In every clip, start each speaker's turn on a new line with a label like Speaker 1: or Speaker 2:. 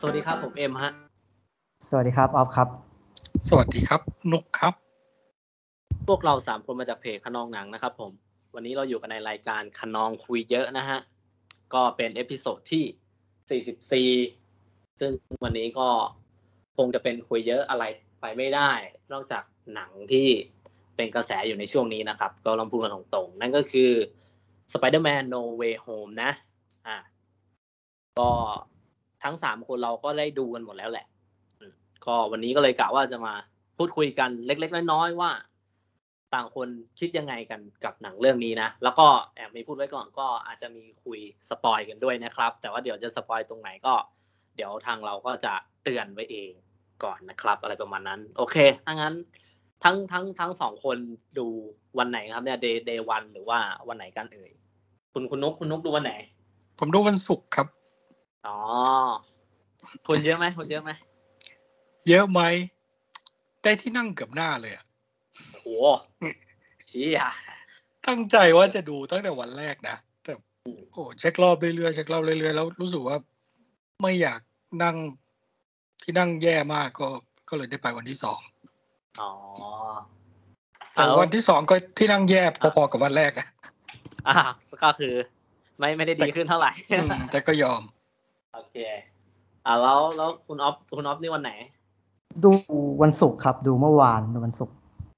Speaker 1: สวัสดีครับ ผมเอ็มฮะ
Speaker 2: สวัสดีครับออฟครับ
Speaker 3: สวัสดีครับ นุกครับ
Speaker 1: พวกเราสามคนมาจากเพจขนองหนังนะครับผม วันนี้เราอยู่กันในรายการขนองคุยเยอะนะฮะ ก็เป็นเอพิโซดที่ 44 ซึ่งวันนี้ก็คงจะเป็นคุยเยอะอะไรไปไม่ได้ นอกจากหนังที่เป็นกระแสอยู่ในช่วงนี้นะครับ ก็ลองพูดกันตรงๆ นั่นก็คือ Spider-Man No Way Home นะ อ่ะก็ทั้งสามคนเราก็ได้ดูกันหมดแล้วแหละ ก็วันนี้ก็เลยกะว่าจะมาพูดคุยกันเล็ก ๆ น้อยๆว่า ต่างคนคิดยังไงกันกับหนังเรื่องนี้นะ แล้วก็แอบมีพูดไว้ก่อนก็อาจจะมีคุยสปอยกันด้วยนะครับ แต่ว่าเดี๋ยวจะสปอยตรงไหนก็ เดี๋ยวทางเราก็จะเตือนไว้เองก่อนนะครับ อะไรประมาณนั้น โอเคถ้างั้นทั้งทั้งทั้งสองคนดูวันไหนครับเนี่ยเดย์เดย์วันหรือว่าวันไหนกันเอ่ยคุณคุณนุกคุณนุกดูวันไหน
Speaker 3: ผมดูวันศุกร์ครับ
Speaker 1: อ๋อคนเยอะไหมคนเยอะไหม
Speaker 3: เยอะไหม ได้ที่นั่งเกือบหน้าเลยอะ
Speaker 1: โอ้โหเชี้อ่ะ
Speaker 3: ตั้งใจว่าจะดูตั้งแต่วันแรกนะ แต่โอ้เช็ครอบเรื่อยๆเช็ครอบเรื่อยๆแล้วรู้สึกว่าไม่อยากนั่งที่นั่งแย่มากก็ก็เลยได้ไปวันที่สอง
Speaker 1: อ๋อ
Speaker 3: แต่
Speaker 1: แล้ว
Speaker 3: วันที่สองก็ที่นั่งแย่พอๆกับวันแรก นะ
Speaker 1: อ่าก็คือไม่ไม่ได้ดีขึ้นเท่าไหร่
Speaker 3: อืม แต่ก็ยอม
Speaker 1: โอเค อ่าแล้วแล้วคุณออฟคุณออฟนี่วันไหน
Speaker 2: ดูวันศุกร์ครับ ดูเมื่อวานดูวันศุกร์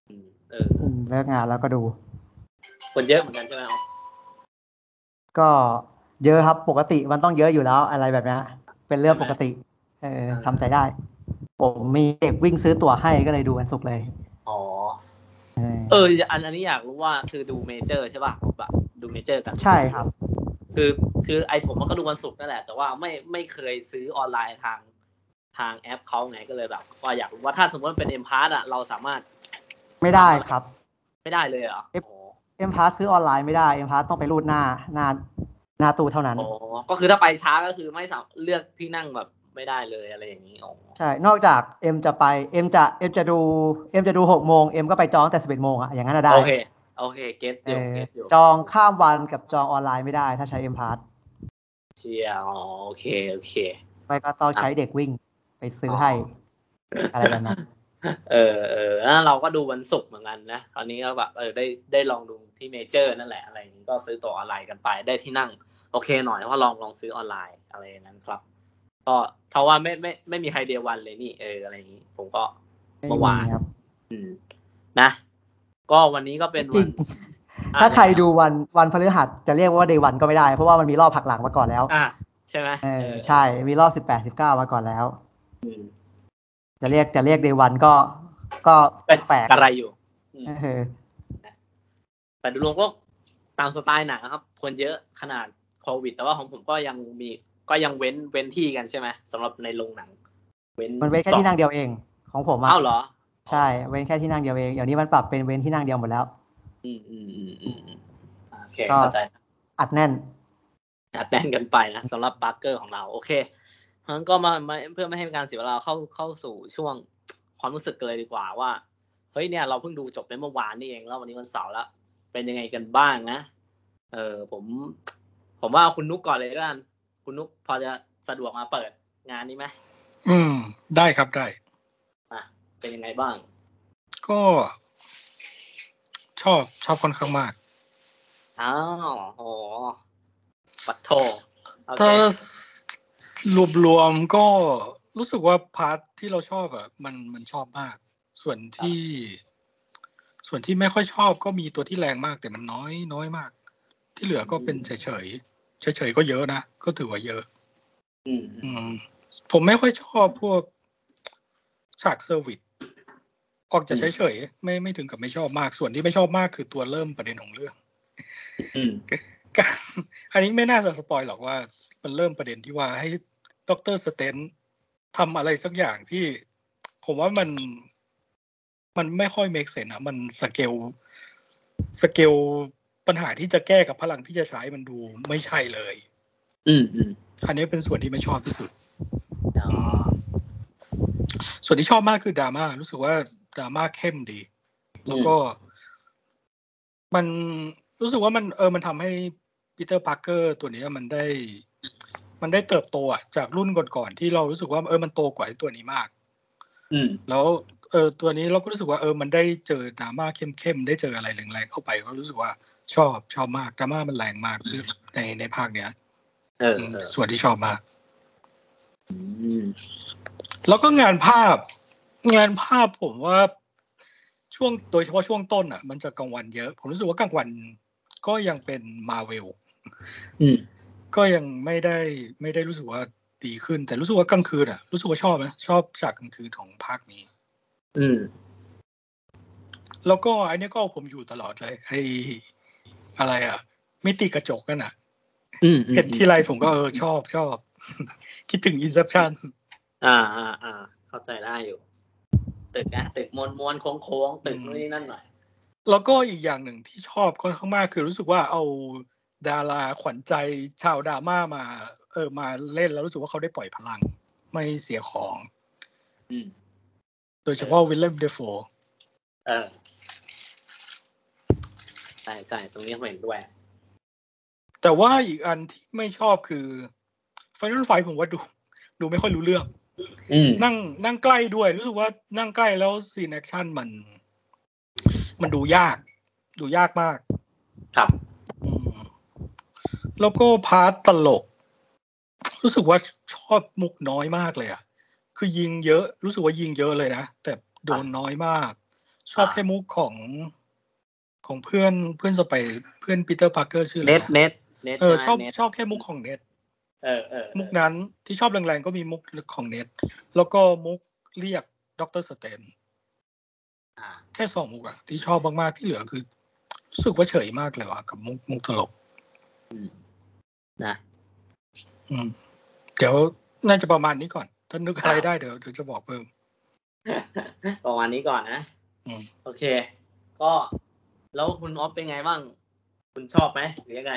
Speaker 1: อืมเออ
Speaker 2: อืมเลิกงานแล้วก็ดู
Speaker 1: คนเยอะเหมือนกันใช่ไหมออฟ
Speaker 2: ก็เยอะครับปกติมันต้องเยอะอยู่แล้วอะไรแบบเนี้ยเป็นเรื่องปกติ เออทำใจได้ ผมมีเด็กวิ่งซื้อตั๋วให้ก็เลยดูวันศุกร์เลย
Speaker 1: อ๋อ
Speaker 2: เออ
Speaker 1: เอออันอันนี้อยากรู้ว่าคือดูเมเจอร์ใช่ป่ะแบบดูเมเจอร์กัน
Speaker 2: ใช่ครับ
Speaker 1: คือ คือไอผมมันก็ดูวันศุกร์นั่นแหละ แต่ว่าไม่ไม่เคยซื้อออนไลน์ทางทางแอปเขาไงก็เลยแบบก็อยากรู้ว่าถ้าสมมติมันเป็นเอ็มพาร์ตอะเราสามารถ
Speaker 2: ไม่ได้ครับ
Speaker 1: ไม่ได้เลยเหรอ
Speaker 2: เอฟ
Speaker 1: โอ้
Speaker 2: เอ็มพาซื้อออนไลน์ไม่ได้เอ็มพาต้องไปรูดหน้าหน้าหน้าตู้เท่านั้น
Speaker 1: โอ้ก็คือถ้าไปช้าก็คือไม่สามเลือกที่นั่งแบบไม่ได้เลยอะไรอย่างนี้อ๋อ
Speaker 2: ใช่ นอกจากเอ็มจะไปเอ็มจะเอ็มจะดูเอ็มจะดูหกโมงเอ็มก็ไปจองแต่สิบเอ็ดโมงอะอย่างนั้นอะได้
Speaker 1: โอเค โอเค เก็ตอ
Speaker 2: เอยู่ อ
Speaker 1: เก็ตอยู่
Speaker 2: จองข้ามวันกับจองออนไลน์ไม่ได้ ถ้าใช้เอ็มพา
Speaker 1: เชียร์อ๋อโอเค โอเค
Speaker 2: ไม่ก็ต้องใช้เด็กวิ่งไปซื้อให้ อะไรแบบนั้น
Speaker 1: เออเออแล้วเราก็ดูวันศุกร์เหมือนกันนะ ตอนนี้ก็แบบเออได้ได้ลองดูที่เมเจอร์นั่นแหละ อะไรอย่างนี้ก็ซื้อตั๋วออนไลน์กันไป ได้ที่นั่ง โอเคหน่อยเพราะลองลองซื้อออนไลน์อะไรอย่างนั้นครับ ก็เพราะว่าไม่ไม่ไม่มีใครเดวันเลยนี่ เอออะไรอย่างนี้ ผมก็ เมื่อวาน
Speaker 2: ไครับ
Speaker 1: นะ ก็วันนี้ก็เป็น
Speaker 2: จ
Speaker 1: วั
Speaker 2: ริง
Speaker 1: น
Speaker 2: ๆถ้าใครดูวันวันพฤหัสจะเรียกว่า day วันก็ไม่ได้ เพราะว่ามันมีรอบผักหลังมาก่อนแล้ว
Speaker 1: อ่ะใช่ไหม
Speaker 2: เออ
Speaker 1: เออ
Speaker 2: ใช่ มีรอบสิบแปดสิบเก้ามาก่อนแล้ว
Speaker 1: อืม
Speaker 2: จะเรียกจะเรียก day วันก็ก็
Speaker 1: เป็น
Speaker 2: แปลก
Speaker 1: อะไรอยู่อืม
Speaker 2: เออ
Speaker 1: แต่โดยรวมก็ตามสไตล์หนังครับคนเยอะขนาดโควิด แต่ว่าของผมก็ยังมีก็ยังเว้นเว้นที่กันใช่ไหมสำหรับในโรงหนัง เว้น
Speaker 2: มันเว้นแค่ที่นั่งเดียวเอง ของผมอะ
Speaker 1: เอ้าเหรอ
Speaker 2: ใช่ เว้นแค่ที่นั่งเดียวเองเดี๋ยวนี้มันปรับเป็นเว้นที่นั่งเดียวหมดแล้ว
Speaker 1: อืมอืมอืมอืมอืมโอเค
Speaker 2: ก็
Speaker 1: เข้าใจ
Speaker 2: อัดแน่น
Speaker 1: อัดแน่นกันไปนะสำหรับปาร์เกอร์ของเรา โอเคงั้นก็มามาเพื่อไม่ให้เป็นการเสียเวลาเข้าเข้าสู่ช่วงความรู้สึกกันเลยดีกว่าว่าเฮ้ยเนี่ยเราเพิ่งดูจบไปเมื่อวานนี่เองแล้ววันนี้วันเสาร์แล้ว เป็นยังไงกันบ้างนะ เออผม ผมว่าคุณนุกก่อนเลยแล้วกัน คุณนุกพอจะสะดวกมาเปิดงานนี้ไหม
Speaker 3: อืม ได้ครับได้
Speaker 1: อ่ะเป็นยังไงบ้าง
Speaker 3: ก็ชอบชอบค่อนข้างมาก
Speaker 1: อ้าวโอ้โหปัดโทโอเค
Speaker 3: ถ้ารวมรวมๆก็รู้สึกว่าพาร์ทที่เราชอบอ่ะมันมันชอบมาก ส่วนที่ ส่วนที่ไม่ค่อยชอบก็มีตัวที่แรงมากแต่มันน้อยน้อยมาก ที่เหลือก็เป็นเฉยเฉยเฉยเฉยๆก็เยอะนะ ก็ถือว่าเยอะ
Speaker 1: อืม
Speaker 3: อืม ผมไม่ค่อยชอบพวกฉากเซอร์วิสออกจะเฉยเฉยๆไม่ไม่ถึงกับไม่ชอบมาก ส่วนที่ไม่ชอบมากคือตัวเริ่มประเด็นของเรื่อง
Speaker 1: อืม
Speaker 3: การ อันนี้ไม่น่าจะสปอยหรอกว่า มันเริ่มประเด็นที่ว่าให้ดรสเตนทำอะไรสักอย่างที่ผมว่ามันมันไม่ค่อยเม e เซนอะมันสเกลสเกลปัญหาที่จะแก้กับพลังที่จะใช้มันดูไม่ใช่เลย
Speaker 1: อืมอืม
Speaker 3: อันนี้เป็นส่วนที่ไม่ชอบที่สุด
Speaker 1: อ๋อ
Speaker 3: ส่วนที่ชอบมากคือดราม่ารู้สึกว่าดราม่าเข้มดี แล้วก็ มันรู้สึกว่ามันเออมันทำให้ปีเตอร์พาร์เกอร์ตัวเนี้ยมันได้ มันได้เติบโตอะจากรุ่นก่อนๆที่เรารู้สึกว่าเออมันโตกว่าไอ้ตัวนี้มาก
Speaker 1: อืม
Speaker 3: แล้วเออตัวนี้เราก็รู้สึกว่าเออมันได้เจอดราม่าเข้มๆได้เจออะไรแรงๆเข้าไปก็รู้สึกว่าชอบชอบมากดราม่ามันแรงมากในในภาคเนี้ย
Speaker 1: เออ
Speaker 3: อืม
Speaker 1: เออ
Speaker 3: ส่วนที่ชอบมาก
Speaker 1: อืม
Speaker 3: แล้วก็งานภาพ งานภาพผมว่าช่วงโดยเฉพาะช่วงต้นอ่ะ มันจะกลางวันเยอะ ผมรู้สึกว่ากลางวันก็ยังเป็นมาเวล
Speaker 1: อืม
Speaker 3: ก็ยังไม่ได้ไม่ได้รู้สึกว่าดีขึ้น แต่รู้สึกว่ากลางคืนอ่ะรู้สึกว่าชอบนะชอบฉากกลางคืนของภาคนี้
Speaker 1: อืม
Speaker 3: แล้วก็ไอันนี้ยก็เอาผมอยู่ตลอดเลยไออะไรอ่ะ มิติกระจกนั่นน่ะ
Speaker 1: อืมอืม
Speaker 3: เห็นทีไรผมก็เออชอบชอบ คิดถึงอิน e p t ชัน
Speaker 1: อ่าอ่าอ่าเข้าใจได้อยู่ ตึกนะตึกมวลมวลโค้งโค้งๆตึกนู่นนี่นั่นหน่อย
Speaker 3: แล้วก็อีกอย่างหนึ่งที่ชอบค่อนข้างมากคือรู้สึกว่าเอาดาราขวัญใจชาวดราม่ามา เออมาเล่นแล้วรู้สึกว่าเขาได้ปล่อยพลัง ไม่เสียของ
Speaker 1: อืม
Speaker 3: โดยเฉพาะวิลเลมเดฟโฟ
Speaker 1: เออใช่ใช่ตรงนี้ผมเห็นด้วย
Speaker 3: แต่ว่าอีกอันที่ไม่ชอบคือไฟนอลไฟผมว่าดู ดูไม่ค่อยรู้เรื่อง
Speaker 1: อืม
Speaker 3: นั่งนั่งใกล้ด้วย รู้สึกว่านั่งใกล้แล้วซีนแอคชั่นมัน มันดูยาก ดูยากมาก
Speaker 1: ครับ
Speaker 3: อืมแล้วก็พาร์ทตลก รู้สึกว่าชอบมุกน้อยมากเลยอะคือยิงเยอะ รู้สึกว่ายิงเยอะเลยนะแต่โดนน้อยมาก ชอบ
Speaker 1: อ่า
Speaker 3: แค่มุกของของเพื่อนเพื่อนสไปเพื่อนปีเตอร์พาร์เกอร์ชื่ออะไร
Speaker 1: เน็ต
Speaker 3: นะ
Speaker 1: เน็ตเน็ต
Speaker 3: เออชอบ
Speaker 1: เน็ต
Speaker 3: ชอบแค่มุกของเน็ต
Speaker 1: เออเออเออ
Speaker 3: มุกนั้นที่ชอบแรงๆก็มีมุกของเน็ต แล้วก็มุกเรียกด็อกเตอร์สเตน
Speaker 1: อ่า
Speaker 3: แค่สองมุกอะที่ชอบมากๆที่เหลือคือรู้สึกว่าเฉยมากเลยว่ะกับมุกมุกตลก
Speaker 1: อืม นะ
Speaker 3: อืมเดี๋ยวน่าจะประมาณนี้ก่อน ถ้านึกอะไรได้เดี๋ยวเดี๋ยวจะบอกเพิ่ม
Speaker 1: ประมาณนี้ก่อนนะ
Speaker 3: อืม
Speaker 1: โอเค ก็ แล้วคุณออฟเป็นไงบ้าง คุณชอบไหมหรือยังไง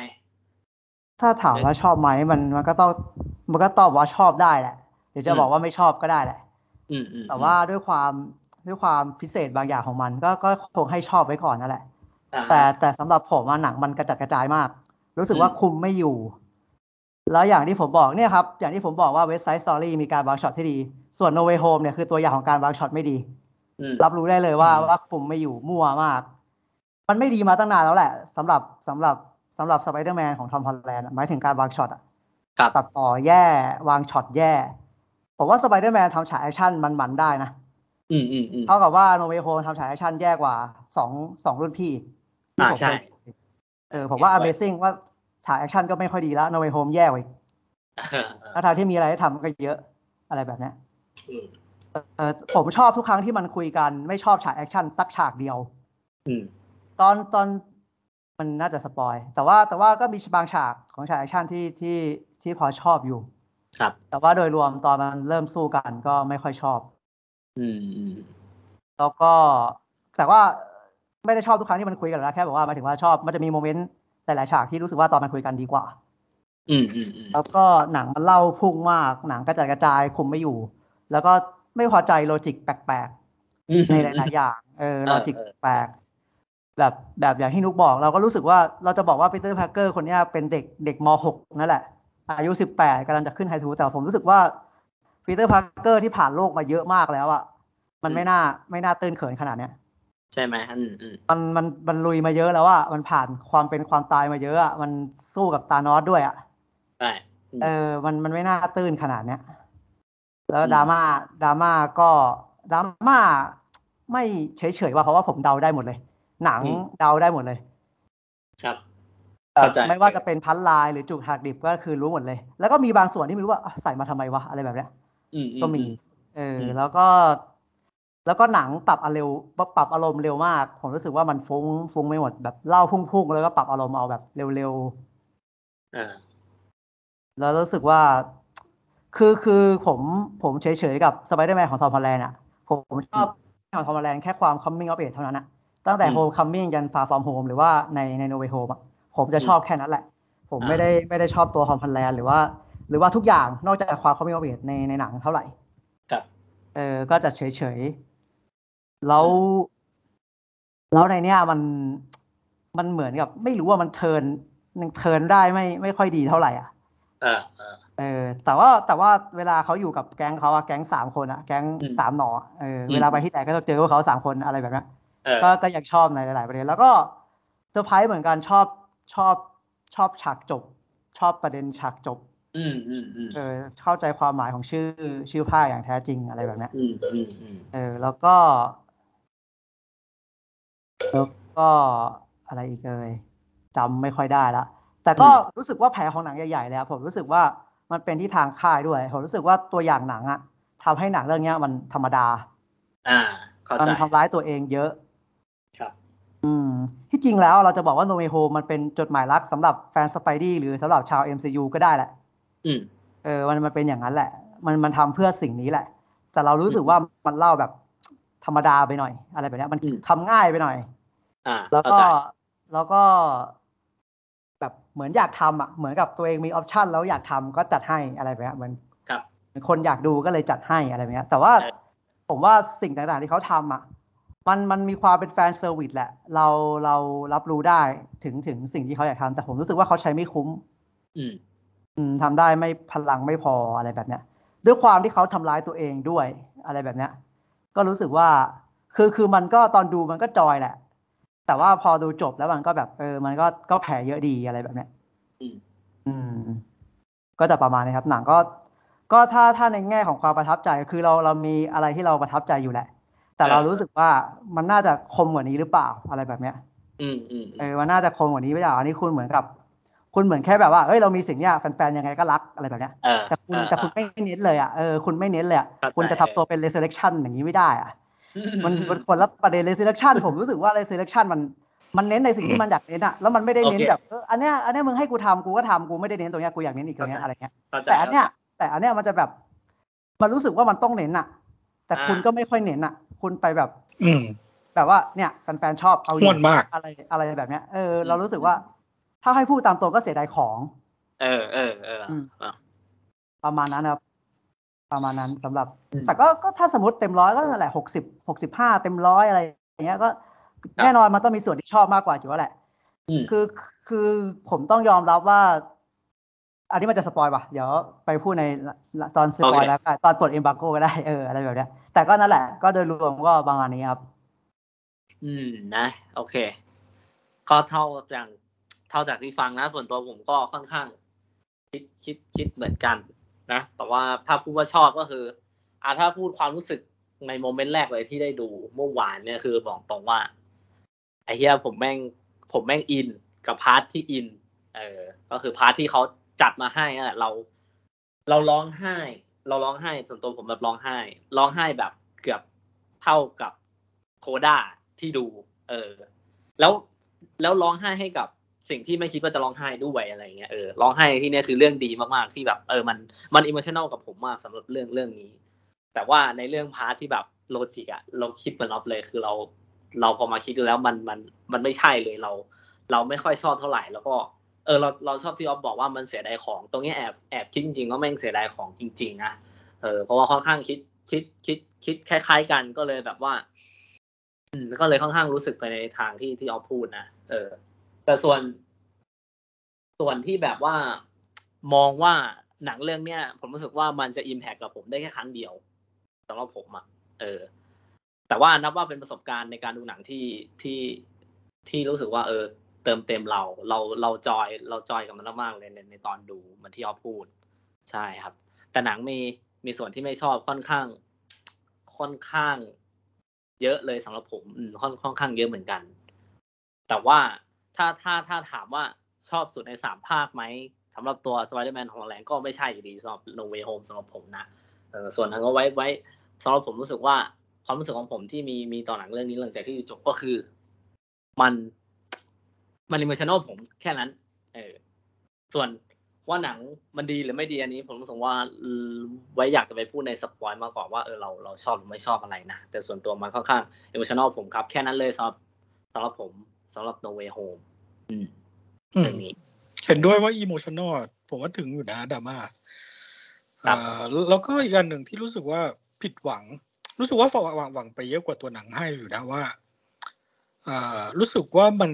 Speaker 2: ถ้าถามว่าชอบไหมมันมันก็ต้องมันก็ตอบว่าชอบได้แหละหรือจะบอกว่าไม่ชอบก็ได้แหละ
Speaker 1: อืมอืม
Speaker 2: แต่ว่าด้วยความด้วยความพิเศษบางอย่างของมัน ก็ก็คงให้ชอบไว้ก่อนนั่นแหละ
Speaker 1: อ่าฮะ
Speaker 2: แต่แต่สำหรับผมอะหนังมันกระจัดกระจายมาก รู้สึกว่า
Speaker 1: อืม
Speaker 2: คุมไม่อยู่ แล้วอย่างที่ผมบอกเนี่ยครับ อย่างที่ผมบอกว่าเว็บไซต์สตอรี่มีการวางช็อตที่ดี ส่วน No Way Home เนี่ยคือตัวอย่างของการวางช็อตไม่ดี
Speaker 1: อืม
Speaker 2: รับรู้ได้เลยว่า
Speaker 3: อืม
Speaker 2: ว่าคุมไม่อยู่มั่วมาก มันไม่ดีมาตั้งนานแล้วแหละสำหรับสำหรับสำหรับสไปเดอร์แมนของทอมฮอลแลนด์หมายถึงการวางช็อตอะ
Speaker 1: ครับ
Speaker 2: ตัดต่อแย่วางช็อตแย่ ผมว่าสไปเดอร์แมนทำฉากแอคชั่นมันมันๆได้นะ
Speaker 1: อืมอืมอืม
Speaker 2: เท่ากับว่าโนเวโฮทำฉากแอคชั่นแย่กว่าสองสองรุ่นพี่ที่
Speaker 1: อ่า
Speaker 2: ผม
Speaker 1: ใช่
Speaker 2: เคยเออผมว่า
Speaker 1: เห็นด้วย
Speaker 2: Amazing ว่าฉากแอคชั่นก็ไม่ค่อยดีแล้วโนเวโฮมแย่กว่าอีกแล้วทางที่มีอะไรให้ทำก็เยอะอะไรแบบเนี้ย
Speaker 1: อืม
Speaker 2: เออผมชอบทุกครั้งที่มันคุยกันไม่ชอบฉากแอคชั่นสักฉากเดียว
Speaker 1: อืม
Speaker 2: ตอนตอนมันน่าจะสปอยแต่ว่าแต่ว่าก็มีบางฉากของฉากแอคชั่นที่ที่ที่พอชอบอยู่
Speaker 1: ครับ
Speaker 2: แต่ว่าโดยรวมตอนมันเริ่มสู้กันก็ไม่ค่อยชอบ
Speaker 1: อืมอืม
Speaker 2: แล้วก็ แต่ว่าไม่ได้ชอบทุกครั้งที่มันคุยกันหรอกนะแค่บอกว่าหมายถึงว่าชอบมันจะมีโมเมนต์หลายๆฉากที่รู้สึกว่าตอนมันคุยกันดีกว่า
Speaker 1: อืมอืมอืม
Speaker 2: แล้วก็หนังมันเล่าพุ่งมาก หนังกระจายกระจายคุมไม่อยู่ แล้วก็ไม่พอใจโลจิกแปลก
Speaker 1: อืม
Speaker 2: ๆในหลายๆอย่างเออ
Speaker 1: เออ
Speaker 2: โลจิก
Speaker 1: เออ
Speaker 2: แปลกแบบแบบอย่างที่นุกบอก เราก็รู้สึกว่าเราจะบอกว่าปีเตอร์พาร์เกอร์คนเนี้ยเป็นเด็กเด็กม .6 นั่นแหละ อายุ 18กำลังจะขึ้นไฮทูแต่ผมรู้สึกว่าปีเตอร์พาร์เกอร์ที่ผ่านโลกมาเยอะมากแล้วอะมันไม่น่าไม่น่าตื่นเขินขนาดเนี้ย
Speaker 1: ใช่ไหมอืมอืม
Speaker 2: มันมันมันลุยมาเยอะแล้วอะมันผ่านความเป็นความตายมาเยอะอะมันสู้กับตานอสด้วยอะ
Speaker 1: ใช่ อืม
Speaker 2: เออ มันมันไม่น่าตื้นขนาดเนี้ย แล้ว
Speaker 1: อืม
Speaker 2: ดราม่าดราม่าก็ดราม่าไม่เฉยๆว่าเพราะว่าผมเดาได้หมดเลย หนัง
Speaker 1: อืม
Speaker 2: เดาได้หมดเลย
Speaker 1: ครับ
Speaker 2: เอ่อ
Speaker 1: เข้าใจ
Speaker 2: ไม่ว่าจะเป็นพันลายหรือจุกหักดิบก็คือรู้หมดเลย แล้วก็มีบางส่วนที่ไม่รู้ว่าอ่ะใส่มาทำไมวะอะไรแบบเนี้ย
Speaker 1: อือื
Speaker 2: ก็มี เอออ
Speaker 1: ม
Speaker 2: แล้วก็ แล้วก็หนังปรับอารมณ์ปรับอารมณ์เร็วมาก ผมรู้สึกว่ามันฟุ้งฟุ้งไม่หมดแบบเล่าพุ่งๆ แล้วก็ปรับอารมณ์เอาแบบเร็ว
Speaker 1: อ่า
Speaker 2: ๆ แล้วรู้สึกว่า คือคือผมผมเฉยๆ กับสไปเดอร์แมนของทอมฮอลแลนด์อ่ะ ผมผมชอบของทอมฮอลแลนด์แค่ความ coming of age เท่านั้นนะตั้งแต่
Speaker 1: อืม
Speaker 2: home coming ยัน far from home หรือว่าในใน no way home อะผมจะชอบแค่นั้นแหละ ผมไม่ได้ไม่ได้ชอบตัวทอมฮอลแลนด์หรือว่า หรือว่าทุกอย่างนอกจากความ coming of age ในในหนังเท่าไหร่
Speaker 1: ครับ
Speaker 2: เออ ก็จะเฉยๆ แล้ว แล้วในเนี้ยมัน มันเหมือนกับ ไม่รู้ว่ามันเทิร์นยังเทิร์นได้ไม่ไม่ค่อยดีเท่าไหร่อ่ะ
Speaker 1: อ่าอ่า
Speaker 2: เออ แต่ว่าแต่ว่าเวลาเขาอยู่กับแก๊งเขาอะแก๊งสามคนอะแก๊ง
Speaker 1: อืม
Speaker 2: สามหนออะเอออ
Speaker 1: ม
Speaker 2: เวลาไปที่ไหนก็จะเจอพวกเขาสามคนอะไรแบบเนี้ย
Speaker 1: เออ
Speaker 2: ก็ก็ยังชอบในหลาย ๆ ประเด็น แล้วก็เซอร์ไพรส์เหมือนกันชอบชอบชอบฉากจบ ชอบประเด็นฉากจบ
Speaker 1: อืมอืมอืม
Speaker 2: เออเข้าใจความหมายของชื่อชื่อภาคอย่างแท้จริงอะไรแบบเนี้ย
Speaker 1: อืมอืมอืม
Speaker 2: เออ แล้วก็ แล้วก็อะไรอีกเอ่ยจำไม่ค่อยได้ละแต่ก็รู้สึกว่าแผลของหนังใหญ่ ๆ แล้ว ผมรู้สึกว่ามันเป็นที่ทางค่ายด้วย ผมรู้สึกว่าตัวอย่างหนังอะทำให้หนังเรื่องเนี้ย มันธรรมดา
Speaker 1: อ่า เข้า
Speaker 2: มั
Speaker 1: ใจ
Speaker 2: ทำร้ายตัวเองเยอะ
Speaker 1: ครับ
Speaker 2: อืมที่จริงแล้วเราจะบอกว่าโนเ h โฮมันเป็นจดหมายรักสำหรับแฟนสไปดี้หรือสำหรับชาว MCU ก็ได้แหละ
Speaker 1: อืม
Speaker 2: เออมันมันเป็นอย่างนั้นแหละ มันมันทำเพื่อสิ่งนี้แหละ แต่เรารู้สึกว่ามันเล่าแบบธรรมดาไปหน่อย อะไรแบบเนี้ยมัน
Speaker 1: อืม
Speaker 2: ทำง่ายไปหน่อย
Speaker 1: อ่า
Speaker 2: แล้ว
Speaker 1: เข้า
Speaker 2: ก็
Speaker 1: ใจ
Speaker 2: แล้วก็ แบบเหมือนอยากทำอ่ะเหมือนกับตัวเองมีออปชันแล้วอยากทำก็จัดให้อะไรแบบเนี้ยเหมือน
Speaker 1: ครับ
Speaker 2: คนอยากดูก็เลยจัดให้อะไรแบบเนี้ยแต่ว่า
Speaker 1: ใช่
Speaker 2: ผมว่าสิ่งต่างๆที่เขาทำอ่ะ มันมันมีความเป็นแฟนเซอร์วิสแหละ เราเรารับรู้ได้ถึงถึงสิ่งที่เขาอยากทำแต่ผมรู้สึกว่าเขาใช้ไม่คุ้ม
Speaker 1: อืม
Speaker 2: อืมทำได้ไม่พลังไม่พออะไรแบบเนี้ย ด้วยความที่เขาทำร้ายตัวเองด้วยอะไรแบบเนี้ย ก็รู้สึกว่า คือคือมันก็ตอนดูมันก็จอยแหละ แต่ว่าพอดูจบแล้วมันก็แบบเออ มันก็ก็แผลเยอะดีอะไรแบบเนี้ย
Speaker 1: อืม
Speaker 2: อืมก็จะประมาณนี้ครับ หนังก็ ก็ถ้าถ้าในแง่ของความประทับใจคือเราเรามีอะไรที่เราประทับใจอยู่แหละ แต่
Speaker 1: เออ
Speaker 2: เรารู้สึกว่ามันน่าจะคมกว่านี้หรือเปล่าอะไรแบบเนี้ย
Speaker 1: อืมอืม
Speaker 2: เออมันน่าจะคมกว่านี้ไม่ได้อันนี้คุณเหมือนกับ คุณเหมือนแค่แบบว่าเอ้ยเรามีสิ่งเนี้ยแฟนๆยังไงก็รักอะไรแบบเนี้ย
Speaker 1: เออ
Speaker 2: แต่คุณ
Speaker 1: เออ
Speaker 2: แต่คุณไม่เน้นเลยอ่ะเออคุณไม่เน้นเลยอะ
Speaker 1: เข้าใจ
Speaker 2: คุณจะทำตัวเป็น resurrection อย่างนี้ไม่ได้อ่ะ
Speaker 1: อื
Speaker 2: มันมันคนละประเด็น resurrection ผมรู้สึกว่า resurrection มันมันเน้นในสิ่งที่มันอยากเน้นอะแล้วมันไม่ได้เน้นแบบเอออันเนี้ยอันเนี้ยมึงให้กูทำกูก็ทำกูไม่ได้เน้นตรงเนี้ยกูอยากเน้นอีกตรงเนี้ยอะไรเงี้ย
Speaker 1: เข้าใจ
Speaker 2: แต่อันเนี้ย
Speaker 1: ข้าใจ
Speaker 2: แต่อันเนี้ยมันจะแบบ มันรู้สึกว่ามันต้องเน้นอะแต่
Speaker 1: อ่า
Speaker 2: คุณก็ไม่ค่อยเน้นอะคุณไปแบบ
Speaker 3: อืม
Speaker 2: แบบว่าเนี่ยแฟนๆชอบเอาอ
Speaker 3: ม่
Speaker 2: ยู่
Speaker 3: วนมาก
Speaker 2: อะไรอะไรแบบเนี้ยเออเรารู้สึกว่า ถ้าให้พูดตามตรงก็เสียดายของ
Speaker 1: เออเออเออ
Speaker 2: อืม
Speaker 1: อ่ะ
Speaker 2: ประมาณนั้นครับ ประมาณนั้นสำหรับ
Speaker 1: อืม
Speaker 2: แต่ก็ก็ถ้าสมมติเต็มร้อยก็นั่นแหละหกสิบหกสิบห้าเต็มร้อยอะไรอย่างเงี้ยก็
Speaker 1: ครับ
Speaker 2: แน่นอนมันต้องมีส่วนที่ชอบมากกว่าอยู่แล้วแหละ
Speaker 1: อืม
Speaker 2: คือคือผมต้องยอมรับว่า อันนี้มันจะสปอยป่ะ เดี๋ยวไปพูดในตอนสปอยแล้วกันตอนปลดเอ b บ r โกก็ได้เอออะไรแบบเนี้ยแต่ก็นั่นแหละก็โดยรวมก็ประมาณนี้ครับ
Speaker 1: อืมนะ โอเค ก็เท่าอย่างเท่าจากที่ฟังนะ ส่วนตัวผมก็ค่อนข้าง คิดคิดคิดเหมือนกันนะ แต่ว่าถ้าพูดว่าชอบก็คืออ่ะถ้าพูดความรู้สึกในโมเมนต์แรกเลยที่ได้ดูเมื่อวานเนี่ยคือบอกตรงว่าไอ้เฮียผมแม่งผมแม่งอินกับพาร์ทที่อิน เออ ก็คือพาร์ทที่เขาจัดมาให้นั่นแหละเรา เราร้องไห้ เราร้องไห้ส่วนตัวผมแบบร้องไห้ ร้องไห้แบบเกือบเท่ากับโคด้าที่ดู เออ แล้วแล้วร้องไห้ให้กับสิ่งที่ไม่คิดว่าจะร้องไห้ด้วยอะไรเงี้ยเออร้องไห้ที่เนี่ยคือเรื่องดีมากๆที่แบบเออมันมันอิมเมชันแนลกับผมมากสำหรับเรื่องเรื่องนี้ แต่ว่าในเรื่องพาร์ทที่แบบโลจิกอะเราคิดมันออฟเลยคือเรา เราพอมาคิดดูแล้วมันมันมันไม่ใช่เลยเรา เราไม่ค่อยชอบเท่าไหร่แล้วก็ เออเราเราชอบที่ออฟบอกว่ามันเสียดายของ ตรงเนี้ยแอบแอบคิดจริงๆว่าแม่งเสียดายของจริงๆนะเออเพราะว่าค่อนข้างคิดคิดคิดคิดคล้าย ๆ กันก็เลยแบบว่า อืมก็เลยค่อนข้างรู้สึกไปในทางที่ที่ออฟพูดนะเออ แต่ส่วน ส่วนที่แบบว่ามองว่าหนังเรื่องเนี้ยผมรู้สึกว่ามันจะอิมแพคกับผมได้แค่ครั้งเดียวสำหรับผมอะเออ แต่ว่านับว่าเป็นประสบการณ์ในการดูหนังที่ที่ที่รู้สึกว่า เออ เติมเต็มเรา เราเราจอย เราจอยกับมันมากๆเลยในในตอนดูเหมันที่ออฟพูด ใช่ครับ แต่หนังมีมีส่วนที่ไม่ชอบค่อนข้าง ค่อนข้าง เยอะเลยสำหรับผมอืมค่อนค่อนข้างเยอะเหมือนกัน แต่ว่าถ้าถ้าถ้าถามว่าชอบสุดในสามภาคไหมสำหรับตัว Spider-Man ของแหลงก็ไม่ใช่อยู่ดีสำหรับ No Way Home สำหรับผมนะเออส่วนนั้นก็ไว้ไว้สำหรับผมรู้สึกว่า ความรู้สึกของผมที่มีมีต่อหนังเรื่องนี้หลังจากที่จบก็คือ มัน มันอิมเมชั่นอลผมแค่นั้น เออ ส่วนว่าหนังมันดีหรือไม่ดีอันนี้ ผมรู้สึกว่าอืมไว้อยากจะไปพูดในสปอยล์มากกว่าว่าเออเราเราชอบหรือไม่ชอบอะไรนะ แต่ส่วนตัวมันค่อนข้างอิมเมชั่นอลผมครับแค่นั้นเลยสำหรับสำหรับผมสำหรับ No Way Home อืม
Speaker 3: อื
Speaker 1: เรื่
Speaker 3: ม
Speaker 1: องนี้
Speaker 3: เห็นด้วยว่าอีโมชันอลผมว่าถึงอยู่นะดราม่า
Speaker 1: ครับ
Speaker 3: เอ่อแล้วก็อีกอันหนึ่งที่รู้สึกว่าผิดหวัง รู้สึกว่าหวังหวังหวังไปเยอะกว่าตัวหนังให้อยู่นะว่าเอ่อรู้สึกว่ามัน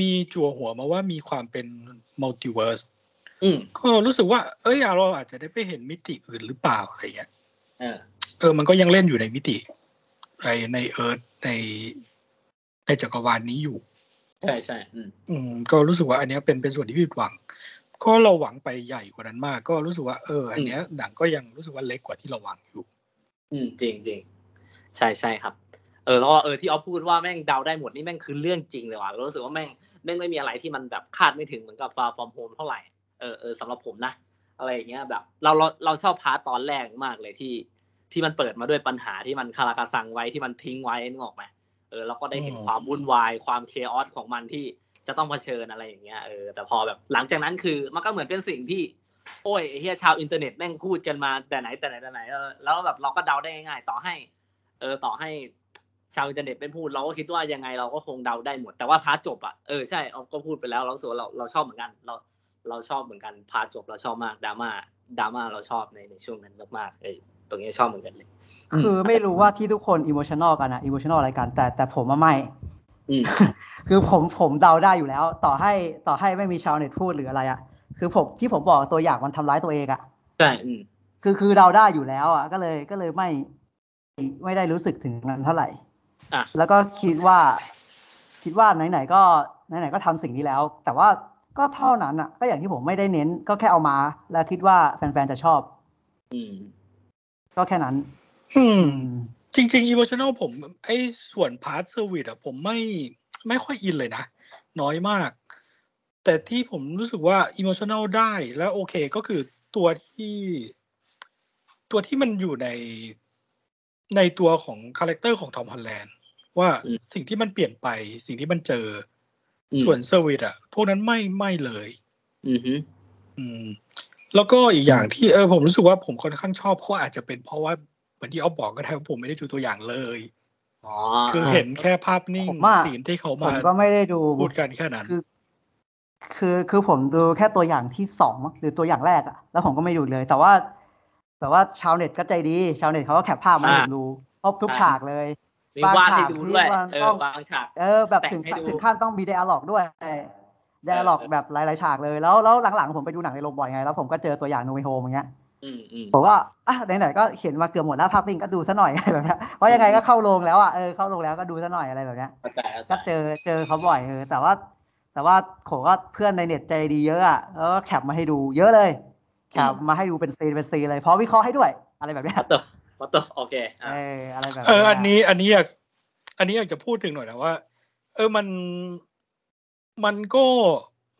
Speaker 3: มีจั่วหัวมาว่ามีความเป็นมัลติเวิร์ส
Speaker 1: อืม
Speaker 3: ก็รู้สึกว่า เอ้ยเราอาจจะได้ไปเห็นมิติอื่นหรือเปล่าอะไรเงี้ย
Speaker 1: เออ
Speaker 3: เออมันก็ยังเล่นอยู่ในมิติในในเอิร์ธในในจักรวาลนี้อยู่
Speaker 1: ใช่ใช่อืม
Speaker 3: อืมก็รู้สึกว่าอันเนี้ยเป็นเป็นส่วนที่ผิดหวัง ก็เราหวังไปใหญ่กว่านั้นมาก ก็รู้สึกว่าเอออันเนี้ยหนังก็ยังรู้สึกว่าเล็กกว่าที่เราหวังอยู่
Speaker 1: อืมจริงจริงใช่ใช่ครับ เออแล้วก็เออที่ออฟพูดว่าแม่งเดาได้หมดนี่แม่งคือเรื่องจริงเลยว่ะเรารู้สึกว่าแม่งแม่งไม่มีอะไรที่มันแบบคาดไม่ถึงเหมือนกับฟาฟอร์มโฮมเท่าไหร่เออเออสำหรับผมนะ อะไรอย่างเงี้ยแบบ เราเราเราชอบพาร์ตตอนแรกมากเลยที่ ที่มันเปิดมาด้วยปัญหาที่มันคาราคาซังไว้ที่มันทิ้งไว้นึกออกไหมเออเราก็ได้เห็น
Speaker 3: อืม
Speaker 1: ความวุ่นวายความเคออสของมันที่จะต้องเผชิญอะไรอย่างเงี้ยเออแต่พอแบบหลังจากนั้นคือมันก็เหมือนเป็นสิ่งที่ โอ้ยไอ้เฮียชาวอินเทอร์เน็ตแม่งพูดกันมาแต่ไหนแต่ไหนแต่ไหนเออแล้วแบบเราก็เดาได้ง่ายๆต่อให้ เออต่อให้ชาวอินเทอร์เน็ตไม่พูดเราก็คิดว่ายังไงเราก็คงเดาได้หมด แต่ว่าพาร์ทจบอ่ะเออใช่ออฟก็พูดไปแล้วเรารู้ส่วนเราเราชอบเหมือนกัน เราเราชอบเหมือนกันพาร์ทจบเราชอบมากดราม่าดราม่าเราชอบในในช่วงนั้นมากๆเออตรงนี้ชอบเหมือนกันเลย อืม
Speaker 2: คือไม่รู้ว่าที่ทุกคนอิโมชันอลกันนะอิโมชันอลอะไรกันแต่แต่ผมว่าไม่
Speaker 1: อืม
Speaker 2: คือผมผมเดาได้อยู่แล้ว ต่อให้ต่อให้ไม่มีชาวเน็ตพูดหรืออะไรอะ่ะ คือผมที่ผมบอกตัวอย่างมันทำร้ายตัวเองอะ่ะ
Speaker 1: ใช่อืม
Speaker 2: คือคือเดาได้อยู่แล้วอะ่ะก็เลยก็เลยไม่ไม่ได้รู้สึกถึงนั้นเท่าไหร่
Speaker 1: อ่ะ
Speaker 2: แล้วก็คิดว่า คิดว่าไหนๆก็ไหนๆก็ทำสิ่งนี้แล้ว แต่ว่าก็เท่านั้นอะ่ะ ก็อย่างที่ผมไม่ได้เน้นก็แค่เอามา แล้วคิดว่าแฟนๆจะชอบ
Speaker 1: อืม
Speaker 2: ก็แค่นั้น
Speaker 3: อืม
Speaker 2: อืม
Speaker 3: จริงๆ emotional ผมไอ้ส่วนพาร์ทเซอร์วิสอะผมไม่ไม่ค่อยอินเลยนะ น้อยมาก แต่ที่ผมรู้สึกว่า emotional ได้แล้วโอเคก็คือตัวที่ ตัวที่มันอยู่ในในตัวของคาแรคเตอร์ของทอมฮอลแลนด์ว่า
Speaker 1: อืม
Speaker 3: สิ่งที่มันเปลี่ยนไป สิ่งที่มันเจอ
Speaker 1: อื
Speaker 3: อ
Speaker 1: ม
Speaker 3: ส่วนเซอร์วิสอะพวกนั้นไม่ไม่เลย
Speaker 1: อืมฮึ
Speaker 3: อืม แล้วก็อีกอย่างที่เออผมรู้สึกว่าผมค่อนข้างชอบก็อาจจะเป็นเพราะว่าเหมือนที่ออฟบอกก็ได้ว่าผมไม่ได้ดูตัวอย่างเลย
Speaker 1: อ๋อ
Speaker 3: คือเห็นแค่ภาพนิ่ง
Speaker 2: ผมว่า
Speaker 3: สีนที่
Speaker 2: ผม
Speaker 3: เขาาม
Speaker 2: ก็ไม่ได้ดู
Speaker 3: พูดกันแค่นั้น
Speaker 2: คือ คือคือผมดูแค่ตัวอย่างที่สองหรือตัวอย่างแรกอะแล้วผมก็ไม่ดูเลย แต่ว่า แต่ว่าชาวเน็ตก็ใจดี ชาวเน็ตเขาก็แคปภาพมาให้ผมดูครบทุกฉากเลย
Speaker 1: มีวาดให้
Speaker 2: บางฉาก
Speaker 1: ดูด้วย
Speaker 2: ที่มัน
Speaker 1: เอ
Speaker 2: ต้
Speaker 1: อ
Speaker 2: อง
Speaker 1: วางฉาก
Speaker 2: เออ แบบถึง
Speaker 1: แต่งให้ดู
Speaker 2: ถึงขั้นต้องมี d ด a l ล g u e ด้วยไดอะล็อก
Speaker 1: เออเออ
Speaker 2: แบบหลายๆฉากเลยแล้วแล้วหลังๆผมไปดูหนังในโรงบ่อยไง แล้วผมก็เจอตัวอย่างโนเวโฮมอย่างเงี้ย
Speaker 1: อืมอืม
Speaker 2: ผมว่าอ่ะไหนๆก็เขียนมาเกือบหมดแล้วภาพนิ่งก็ดูซะหน่อยอะไรแบบเนี้ยเพราะยังไงก็เข้าโรงแล้วอ่ะเออเข้าโรงแล้วก็ดูซะหน่อยอะไรแบบเนี้ย
Speaker 1: เข้าใจเข้าใจ
Speaker 2: ก็เจอเจอเขาบ่อยเออแต่ว่า แต่ว่าผมก็เพื่อนในเน็ตใจดีเยอะอ่ะแล้วก็แคปมาให้ดูเยอะเลยแคปมาให้ดูเป็นซีนเป็นซีนเลยพร้อมวิเคราะห์ให้ด้วย อะไรแบบเนี้ย
Speaker 1: วัตเตอร์วัตเตอร์โอเคอ่ะ
Speaker 2: เอออะไรแบบ
Speaker 3: เออ
Speaker 2: เย
Speaker 3: อันนี้อันนี้อยากอันนี้อยากจะพูดถึงหน่อยนะว่า เออมันมันก็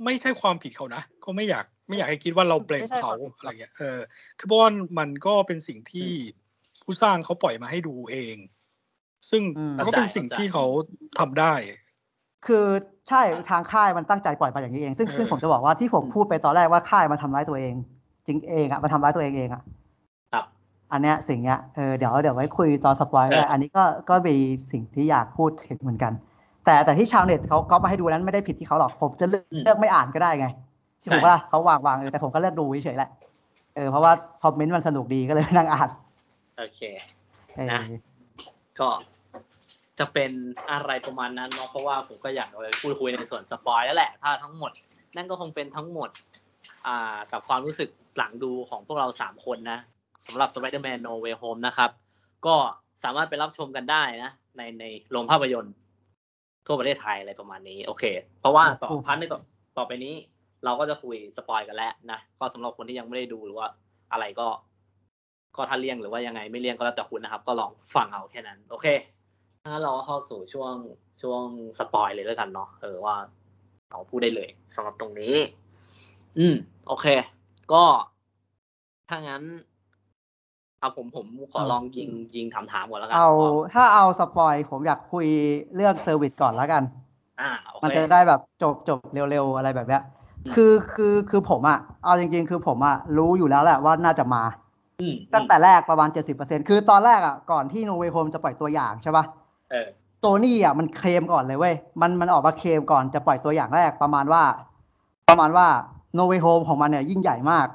Speaker 3: ไม่ใช่ความผิดเขานะก็ไม่อยาก ไม่อยากให้คิดว่าเราเบลมเขาอะไรเงี้ยเออคือเพราะว่ามันก็เป็นสิ่งที่ผู้สร้างเขาปล่อยมาให้ดูเอง ซึ่งมันก็เป็นสิ่งที่เขาทำได้
Speaker 2: คือใช่ทางค่ายมันตั้งใจปล่อยไปอย่างนี้เอง ซึ่ง
Speaker 3: เออ
Speaker 2: ซึ่งผมจะบอกว่าที่ผมพูดไปตอนแรกว่าค่ายมันทำร้ายตัวเอง จริงเองอ่ะมันทำร้ายตัวเองเองอ่ะ
Speaker 1: ครับ
Speaker 2: อันเนี้ยสิ่งเนี้ยเออเดี๋ยวเดี๋ยวไว้คุยตอนสปอยล์ก็ได้
Speaker 1: เอออั
Speaker 2: อันนี้ก็ก็มีสิ่งที่อยากพูดถึงเหมือนกัน แต่แต่ที่ชาวเน็ตเขาก็มาให้ดูนั้นไม่ได้ผิดที่เขาหรอกผมจะเลือกเลือกไม่อ่านก็ได้ไง
Speaker 1: ใช่
Speaker 2: ถูกปะล่ะเขาวางวางเออแต่ผมก็เลือกดูเฉยๆแหละเออเพราะว่าคอมเมนต์มันสนุกดีก็เลยนั่งอ่าน
Speaker 1: โอเค
Speaker 2: เออ
Speaker 1: นะ ก็จะเป็นอะไรประมาณนั้นเนาะเพราะว่าผมก็อยากเอาไปพูดคุยในส่วนสปอยแล้วแหละ ถ้าทั้งหมด นั่นก็คงเป็นทั้งหมด อ่ากับความรู้สึกหลังดูของพวกเราสามคนนะสำหรับ Spider-Man No Way Home นะครับ ก็สามารถไปรับชมกันได้นะ ในในโรงภาพยนตร์ ทั่วประเทศไทยอะไรประมาณนี้ โอเค เพราะว่าต่อพันในต่อต่อไปนี้ เราก็จะคุยสปอยกันแล้วนะก็สำหรับคนที่ยังไม่ได้ดูหรือว่า อะไรก็ ก็ถ้าเลี่ยงหรือว่ายังไงไม่เลี่ยงก็แล้วแต่คุณนะครับ ก็ลองฟังเอาแค่นั้น โอเคถ้าเราเข้าสู่ช่วงช่วงสปอยเลยแล้วกันเนาะเออว่าเราพูดได้เลยสำหรับตรงนี้ อืม โอเค ก็ถ้างั้นเอาผมผมขอลองยิงยิงถามถามๆก่อนแล้วกัน
Speaker 2: เอา
Speaker 1: พ
Speaker 2: ถ้าเอาสปอยผมอยากคุยเรื่องเซอร์วิสก่อนแล้วกัน
Speaker 1: อ่าโอเค
Speaker 2: มันจะได้แบบจบจบเร็วๆอะไรแบบเนี้ย
Speaker 1: อืม
Speaker 2: คือคือคือผมอะเอาจริง ๆ คือผมอะรู้อยู่แล้วแหละว่าน่าจะมา
Speaker 1: อืม
Speaker 2: ตั้งแต่แรกประมาณ 70%คือตอนแรกอะก่อนที่โนเวโฮมจะปล่อยตัวอย่างใช่ปะ
Speaker 1: เออ
Speaker 2: โตนี่อะมันเคลมก่อนเลยเว้ย มันมันออกมาเคลมก่อนจะปล่อยตัวอย่างแรกประมาณว่า ประมาณว่าโนเวโฮมของมันเนี่ยยิ่งใหญ่มาก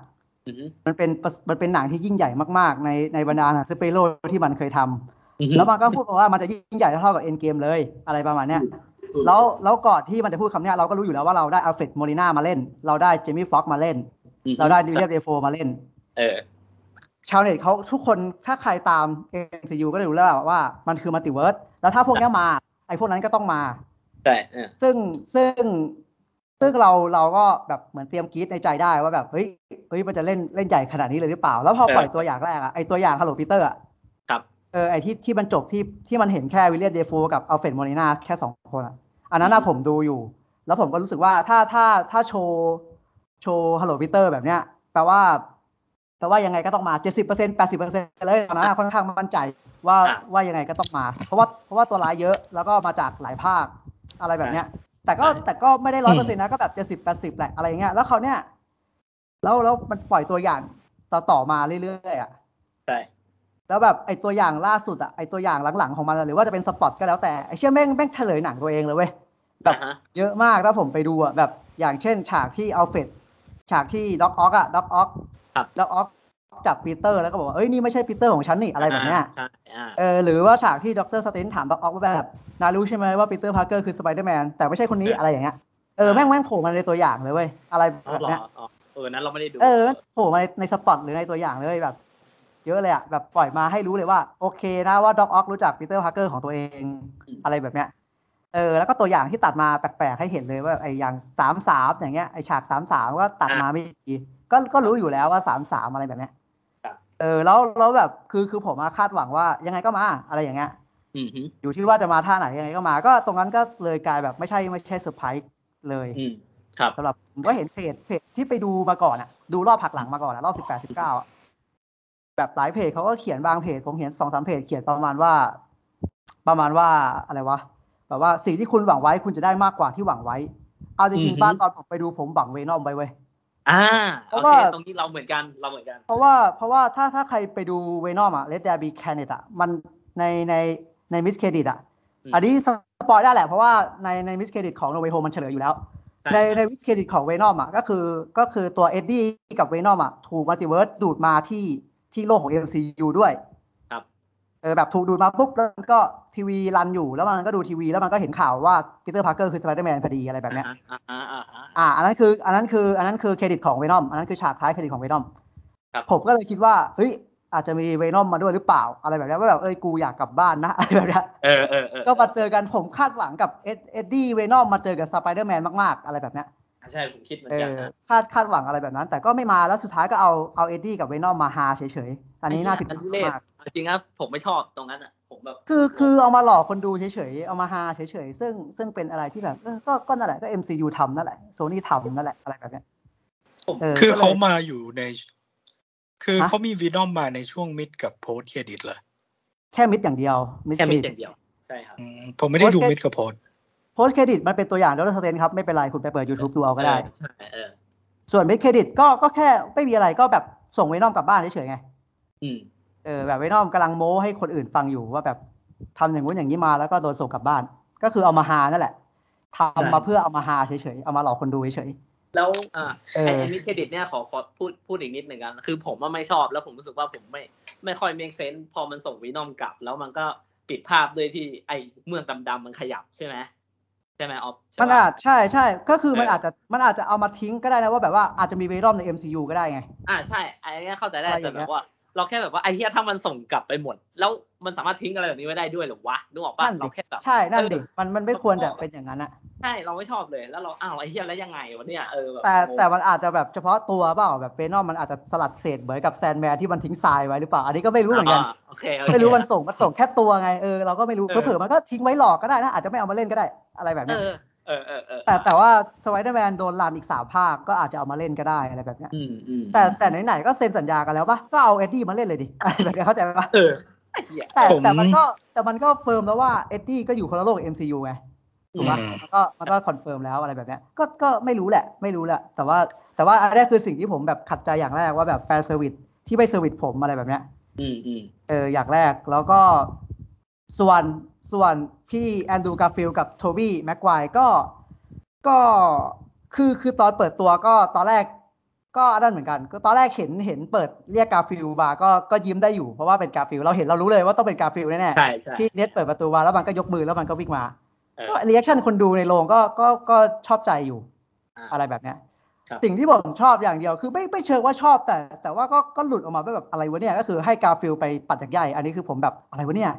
Speaker 1: อืม
Speaker 2: มันเป็นประสมันเป็นหนังที่ยิ่งใหญ่มากๆ ในในบรรดาหนังสเปโรที่มันเคยทำ
Speaker 1: อืม
Speaker 2: แล้วมันก็พูดมาว่ามันจะยิ่งใหญ่เท่ากับเอ็นเกมเลยอะไรประมาณเนี้ย
Speaker 1: อืม
Speaker 2: แล้วแล้วก่อนที่มันจะพูดคำเนี้ยเราก็รู้อยู่แล้วว่าเราได้อัลเฟรดโมลิน่ามาเล่น เราได้เจมี่ฟ็อกซ์มาเล่น
Speaker 1: อืม
Speaker 2: เราได้ดิวิเลียมเดโฟมาเล่น
Speaker 1: เออ
Speaker 2: ชาวเน็ตเขาทุกคนถ้าใครตาม MCU ก็จะรู้แล้วว่ามันคือมัลติเวิร์สแล้วถ้าพวกเนี้ยมา ไอ้พวกนั้นก็ต้องมา
Speaker 1: ใช่เออ
Speaker 2: ซึ่งซึ่งซึ่งเราเราก็แบบเหมือนเตรียมกรีดในใจได้ว่าแบบเฮ้ยเฮ้ยมันจะเล่นเล่นใหญ่ขนาดนี้เลยหรือเปล่า แล้วพอ
Speaker 1: เออ
Speaker 2: ปล่อยตัวอย่างแรกอะไอตัวอย่างฮัลโหลปีเตอร์อะ
Speaker 1: ครับ
Speaker 2: เออไอที่ที่มันจบที่ที่มันเห็นแค่วิลเลียมเดฟูกับอัลเฟรดโมเนนาแค่สองคนอะอันนั้นอะผมดูอยู่ แล้วผมก็รู้สึกว่าถ้าถ้าถ้าโชว์โชว์ฮัลโหลปีเตอร์แบบเนี้ยแปลว่าแปลว่ายังไงก็ต้องมาเจ็ดสิบเปอร์เซ็นต์แปดสิบเปอร์เซ็นต์เลยตอนนั้นอะค่อนข้างมั่นใจว่า
Speaker 1: อ่ะ
Speaker 2: ว่ายังไงก็ต้องมา เพราะว่าเพราะว่าตัวร้ายเยอะแล้วก็มาจากหลายภาค อะไรแบบเนี้ย แต่ก็แต่ก็ไม่ได้ร้อยเปอร์เซ็นต์นะ ก็แบบเจ็ดสิบแปดสิบแหละอะไรอย่างเงี้ย แล้วเขาวเนี้ยแล้วแล้วมันปล่อยตัวอย่างต่อต่อมาเรื่อยๆอ่ะ
Speaker 1: ใช่
Speaker 2: แล้วแบบไอตัวอย่างล่าสุดอ่ะไอตัวอย่างหลังๆของมันอะหรือว่าจะเป็นสปอตก็แล้วแต่ไอเชี่ยแม่งแม่งเฉลยหนังตัวเองเลยเว้ย แบบ
Speaker 1: อ่าฮะ
Speaker 2: เยอะมากแล้วผมไปดูอ่ะแบบอย่างเช่น ฉากที่อัลเฟรดฉากที่ด็อกออกอ่ะด็อกออก
Speaker 1: ครับ
Speaker 2: ด็อกออกจับปีเตอร์แล้วก็บอกว่าเอ้ยนี่ไม่ใช่ปีเตอร์ของฉันนี่อะไรแบบเนี้ย
Speaker 1: ใช่อ่า
Speaker 2: เออหรือว่าฉากที่ดรสเตนถามด็อกออกว่าแบบนารู้ใช่ไหมว่าปีเตอร์พาร์เกอร์คือสไปเดอร์แมนแต่ไม่ใช่คนนี้อะไรอย่างเงี้ยเออแม่งแม่งโผล่มาในตัวอย่างเลยเว้ยอะไร
Speaker 1: อ๋อ
Speaker 2: แบบ
Speaker 1: เหรอ
Speaker 2: เนี้ย
Speaker 1: อ๋อเออนั้นเราไม่ได้ดู
Speaker 2: เออแม่งโผล่มาในในสปอตหรือในตัวอย่างเลยแบบ เยอะเลยอะแบบปล่อยมาให้รู้เลยว่าโอเคนะว่าด็อกออกรู้จักปีเตอร์พาร์เกอร์ของตัวเองอะไรแบบเนี้ยเออแล้วก็ตัวอย่างที่ตัดมาแปลกๆให้เห็นเลยว่าไอ้อย่างสามสามอย่างเงี้ยไอ้ฉากสามสามก็ตัดมาไม่กี่ก็ก็รู้อยู่แล้วว่าสามสามอะไรแบบเนี้ยเออแล้วแล้วแบบคือคือผมอะคาดหวังว่ายังไงก็มาอะไรอย่างเงี้ย
Speaker 1: อืมฮึ
Speaker 2: อยู่ที่ว่าจะมาท่าไหนยังไงก็มา ก็ตรงนั้นก็เลยกลายแบบไม่ใช่ไม่ใช่เซอร์ไพรส์เลย
Speaker 1: อืมครับ
Speaker 2: สำหรับผมก็เห็นเพจเพจที่ไปดูมาก่อนอ่ะ ดูรอบผักหลังมาก่อนอ่ะ รอบสิบแปดสิบเก้าแบบหลายเพจเขาก็เขียนบางเพจ ผมเห็นสองสามเพจเขียนประมาณว่า ประมาณว่าอะไรวะแบบว่าสิ่งที่คุณหวังไว้คุณจะได้มากกว่าที่หวังไว้ เอาจริง
Speaker 1: อือฮึ
Speaker 2: ๆบ้านตอนผมไปดูผมหวังเวนอมไว้เว้ย
Speaker 1: อ่า
Speaker 2: เพ
Speaker 1: โอ
Speaker 2: ราะ
Speaker 1: เค
Speaker 2: ว่า
Speaker 1: ตรงนี้เราเหมือนกันเราเหมือนกัน
Speaker 2: เพราะว่าเพราะว่าถ้าถ้าใครไปดูเวนอมอะเลดเดบีแคเนตอะมันในในในมิสเครดิตอะ
Speaker 1: อืม
Speaker 2: อันนี้สปอยได้แหละ เพราะว่าในในมิสเครดิตของโนเวโฮมันเฉลยอยู่แล้ว
Speaker 1: ใช่
Speaker 2: ในในมิสเครดิตของเวนอมอะก็คือก็คือตัวเอ็ดดี้กับเวนอมอะถูกมัลติเวิร์สดูดมาที่ที่โลกของ MCU ด้วย
Speaker 1: ครับ
Speaker 2: เออแบบถูกดูดมาปุ๊บแล้วมันก็ทีวีรันอยู่แล้วมันก็ดูทีวีแล้วมันก็เห็นข่าวว่าปีเตอร์พาร์เกอร์คือสไปเดอร์แมนพอดีอะไรแบบเนี้ย
Speaker 1: อ่าฮะอ่าฮะอ่าฮะ
Speaker 2: อ่าอันนั้นคืออันนั้นคืออันนั้นคือเครดิตของเวนอมอันนั้นคือฉากท้ายเครดิตของเวนอม
Speaker 1: ครับ
Speaker 2: ผมก็เลยคิดว่าเฮ้ยอาจจะมีเวนอมมาด้วยหรือเปล่า อะไรแบบเนี้ยว่าแบบเอ้ยกูอยากกลับบ้านนะ อะไรแบบเนี้ย
Speaker 1: เออเออเออ
Speaker 2: ก็มาเจอกันผมคาดหวังกับเอ็ดเอ็ดดี้เวนอมมาเจอกับสไปเดอร์แมนมากๆ อะไรแบบเนี้ย
Speaker 1: ใช่ผมคิดเหมือ
Speaker 2: เอน
Speaker 1: กัน
Speaker 2: อ
Speaker 1: นะ
Speaker 2: คาดคาดหวังอะไรแบบนั้น แต่ก็ไม่มาแล้วสุดท้ายก็เอาเอาเอ็ดดี้กับเวนอมมาฮาเฉยๆอันนี้น่าผิดหวัง
Speaker 1: ทุเรศ
Speaker 2: มาก
Speaker 1: เอาจริงครับผมไม่ชอบตรงนั้นอ่ะผมแบบ
Speaker 2: คือคือเอามาหลอกคนดูเฉยๆเอามาฮาเฉยๆซึ่งซึ่งเป็นอะไรที่แบบเออก็ก็นั่นแหละก็ MCU ทำนั่นแหละโซนี่ทำนั่นแหละอะไรแบบเนี้ย
Speaker 1: ผม
Speaker 2: เออ
Speaker 3: คือ
Speaker 2: ก็ลย
Speaker 3: เขามาอยู่ใน คือ
Speaker 2: ฮะ
Speaker 3: เขามีวีนอมมาในช่วงมิดกับโพสเครดิตเหรอ
Speaker 2: แค่มิดอย่างเดียว มิด
Speaker 1: แค่
Speaker 2: เคร
Speaker 1: มี
Speaker 2: ดิ
Speaker 1: แต่
Speaker 2: ต
Speaker 1: เดียวใช่ครับ
Speaker 3: อืมผมไม่ได้ดู
Speaker 2: Post-credit
Speaker 3: มิดกับโพส
Speaker 2: โพสเครดิตมันเป็นตัวอย่างดลสเตนครับ ไม่เป็นไร คุณไปเปิด YouTube ดูเอาก็ได้
Speaker 1: ใช่เออ
Speaker 2: ส่วนมิดเครดิตก็ก็แค่ไม่มีอะไรก็แบบส่งเวนอมกลับบ้านเฉยๆไง
Speaker 1: อืม
Speaker 2: เออแบบเวนอมกำลังโม้ให้คนอื่นฟังอยู่ว่าแบบทำอย่างงู้นอย่างนี้มาแล้วก็โดนส่งกลับบ้าน ก็คือเอามาฮานั่นแหละทำมาเพื่อเอามาฮาเฉยๆ เอามาหลอกคนดูเฉย
Speaker 1: แล้วอ่า
Speaker 2: เออ
Speaker 1: ไอ้ไอ้มิดเครดิตเนี่ยขอขอพูดพูดอีกนิดหนึ่งกันคือผมว่าไม่ชอบแล้วผมรู้สึกว่าผมไม่ไม่ค่อยเมคเซนส์พอมันส่งวีนอมกลับ แล้วมันก็ปิดภาพด้วยที่ไอ้เมืองดำๆมันขยับใช่ไหมใช่ไหมออฟใช่
Speaker 2: ๆ มัน
Speaker 1: ปะ
Speaker 2: อาจใช่ใช่ก็คือมัน
Speaker 1: เอออ
Speaker 2: อาจจะมันอาจจะเอามาทิ้งก็ได้นะว่าแบบว่าอาจจะมีเวนอมใน MCU ก็ได้ไง
Speaker 1: อ่าใช่ไอ้เนี่ยเข้าใจได้
Speaker 2: อะไรอ
Speaker 1: แต่
Speaker 2: ย่าง
Speaker 1: แบ
Speaker 2: เงี้ย
Speaker 1: บว่า เราแค่แบบว่าไอ้เฮียถ้ามันส่งกลับไปหมด แล้วมันสามารถทิ้งอะไรแบบนี้ไว้ได้ด้วยเหรือวะนึกออกปะ
Speaker 2: นั่นดิ
Speaker 1: เราแค่แบบ
Speaker 2: ใช่นั่นดิ
Speaker 1: เออ
Speaker 2: มันมันไม่ควรจะเป็นอย่างนั้นอะ
Speaker 1: ใช่เราไม่ชอบเลยแล้วเราอ้าวไอ้เฮียแล้วยังไงวะเนี่ยเออแบบ
Speaker 2: แต่
Speaker 1: งง
Speaker 2: แต่มันอาจจะแบบเฉพาะตัวเปล่าแบบเวนอมมันอาจจะสลัดเศษเหมือนกับแซนแมนที่มันทิ้งทรายไว้หรือเปล่า อันนี้ก็ไม่รู้เหมือนกัน
Speaker 1: าโอเคโอเค
Speaker 2: ไม่รู้มันส่งมันส่งแค่ตัวไงเออเราก็ไม่รู้
Speaker 1: เออ
Speaker 2: เผื่อๆมันก็ทิ้งไว้หลอกก็ได้นะอาจจะไม่เอามาเล่นก็ได้อะไรแบบ
Speaker 1: เอ
Speaker 2: เนี้ย
Speaker 1: อเออเออเออ
Speaker 2: แต่แต่ว่าสไปเดอร์แมนโดนรันอีกสามภาคก็อาจจะเอามาเล่นก็ได้อะไรแบบเนี้ย
Speaker 1: อืมอืม
Speaker 2: แต่แต่ไหนๆก็เซ็นสัญญากันแล้วปะก็เอาเอ็ดดี้มาเล่นเลยดิ อะไรแบบเนี้ยเข้าใจปะ
Speaker 1: เออไอ้เหี้ย
Speaker 2: แต่แต่มันก็แต่มันก็เฟิร์มแล้วว่าเอ็ดดี้ก็อยู่คนละโลกกับ MCU ไง ถูกปะ
Speaker 3: อืม
Speaker 2: มันก็มันก็คอนเฟิร์มแล้วอะไรแบบเนี้ยก็ก็ไม่รู้แหละ ไม่รู้แหละ แต่ว่าแต่ว่าอันแรกคือสิ่งที่ผมแบบขัดใจอย่างแรกว่าแบบแฟนเซอร์วิสที่ไม่เซอร์วิสผมอะไรแบบเนี้ย
Speaker 1: อืมอืม
Speaker 2: เอออย่างแรกแล้วก็ส่วนส่วนพี่แอนดรูการ์ฟิลด์กับโทบี้แม็กไกวร์ก็ก็คือคือตอนเปิดตัวก็ตอนแรกก็อันนั่นเหมือนกัน ก็ตอนแรกเห็นเห็นเปิดเรียกการ์ฟิลด์มาก็ก็ยิ้มได้อยู่เพราะว่าเป็นการ์ฟิลด์เราเห็นเรารู้เลยว่าต้องเป็นการ์ฟิลด์แน่
Speaker 1: ใช่ใช่
Speaker 2: ๆที่เน็ตเปิดประตูมาแล้วมันก็ยกมือแล้วมันก็วิ่งมา
Speaker 1: เออ
Speaker 2: ก็รีแอคชั่นคนดูในโรงก็ก็ก็ชอบใจอยู่
Speaker 1: อ่า
Speaker 2: อะไรแบบเนี้ย
Speaker 1: ครับ
Speaker 2: สิ่งที่ผมชอบอย่างเดียวคือไม่ไม่เชิงว่าชอบแต่ แต่ว่าก็ก็หลุดออกมาแบบอะไรวะเนี่ยก็คือให้กาฟิลไปปัดจากใหญ่อันนี้คือผมแบบอะไรวะเนี่ย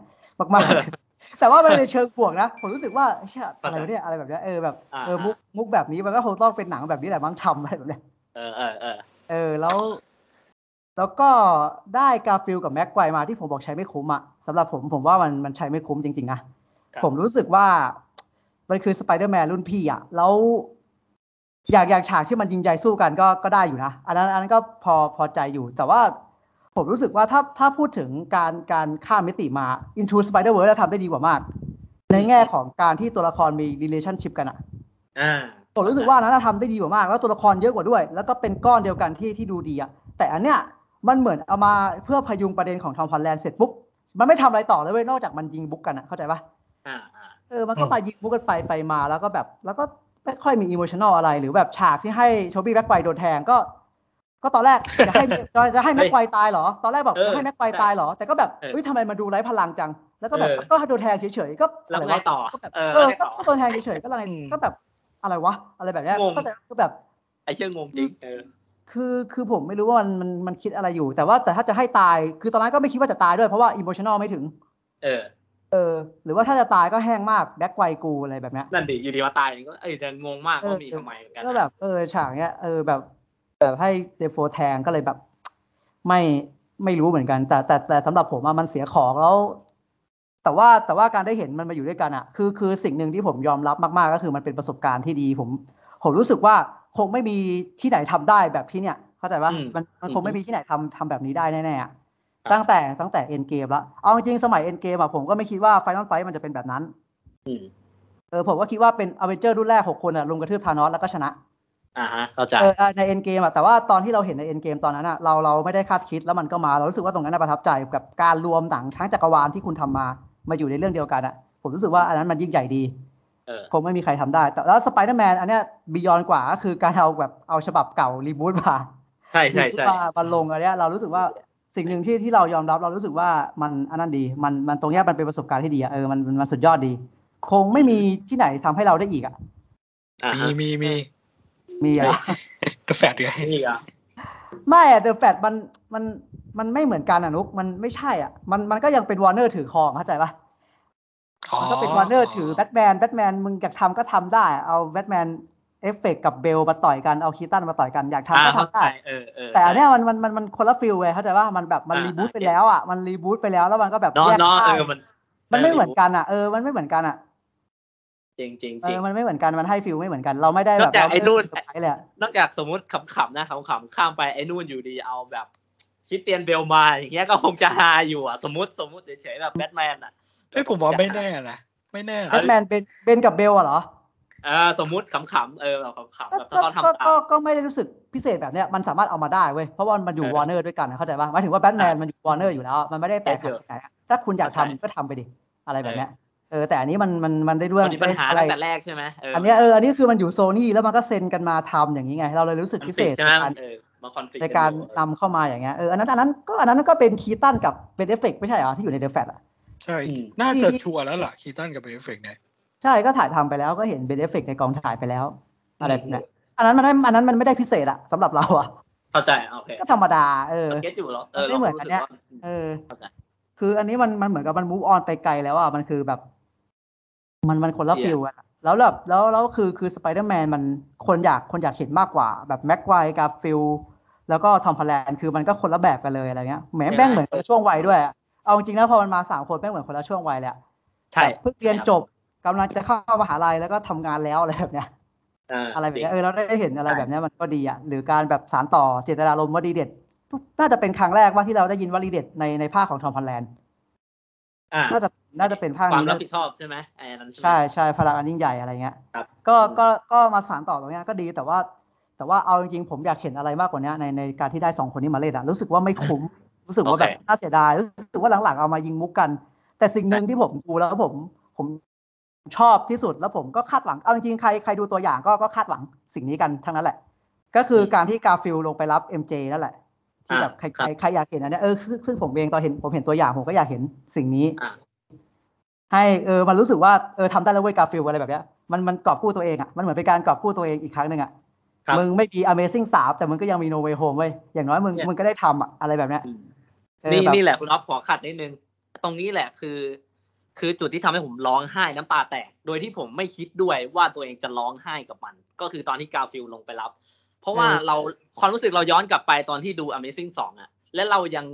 Speaker 2: มาก ๆ แต่ว่ามันในเชิงบวกนะผมรู้สึกว่าเชี่ยอะไรวะเนี่ยอะไรแบบเนี้ยเออแบบ
Speaker 1: อ่า
Speaker 2: เออมุกมุกแบบนี้มันก็คงต้องเป็นหนังแบบนี้แหละมั้งทำอะไรแบบเนี้ย
Speaker 1: เออเออเออ
Speaker 2: เออแล้ว แล้วก็ได้กาฟิลกับแม็กไกวร์มาที่ผมบอกใช้ไม่คุ้มอะสำหรับผมผมว่ามันมันใช้ไม่คุ้มจริงๆนะครับ ผมรู้สึกว่า มันคือสไปเดอร์แมนรุ่นพี่อะแล้ว อย่างอย่างฉากที่มันยิงใหญ่สู้กันก็ก็ได้อยู่นะ อันนั้นอันนั้นก็พอพอใจอยู่ แต่ว่าผมรู้สึกว่าถ้าถ้าพูดถึงการการข้ามมิติมา Into Spider-Verse แล้วทำได้ดีกว่ามาก ในแง่ของการที่ตัวละครมี relationship กันอะ
Speaker 1: อ่า
Speaker 2: ผมรู้สึกว่าอันนั้นนะทำได้ดีกว่ามาก แล้วตัวละครเยอะกว่าด้วย แล้วก็เป็นก้อนเดียวกันที่ที่ดูดีอะแต่อันเนี้ยมันเหมือนเอามาเพื่อพยุงประเด็นของทอมพันแลนด์เสร็จปุ๊บมันไม่ทำอะไรต่อเลยเว้ยนอกจากมันยิงบุกกันอะเข้าใจปะ
Speaker 1: อ่าอ่า
Speaker 2: เออมันก็
Speaker 3: อืม
Speaker 2: ไปยิงบุกกันไปไปมาแล้วก็แบบ แล้วก็ไม่ค่อยมีอิโมชันอลอะไร หรือแบบฉากที่ให้โชบี้แม็กไกวร์โดนแทงก็ ก็ตอนแรกจะให้ จะจะให้แม็กไกวร์ตายเหรอตอนแรกแบบจะให้แม็กไกวร์ตายเหรอแต่ก็แบบเฮ้ยทำไมมันดูไร้พลังจัง แล้วก็แบบก็โดนแทงเฉยๆก็
Speaker 1: แล้
Speaker 2: อะ
Speaker 1: ว
Speaker 2: ไร
Speaker 1: ไง
Speaker 2: วะ
Speaker 1: ต่อ
Speaker 2: ก็แบบ
Speaker 1: เอ
Speaker 2: เอ
Speaker 1: อ
Speaker 2: อ
Speaker 1: แล้วไง
Speaker 2: ก็
Speaker 1: ต่อ
Speaker 2: ก็โดนแทงเฉยๆก็อะไร
Speaker 3: อืม
Speaker 2: ก็แบบอะไรวะ อะไรแบบเนี้ย
Speaker 1: งง
Speaker 2: ก็แต่ก็แบบ
Speaker 1: ไอ้เชื่องงจริงเออ
Speaker 2: คือคือผมไม่รู้ว่ามันมันมันคิดอะไรอยู่ แต่ว่าแต่ถ้าจะให้ตายคือตอนนั้นก็ไม่คิดว่าจะตายด้วยเพราะว่าอิ o มชัน a ลไม่ถึง
Speaker 1: เออ
Speaker 2: เออ หรือว่าถ้าจะตายก็แห้งมากแบ็คไกวกูอะไรแบบเนี้ย
Speaker 1: นั่นดิอยู่ดีมาตายก็เออจะงงมาก
Speaker 2: เออ
Speaker 1: ว่ามีทำไมเหมือนกัน
Speaker 2: ก็แบบเออฉากเนี้ยเออแบบแบบให้เดฟโฟแทงก็เลยแบบ ไม่ไม่รู้เหมือนกัน แต่แต่แต่สำหรับผมอะมันเสียของแล้ว แต่ว่าแต่ว่าการได้เห็นมันมาอยู่ด้วยกันอะคือคือสิ่งหนึ่งที่ผมยอมรับมาก ๆ ก็คือมันเป็นประสบการณ์ที่ดีผม ผมรู้สึกว่าคงไม่มีที่ไหนทำได้แบบที่เนี่ย เข้าใจปะ
Speaker 1: อืม
Speaker 2: มันมันคง
Speaker 1: อืม
Speaker 2: ไม่มีที่ไหนทำทำแบบนี้ได้แน่ๆ
Speaker 1: ค
Speaker 2: อะ
Speaker 1: รับ
Speaker 2: ตั้งแต่ตั้งแต่เอ็นเกมละเอาจริงๆสมัยเอ็นเกมอะผมก็ไม่คิดว่าไฟนอลไฟมันจะเป็นแบบนั้น
Speaker 1: อืม
Speaker 2: เออผมก็คิดว่าเป็นอเวนเจอร์รุ่นแรกหกคนอะลงกระทืบธานอสแล้วก็ชนะ
Speaker 1: อ่าฮะ เข้าใจ
Speaker 2: เออเออในเอ็นเกมอะแต่ว่าตอนที่เราเห็นในเอ็นเกมตอนนั้นอะเราเราไม่ได้คาดคิดแล้วมันก็มา เรารู้สึกว่าตรงนั้นน่ะประทับใจกับการรวมหนังทั้งจักรวาลที่คุณทำมามาอยู่ในเรื่องเดียวกันอะผมรู้สึกว่าอันนั้นมันยิ่งใหญ่ดี
Speaker 1: เออ
Speaker 2: คงไม่มีใครทำได้ แต่แล้วสไปเดอร์แมนอันเนี้ยบียอนกว่าก็คือการเอาแบบเอาฉบับเก่ารีบูทมา
Speaker 1: ใช่ใช่
Speaker 2: รีบู
Speaker 1: ใช่
Speaker 2: ทมามาลงอันเนี้ยเรารู้สึกว่าสิ่งหนึ่งที่ที่เรายอมรับเรารู้สึกว่ามันอันนั้นดี มันมันตรงเนี้ยมันเป็นประสบการณ์ที่ดีอะเออมันมันมันสุดยอดดี คงไม่มีที่ไหนทำให้เราได้อีกอะ
Speaker 1: อ่า
Speaker 3: มี
Speaker 1: ฮะ
Speaker 3: มีมี
Speaker 2: มีอะ
Speaker 3: กาแฟด้วย
Speaker 1: นี่อ่ะ
Speaker 2: ไม่อะเดอะแฟตมันมันมันไม่เหมือนกันอะนุกมันไม่ใช่อ่ะมันมันก็ยังเป็นวอร์เนอร์ถือครองเข้าใจปะมันก็เป็นวอร์เนอร์ถือแบทแมนแบทแมนมึงอยากทำก็ทำได้อะเอาแบทแมนเอฟเฟกกับเบลมาต่อยกันเอาคีตันมาต่อยกันอยากทำก็
Speaker 1: อ่าเข้า
Speaker 2: ทำ
Speaker 1: ใจ
Speaker 2: ได้
Speaker 1: เออเออ
Speaker 2: แต่อันเนี้ย
Speaker 1: ใช่
Speaker 2: มันมันมันมันคนละฟิลเลยเข้าใจว่ามันแบบมัน
Speaker 1: อ่า
Speaker 2: รีบูต
Speaker 1: โอเค
Speaker 2: ไปแล้วอ่ะมันรีบูตไปแล้วแล้วมันก็แบบ
Speaker 1: เนอะ
Speaker 2: แยก
Speaker 1: เนอะ
Speaker 2: ได้
Speaker 1: เออมัน
Speaker 2: มันไม่เหมือนกันอ่ะเออมันไม่เหมือนกันอ่ะ
Speaker 1: จริงจริง
Speaker 2: เอ
Speaker 1: จริ
Speaker 2: อง มันไม่เหมือนกันมันให้ฟิลไม่เหมือนกันเราไม่ได้แบ
Speaker 1: นอ
Speaker 2: บ
Speaker 1: กจาก
Speaker 2: เราม่
Speaker 1: ไอ้นู่น
Speaker 2: ด้เซอร์พรส์เลยอะ
Speaker 1: นอกจากสมมติขำๆนะขำๆข้ามไปไอ้นู่นอยู่ดีเอาแบบคริสเตียนเบลมาอย่างเงี้ยก็คงจะฮาอยู่อ่ะ สมมติสมมติเฉยๆแบบแบทแมนอ่ะ
Speaker 3: เอ้ยผมว่าไม่แน่นะไม่แน่
Speaker 2: แบ
Speaker 3: นะ
Speaker 2: ทแมนเบนเบนกับเบลอะเหรอ
Speaker 1: เออสมมติขำๆเออแบบขำๆ
Speaker 2: ก็
Speaker 1: แบบถ้าเขา
Speaker 2: ก็ก็
Speaker 1: ทำตา
Speaker 2: ก็
Speaker 1: ม
Speaker 2: ก็ไม่ได้รู้สึกพิเศษแบบเนี้ยมันสามารถเอามาได้เว้ยเพราะว่ามันอยู่
Speaker 1: เออ
Speaker 2: วอร์เนอร์ด้วยกันนะเข้าใจป่ะหมายถึงว่าแบทแมนมันอยู่วอร์เนอร์อยู่แล้ว มันไม่ได้แตกหักที่ไหนอะถ้าคุณอยากทำ
Speaker 1: เข้าใจ
Speaker 2: ก็ทำไปดิอะไรแบบเนี้ยเออแต่อันนี้มันมันมันได้ด้วย
Speaker 1: มันมีปัญหา
Speaker 2: อะไร
Speaker 1: ตั้งแต่แรกใช่ไหมเออ
Speaker 2: อั
Speaker 1: อั
Speaker 2: นเนี้ยเอออันนี้คือมันอยู่โซนี่แล้วมันก็เซ็นกันมาทำอย่างนี้ไง เราเลยรู้สึก
Speaker 1: คอน
Speaker 2: พิ
Speaker 1: ฟ
Speaker 2: เศ
Speaker 1: lict
Speaker 2: ษ
Speaker 1: ใช่
Speaker 2: ใน
Speaker 1: ไหม
Speaker 2: การ
Speaker 1: เออมาคอนฟ lict
Speaker 2: ในการ
Speaker 1: กันอยู่
Speaker 2: นำเข้ามาอย่างเงี้ยเอออันนั้นอันนั้นก็อันนั้นก็เป็นคีตันกับเป็นเอฟเฟกไม่ใช่เหรอที่อยู่ในเดอะแฟตอ่ะ
Speaker 3: ใช่
Speaker 1: อืม
Speaker 3: น่าจะ
Speaker 2: ที่
Speaker 3: ชัวร์แล้วล่ะคีตันกับเบลเฟกเนี่ย
Speaker 2: ใช่ก็ถ่ายทำไปแล้วก็เห็นเป็นเอฟเฟกในกองถ่ายไปแล้วอะไรแบบเนี้ยอันนั้นมันไม่อันนั้นมันไม่ได้พิเศษอะสำหรับเราอะ
Speaker 1: เข้าใจโอเค
Speaker 2: ก็ธรรมดา เออ
Speaker 1: เราเก็ตอยู่แล้วเออ
Speaker 2: มัน
Speaker 1: เรา
Speaker 2: ไม่เหมื
Speaker 1: ก็
Speaker 2: อ
Speaker 1: รู้สึ
Speaker 2: นอัน
Speaker 1: ก
Speaker 2: เนี้ย
Speaker 1: ว่า
Speaker 2: เออ
Speaker 1: เข้าใจ
Speaker 2: คืออันนี้มันมันเหมือนกับมัน move on ไปไกลแล้วอ่ะ มันคือแบบ มันมันคนละ
Speaker 1: เชี่ย
Speaker 2: ฟิลกันอะแล้วแบบแล้วแล้วคือคือสไปเดอร์แมนมันคนอยากคนอยากเห็นมากกว่า แบบแม็กไวกับฟิลแล้วก็ทอมพแลนคือมันก็คนละแบบกันเลยอะไรเงี้ยแหมแม่งเหมือนคนละช่วงวัยด้วยอะเอาจริงๆนะพอมันมาสามคนแม่งเหมือนคนละช่วงวัยเลยอะ
Speaker 1: ใช่
Speaker 2: แบบเพิ่งเรียนจบกำลังจะเข้ามหาลัยแล้วก็ทำงานแล้วอะไรแบบเนี้ย อะไรแบบเนี้ยเออเราได้เห็นอะไรแบบเนี้ยมันก็ดีอ่ะหรือการแบบสารต่อเจตนารมณ์ว่าดีเด็ดน่าจะเป็นครั้งแรกว่าที่เราได้ยินว่าดีเด็ดในในภาคของทอมพันแลนด์
Speaker 1: อ่า
Speaker 2: น่าจะน่าจะเป็นภาค
Speaker 1: ความ
Speaker 2: นี้
Speaker 1: รับ
Speaker 2: นะ
Speaker 1: ผิดชอบใช่ไหมไอ้นั้นไหม
Speaker 2: ใช่ใช่พลังอันยิ่งใหญ่อะไรเงี้ย
Speaker 1: ครับ
Speaker 2: ก็ก็ก็มาสารต่อตรงเนี้ยก็ดีแต่ว่า แต่ว่าเอาจริงๆผมอยากเห็นอะไรมากกว่านี้ในในการที่ได้สองคนนี้มาเล่นอ่ะรู้สึกว่าไม่ คุ้ม รู้สึกว่าแบบน่าเสียดายรู้สึกว่าหลังๆเอามายิงมุกกัน แต่สิ่งหนึ่งที่ผมดูแล้วผมผมชอบที่สุดแล้วผมก็คาดหวังเอาจริงๆใครใครดูตัวอย่างก็ก็คาดหวังสิ่งนี้กันทั้งนั้นแหละ ก็คือการที่กาฟิลลงไปรับ MJ นั่นแหละที่แบบใคร
Speaker 1: ครับ
Speaker 2: ใครใครอยากเห็นอันเนี้ยเออซึ่งซึ่งผมเองตอนเห็นผมเห็นตัวอย่างผมก็อยากเห็นสิ่งนี้
Speaker 1: อ่า
Speaker 2: ให้เออมันรู้สึกว่าเออทำได้แล้วเว้ยกาฟิลอะไรแบบเนี้ยมันมันกอบกู้ตัวเองอ่ะมันเหมือนเป็นการกอบกู้ตัวเองอีกครั้งหนึ่งอ่ะ
Speaker 1: ครับ
Speaker 2: มึงไม่มี Amazing 3 แต่มึงก็ยังมี No Way Home เว้ยอย่างน้อยมึง
Speaker 1: เนี่ย
Speaker 2: มึงก็ได้ทำอะอะไรแบบเนี้ยเออ
Speaker 1: นี่
Speaker 2: แบบ
Speaker 1: นี่แหละคุณอ๊อฟขอขัดนิดนึง ตรงนี้แหละคือ คือจุดที่ทำให้ผมร้องไห้น้ำตาแตก โดยที่ผมไม่คิดด้วยว่าตัวเองจะร้องไห้กับมัน ก็คือตอนที่กาฟิลลงไปรับ เพราะว่าเราความรู้สึกเราย้อนกลับไปตอนที่ดู Amazing 2อะและเรายัง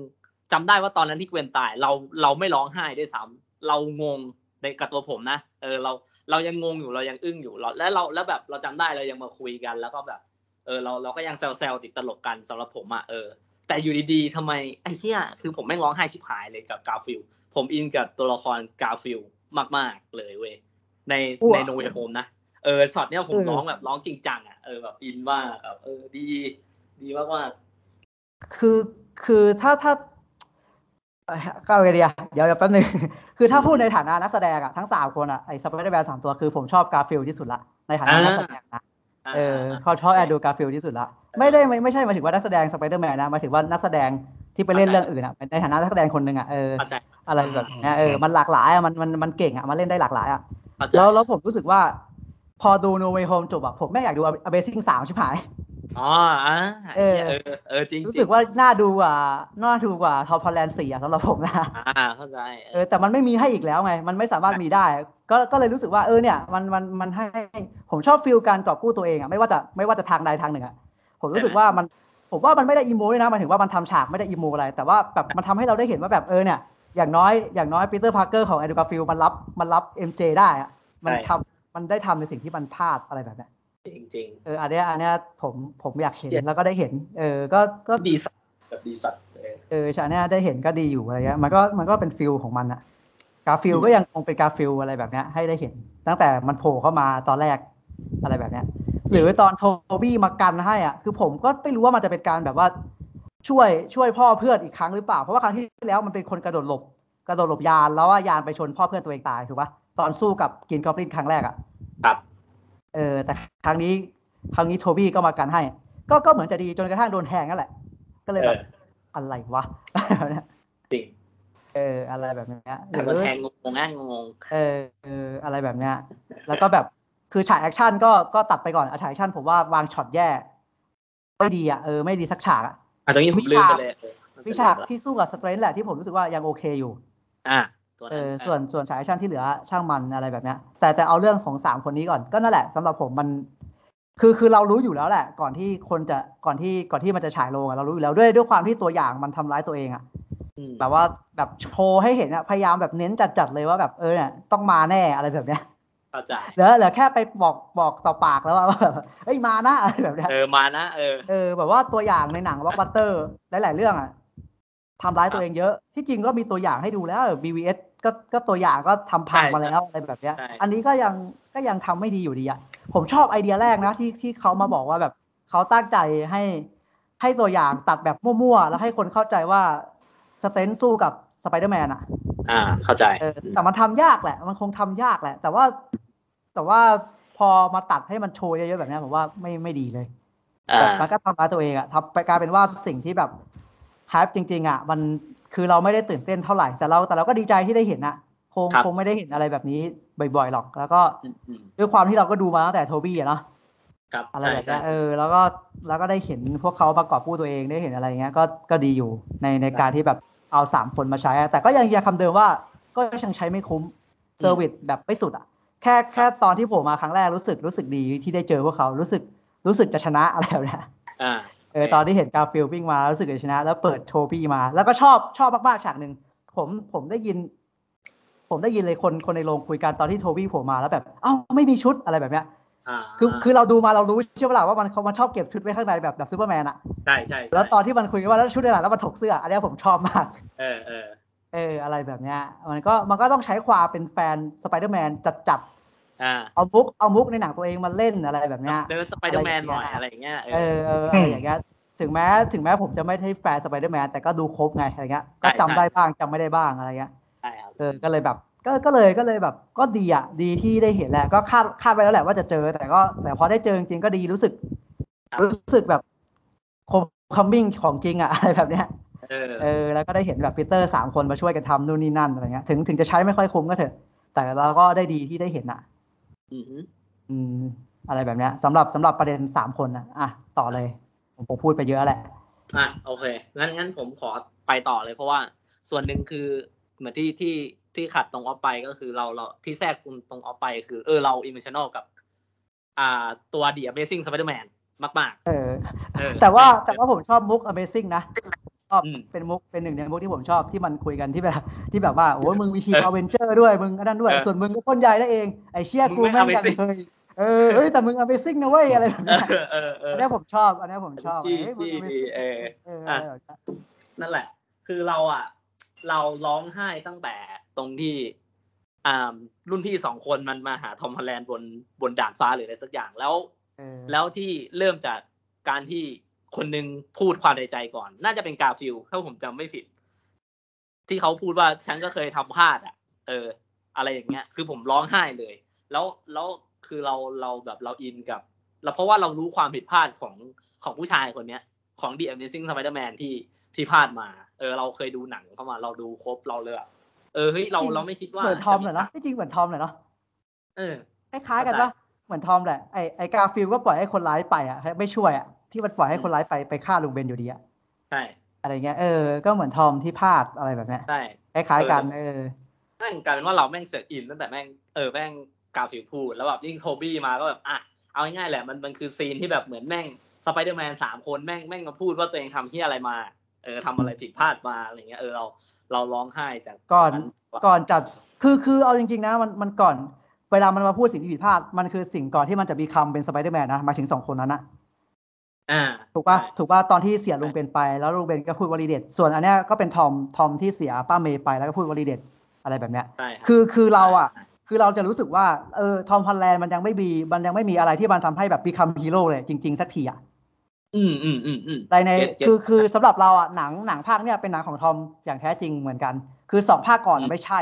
Speaker 1: จำได้ว่าตอนนั้นที่เกวนตายเราเราไม่ร้องไห้ด้วยซ้ำเรางงในกับตัวผมนะเออเราเรายังงงอยู่เรายังอึ้งอยู่เราและเราแล้วแบบเราจำได้เรายังมาคุยกัน แล้วก็แบบ เออเราเราก็ยังแซวๆติดตลกกันสำหรับผมอะเออ แต่อยู่ดีๆทำไมไอ้เหี้ยคือผมแม่งร้องไห้ชิบหายเลยกับกาฟิลผมอินกับตัวละครกาฟิลมากๆเลยเว้ยในในโนเวโฮมนะเออช็อตเนี้ยผมร้องแบบร้องจริงจังอ่ะเออแบบอินว่ากแบบเออดี ดีมากๆ
Speaker 2: คือคือถ้าถ้าเอ่อก็เอาไงดีอะเดี๋ยวเดี๋ยวแป๊บนึง คือถ้าพูดในฐานะนักแสดงอะทั้งสามคนอะไอ้สไปเดอร์แมนสามตัวคือผมชอบกาฟิลที่สุดละในฐานะนักแสดงนะ
Speaker 1: า
Speaker 2: เออเขาชอบแอดดูการ์ฟิลด์ที่สุดละไม่ได้ไม่ไม่ใช่หมายถึงว่านักแสดงสไปเดอร์แมนนะหมายถึงว่านักแสดงที่ไปเล่นเรื่องอื่นอ่ะในฐานะนักแสดงคนหนึ่งอ่ะเออ
Speaker 1: เข้าใจ
Speaker 2: อะไรแบบเนี้ยเออมันหลากหลายอ่ะมันมันมันเก่งอ่ะมันเล่นได้หลากหลายอ่ะ
Speaker 1: เข้าใจ
Speaker 2: แล้วแล้วผมรู้สึกว่า พอดู No Way Home จบอ่ะผมแม่งอยากดู Amazing 3ชิบหาย
Speaker 1: อ๋ออ่ะ
Speaker 2: เออ
Speaker 1: เออเออจริงๆ
Speaker 2: รู้สึกว่าน่าดูกว่าน่าดูกว่า Top Holland 4อ่ะสำหรับผมนะ
Speaker 1: อ่าเข้าใจ
Speaker 2: เออแต่มันไม่มีให้อีกแล้วไง มันไม่สามารถมีได้ ก็ก็เลยรู้สึกว่าเออเนี่ยมันมันมันให้ผมชอบฟิลการกอบกู้ตัวเองอ่ะไม่ว่าจะไม่ว่าจะทางใดทางหนึ่งอ่ะผมรู้สึกว่ามันผมว่ามันไม่ได้อีโมด้วยนะหมันถึงว่ามันทำฉากไม่ได้อีโมอะไร แต่ว่าแบบมันทำให้เราได้เห็นว่าแบบเออเนี่ยอย่างน้อยอย่างน้อยปีเตอร์พาร์เกอร์ของแอนดูกาฟิลมันรับมันรับเอ็มเจได้อ่ะมันทำมันได้ทำในสิ่งที่มันพลาดอะไรแบบเนี้ย
Speaker 1: จริงจริง
Speaker 2: เอออันเนี้ยอันเนี้ยผมผมอยากเห็นแล้วก็ได้เห็นเออก็ก็
Speaker 1: ๆดีสัตว์แบบดีสัตว์เออ
Speaker 2: เออฉากเนี้ยได้เห็นก็ดีอยู่อะไรเงี้ยมันก็มันก็เป็นฟิลของมันอะ กาฟิลก็ยังคงเป็นกาฟิลอะไรแบบเนี้ยให้ได้เห็น ตั้งแต่มันโผล่เข้ามาตอนแรกอะไรแบบเนี้ย หรือตอนโทบี้มากันให้อ่ะคือผมก็ไม่รู้ว่ามันจะเป็นการแบบว่า ช่วยช่วยพ่อเพื่อนอีกครั้งหรือเปล่า เพราะว่าครั้งที่แล้วมันเป็นคนกระโดดหลบ กระโดดหลบยานแล้วว่ายานไปชนพ่อเพื่อนตัวเองตายถูกปะตอนสู้กับกินกอบลินครั้งแรกอ่ะ
Speaker 1: ครับ
Speaker 2: เออแต่ครั้งนี้ครั้งนี้โทบี้ก็มากันให้ ก็ก็เหมือนจะดีจนกระทั่งโดนแทงนั่นแหละ ก็เลย
Speaker 1: เอ
Speaker 2: แบ
Speaker 1: อบ
Speaker 2: อะไรวะ
Speaker 1: จริง
Speaker 2: เอออะไรแบบเนี้ยห
Speaker 1: แต่
Speaker 2: รือ
Speaker 1: มันแทงงงง่ายงง
Speaker 2: เออเอออะไรแบบเนี้ย แล้วก็แบบคือฉากแอคชั่นก็ก็ตัดไปก่อนอะฉากแอคชั่นผมว่าวางช็อตแย่ไม่ดีอ่ะเออไม่ดีสักฉากอ่ะ
Speaker 1: ๆอ่ะตรงนี้ผมลืมไปเลยเออมันเป็น
Speaker 2: วิฉาก
Speaker 1: เรื่องอะไร
Speaker 2: ที่สู้กับสเตรนท์แหละที่ผมรู้สึกว่ายังโอเคอยู่
Speaker 1: อ่ะตัว
Speaker 2: เอ
Speaker 1: นั้น
Speaker 2: อส่วนส่วนฉากแอคชั่นที่เหลือช่างมันอะไรแบบเนี้ย แต่แต่เอาเรื่องของสามคนนี้ก่อนก็นั่นแหละสำหรับผมมัน คือคือเรารู้อยู่แล้วแหละ ก่อนที่คนจะก่อนที่ก่อนที่มันจะฉายลงอะเรารู้อยู่แล้วด้วยด้วยความที่ตัวอย่างมันทำร้ายตัวเองอ่ะ
Speaker 1: อืม
Speaker 2: แบบว่าแบบโชว์ให้เห็นอ่ะพยายามแบบเน้นจัดๆเลยว่าแบบเออเนี่ยต้องมาแน่อะไรแบบเนี้ย
Speaker 1: เข้าใจ
Speaker 2: เหลือเหลือแค่ไปบอกบอกต่อปากแล้วว่าแบบเอ้ยมานะอะไรแบบเนี้ย
Speaker 1: เออ มานะ เออ
Speaker 2: เออแบบว่าตัวอย่างในหนังวอล์กบัตเตอร์หลาย ๆ เรื่องอะทำร้ายตัวเองเยอะที่จริงก็มีตัวอย่างให้ดูแล้ว BVS ก็ก็ตัวอย่างก็ทำพังมาแล้วอะไรแบบเนี้ย
Speaker 1: ใช่
Speaker 2: อันนี้ก็ยังก็ยังทำไม่ดีอยู่ดีอะผมชอบไอเดียแรกนะที่ที่เขามาบอกว่าแบบเขาตั้งใจให้ให้ตัวอย่างตัดแบบมั่วๆแล้วให้คนเข้าใจว่าสเตนสู้กับสไปเดอร์แมนอะ
Speaker 1: อ่า เข้าใจ
Speaker 2: เออแต่มันทำยากแหละ มันคงทำยากแหละ แต่ว่าแต่ว่าพอมาตัดให้มันโชว์เยอะๆแบบเนี้ยผมว่าไม่ไม่ดีเลย
Speaker 1: อ่า
Speaker 2: แบบมันก็ทำร้ายตัวเองอะทำไปกลายเป็นว่าสิ่งที่แบบฮาร์ปจริง ๆอะมันคือเราไม่ได้ตื่นเต้นเท่าไหร่แต่เราแต่เราก็ดีใจที่ได้เห็นอะคง
Speaker 1: ครับ
Speaker 2: คงไม่ได้เห็นอะไรแบบนี้บ่อยๆหรอก แล้วก็
Speaker 1: อืมอืม
Speaker 2: ด้วยความที่เราก็ดูมาตั้งแต่โทบี้อะเนาะ
Speaker 1: ครับ
Speaker 2: อะไร
Speaker 1: ใช่
Speaker 2: แบบ
Speaker 1: ใช่
Speaker 2: เนี้ยเออแล้วก็แล้วก็ได้เห็นพวกเขาประกอบกู้ตัวเองได้เห็นอะไรเงี้ยก็ก็ดีอยู่ในในการที่แบบเอาสามคนมาใช้อะแต่ก็ยังยังคำเดิมว่าก็ยังใช้ไม่คุ้ม เซอร์วิสแบบไม่สุดอ่ะ แค่แค่ตอนที่ผมมาครั้งแรกรู้สึกรู้สึกดีที่ได้เจอพวกเขารู้สึกรู้สึกจะชนะอะไรแบบเนี้ย
Speaker 1: อ่า
Speaker 2: เออตอนที่เห็นกาฟิลวิ่งมารู้สึกจะชนะ แล้วเปิดโทบี้มา แล้วก็ชอบชอบมากๆฉากหนึ่งผมผมได้ยิน ผมได้ยินเลยคนคนในโรงคุยกันตอนที่โทบี้โผล่มาแล้วแบบเอ้าไม่มีชุดอะไรแบบเนี้ย
Speaker 1: อ่า
Speaker 2: คือคือเราดูมาเรารู้ใช่ไหมล่ะว่ามันเขามันชอบเก็บชุดไว้ข้างในแบบแบบซูเปอร์แมนอะ
Speaker 1: ใช่ใช่ใช่
Speaker 2: แล้วตอนที่มันคุยกันว่าแล้วชุดอะไรล่ะแล้วมันถกเสื้ออันเนี้ยผมชอบมาก
Speaker 1: เออเออ
Speaker 2: เอออะไรแบบเนี้ยมันก็มันก็ต้องใช้ความเป็นแฟนสไปเดอร์แมนจัดๆ
Speaker 1: อ่า
Speaker 2: เอามุกเอามุกในหนังตัวเองมาเล่นอะไรแบบเนี้ย
Speaker 1: เดินสไปเดอร์แมน
Speaker 2: อะไรอย่างเงี้ย
Speaker 1: หน่อยอะไรอย่างเงี้ย
Speaker 2: เออเอออะไรอย่างเงี้ย ถึงแม้ถึงแม้ผมจะไม่ใช่แฟนสไปเดอร์แมนแต่ก็ดูครบไงอะไรเงี้ย ก็
Speaker 1: ใช่
Speaker 2: จำ
Speaker 1: ใช่
Speaker 2: ได้บ้างจำไม่ได้บ้างอะไรเงี้ย
Speaker 1: ใช่ครับ
Speaker 2: เออ ก็เลยแบบ ก็ก็เลยก็เลยแบบ ก็ดีอ่ะ ดีที่ได้เห็นแหละ ก็คาดคาดไว้แล้วแหละว่าจะเจอ แต่ก็แต่พอได้เจอจริงๆก็ดีรู้สึก
Speaker 1: ครับ
Speaker 2: รู้สึกแบบคมคัมมิ่งของจริงอ่ะ อะไรแบบเนี้ย
Speaker 1: เออ
Speaker 2: เออ แล้วก็ได้เห็นแบบปีเตอร์สามคนมาช่วยกันทำนู่นนี่นั่นอะไรเงี้ย ถึงถึงจะใช้ไม่ค่อยคุ้มก็เถอะ แต่เราก็ได้ดีที่ได้เห็นอ่ะ
Speaker 1: อืม
Speaker 2: อืม อะไรแบบเนี้ยสำหรับสำหรับประเด็นสามคนนะอ่ะต่อเลย ผมผมพูดไปเยอะแหละ
Speaker 1: อ่ะโอเคงั้นงั้นผมขอไปต่อเลยเพราะว่าส่วนหนึ่งคือเหมือนที่ที่ที่ขัดตรงออฟไปก็คือเราเราที่แทรกตรงตรงออฟไปคือเออเราอิมเมชันอลกับ อ่าตัวเดียเบซิ่งสไปเดอร์แมนมาก
Speaker 2: เออ
Speaker 1: เออ
Speaker 2: แต่ว่า
Speaker 1: เออ
Speaker 2: แต่ว่าผมชอบมุก Amazing นะชอบ
Speaker 1: อืม
Speaker 2: เป็นมุกเป็นหนึ่งในมุกที่ผมชอบที่มันคุยกันที่แบบที่แบบว่าโอ้ยมึงวิธีอเวนเจอร์ด้วยมึงอันนั้นด้วย ส่วนมึงก็พ่นยายได้เองไอเชี่ย
Speaker 1: มึง
Speaker 2: กู
Speaker 1: ไม่
Speaker 2: แม่งยัง
Speaker 1: Amazing
Speaker 2: เคยเออเฮ้ยแต่มึง Amazing นะเว้ยอะไรแบบ
Speaker 1: ๆเออ
Speaker 2: เนี้ย
Speaker 1: เออเอ
Speaker 2: อั
Speaker 1: อ
Speaker 2: นเนี้ยผมชอบอันเนี้ยผมชอบ
Speaker 1: ที่
Speaker 2: เฮ้ยมึง
Speaker 1: ที่
Speaker 2: Amazing
Speaker 1: เออ
Speaker 2: เออ
Speaker 1: อ่ะ
Speaker 2: อะไรแบบเนี้ย
Speaker 1: นั่นแหละ คือเราอ่ะ เราร้องไห้ตั้งแต่ตรงที่อ่ารุ่นพี่สองคนมันมาหาทอมฮอลแลนด์บนบนดาดฟ้าหรืออะไรสักอย่างแล้ว
Speaker 2: เออ
Speaker 1: แล้วที่เริ่มจากการที่คนหนึ่งพูดความในใจก่อน น่าจะเป็นกาฟิลด์ถ้าผมจำไม่ผิด ที่เขาพูดว่าฉันก็เคยทำพลาดอ่ะ เออ อะไรอย่างเงี้ย คือผมร้องไห้เลย แล้วแล้วคือเราเราแบบเราอินกับเราเพราะว่าเรารู้ความผิดพลาดของของผู้ชายคนเนี้ย ของ The Amazing Spider-Man ที่ที่พลาดมา เออ เราเคยดูหนังเข้ามา เราดูครบเราเลยอะเออเฮ้ยเราเราไม่คิดว่า
Speaker 2: เหมือนทอมเหรอเนาะที่จริงเหมือนทอมเหรอเนาะ
Speaker 1: เออ
Speaker 2: คล้ายๆกันปะเหมือนทอมแหละไอไอกาฟิลก็ปล่อยให้คนร้ายไปอ่ะไม่ช่วยอ่ะที่มันปล่อยให้คนร้ายไปไปฆ่าลุงเบนอยู่ดีอ่ะ
Speaker 1: ใช่
Speaker 2: อะไรเงี้ยเออก็เหมือนทอมที่พลาดอะไรแบบเนี้ย
Speaker 1: ใช่
Speaker 2: คล้ายๆกัน
Speaker 1: เอ
Speaker 2: เอ
Speaker 1: อ
Speaker 2: อ
Speaker 1: แม่งกลายเป็นว่าเราแม่งเสือกอินตั้งแต่แม่งเออแม่งกราฟิกพูดแล้วแบบยิ่งโทบี้มาก็แบบอ่ะเอาง่ายๆแหละมันมันคือซีนที่แบบเหมือนแม่งสไปเดอร์แมนสามคนแม่งแม่งมาพูดว่าตัวเองทำเฮียอะไรมาเออทำอะไรผิดพลาดมาอะไรเงี้ยเออเราเราร้องไห้จาก
Speaker 2: ก่อน ก่อนจัด คือคือเอาจริงๆนะ มันมันก่อน เวลามันมาพูดสิ่งที่ผิดพลาด มันคือสิ่งก่อนที่มันจะมีคำเป็นสไปเดอร์แมนนะหมายถึงสองคนนั้นนะ
Speaker 1: อ่า
Speaker 2: ถูกป่ะ
Speaker 1: ใช่
Speaker 2: ถูกป่ะ ตอนที่เสียลุงเบนไป แล้วลุงเบนก็พูดวลีเด็ด ส่วนอันเนี้ยก็เป็นทอม ทอมที่เสียป้าเมย์ไปแล้วก็พูดวลีเด็ดอะไรแบบเนี้ย
Speaker 1: ใช่รับ
Speaker 2: คือคือเราอ่ะ
Speaker 1: ใช่
Speaker 2: คือเราจะรู้สึกว่า เออ ทอมฮันแลนด์มันยังไม่มี มันยังไม่มีอะไรที่มันทำให้แบบมีคำฮีโร่เลยจริงๆสักทีอ่ะ
Speaker 1: อืมอืมอืมอืม
Speaker 2: ในใน
Speaker 1: เก็ตเก็ต
Speaker 2: คือคือสำหรับเราอ่ะหนังหนังภาคเนี่ยเป็นหนังของทอมอย่างแท้จริงเหมือนกัน คือสองภาคก่อน
Speaker 1: อื
Speaker 2: อะ
Speaker 1: ม
Speaker 2: ไม่ใช่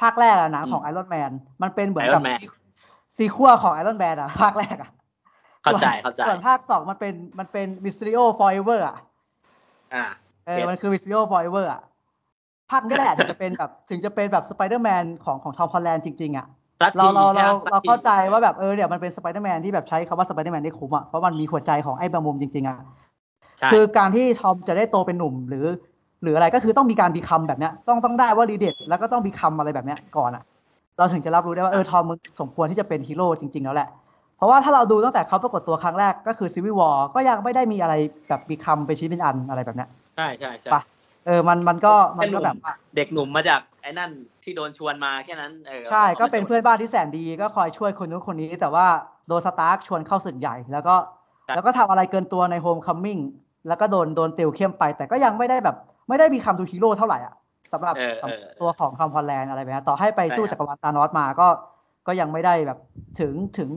Speaker 2: ภาคแรกอะหนังของ
Speaker 1: อืม
Speaker 2: ไอรอนแมนมันเป็นเหมือนกับ
Speaker 1: Iron Man
Speaker 2: ซีคัวของไอรอนแมนอะภ าคแรกอะ
Speaker 1: เข้าใจ
Speaker 2: ส่วน
Speaker 1: เข้าใจ
Speaker 2: ส่วนภาคสองมันเป็นมันเป็นมิสซิโอฟอร์เอเวอร์อะ
Speaker 1: อ่า
Speaker 2: เออ
Speaker 1: เก็ต
Speaker 2: มันคือมิสซิโอฟอร์เอเวอร์อะภาคนี้แหละถึงจะเป็นแบบถึงจะเป็นแบบสไปเดอร์แมนของของทอมฮอลแลนด์จริงๆอะ
Speaker 1: สักที
Speaker 2: เราเราเรา
Speaker 1: สักที
Speaker 2: เราเข้าใจว่าแบบเออเนี่ยมันเป็นสไปเดอร์แมนที่แบบใช้คำว่าสไปเดอร์แมนได้คุ้มอ่ะเพราะมันมีหัวใจของไอ้แมงมุมจริงๆอ่ะ
Speaker 1: ใช่
Speaker 2: คือการที่ทอมจะได้โตเป็นหนุ่มหรือ หรืออะไรก็คือต้องมีการบีคัมแบบเนี้ยต้องต้องได้ว่ารีเด็ดแล้วก็ต้องบีคัมอะไรแบบเนี้ยก่อนอ่ะ เราถึงจะรับรู้ได้ว่าเออทอมมึงสมควรที่จะเป็นฮีโร่จริง ๆ แล้วแหละ เพราะว่าถ้าเราดูตั้งแต่เขาปรากฏตัวครั้งแรกก็คือซีวิวอก็ยังไม่ได้มีอะไรแบบบีคัมเป็นชิ้นเป็นอันอะไรแบบเนี้ย
Speaker 1: ใช่ใช่ใช่
Speaker 2: ปะ เออมันมันก็มันก็แบบว่า
Speaker 1: เด็กหนุ่มมาจากไอ้นั่นที่โดนชวนมาแค่นั้นเออา
Speaker 2: ใช่
Speaker 1: มา
Speaker 2: ก็เป็น
Speaker 1: โด
Speaker 2: เพื่อนบ้านที่แสนดีก็คอยช่วยคนนู้นคนนี้ แต่ว่าโดนสตาร์คชวนเข้าศึกใหญ่ แล้วก็แล้วก็ทำอะไรเกินตัวในโฮมคัมมิ่งแล้วก็โดนโดนติวเข้มไป แต่ก็ยังไม่ได้แบบ ไม่ได้มีคำทูฮีโร่เท่าไหร่อ่ะสำหรับ
Speaker 1: เออเออ
Speaker 2: ตัวของคำพอลแลนด์อะไรแบบนี้ต่อให้ไปสู้
Speaker 1: ใช่ครั
Speaker 2: จั
Speaker 1: บ
Speaker 2: กรวาลตานอสมาก็ ก็ยังไม่ได้แบบถึงถึง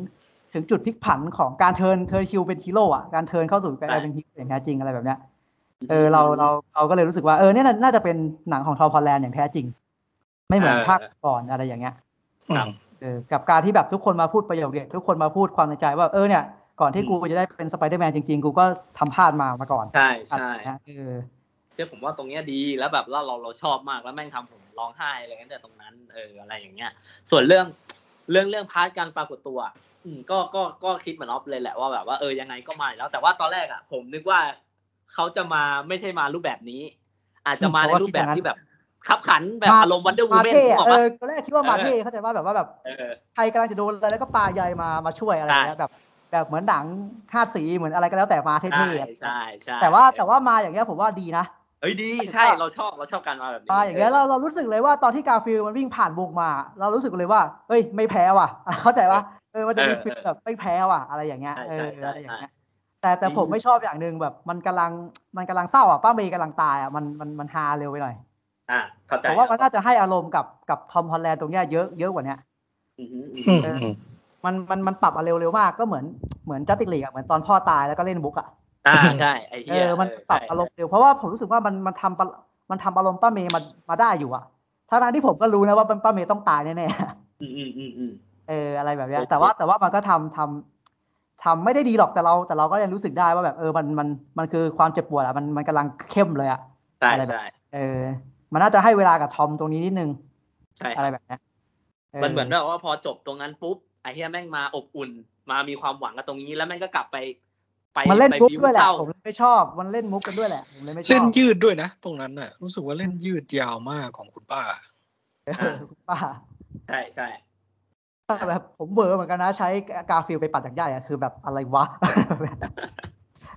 Speaker 2: ถึงจุดพลิกผันของการเทิร์นเทิร์นคิวเป็นฮีโร่อ่ะการเทิร์นเข้าสู่การเป็นฮีโร่อย่างแท้จริงอะไรแบบเนี้ยเออเราเราเราก็เลยรู้สึกว่าเออเนี่ยน่าจะเป็นหนังของทอมพอลแลนด์อย่างแท้จริง ไม่เหมือนภาคก่อนอะไรอย่างเงี้ย
Speaker 1: ครับ
Speaker 2: เออกับการที่แบบทุกคนมาพูดประโยคเด็ดทุกคนมาพูดความในใจว่าเออเนี่ย ก่อนที่กูจะได้เป็นสไปเดอร์แมนจริงๆ กูก็ทำพลาดมามาก่อน
Speaker 1: ใช่
Speaker 2: อะไร
Speaker 1: ใช่
Speaker 2: เงี้ยเออ
Speaker 1: คือผมว่าตรงเนี้ยดีแล้วแบบแล้วเราเราชอบมากแล้วแม่งทำผมร้องไห้เลยตั้งแต่ตรงนั้นเอออะไรอย่างเงี้ย ส่วนเรื่องเรื่องเรื่องพาร์ทการปรากฏตัวอืมก็ก็ก็คิดเหมือนออฟเลยแหละว่าแบบว่าเออยังไงก็มาอยู่แล้ว แต่ว่าตอนแรกอ่ะ ผมนึกว่าเขาจะมาไม่ใช่มารูปแบบนี้ อาจจะมาในรูปแบบที่แบบขับขันแบบอารมณ์วันเดอร์วู
Speaker 2: มา
Speaker 1: แมน
Speaker 2: เท่
Speaker 1: บอก
Speaker 2: เอ
Speaker 1: ว่า
Speaker 2: อตอนแรกคิดว่ามา
Speaker 1: เออ
Speaker 2: เท่เข้าใจว่าแบบว่าแบบ
Speaker 1: เออ
Speaker 2: ใครกำลังจะโดนอะไรแล้วก็ปาใยมามาช่วยอะไรอย่างเงี้ยแบบแบบเหมือนหนังคาดสีเหมือนอะไรก็แล้วแต่มา
Speaker 1: ใช่
Speaker 2: เท่ๆอะ
Speaker 1: ใช่ใช่
Speaker 2: แต่ว่าแต่ว่ามาอย่างเงี้ยผมว่าดีนะ
Speaker 1: เฮ้ยดีใช่เราชอบเราชอบการมาแบบนี้
Speaker 2: มาอย่างเงี้ยเราเรารู้สึกเลยว่าตอนที่กาฟิลมันวิ่งผ่านวงมา เรารู้สึกเลยว่าเฮ้ยไม่แพ้ว่ะ เข้าใจว่าเออมันจะมีฟีลแบบไม่แพ้ว่ะอะไรอย่างเงี้ย
Speaker 1: ใช่
Speaker 2: เออ
Speaker 1: ใช่ใช่
Speaker 2: อะไรอย่าง
Speaker 1: ใช่
Speaker 2: เงี้ยแต่แต่ผมไม่ชอบอย่างหนึ่งแบบมันกำลังมันกำลังเศร้าอ่ะป้าเมย์กำลังตายอ่ะมันมันมันฮาเร็วไปหน่อย
Speaker 1: อ่าเข้าใจ
Speaker 2: ผมว่ามันน่าจะให้อารมณ์กับกับทอมฮอลแลนด์ตรงเนี้ยเยอะเยอะกว่าเนี้ย
Speaker 1: อือฮึอือ
Speaker 3: อื
Speaker 1: ฮึ
Speaker 3: มอืม
Speaker 2: มันมันมันปรับอะเร็วเร็วมากก็เหมือนเหมือนจัสติกลีกอ่ะเหมือนตอนพ่อตายแล้วก็เล่นบุ๊กอ่ะ
Speaker 1: อ่าใช่ไอ้
Speaker 2: เอ
Speaker 1: เหี้ย
Speaker 2: อมันปรับ
Speaker 1: เใช่
Speaker 2: อารมณ์เร็วเพราะว่าผมรู้สึกว่ามันมันทำปะมันทำอารมณ์ป้าเมย์มามาได้อยู่อ่ะทั้งๆที่ผมก็รู้นะว่าป้าเมย์ต้องตายแน่ๆ
Speaker 1: อืมอืมอืมอืม
Speaker 2: เอออะไรแบบเนี้ย
Speaker 1: โอเค
Speaker 2: แต่ว่าแต่ว่ามันก็ทำทำทำไม่ได้ดีหรอกแต่เรา แต่เราก็ยังรู้สึกได้ว่าแบบเออมันมันมันคือความเจ็บปวดอะมันมันกำลังเข้มเลยอะ
Speaker 1: ใช่
Speaker 2: อะไรแบบ
Speaker 1: ใช่
Speaker 2: เออ มันน่าจะให้เวลากับทอมตรงนี้นิดนึง
Speaker 1: ใช่
Speaker 2: อะไรแบบเนี้ย
Speaker 1: มันเหมือนแบบว่าพอจบตรงนั้นปุ๊บไอ้เฮียแม่งมาอบอุ่น มามีความหวังกับตรงนี้แล้วมันก็กลับไปไป
Speaker 2: มันเล่น
Speaker 1: ไป
Speaker 2: มุก
Speaker 1: บิ้
Speaker 2: ด้วยแหละ
Speaker 1: เศร้า
Speaker 2: ผมเลยไม่ชอบ มันเล่นมุกกันด้วยแหละผมเลยไม่ชอบ
Speaker 3: เล่นยืดด้วยนะ ตรงนั้นน่ะ รู้สึกว่าเล่นยืดยาวมากของคุณป้า
Speaker 2: เออป้า
Speaker 1: ใช่ใช่
Speaker 2: แต่แบบผมเบอร์เหมือนกันนะใช้กาฟิลไปปัดจากย่าอะคือแบบอะไรวะ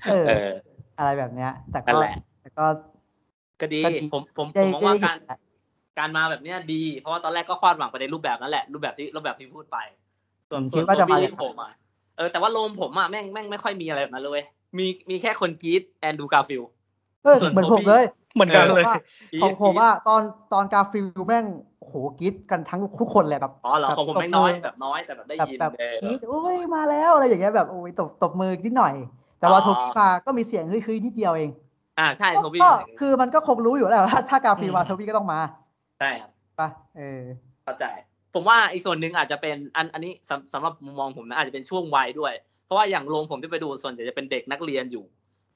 Speaker 2: เออ
Speaker 1: เออ
Speaker 2: อะไรแบบเนี้ย แต่
Speaker 1: นั่
Speaker 2: ก็
Speaker 1: นแหละ
Speaker 2: แต่ก็
Speaker 1: ก็ดี
Speaker 2: ก็ดี
Speaker 1: ผมผมผ
Speaker 2: ได้
Speaker 1: มมอง
Speaker 2: ได้
Speaker 1: ว่า
Speaker 2: เห็
Speaker 1: การ
Speaker 2: นแหละ
Speaker 1: การมาแบบเนี้ยดี เพราะว่าตอนแรกก็คาดหวังไปในรูปแบบนั้นแหละ รูปแบบที่รูปแบบที่พูดไป ส่วนส่
Speaker 2: ผมคิ
Speaker 1: ว
Speaker 2: ด
Speaker 1: น
Speaker 2: ว่า
Speaker 1: ตั
Speaker 2: จะ
Speaker 1: ว
Speaker 2: มา
Speaker 1: พี่ลิงผมอ่ะเออแต่ว่าโลมผมอ่ะแม่งแม่งไม่ค่อยมีอะไรแบบนั้นเลยเว้ยมีมีแค่คนกรีดแอนดูกาฟิล
Speaker 2: เออ
Speaker 1: ส่วน
Speaker 2: เหมือน
Speaker 1: ตั
Speaker 2: ผ
Speaker 1: ว
Speaker 2: ม
Speaker 1: พี่
Speaker 2: เลย
Speaker 3: เหมือนกันเลย
Speaker 2: เออ ของผมว่าตอนตอนกาฟิลแม่งโหกรีดกันทั้งทุกคนเลยแบบ
Speaker 1: อ๋อเหรอ
Speaker 2: แบบ
Speaker 1: ของผม
Speaker 2: ต
Speaker 1: แม่งน้อย
Speaker 2: อ
Speaker 1: แบบน้อยแต่แบบได้
Speaker 2: แบบ
Speaker 1: ยิน
Speaker 2: แบบ
Speaker 1: เออ
Speaker 2: กรีดโอ้ยมาแล้วอะไรอย่างเงี้ยแบบโอ้ยตบตบมือนิดหน่อย แต่ว่า
Speaker 1: อ๋อ
Speaker 2: โทบี้มาก็มีเสียงเฮ้ยคือนิดเดียวเอง
Speaker 1: อ่าใช่
Speaker 2: ก็
Speaker 1: โทบี้
Speaker 2: ก็
Speaker 1: เป็นอย่างนั้น
Speaker 2: คือมันก็คงรู้อยู่แล้ว ว่าถ้าถ้ากาฟิลมา
Speaker 3: อืม
Speaker 2: โทบี้ก็ต้องมา
Speaker 1: ใช่ครับ
Speaker 2: ปะเออ
Speaker 1: เข้าใจผมว่าอีกส่วนหนึ่งอาจจะเป็นอันอันนี้สำสำหรับมุมมองผมนะอาจจะเป็นช่วงวัยด้วย เพราะว่าอย่างโรงผมที่ไปดูส่วนใหญ่จะเป็นเด็กนักเรียนอยู่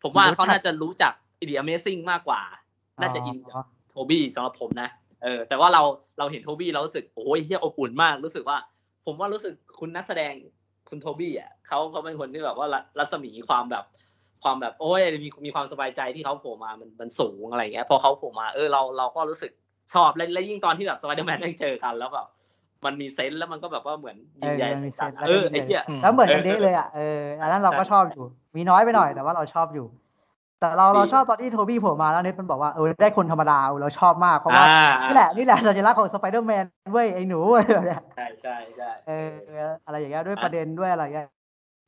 Speaker 1: ผมว่า
Speaker 2: รู้จัก
Speaker 1: เขาน่าจะรู้จัก The Amazing มากกว่า น่าจะอินกับโทบี้สำหรับผมนะเออแต่ว่าเราเราเห็นโทบี้เรารู้สึกโอ้ยเฮียอบอุ่นมากรู้สึกว่า ผมว่ารู้สึกคุณนักแสดงคุณโทบี้อ่ะเขาเขาเป็นคนที่แบบว่ารัรัศมีความแบบ ความแบบโอ้ยมีมีความสบายใจที่เขาโผล่มามันมันสูงอะไรอย่างเงี้ยพอเขาโผล่มาเออเราเราก็รู้สึกชอบและและยิ่งตอนที่แบบสไปเดอร์แมนได้เจอกันแล้วแบบมันมีเซนส์แล้วมันก็แบบว่าเหมือนยิงใหญ่
Speaker 2: เออมันมีเซนส์แล้วก็
Speaker 1: เออ
Speaker 2: ยิงใหญ่
Speaker 1: ไอ้เหี้ย
Speaker 3: อืม
Speaker 2: แล้วเหมือนกัน
Speaker 1: เออ
Speaker 2: เด้เลยอ่ะเอออันนั้นเราก็
Speaker 1: ใช่
Speaker 2: ชอบอยู่ มีน้อยไปหน่อยแต่ว่าเราชอบอยู่ แต่เราเรา
Speaker 1: ดี
Speaker 2: ชอบตอนที่โทบี้โผล่มาแล้วเน็ตมันบอกว่าเออได้คนธรรมดาเราชอบมากเพราะว่า
Speaker 1: อ่า
Speaker 2: นี่แหละนี่แหละสัญลักษณ์ของสไปเดอร์แมนเว้ยไอ้หนูอะไรแบบเนี้ย
Speaker 1: ใช่ใช่ใช่
Speaker 2: เอออะไรอย่างเงี้ยด้วยประเด็นด้วยอะไรเงี้ย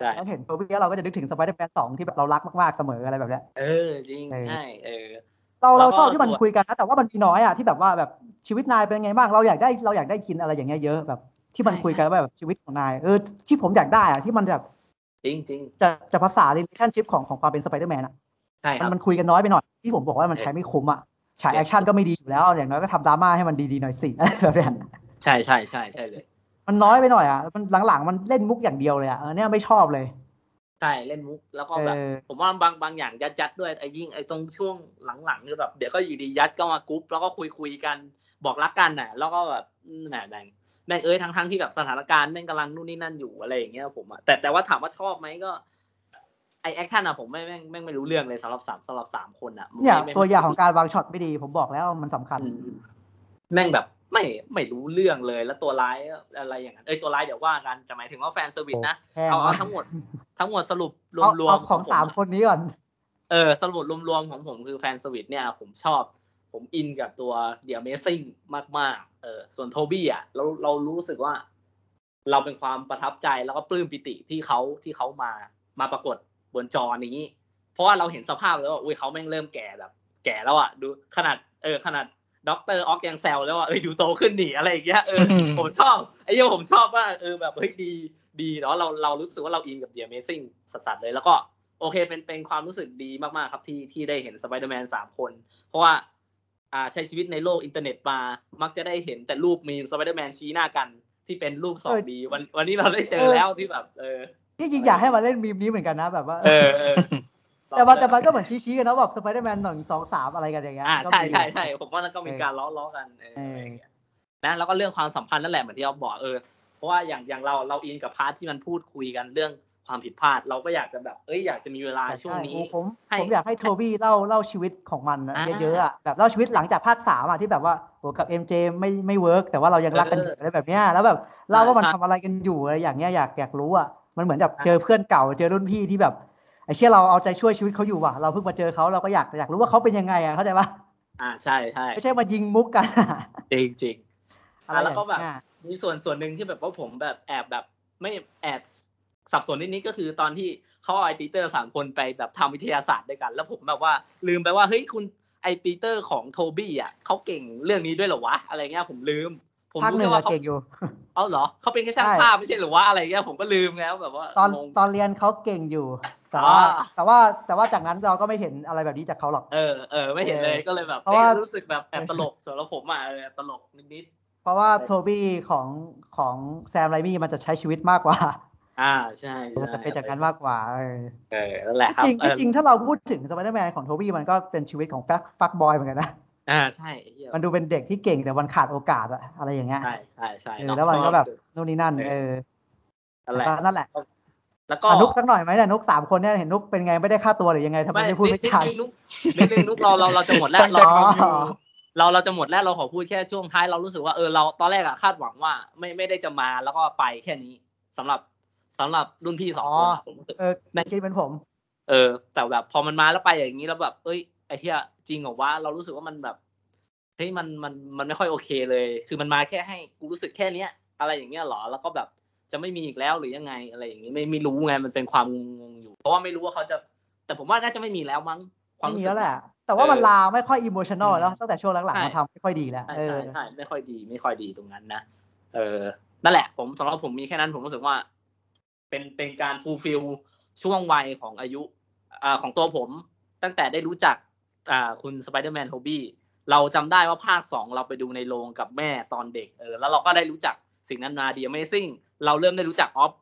Speaker 1: ใช่
Speaker 2: แล้วเห็นตัวพี่แล้วเราก็จะนึกถึงสไปเดอร์แมนสองที่แบบเรารักมากๆเสมออะไรแบบเนี้ย
Speaker 1: เออจริง
Speaker 2: เออ
Speaker 1: ใช่เออ
Speaker 2: เรา
Speaker 1: แล้
Speaker 2: เรา
Speaker 1: วก็
Speaker 2: ชอบที่มัน
Speaker 1: ส่วน
Speaker 2: คุยกันนะแต่ว่ามันมีน้อยอ่ะที่แบบว่าแบบชีวิตนายเป็นไงบ้างเราอยากได้เราอยากได้กินอะไรอย่างเงี้ยเยอะแบบ ที่มันคุยกันว่าแบบชีวิตของนายเออที่ผมอยากได้อ่ะที่มันแบบ
Speaker 1: จริงจริง
Speaker 2: จะจะภาษา relationship ของของความเป็นสไปเดอร์แมนอ่ะ
Speaker 1: ใช่ค
Speaker 2: มั
Speaker 1: รับ
Speaker 2: นมันคุยกันน้อยไปหน่อยที่ผมบอกว่ามันใช้ไม่คุ้มอ่ะฉาย
Speaker 1: เออ
Speaker 2: แอคชั่นก็ไม่ดีอยู่แล้วอย่างน้อยก็ทำดราม่าให้มันดีๆหน่อยสิ อะไรแบบเนี้ย
Speaker 1: ใช่ใช่ใช่ใช่เลย
Speaker 2: มันน้อยไปหน่อยอ่ะ มันหลังๆ มันเล่นมุกอย่างเดียวเลยอ่ะเออเนี่ยไม่ชอบเลย
Speaker 1: ใช่เล่นมุกแล้วก็แบบ
Speaker 2: เออ
Speaker 1: ผมว่าบางบางอย่างยัดยัดด้วยไอ้ยิ่งไอ้ตรงช่วงหลังๆคือแบบเดี๋ยวก็อยู่ดียัดก็มากรุ๊ปแล้วก็คุยคุยกันบอกรักกันน่ะ แล้วก็แบบอืมแหมแม่งแม่งเอ้ยทั้งทั้งที่แบบสถานการณ์แม่งกำลังนู่นนี่นั่นอยู่อะไรอย่างเงี้ยผมอะแต่แต่ว่าถามว่าชอบไหมก็ไอแอคชั่นอะผมไม่แม่งแม่งไม่รู้เรื่องเลยสำหรับสามสำหรับสามคนอะ
Speaker 2: เนี่ย
Speaker 1: ไม่ไม่
Speaker 2: ตัวอย่างของการวางช็อตไม่ดี ผมบอกแล้วมันสำคัญ
Speaker 1: อืมอืมแม่งแบบไม่ไม่รู้เรื่องเลยแล้วตัวร้ายอะไรอย่างนั้นเอ้ยตัวร้ายเดี๋ยวว่ากันแต่หมายถึงว่าแฟนเซอร์วิสนะ
Speaker 2: แค่
Speaker 1: เอาเอาทั้งหมดทั้งหมดสรุปรวม
Speaker 2: เอา
Speaker 1: รว
Speaker 2: เอา
Speaker 1: ม
Speaker 2: ของสามคนนี้ก่อน
Speaker 1: เออสรุปรวมๆของผมคือแฟนสวิตเนี่ย ผมชอบ ผมอินกับตัวเดียเมซิ่งมากๆ เออส่วนโทบี้อ่ะเราเรารู้สึกว่า เราเป็นความประทับใจแล้วก็ปลื้มปิติที่เขาที่เขามามาปรากฏบนจอนี้ เพราะว่าเราเห็นสภาพแล้วว่าอุ้ยเขาแม่งเริ่มแก่แบบ แก่แล้วอ่ะ ดูขนาดเออขนาดด็อกเตอร์ออกยังแซวแล้วว่าเอ้ยดูโตขึ้นหนิอะไรอย่างเงี้ยเออ ผมชอบไอ้เหี้ยผมชอบว่ากเออแบบเฮ้ยดีดีเนาะเราเรารู้สึกว่าเราอินกับ The Amazing สัสๆเลยแล้วก็ โอเคเป็นเป็นความรู้สึกดีมากๆครับที่ที่ได้เห็นสไปเดอร์แมนสามคน เพราะว่าอ่าใช้ชีวิตในโลกอินเทอร์เน็ตมา มักจะได้เห็นแต่รูปมีมสไปเดอร์แมนชี้หน้ากัน ที่เป็นรูปสอง
Speaker 2: เออ
Speaker 1: ดีวันวันนี้เราได้เจอ
Speaker 2: เออ
Speaker 1: แล้วที่แบบเออ
Speaker 2: ที่จริงอยากให้มาเล่นมีมนี้เหมือนกันนะแบบว่า
Speaker 1: เออเออ
Speaker 2: แต่ว่าแต่มันก็เหมือนชี้ๆกันนะแบบสไปเดอร์แมนหนึ่งสองสามอะไรกันอย่างเงี้ย
Speaker 1: อ่า
Speaker 2: ก็
Speaker 1: ใช่
Speaker 2: มี
Speaker 1: ใช่ใช่ผมว่าแล้วก็มีการล้อล้อกันเออ
Speaker 2: เอออ
Speaker 1: ะไรอย่างเงี้ยนะแล้วก็เรื่องความสัมพันธ์นั่นแหละเหมือนที่เราบอกเออเพราะว่าอย่างอย่างเราเราอินกับพาร์ทที่มันพูดคุยกันเรื่องความผิดพลาด เราก็อยากจะแบบเอ้ยอยากจะมีเวลาช่วงนี้
Speaker 2: ใช่ผม
Speaker 1: ให้
Speaker 2: ผมอยากให้โท บี้เล่าเล่าชีวิตของมันนะ
Speaker 1: อ่า
Speaker 2: เยอะๆอะแบบเล่าชีวิตหลังจากภาคสามอะที่แบบว่าโหกับเอ็มเจไม่ไม่เวิร์กแต่ว่าเรายังรักกันอ
Speaker 1: เอ
Speaker 2: ยู่
Speaker 1: อ
Speaker 2: อะไรแบบเนี้ยแล้วแบบเล่าว่ามัน
Speaker 1: ใช่
Speaker 2: ทำอะไรกันอยู่อะไรอย่างเงี้ยอยากอยากรู้อ่ะมันเหมือนแบบ
Speaker 1: อ่า
Speaker 2: เจอเพื่อนเก่าเจอรุ่นพี่ที่แบบไอ้เชี่ยเราเอาใจช่วยชีวิตเขาอยู่ว่ะเราเพิ่งมาเจอเขาเราก็อยากอยากรู้ว่าเขาเป็นยังไงอ่ะเข้าใจปะ
Speaker 1: อ่าใช่ใช่
Speaker 2: ไม่ใช่มายิงมุกกันอะ
Speaker 1: จริงจริง
Speaker 2: อะไรอย่าง
Speaker 1: แล้วก็แบบ
Speaker 2: เงี้ย
Speaker 1: มีส่วนส่วนหนึ่งที่แบบว่าผมแบบแอบแบบไม่แอบสับสนนิดนิดก็คือตอนที่เขาเอาไอปีเตอร์สามคนไปแบบทำวิทยาศาสตร์ด้วยกัน แล้วผมแบบว่าลืมไปว่าเฮ้ยคุณไอปีเตอร์ของโทบี้อ่ะเขาเก่งเรื่องนี้ด้วยเหรอวะอะไรเงี้ยผมลืม ผม
Speaker 2: ภาค
Speaker 1: รู้
Speaker 2: หนึ่
Speaker 1: แค่
Speaker 2: ง
Speaker 1: ว่า
Speaker 2: อะ
Speaker 1: เขา
Speaker 2: เก่งอยู่
Speaker 1: เอาเหรอเขาเป็นแค่ช่าง
Speaker 2: ใช่
Speaker 1: ภาพไม่ใช่เหรอวะอะไรเงี้ยผมก็ลืมแล้วแบบว่า
Speaker 2: ตอน
Speaker 1: งง
Speaker 2: ตอนเรียนเขาเก่งอยู่ แต่ว่า
Speaker 1: อ่า
Speaker 2: แต่ว่าแต่ว่าจากนั้นเราก็ไม่เห็นอะไรแบบนี้จากเขาหรอก
Speaker 1: เออเออไม่เห็นเลยก็เลยแบบ
Speaker 2: เพราะว่า
Speaker 1: เอ๊ะรู้สึกแบบแอบตลกส่วนแล้วผมอ่ะเออแอบตลกนิดนิด
Speaker 2: เพราะว่าโทบี้ของของแซมไรมี่มันจะใช้ชีวิตมากกว่า
Speaker 1: ๆอ่าใช่ใช่
Speaker 2: มันจะเป็นจากนั้นมากกว่าเออ
Speaker 1: เออนั่นแหละครับ
Speaker 2: จริง
Speaker 1: เออ
Speaker 2: จริงถ้าเราพูดถึงสไปเดอร์แมนของโทบี้มันก็เป็นชีวิตของแฟกฟักบอยเหมือนกันนะ
Speaker 1: อ่าใช่ไอ้เหี้ย
Speaker 2: มันดูเป็นเด็กที่เก่งแต่วันขาดโอกาสอะอะไรอย่างเงี้ย
Speaker 1: ใช่ใช่ใช่
Speaker 2: เออ
Speaker 1: เาะ
Speaker 2: แล้วมันก็แบบ
Speaker 1: เออ
Speaker 2: นู่นนี่นั่น เออ
Speaker 1: นั่นแหละ
Speaker 2: ก็นั่นแหละ
Speaker 1: แล้วก็
Speaker 2: อ่ะนุกสักหน่อยไหมเนี่ยนุกสามคนเนี่ยเห็นนุกเป็นไงไม่ได้ค่าตัวหรือยังไงทำไมไม่พูดไม่จา
Speaker 1: นิดนึงนุกนิดนึงนุกเราเราเราจะหมดแล้ว
Speaker 3: ตั้งใจ
Speaker 1: เรา
Speaker 3: ฟังอยู่
Speaker 1: เราเราจะหมดแล้วเราขอพูดแค่ช่วงท้ายเรารู้สึกว่าเออเราตอนแรกอะคาดหวังว่าไม่ไม่ได้จะมาแล้วก็ไปแค่นี้สำหรับสำหรับรุ่นพี่สองคนอะผมรู้สึก
Speaker 2: เออคิดเป็นผม
Speaker 1: เออ แต่แบบพอมันมาแล้วไปอย่างนี้แล้วแบบ เอ้ยไอ้เหี้ยจริงเหรอวะเรารู้สึกว่ามันแบบเฮ้ยมันมันมันไม่ค่อยโอเคเลย คือมันมาแค่ให้กูรู้สึกแค่เนี้ย อะไรอย่างเงี้ยเหรอแล้วก็แบบจะไม่มีอีกแล้วหรือยังไงอะไรอย่างงี้ไม่ไม่รู้ไงมันเป็นความงงๆอยู่ เพราะว่าไม่รู้ว่าเขาจะ แต่ผมว่าน่าจะไม่มีแล้วมั้งความ
Speaker 2: ไม่
Speaker 1: รู้
Speaker 2: มี
Speaker 1: สึก
Speaker 2: แล้วแหละ แต่ว่ามัน
Speaker 1: เออ
Speaker 2: ลาวไม่ค่อยอิ o มชัน a ล
Speaker 3: อืม
Speaker 2: แล้ว ตั้งแต่ช่วงหลัง
Speaker 1: ใช่
Speaker 2: ๆมาทำไม่ค่อยดีแล้ว
Speaker 1: ใช่
Speaker 2: เออ
Speaker 1: ใช่ใช่ไม่ค่อยดี ไม่ค่อยดีตรงนั้นนะเออนั่นแหละ ผมสำหรับผมมีแค่นั้นผมรู้สึกว่า เป็นเป็นการฟูลฟิลช่วงวัยของอายุอ่าของตัวผม ตั้งแต่ได้รู้จักอ่าคุณสไปเดอร์แมนโทบี้เราจำได้ว่าภาคสองเราไปดูในโรงกับแม่ตอนเด็กเออแล้วเราก็ได้รู้จักสิ่งนั้นนาดี Amazing เราเริ่มได้รู้จักออฟ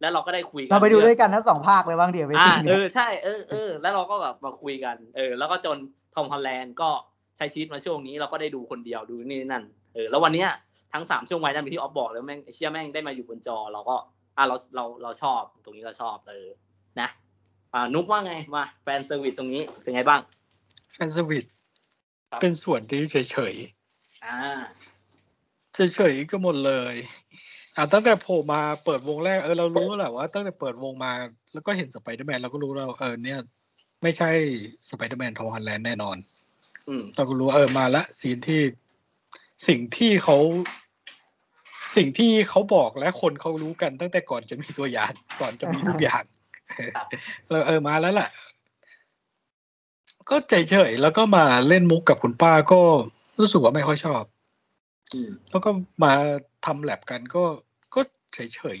Speaker 1: แล้วเราก็ได้คุยกั
Speaker 2: เราไปดูด้วยกันทั้งสองภาคเลยบ้างเดี๋ยวไป
Speaker 1: อ่าเอ
Speaker 2: ซีเนี่ย
Speaker 1: อใช่เออเออแล้วเราก็แบบมาคุยกัน เออ แล้วก็จนทอมฮอลแลนด์ก็ใช้ชีวิตมาช่วงนี้เราก็ได้ดูคนเดียวดูนี่นั่นเออแล้ววันเนี้ยทั้งสามช่วงวัยนั้นเหมือนที่ออฟบอกแล้วแม่งไอ้เชี่ยแม่งได้มาอยู่บนจอ เราก็อ่ะเราเราเราชอบตรงนี้เราชอบเออนะอ่านุกว่าไงมาแฟนเซอร์วิสตรงนี้เป็นไงบ้าง
Speaker 3: แฟนสวิต
Speaker 1: ครับ
Speaker 3: เป็นส่วนที่เฉยเฉยๆ
Speaker 1: อ่า
Speaker 3: เฉยๆก็หมดเลยอ่ะตั้งแต่โผล่มาเปิดวงแรกเออเรารู้แหละว่าตั้งแต่เปิดวงมา แล้วก็เห็นสไปเดอร์แมนเราก็รู้แล้วเออเนี่ย ไม่ใช่สไปเดอร์แมนทอมฮอลแลนด์แน่นอน
Speaker 1: อืม
Speaker 3: เราก็รู้เออมาละซีนที่สิ่งที่เขาสิ่งที่เขาบอกและคนเขารู้กันตั้งแต่ก่อนจะมีตัวอย่างก่อนจะมีทุกอย่าง
Speaker 1: ครับ
Speaker 3: เราเออมาแล้วแหละก็เฉยๆแล้วก็มาเล่นมุกกับคุณป้าก็รู้สึกว่าไม่ค่อยชอบ
Speaker 1: อืม
Speaker 3: แล้วก็มาทำแลบกันก็ก็เฉยเฉย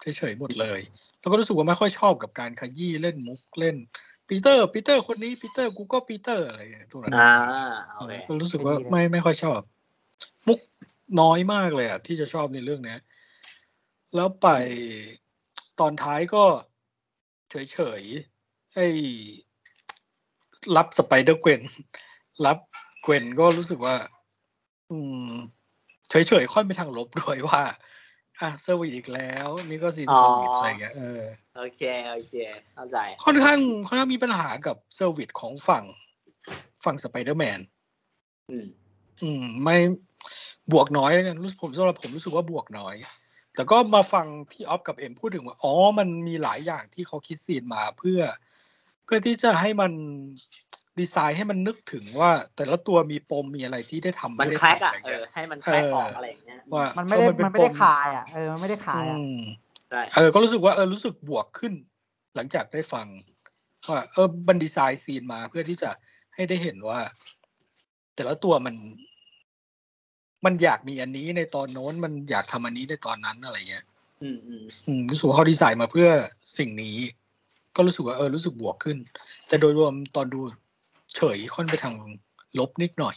Speaker 3: เฉยเฉยๆหมดเลย แล้วก็รู้สึกว่าไม่ค่อยชอบกับการขยี้เล่นมุกเล่นปีเตอร์ปีเตอร์คนนี้ปีเตอร์กูก็ปีเตอร์อะไรตัวนั้น
Speaker 1: อ่าโอเค
Speaker 3: ก็รู้สึกว่าไม่ไม่ค่อยชอบ มุกน้อยมากเลยอ่ะที่จะชอบในเรื่องเนี้ยแล้วไปตอนท้ายก็เฉยเฉยๆให้รับสไปเดอร์เกวนรับเกวนก็รู้สึกว่า อืม เฉยๆ ค่อยไปทางลบด้วยว่า อ่ะเซอร์วิสอีกแล้ว นี่ก็ซีนเซอร์วิสอะไรเงี้ยเออ
Speaker 1: โอเคโอเคเข้าใจ
Speaker 3: ค่อนข้างค่อนข้างมีปัญหากับเซอร์วิสของฝั่งฝั่งสไปเดอร์แมน
Speaker 1: อืม
Speaker 3: อืม ไม่บวกน้อยแล้วกันรู้สึกผมสำหรับผมรู้สึกว่าบวกน้อย แต่ก็มาฟังที่ออฟกับเอ็มพูดถึงว่า อ๋อ มันมีหลายอย่างที่เขาคิดซีนมาเพื่อ เพื่อที่จะให้มันดีไซน์ให้มันนึกถึงว่า แต่ละตัวมีปมมีอะไรที่ได้ทำ
Speaker 1: มัน
Speaker 3: ไได้
Speaker 1: แคลก
Speaker 3: ทำ
Speaker 1: อ่ะ
Speaker 3: ไร
Speaker 1: เอ
Speaker 3: เงี้
Speaker 1: อย ให้มันแคลกออกอะไรอย่างเงี้ย
Speaker 3: ว่า
Speaker 2: มั
Speaker 3: มัน
Speaker 2: ไม่ได้
Speaker 3: เป็
Speaker 2: มันไม่ได้
Speaker 3: ป
Speaker 2: ขายอ่ะเออมันไม่ได้ขายอ่ะ
Speaker 3: อืม
Speaker 1: ใช่
Speaker 3: เออ ก็รู้สึกว่าเออ รู้สึกบวกขึ้น หลังจากได้ฟัง ว่าเออบันดีไซน์ซีนมาเพื่อที่จะให้ได้เห็นว่า แต่ละตัวมัน มันอยากมีอันนี้ในตอนโน้น มันอยากทำอันนี้ในตอนนั้นอะไรเงี้ย
Speaker 1: อืมอืม
Speaker 3: อืมรู้สึกว่าเขาดีไซน์มาเพื่อสิ่งนี้ ก็รู้สึกว่าเออรู้สึกบวกขึ้น แต่โดยรวมตอนดูเฉยค่อนไปทางลบนิดหน่อย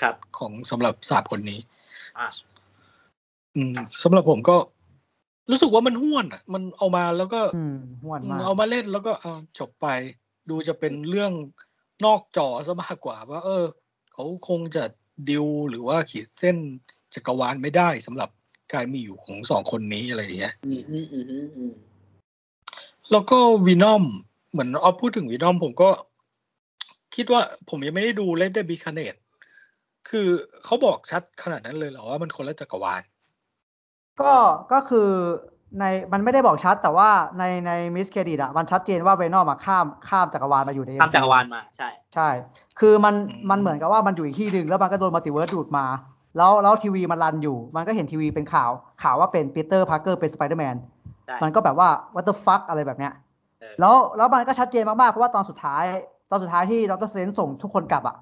Speaker 1: ครับ
Speaker 3: ของสำหรับสาบคนนี้
Speaker 1: อ่ะ
Speaker 3: อืมสำหรับผมก็ รู้สึกว่ามันห้วนอ่ะ มันเอามาแล้วก็
Speaker 2: อืมหวนมาก
Speaker 3: เอามาเล่นแล้วก็เอาจบไป ดูจะเป็นเรื่องนอกจอซะมากกว่าว่า เออ เขาคงจะดิวหรือว่าขีดเส้นจักรวาลไม่ได้สำหรับการมีอยู่ของสองคนนี้อะไรอย่างเงี้ย
Speaker 1: อืมอืมอืมอืมอืม
Speaker 3: แล้วก็วีนอมเหมือนออฟพูดถึงวีนอมผมก็คิดว่าผมยังไม่ได้ดูเลดเดบิคเนตคือเขาบอกชัดขนาดนั้นเลยเหรอว่ามันคนละจักรวาล
Speaker 2: ก็ก็คือในมันไม่ได้บอกชัด แต่ว่าในในมิสเครดิตอ่ะมันชัดเจนว่าเวนอมมาข้ามข้ามจักรวาลมาอยู่ใน
Speaker 1: ข้าม
Speaker 2: MCU
Speaker 1: จักรวาลมาใช่
Speaker 2: ใช่ คือมัน
Speaker 3: อืม
Speaker 2: มันเหมือนกับว่ามันอยู่อีกที่หนึ่งแล้วมันก็โดนมัลติเวิร์สดูดมา แล้วแล้วทีวีมันรันอยู่ มันก็เห็นทีวีเป็นข่าว ข่าวว่าเป็นปีเตอร์พาร์เกอร์เป็นสไปเดอร์แมน
Speaker 1: ได้
Speaker 2: มันก็แบบว่า what the fuck อะไรแบบเนี้ย
Speaker 1: เออ
Speaker 2: แล้วแล้วมันก็ชัดเจนมากๆ เพราะว่าตอนสุดท้าย ตอนสุดท้ายที่ดรเซนส่งทุกคนกลับอะ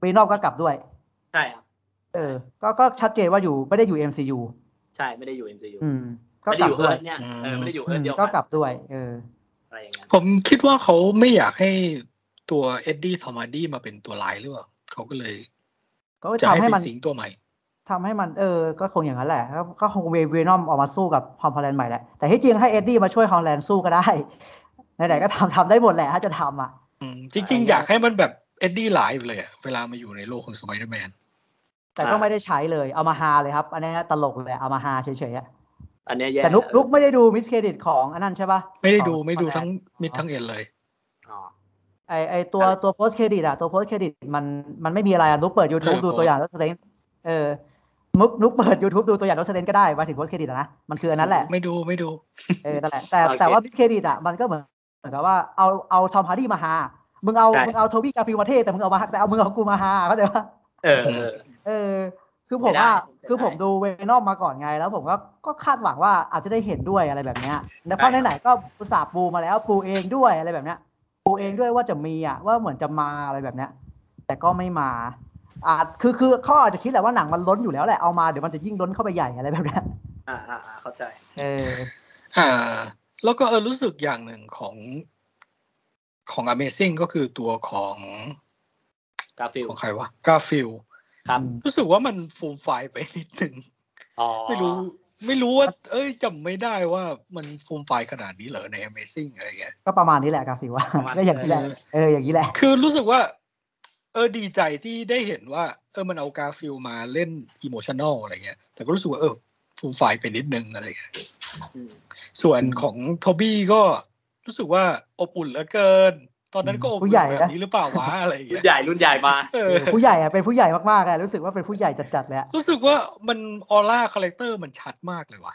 Speaker 2: เวนอมก็กลับด้วย
Speaker 1: ใช่ครับ
Speaker 2: เออ ก็ก็ชัดเจนว่าอยู่ไม่ได้อยู่ MCU
Speaker 1: ใช่ไม่ได้อยู่ MCU
Speaker 2: อืม ก็
Speaker 1: ไม่
Speaker 2: ก
Speaker 1: ได้อ
Speaker 2: ลั
Speaker 1: บ ยู่เอิ
Speaker 2: ด้วย
Speaker 1: ร์ธเนี่ยเออไม่ได้อยู่
Speaker 2: อื
Speaker 1: เอิร์ธ
Speaker 2: ม
Speaker 1: เดียวกั
Speaker 2: ก็
Speaker 1: น
Speaker 2: กลับด้วย เออ
Speaker 1: อะไรอย่างเงี้ย
Speaker 3: ผมคิดว่าเขาไม่อยากให้ตัวเอ็ดดี้ทอมฮาร์ดี้มาเป็นตัวร้ายหรือเปล่าเขาก็เลย
Speaker 2: ก็
Speaker 3: จะ
Speaker 2: ทำ
Speaker 3: ให้
Speaker 2: ให้
Speaker 3: เป็
Speaker 2: มัน
Speaker 3: นสิงตัวใหม่
Speaker 2: ทำให้มันเออ ก็คงอย่างนั้นแหละ ก็ก็คงเวเวนอมออกมาสู้กับฮอมพอลแลนด์ใหม่แหละ แต่ที่จริงให้เอ็ดดี้มาช่วยฮอลแลนด์สู้ก็ได้ ไหนๆก็ทำทำได้หมดแหละ ถ้าจะทำอ่ะ
Speaker 3: อืมจริง ๆ อยากให้มันแบบเอ็ดดี้หลายไปเลยอะเวลามาอยู่ในโลกของสไปเดอร์แมน
Speaker 2: แต่ก็ไม่ได้ใช้เลย เอามาฮาเลยครับ อันนี้ตลกเลย เอามาฮาเฉยๆอะ
Speaker 1: อันเนี้ยแย่
Speaker 2: แต่นุกนุกไม่ได้ดูมิสเครดิตของอันนั้นใช่ปะ
Speaker 3: ไม่ได้ดู
Speaker 2: ของ
Speaker 3: ไม่ดู
Speaker 2: ของ
Speaker 3: ทั้ง
Speaker 2: แอน
Speaker 3: มิดทั้งเอ็นเลย
Speaker 1: อ๋อ
Speaker 2: ไอไอตัวตัวโพสเครดิตอะตัวโพสเครดิตมันมันไม่มีอะไรอะนุกเปิด YouTube
Speaker 3: เออ
Speaker 2: ดู
Speaker 3: โพส
Speaker 2: ตัวอย่างรถสเตนเออนุกนุกเปิด YouTube ดูตัวอย่างรถสเตนก็ได้หมายถึงโพสเครดิตนะมันคืออันนั้นแหละ
Speaker 3: ไม่ดูไม่ดู
Speaker 2: เออนั่นแหละแต่
Speaker 1: โอเค
Speaker 2: แต่ว่าบิสเครดิตอ่ะมันก็เหมือนเหมือนกับว่าเอาเอาทอมฮาร์ดี้มาหา มึงเอา
Speaker 1: ใช่
Speaker 2: มึงเอาโทบี้กาฟิลด์มาเทแต่มึงเอามาแต่เอามึงเอากูมาหาเข้าใจปะ
Speaker 1: เออเออ
Speaker 2: เออ คือผมว่า
Speaker 1: ไม่ได้
Speaker 2: คือผมดูเวนอมมาก่อนไงแล้วผมก็ก็คาดหวังว่าอาจจะได้เห็นด้วยอะไรแบบเนี้ยแล้วเพราะ
Speaker 1: ใช่ครับ
Speaker 2: ไหนๆก็อุตส่าห์ปูมาแล้วปูเองด้วยอะไรแบบเนี้ยปูเองด้วยว่าจะมีอ่ะว่าเหมือนจะมาอะไรแบบเนี้ย แต่ก็ไม่มาอาจคือคือเขาอาจจะคิดแหละว่าหนังมันล้นอยู่แล้วแหละเอามาเดี๋ยวมันจะยิ่งล้นเข้าไปใหญ่อะไรแบบเนี้ย
Speaker 1: อ่าอ่าอ่าเข้าใจ
Speaker 2: เออ
Speaker 3: อ่า แล้วก็เออรู้สึกอย่างหนึ่งของของ Amazing ก็คือตัวของ
Speaker 1: กาฟิล
Speaker 3: ของใครวะกาฟิล
Speaker 1: ครับ
Speaker 3: รู้สึกว่ามันฟูมไฟล์ไปนิดหนึ่ง
Speaker 1: อ๋อ
Speaker 3: ไม่รู้ ไม่รู้ว่า เอ้ยจำไม่ได้ว่ามันฟูมไฟล์ขนาดนี้เหรอใน Amazing อะไรเงี้ย
Speaker 2: ก็ประมาณนี้แหละกราฟิกว่า
Speaker 1: ประมาณ
Speaker 2: ก็อย่างนี้แหละ เอออย่างนี้แหละ
Speaker 3: คือรู้สึกว่า เออดีใจที่ได้เห็นว่า เออมันเอากาฟิลมาเล่นอิโมชัน a ลอะไรเงี้ย แต่ก็รู้สึกว่าเออฟูมไฟล์ไปนิดนึงอะไรเงี้ย
Speaker 1: อืม
Speaker 3: ส่วนของโทบี้ก็รู้สึกว่าอบอุ่นเหลือเกิน ตอนนั้นก็อบ
Speaker 2: ผู้
Speaker 3: อุ่น
Speaker 2: ใหญ่นะ
Speaker 3: แบบนี้หรือเปล่าวะอะไร
Speaker 1: รุ่
Speaker 3: เงี้
Speaker 1: น
Speaker 3: ย
Speaker 1: ใหญ่รุ่นใหญ่มา
Speaker 3: เออ
Speaker 2: ผู้ใหญ่อะเป็นผู้ใหญ่มากๆอะรู้สึกว่าเป็นผู้ใหญ่จัดๆเลยอะ
Speaker 3: รู้สึกว่ามันออร่าคาแรคเตอร์มันชัดมากเลยว่ะ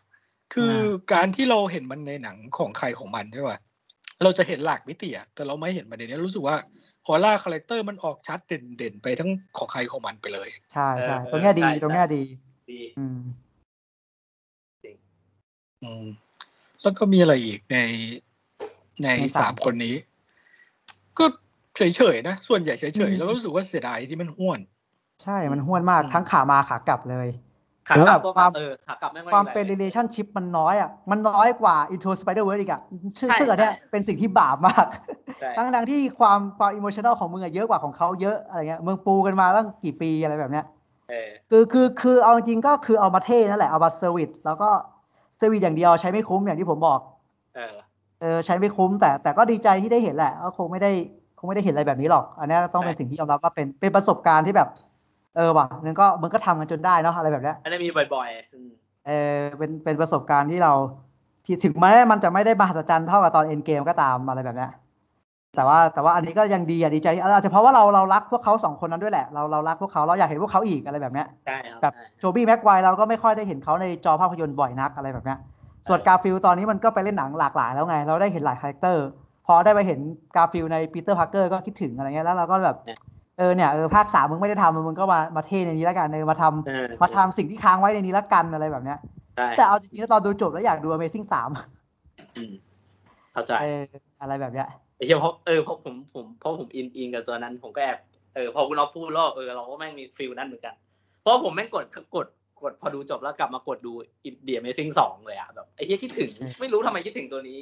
Speaker 3: คือการที่เราเห็นมันในหนังของใครของมันใช่ป่ะ เราจะเห็นหลากมิติอะแต่เราไม่เห็นมันในนี้รู้สึกว่าออร่าคาแรคเตอร์มันออกชัดเด่นๆไปทั้งของใครของมันไปเลย
Speaker 2: ใช่ใช่
Speaker 1: เออ
Speaker 2: ตรงเนี้ยดี
Speaker 1: ใช่
Speaker 2: ตรงเนี้ยดี
Speaker 1: ดี
Speaker 2: อืม
Speaker 3: อืมแล้วก็มีอะไรอีกในในสามคนนี้ ก็เฉยๆนะ ส่วนใหญ่เฉยๆ แล้วก็รู้สึกว่าเสียดายที่มันห้วน
Speaker 2: ใช่มันห้วนมาก
Speaker 3: อืม
Speaker 2: ทั้งขามาขากลับเลย
Speaker 1: ขากลับ
Speaker 2: แล้ว
Speaker 1: ก็
Speaker 2: แบบความ
Speaker 1: เออขากลับไม่งไ
Speaker 2: ความเป็น
Speaker 1: ไหล
Speaker 2: relationship มันน้อยอ่ะมันน้อยกว่า Into Spider-Verse อีกอ่ะซึ่ง
Speaker 1: ใช่
Speaker 2: ซึ่งอันเนี้ย
Speaker 1: ใช่
Speaker 2: เป็นสิ่งที่บาปมาก
Speaker 1: ใช่
Speaker 2: ทั้งทั้งที่ความความ emotional ของมึงอะเยอะกว่าของเขาเยอะอะไรเงี้ยมึงปูกันมาตั้งกี่ปีอะไรแบบเนี้ย
Speaker 1: เออ
Speaker 2: คือคือคือเอาจริงๆก็คือเอามาเท่นั่นแหละเอามาเซอร์วิสแล้วก็เซอร์วิสอย่างเดียวใช้ไม่คุ้มอย่างที่ผมบอก
Speaker 1: เออ
Speaker 2: เออใช้ไม่คุ้มแต่แต่ก็ดีใจที่ได้เห็นแหละก็คงไม่ได้คงไม่ได้เห็นอะไรแบบนี้หรอก อันเนี้ยต้องเป็น
Speaker 1: ใช่
Speaker 2: สิ่งที่ยอมรับว่าเป็นเป็นประสบการณ์ที่แบบ เออว่ะนึงก็มึงก็ทำกันจนได้เนาะอะไรแบบเนี้ย
Speaker 1: อันนี้มีบ่อยๆอืม
Speaker 2: เออเป็นเป็นประสบการณ์ที่เราที่ถึงแม้มันจะไม่ได้มหัศจรรย์เท่ากับตอนเอ็นเกมก็ตามอะไรแบบเนี้ยแต่ว่าแต่ว่าอันนี้ก็ยังดีอ่ะดีใจที่อาจจะเพราะว่าเราเรารักพวกเขาสองคนนั้นด้วยแหละเราเรารักพวกเขาเราอยากเห็นพวกเขาอีกอะไรแบบเนี้ย
Speaker 1: ใช่ครับ
Speaker 2: แบบ
Speaker 1: ใช่
Speaker 2: โชบี้แม็กไวร์เราก็ไม่ค่อยได้เห็นเขาในจอภาพยนตร์บ่อยนักอะไรแบบเนี้ยส่วน
Speaker 1: ใช่
Speaker 2: กาฟิลตอนนี้มันก็ไปเล่นหนังหลากหลายแล้วไง เราได้เห็นหลายคาแรคเตอร์ พอได้ไปเห็นกาฟิลในปีเตอร์พาร์เกอร์ก็คิดถึงอะไรเงี้ยแล้วเราก็แบบเออเนี่ยเออภาคสามมึงไม่ได้ทำมึงก็มามาเทในนี้แล้วกันเออมาท
Speaker 1: เออ
Speaker 2: ำมาทำสิ่งที่ค้างไว้ในนี้แล้วกันอะไรแบบเนี้ย
Speaker 1: ใช่
Speaker 2: แต่เอาจริงๆแล้วตอนดูจบแล้วอยากดู Amazing 3
Speaker 1: อืมเข้าใจ
Speaker 2: เอออะไรแบบเนี้ย
Speaker 1: ไอ้เชี่ยเพราะเออเพราะผมผมเพราะผมอินอินกับตัวนั้นผมก็แอบเออพอคุณเราพูดแล้วเออเราก็แม่งมีฟิลนั้นเหมือนกัน เพราะผมแม่งกดกดกดพอดูจบแล้วกลับมากดดูอินเดียเมซิ่งสองเลยอะแบบไอ้เหี้ยคิดถึงไม่รู้ทำไมคิดถึงตัวนี้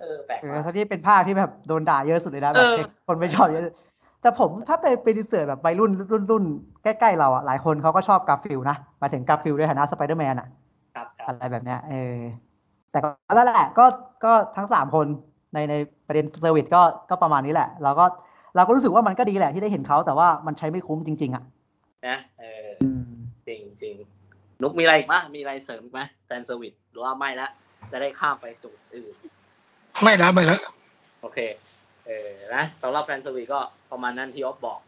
Speaker 1: เออแปลก
Speaker 2: เอ
Speaker 1: มา
Speaker 2: อก ทั้งที่เป็นภาคที่แบบโดนด่าเยอะสุดเลยนะแบบ
Speaker 1: เออ
Speaker 2: คนไม่ชอบเยอะสุดแต่ผมถ้าไปไปดีเสิร์ชแบบวัยรุ่นรุ่นรุ่นใกล้ๆเราอ่ะหลายคนเขาก็ชอบกาฟิลนะหมายถึงกาฟิลในฐานะสไปเดอร์แมนอ่ะ
Speaker 1: ครับครับ
Speaker 2: อะไรแบบเนี้ยเออ แต่ก็นั่นแหละก็ก็ทั้งสามคนในในประเด็นเซอร์วิสก็ก็ประมาณนี้แหละ เราก็เราก็รู้สึกว่ามันก็ดีแหละที่ได้เห็นเขาแต่ว่ามันใช้ไม่คุ้มจริง ๆ อ่ะ
Speaker 1: นะเออจริงจริงๆนุกมีอะไรอีกมะมีอะไรเสริมอีกมะแฟนเซอร์วิสหรือว่าไม่ละจะได้ข้ามไปจุดอื่น
Speaker 3: ไม่ละไม่ละ
Speaker 1: โอเค เออนะสำหรับแฟนสวีก็ประมาณนั้นที่ออฟบอก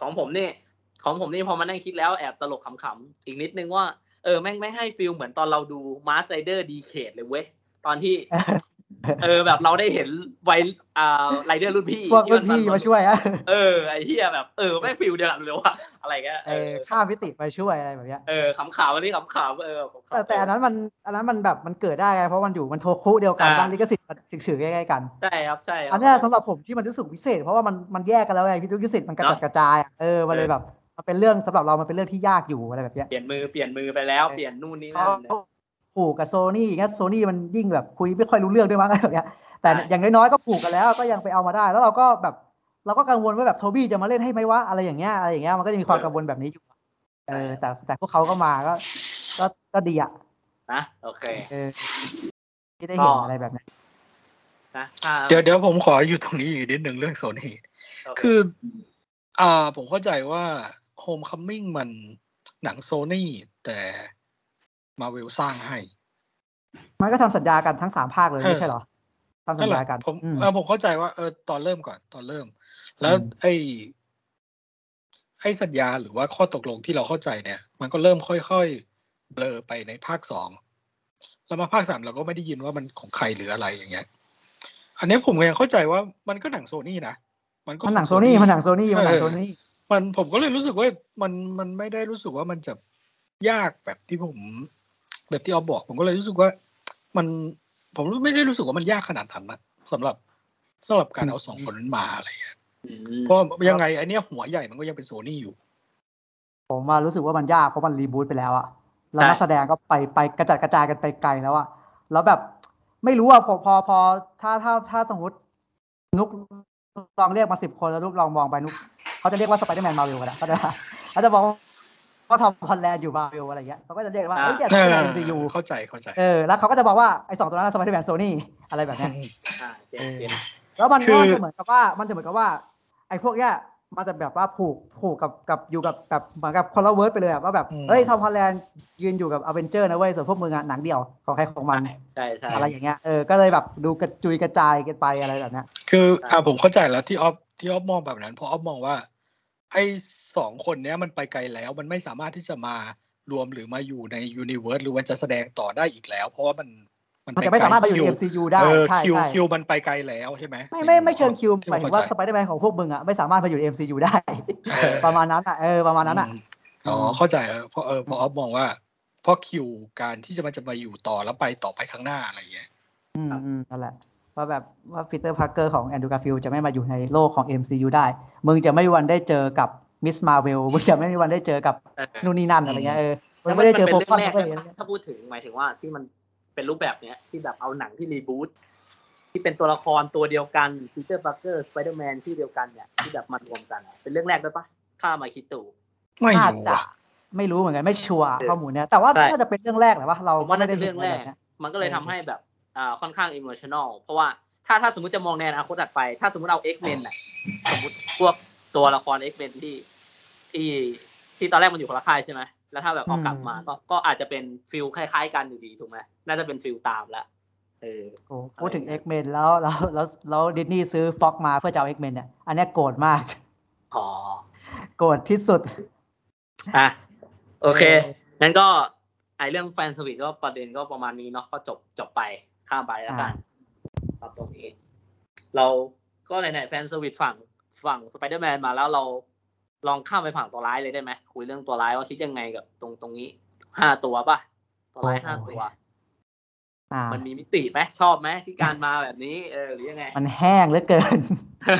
Speaker 1: ของผมนี่ ของผมนี่พอมานั่งคิดแล้วแอบตลกขำๆ อีกนิดนึงว่า เออ แม่งไม่งให้ฟิลเหมือนตอนเราดูมาร์สไรเดอร์ดีเคดเลยเว้ย ตอนที่ เออ แบบเราได้เห็นไวอ่าไรเดอร์รุ่นพี่
Speaker 2: พวกรุ่น
Speaker 1: มั
Speaker 2: พี่
Speaker 1: ๆ
Speaker 2: มาช่วยอ่ะ
Speaker 1: เออ ไอ้เหี้ยแบบ เออ แม่งฟิลเดียวกันเลยว่ะอะไรเงี้ย
Speaker 2: เออข้ามมิติมาช่วยอะไรแบบเนี้ย
Speaker 1: เออขำๆอันนี้ขำๆเออขำๆ
Speaker 2: แต่แต่อันนั้นมันอันนั้นมันแบบมันเกิดได้ไงเพราะมันอยู่มันโทคุเดียวกัน
Speaker 1: อ่า
Speaker 2: บ้านลิขสิทธิ์มันถือๆใกล้ๆกัน
Speaker 1: ใช่ครับใช่ครั
Speaker 2: อันเนี้ยสำหรับผมที่มันรู้สึกพิเศษ เพราะว่ามันมันแยกกันแล้วไงพี่ธุรกิจมันกระ
Speaker 1: เน
Speaker 2: จัด
Speaker 1: อะ
Speaker 2: กระจายอะเออมันเลย
Speaker 1: เออ
Speaker 2: แบบมันเป็นเรื่องสำหรับเรามันเป็นเรื่องที่ยากอยู่อะไรแบบเนี้ย
Speaker 1: เปลี่ยนมือเปลี่ยนมือไปแล้ว
Speaker 2: เออ
Speaker 1: เปลี่ยนนู่นนี่
Speaker 2: เขา
Speaker 1: นั่นเนี่ย
Speaker 2: ผูกกับโซนี่อย่างเงี้ยโซนี่มันยิ่งแบบคุยไม่ค่อยรู้เรื่องด้วยมั้งอะไรแบบเนี้ยแต่
Speaker 1: ใช่
Speaker 2: อย่างน้อยๆก็ผูกกันแล้วก็ยังไปเอามาได้ แล้วเราก็แบบเราก็กังวลว่าแบบโทบี้จะมาเล่นให้ไหมวะอะไรอย่างเงี้ยอะไรอย่างเงี้ยมันก็จะมีความกังวลแบบนี้อยู่เออแต่แต่พวกเขาก็มาก็ก็ก็ดีอ่ะ
Speaker 1: นะโอเค
Speaker 2: เออที่ได้เห็นอะไรแบบเนี้ย
Speaker 1: นะถ้า
Speaker 3: เดี๋ยวเดี๋ยวผมขออยู่ตรงนี้อีกนิดหนึ่งเรื่องโซนี่
Speaker 1: โเ
Speaker 3: คือ อ่า ผมเข้าใจว่า Homecoming มันหนังโซนี่แต่มาเวลสร้างให้
Speaker 2: มันก็ทำสัญญากันทั้งสามภาคเลยไม่ใช่เหรอทำสัญญากัน
Speaker 3: ผม
Speaker 2: อืม
Speaker 3: เออผมเข้าใจว่าเออตอนเริ่มก่อนตอนเริ่ม แล้ว
Speaker 2: อืม
Speaker 3: ไอ้ไอ้สัญญาหรือว่าข้อตกลงที่เราเข้าใจเนี่ย มันก็เริ่มค่อยๆเบลอไปในภาคสองแล้วมาภาคสามเราก็ไม่ได้ยินว่ามันของใครหรืออะไรอย่างเงี้ย อันเนี้ยผมก็ยังเข้าใจว่ามันก็หนังโซนี่นะก็
Speaker 2: มันหนังโซนี่มันหนังโซนี่มันหนังโซ
Speaker 3: เออ
Speaker 2: นี่
Speaker 3: มันผมก็เลยรู้สึกว่ามันมันไม่ได้รู้สึกว่ามันจะยากแบบที่ผม แบบที่ออฟบอก ผมก็เลยรู้สึกว่า มันผมไม่ได้รู้สึกว่ามันยากขนาดนั้นนะสำหรับสำหรับการเอาสองคนนั้นมาอะไรอย่างเงี้ย
Speaker 1: อืม
Speaker 3: เพราะยังไงไอเนี้ยหัวใหญ่มันก็ยังเป็นโซนี่อยู่
Speaker 2: ผมมารู้สึกว่ามันยากเพราะมันรีบูตไปแล้วอะแล้วนักแสดงก็ไปไปกระจัดกระจายกันไปไกลแล้วอะแล้วแบบไม่รู้อะพอพอพอถ้าถ้าถ้าสมมตินุกลองเรียกมาสิบคนแล้วนุกลองมองไปนุกเขาจะเรียกว่าสไปเดอร์แมนมาวิลกันนะเขาจะเขาจะบอกว่าทอมฮอลแลนด์อยู่มาวิลอะไรเงี้ยเขาก็จะเรียกว่าเอ้ยเนี่ยสไปเดอร์แมนเอ็มซียู
Speaker 3: เข้าใจเข้าใจ
Speaker 2: เออแล้วเขาก็จะบอกว่าไอ้สองตัวนั้นสไปเดอร์แมนโซนี่อะไรแบบเนี้ย
Speaker 1: อ่าเจ็บเจ็บ
Speaker 2: แล้วมันก็จะเหมือนกับว่ามันจะเหมือนกับว่า ไอ้พวกเนี้ยมันจะแบบว่าผูกผูกกับกับอยู่กับกับเหมือนกับคนละเวิร์ดไปเลยอะว่าแบบเฮ้ยทอมฮอลแลนด์ยืนอยู่กับอเวนเจอร์นะเว้ยส่วนพวกมึงอะหนังเดี่ยวของใครของมัน
Speaker 1: ใช่ใช่
Speaker 2: อะไรอย่างเงี้ยเออก็เลยแบบดูกระจุยกระจายกันไปอะไรแบบเนี้ย
Speaker 3: คืออ่าผมเข้าใจแล้วที่ออฟที่ออฟมองแบบนั้นเพราะออฟมองว่า ไอสองคนเนี้ยมันไปไกลแล้ว มันไม่สามารถที่จะมารวมหรือมาอยู่ในยูนิเวิร์สหรือว่าจะแสดงต่อได้อีกแล้ว เพราะว่ามัน
Speaker 2: มันจะไม่สามารถไปอยู่
Speaker 3: คิว
Speaker 2: ใน MCU ได้
Speaker 3: เออ
Speaker 2: ใช่
Speaker 3: คิว
Speaker 2: ใช่
Speaker 3: คิวมันไปไกลแล้วใช่ไหม
Speaker 2: ไม่ไม่ไม่เชิงคิวหมายถึงว่าส
Speaker 3: ที่
Speaker 2: ไปเดอร์แมนของพวกมึงอะไม่สามารถไปอยู่ใน MCU ได้ ประมาณนั้นอะเออประมาณนั้นอะ
Speaker 3: มอ๋อเข้าใจแล้วเพราะเออเพราะออฟมองว่าเพราะคิวการที่จะมันจะมาอยู่ต่อแล้วไปต่อไปข้างหน้าอะไรอย่างเงี้ย
Speaker 2: อืมอืมนั่นแหละว่าแบบว่าปีเตอร์พาร์เกอร์ของแอนดูการ์ฟิลจะไม่มาอยู่ในโลกของ MCU ได้ มึงจะไม่มีวันได้เจอกับมิสมาเวลมึงจะไม่มีวันได้เจอกับ
Speaker 1: อ่า
Speaker 2: นู่นนี่นั่นอะไรเงี้ยเออมึง
Speaker 1: แล้ว
Speaker 2: ไม่ได้เจอโป
Speaker 1: ป็
Speaker 2: ร
Speaker 1: น
Speaker 2: คอน
Speaker 1: แรก
Speaker 2: เลย
Speaker 1: ๆะถ้าพูดถึงหมายถึงว่าที่มันเป็นรูปแบบเนี้ยที่แบบเอาหนังที่รีบูตที่เป็นตัวละครตัวเดียวกันปีเตอร์บัคเกอร์สไปเดอร์แมนที่เดียวกันเนี่ยที่แบบมารวมกันอะเป็นเรื่องแรกด้วยปะข้ามาคิดตู
Speaker 3: ไม่
Speaker 2: น่า
Speaker 3: รู้
Speaker 2: จะ
Speaker 3: อะ
Speaker 2: ไม่รู้เหมือนกันไม่ชัวร์ข้อมูลเนี้ยแต่ว่าน่าจะเป็นเรื่องแรกแหละว่าเรา
Speaker 1: ผมว่าน่าจะ
Speaker 2: ห็
Speaker 1: เรื่องแรก
Speaker 2: ะไบบนี้ย
Speaker 1: มันก็เลย
Speaker 2: เออ
Speaker 1: ทำให้แบบอ่าค่อนข้างอิมมชั่นอลเพราะว่าถ้าถ้าสมมติจะมองในอนาคตถัดไป ถ้าสมมติเอาเอ็กเมนอะสมมติพวกตัวละครเอ็กเมนที่ที่ที่ตอนแรกมันอยู่คนละค่ายใช่ไหมแล้วถ้าแบบเอากลับมาก็ก็อาจจะเป็นฟิลคล้ายๆกันอยู่ดีถูกไหมน่าจะเป็นฟิลตามละเออ
Speaker 2: โอ้พูดถึง X-Men แล้วแล้วแล้วแล้วดิสนีย์ซื้อฟ็อกมาเพื่อจะเอา X-Men เนี่ยอันเนี้ยโกรธมาก
Speaker 1: อ๋อ
Speaker 2: โกรธที่สุด
Speaker 1: อ่ะโอเค
Speaker 2: เออ
Speaker 1: งั้นก็ไอเรื่องแฟนสวิตก็ประเด็นก็ประมาณนี้เนาะก็จบจบไปข้ามไปแล้วกันต
Speaker 2: อ่า
Speaker 1: อบตรงนี้ เราก็ไหนๆแฟนสวิตฝั่งฝั่งสไปเดอร์แมนมาแล้วเราลองข้ามไปฝั่งตัวร้ายเลยได้ไหมคุยเรื่องตัวร้ายว่าคิดยังไงกับตรงตรงนี้ห้าตัวป่ะ ตัวร้ายห้าตัว
Speaker 2: อ่า
Speaker 1: มันมีมิติไหมชอบไหมที่การมาแบบนี้ เออหรือยังไง
Speaker 2: มันแห้งเหลือเกิน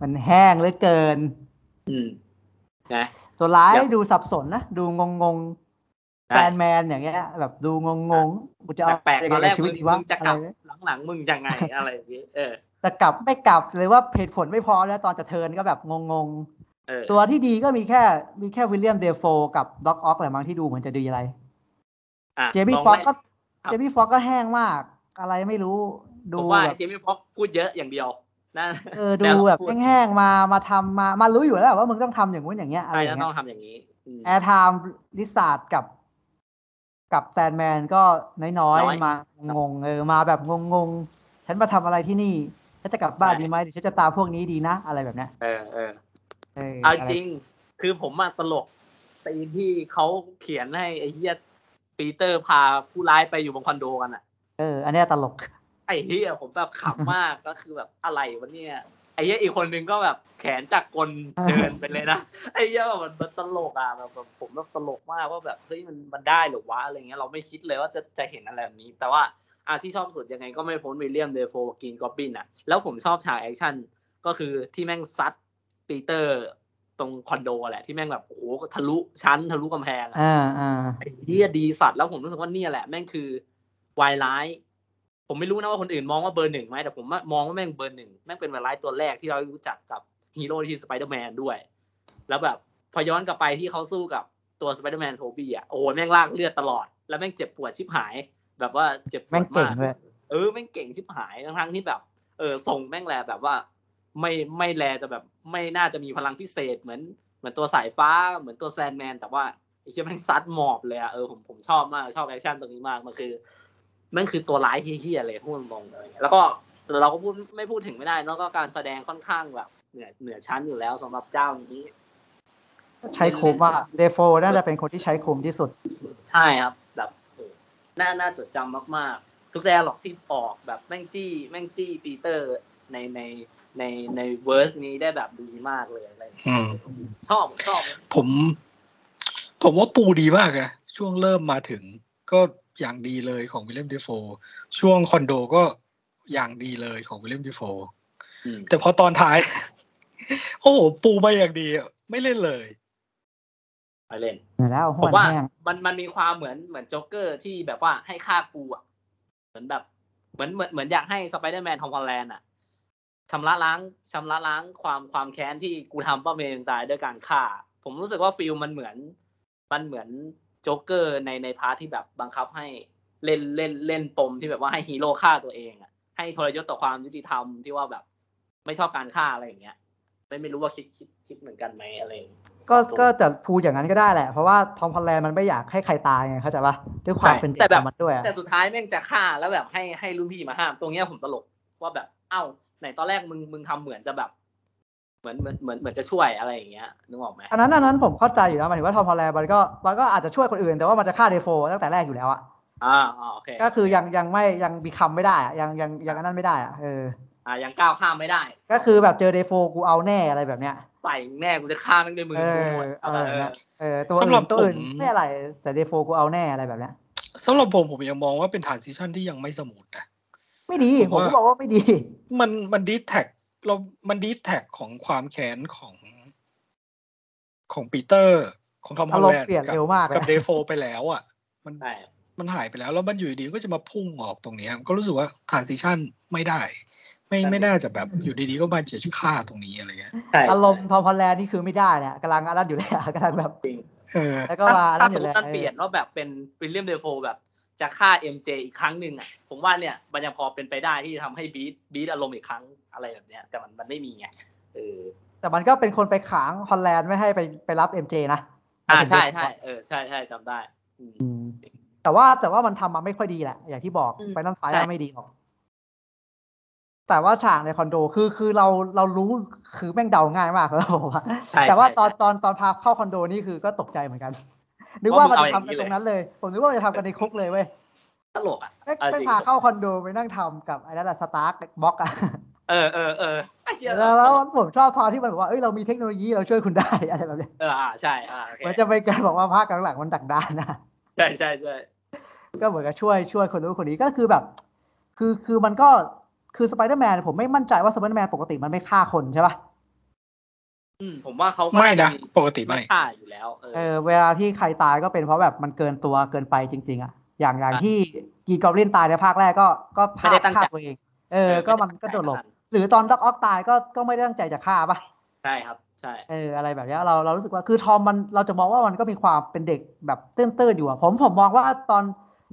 Speaker 2: มันแห้งเหลือเกิน
Speaker 1: อืมนะ
Speaker 2: ตัวร้าย
Speaker 1: อย่าง
Speaker 2: ดูสับสนนะ ดูงงงๆ
Speaker 1: ใช่
Speaker 2: แซนแมนอย่างเงี้ย แบบดูงงงๆกูจะเอา
Speaker 1: แปลกๆตอนแรก
Speaker 2: ชีวิ
Speaker 1: มึ
Speaker 2: ต
Speaker 1: ง
Speaker 2: ดีวะ
Speaker 1: มึงจะ
Speaker 2: อะ
Speaker 1: ก
Speaker 2: ไร
Speaker 1: ลับหลังๆมึงยังไงอะไรอย่างนี้เออ
Speaker 2: แต่กลับไม่กลับเลยว่าเหตุผลไม่พอแล้วตอนจะเทิร์นก็แบบงง
Speaker 1: เออ
Speaker 2: ๆ ตัวที่ดีก็มีแค่มีแค่วิลเลียมเดฟโฟกับด็อกออกแหละมั้งที่ดูเหมือนจะดีอะไร
Speaker 1: อ่ะ
Speaker 2: เจมี่
Speaker 1: ลง
Speaker 2: ฟ็อก
Speaker 1: ไล่
Speaker 2: ก็
Speaker 1: ครับ
Speaker 2: เจมี่ฟ็อกก็แห้งมาก อะไรไม่รู้
Speaker 1: ผ
Speaker 2: ดู
Speaker 1: มว่า
Speaker 2: แบบ
Speaker 1: เจมี่ฟ็อกพูดเยอะอย่างเดียวนะ
Speaker 2: เออดูแบบแห้งๆมามาทำมามารู้อยู่แล้วแหละว่ามึงต้องทำอย่างงู้นอย่างเงี้ยอะไร
Speaker 1: ใช่
Speaker 2: อย่าง
Speaker 1: แล้วต้
Speaker 2: เงี้ย
Speaker 1: องทำอย่างนี้อืม
Speaker 2: แอร์ไทม์ลิซาร์ดกับ กับแซนแมนก็น้อย
Speaker 1: น้อย
Speaker 2: ๆ มางงเออมาแบบงงๆ ฉันมาทำอะไรที่นี่ฉันจะกลับบ้าน
Speaker 1: ใช่
Speaker 2: ดีไหมหรือฉันจะตามพวกนี้ดีนะ อะไรแบบเนี้ย
Speaker 1: เออเออ
Speaker 2: เอ
Speaker 1: เอา
Speaker 2: อะไ
Speaker 1: จริง คือผมอะตลกตีนที่เขาเขียนให้ไอ้เฮียปีเตอร์พาผู้ร้ายไปอยู่บนคอนโดกันอะ
Speaker 2: เออ อันเนี้ยตลก
Speaker 1: ไอ้เฮียผมแบบขำมาก ก็คือแบบอะไรวะเนี่ย ไอ้เฮียอีกคนนึงก็แบบแขนจากกลเดินไปเลยนะ ไอ้เฮียแบบมันมันตลกอะแบบแบบผมแบบตลกมากว่าแบบเฮ้ยมันมันได้เหรือวะอะไรเงี้ยเราไม่คิดเลยว่าจะจะเห็นอะไรแบบนี้ แต่ว่า อาที่ชอบสุดยังไงก็ไม่พ้นวิลเลียมเดฟโฟกินกอบบินอ่ะ แล้วผมชอบฉากแอคชั่นก็คือที่แม่งซัดปีเตอร์ตรงคอนโดแหละที่แม่งแบบโอ้โหทะลุชั้นทะลุกำแพงอ่ะ
Speaker 2: อ่าอ่า
Speaker 1: ไอ้เหี้ยดีสัตว์แล้วผมรู้สึกว่าเนี่ยแหละแม่งคือวายร้าย ผมไม่รู้นะว่าคนอื่นมองว่าเบอร์หนึ่งไหมแต่ผมว่ามองว่าแม่งเบอร์หนึ่งแม่งเป็นวายร้ายตัวแรกที่เรารู้จักกับฮีโร่ที่สไปเดอร์แมนด้วย แล้วแบบพอย้อนกลับไปที่เขาสู้กับตัวสไปเดอร์แมนโทบี้อ่ะโอ้โหแม่งลากเลือดตลอด แล้วแม่งเจ็บปวดชิบหาย แบบว่าเจ็บปวด
Speaker 2: แม่งเก่ง
Speaker 1: มาก
Speaker 2: ด้วย
Speaker 1: เออแม่งเก่งชิบหายทั้งทั้งๆที่แบบ เออทรงแม่งแลแบบว่า ไม่ไม่แลจะแบบ ไม่น่าจะมีพลังพิเศษเหมือนเหมือนตัวสายฟ้าเหมือนตัวแซนแมนแต่ว่า ไอ้เชี่ยแม่งซัดหมอบเลยอะเออผมผมชอบมากชอบแอคชั่นตรงนี้มากมันคือแม่งคือตัวร้ายเฮี้ยๆเลยพูดตรงๆเลยแล้วก็เราก็พูดไม่พูดถึงไม่ได้เนอะก็การแสดงค่อนข้างแบบเหนือเหนือชั้นอยู่แล้วสำหรับเจ้านี้
Speaker 2: ใช้โคมว่าเดโฟน่าจะเป็นคนที่ใช้โคมที่สุด
Speaker 1: ใช่ครับแบบโอ้น่าน่าจดจำมากๆ ทุกแรกหรอกที่ออกแบบแม่งจี้แม่งจี้ปีเตอร์ในในในในเวอร์สนี้ได้แบบดีมากเลยอะไรอย่างเงี้ย
Speaker 3: อืม
Speaker 1: ชอบชอบ
Speaker 3: ผม ผมว่าปูดีมากนะช่วงเริ่มมาถึงก็อย่างดีเลยของวิลเลมด e โฟช่วงคอนโดก็อย่างดีเลยของวิลเลมด e โฟ
Speaker 1: อืม
Speaker 3: แต่พอตอนท้าย โอ้โห ปูมาอย่างดีอะไม่เล่นเลย
Speaker 1: ไปเล่น
Speaker 2: แล้ว
Speaker 1: ผ
Speaker 2: หัว
Speaker 1: มว่า
Speaker 2: แห้ง
Speaker 1: มันมันมีความเหมือนเหมือนโจ๊กเกอร์ที่แบบว่าให้ค่ากูอ่ะ เหมือนแบบ เหมือนเหมือนเหมือนอยากให้สไปเดอร์แมนทอมฮอลแลนด์อ่ะชำระล้างชำระล้างความความแค้นที่กูทำป้าเมย์มึงตายด้วยการฆ่า ผมรู้สึกว่าฟิลมันเหมือน มันเหมือนโจ๊กเกอร์ในในพาร์ทที่แบบบังคับให้เล่นเล่นเล่นปมที่แบบว่าให้ฮีโร่ฆ่าตัวเองอ่ะให้ทรยศต่อความยุติธรรมที่ว่าแบบ ไม่ชอบการฆ่าอะไรอย่างเงี้ยไม่ไม่รู้ว่าคิดคิดคิดเหมือนกันไหมอะไรอย่างเงี้ย
Speaker 2: ก็ก็จะพูดอย่างนั้นก็ได้แหละ เพราะว่าทอมพอลแลนด์มันไม่อยากให้ใครตายไงเข้าใจปะด้วยความเป็นเด็ก
Speaker 1: แต่แต่
Speaker 2: ข
Speaker 1: แบบ
Speaker 2: องมันด้วยอะ
Speaker 1: แต่สุดท้ายแม่งจะฆ่าแล้วแบบให้ให้รุ่นพี่มาห้าม ตรงเนี้ยผมตลกว่าแบบเอ้าไหนตอนแรกมึงมึงทำเหมือนจะแบบ เหมือนเหมือนเหมือนเหมือนจะช่วยอะไรอย่างเงี้ยนึกออกไหม
Speaker 2: อันนั้นอันนั้นผมเข้าใจอยู่นะหมายถึงว่าทอมพอลแลนด์มันก็มันก็อาจจะช่วยคนอื่น แต่ว่ามันจะฆ่าเดโฟตั้งแต่แรกอยู่แล้วอะ
Speaker 1: อ่าอ่าโอเค
Speaker 2: ก็คือยังยังไม่ยังมีคำไม่ได้อะยังยังยังอันนั้นไม่ได้อะเออ
Speaker 1: อ่ายังก้าวข้ามไม่ได้
Speaker 2: ก็คือแบบเจอเดโฟกูเอาแน่อะไรแบบเนี้ย
Speaker 1: ใส่แน่กูจะฆ่าแม่งด้วยมือ
Speaker 2: เอ
Speaker 1: กู
Speaker 2: อ
Speaker 1: หมด
Speaker 2: เอ
Speaker 1: เอาแต่
Speaker 2: อ
Speaker 1: เออ
Speaker 2: นะเออตัว
Speaker 3: สำห
Speaker 2: อื่
Speaker 3: รับ
Speaker 2: นตัวอื่น
Speaker 3: ผม
Speaker 2: ไม่อะไร แต่เดโฟกูเอาแน่อะไรแบบเนี้ย
Speaker 3: สำหรับผมผมยังมองว่าเป็น transition ที่ยังไม่สมูทนะ
Speaker 2: ไม่ดี
Speaker 3: ผ
Speaker 2: ผม ม
Speaker 3: ว่า
Speaker 2: ก็บอกว่าไม่ดี
Speaker 3: มันมันดีแท็กเรามันดีแท็กของความแค้นของของปีเตอร์ ของทอมฮ
Speaker 2: อา
Speaker 3: อล
Speaker 2: รม
Speaker 3: แล
Speaker 2: ณ์
Speaker 3: นด์
Speaker 2: เปลี่ยนเร็วมากเลย
Speaker 3: กับ
Speaker 2: นะ
Speaker 3: เดโฟไปแล้วอ่ะ มัน
Speaker 1: ใช่
Speaker 3: มันหายไปแล้ว แล้วมันอยู่ดีๆก็จะมาพุ่งออกตรงเนี้ยก็รู้สึกว่า transition ไม่ได้ ไม่ไม่น่าจะแบบอยู่ดีๆก็มาเจียชื่อค่าตรงนี้อะไรเงี้ย
Speaker 1: ใช่
Speaker 2: อารมณ์ทอมพอลแลนด์นี่คือไม่ได้เนี่ยกำลังอันนั้นอยู่เลยอะ กำลังแบบ
Speaker 3: เออ
Speaker 2: แล้วก็
Speaker 1: ถ้า
Speaker 2: มาอันนั้
Speaker 1: ถ้านสมมติ
Speaker 2: อยู่เลย
Speaker 1: มันเปลี่ยนว่าแบบเป็นวิลเลียมเดฟโฟแบบจะฆ่าเอ็มเจอีกครั้งหนึ่งอ่ะผมว่าเนี่ยมันยังพอเป็นไปได้ที่จะทำให้บีทบีทอารมณ์อีกครั้งอะไรแบบเนี้ย แต่มันมันไม่มีไงเออ
Speaker 2: แต่มันก็เป็นคนไปขางฮอลแลนด์ไม่ให้ไปไปรับเอ็มเจนะ
Speaker 1: อ่า
Speaker 2: เป็น
Speaker 1: ใช่
Speaker 2: เด็ก
Speaker 1: ใช่เออใช่ใช่จำได้อืม
Speaker 2: อืมแต่ว่าแต่ว่ามันทำมาไม่ค่อยดีแหละ อย่างที่บอก
Speaker 1: อืม
Speaker 2: ไปนั่นไฟ
Speaker 1: ใช่
Speaker 2: ไม่ดีหรอก แต่ว่าฉากในคอนโดคือคือเราเรารู้คือแม่งเดาง่ายมาก แล้วผมว่า
Speaker 1: ใช่
Speaker 2: แต่ว่า
Speaker 1: ใช่
Speaker 2: ตอน
Speaker 1: ใช่
Speaker 2: ตอนตอนพาเข้าคอนโดนี่คือก็ตกใจเหมือนกัน นึกว่ามัน
Speaker 1: ว่ามึง
Speaker 2: จะ
Speaker 1: เอาอย่างนี้เลย
Speaker 2: ทำกันตรงนั้นเลย ผมนึกว่ามันจะทำกันในคุกเลยเว้ย
Speaker 1: ตลกอ่ะ
Speaker 2: แม่ง
Speaker 1: เอาจ
Speaker 2: แม่ง
Speaker 1: ริง
Speaker 2: พาเข้าคอนโดไปนั่งทำกับไอ้นั่นแหละสตาร์กบล็อกอะ
Speaker 1: เออเออเออไอ้เหี้ย
Speaker 2: แล้วแล้วผมชอบตอนที่มันบอกว่าเอ้ยเรามีเทคโนโลยีเราช่วยคุณได้ อะไรแบบเนี้ย
Speaker 1: เอออ่าใช่อ่าโอเค
Speaker 2: เหมือนจะไปการบอกว่าภาคหลังๆมันดักดานนะ
Speaker 1: ใช่ใช่ใช่
Speaker 2: ก็เหมือนกับช่วยช่วยคนนู้นคนนี้ก็คือแบบ คือคือมันก็คือสไปเดอร์แมนผมไม่มั่นใจว่าสไปเดอร์แมนปกติมันไม่ฆ่าคนใช่ป่ะ
Speaker 1: อืมผมว่าเขาก็
Speaker 3: ไม่
Speaker 1: า
Speaker 3: นะ
Speaker 1: จ
Speaker 3: ปกติ
Speaker 1: มี
Speaker 3: ไม่
Speaker 1: ค่าอยู่แล้ว เออ
Speaker 2: เออเวลาที่ใครตายก็เป็นเพราะแบบมันเกินตัวเกินไปจริง ๆอ่ะอย่างอย่างที่กีกอบลินตายในภาคแรกก็ก็พลาดฆ่าตัวเอง เออ ก็มันก็โดดหลบหรือตอนด็อกออกตายก็ก็ไม่ได้ตั้งใจจะฆ่าป่ะ
Speaker 1: ใช่ครับ ใช่
Speaker 2: เอออะไรแบบเนี้ยเราเรารู้สึกว่าคือทอมมันเราจะมองว่ามันก็มีความเป็นเด็กแบบเตื้นๆอยู่อะผมผมมองว่าตอน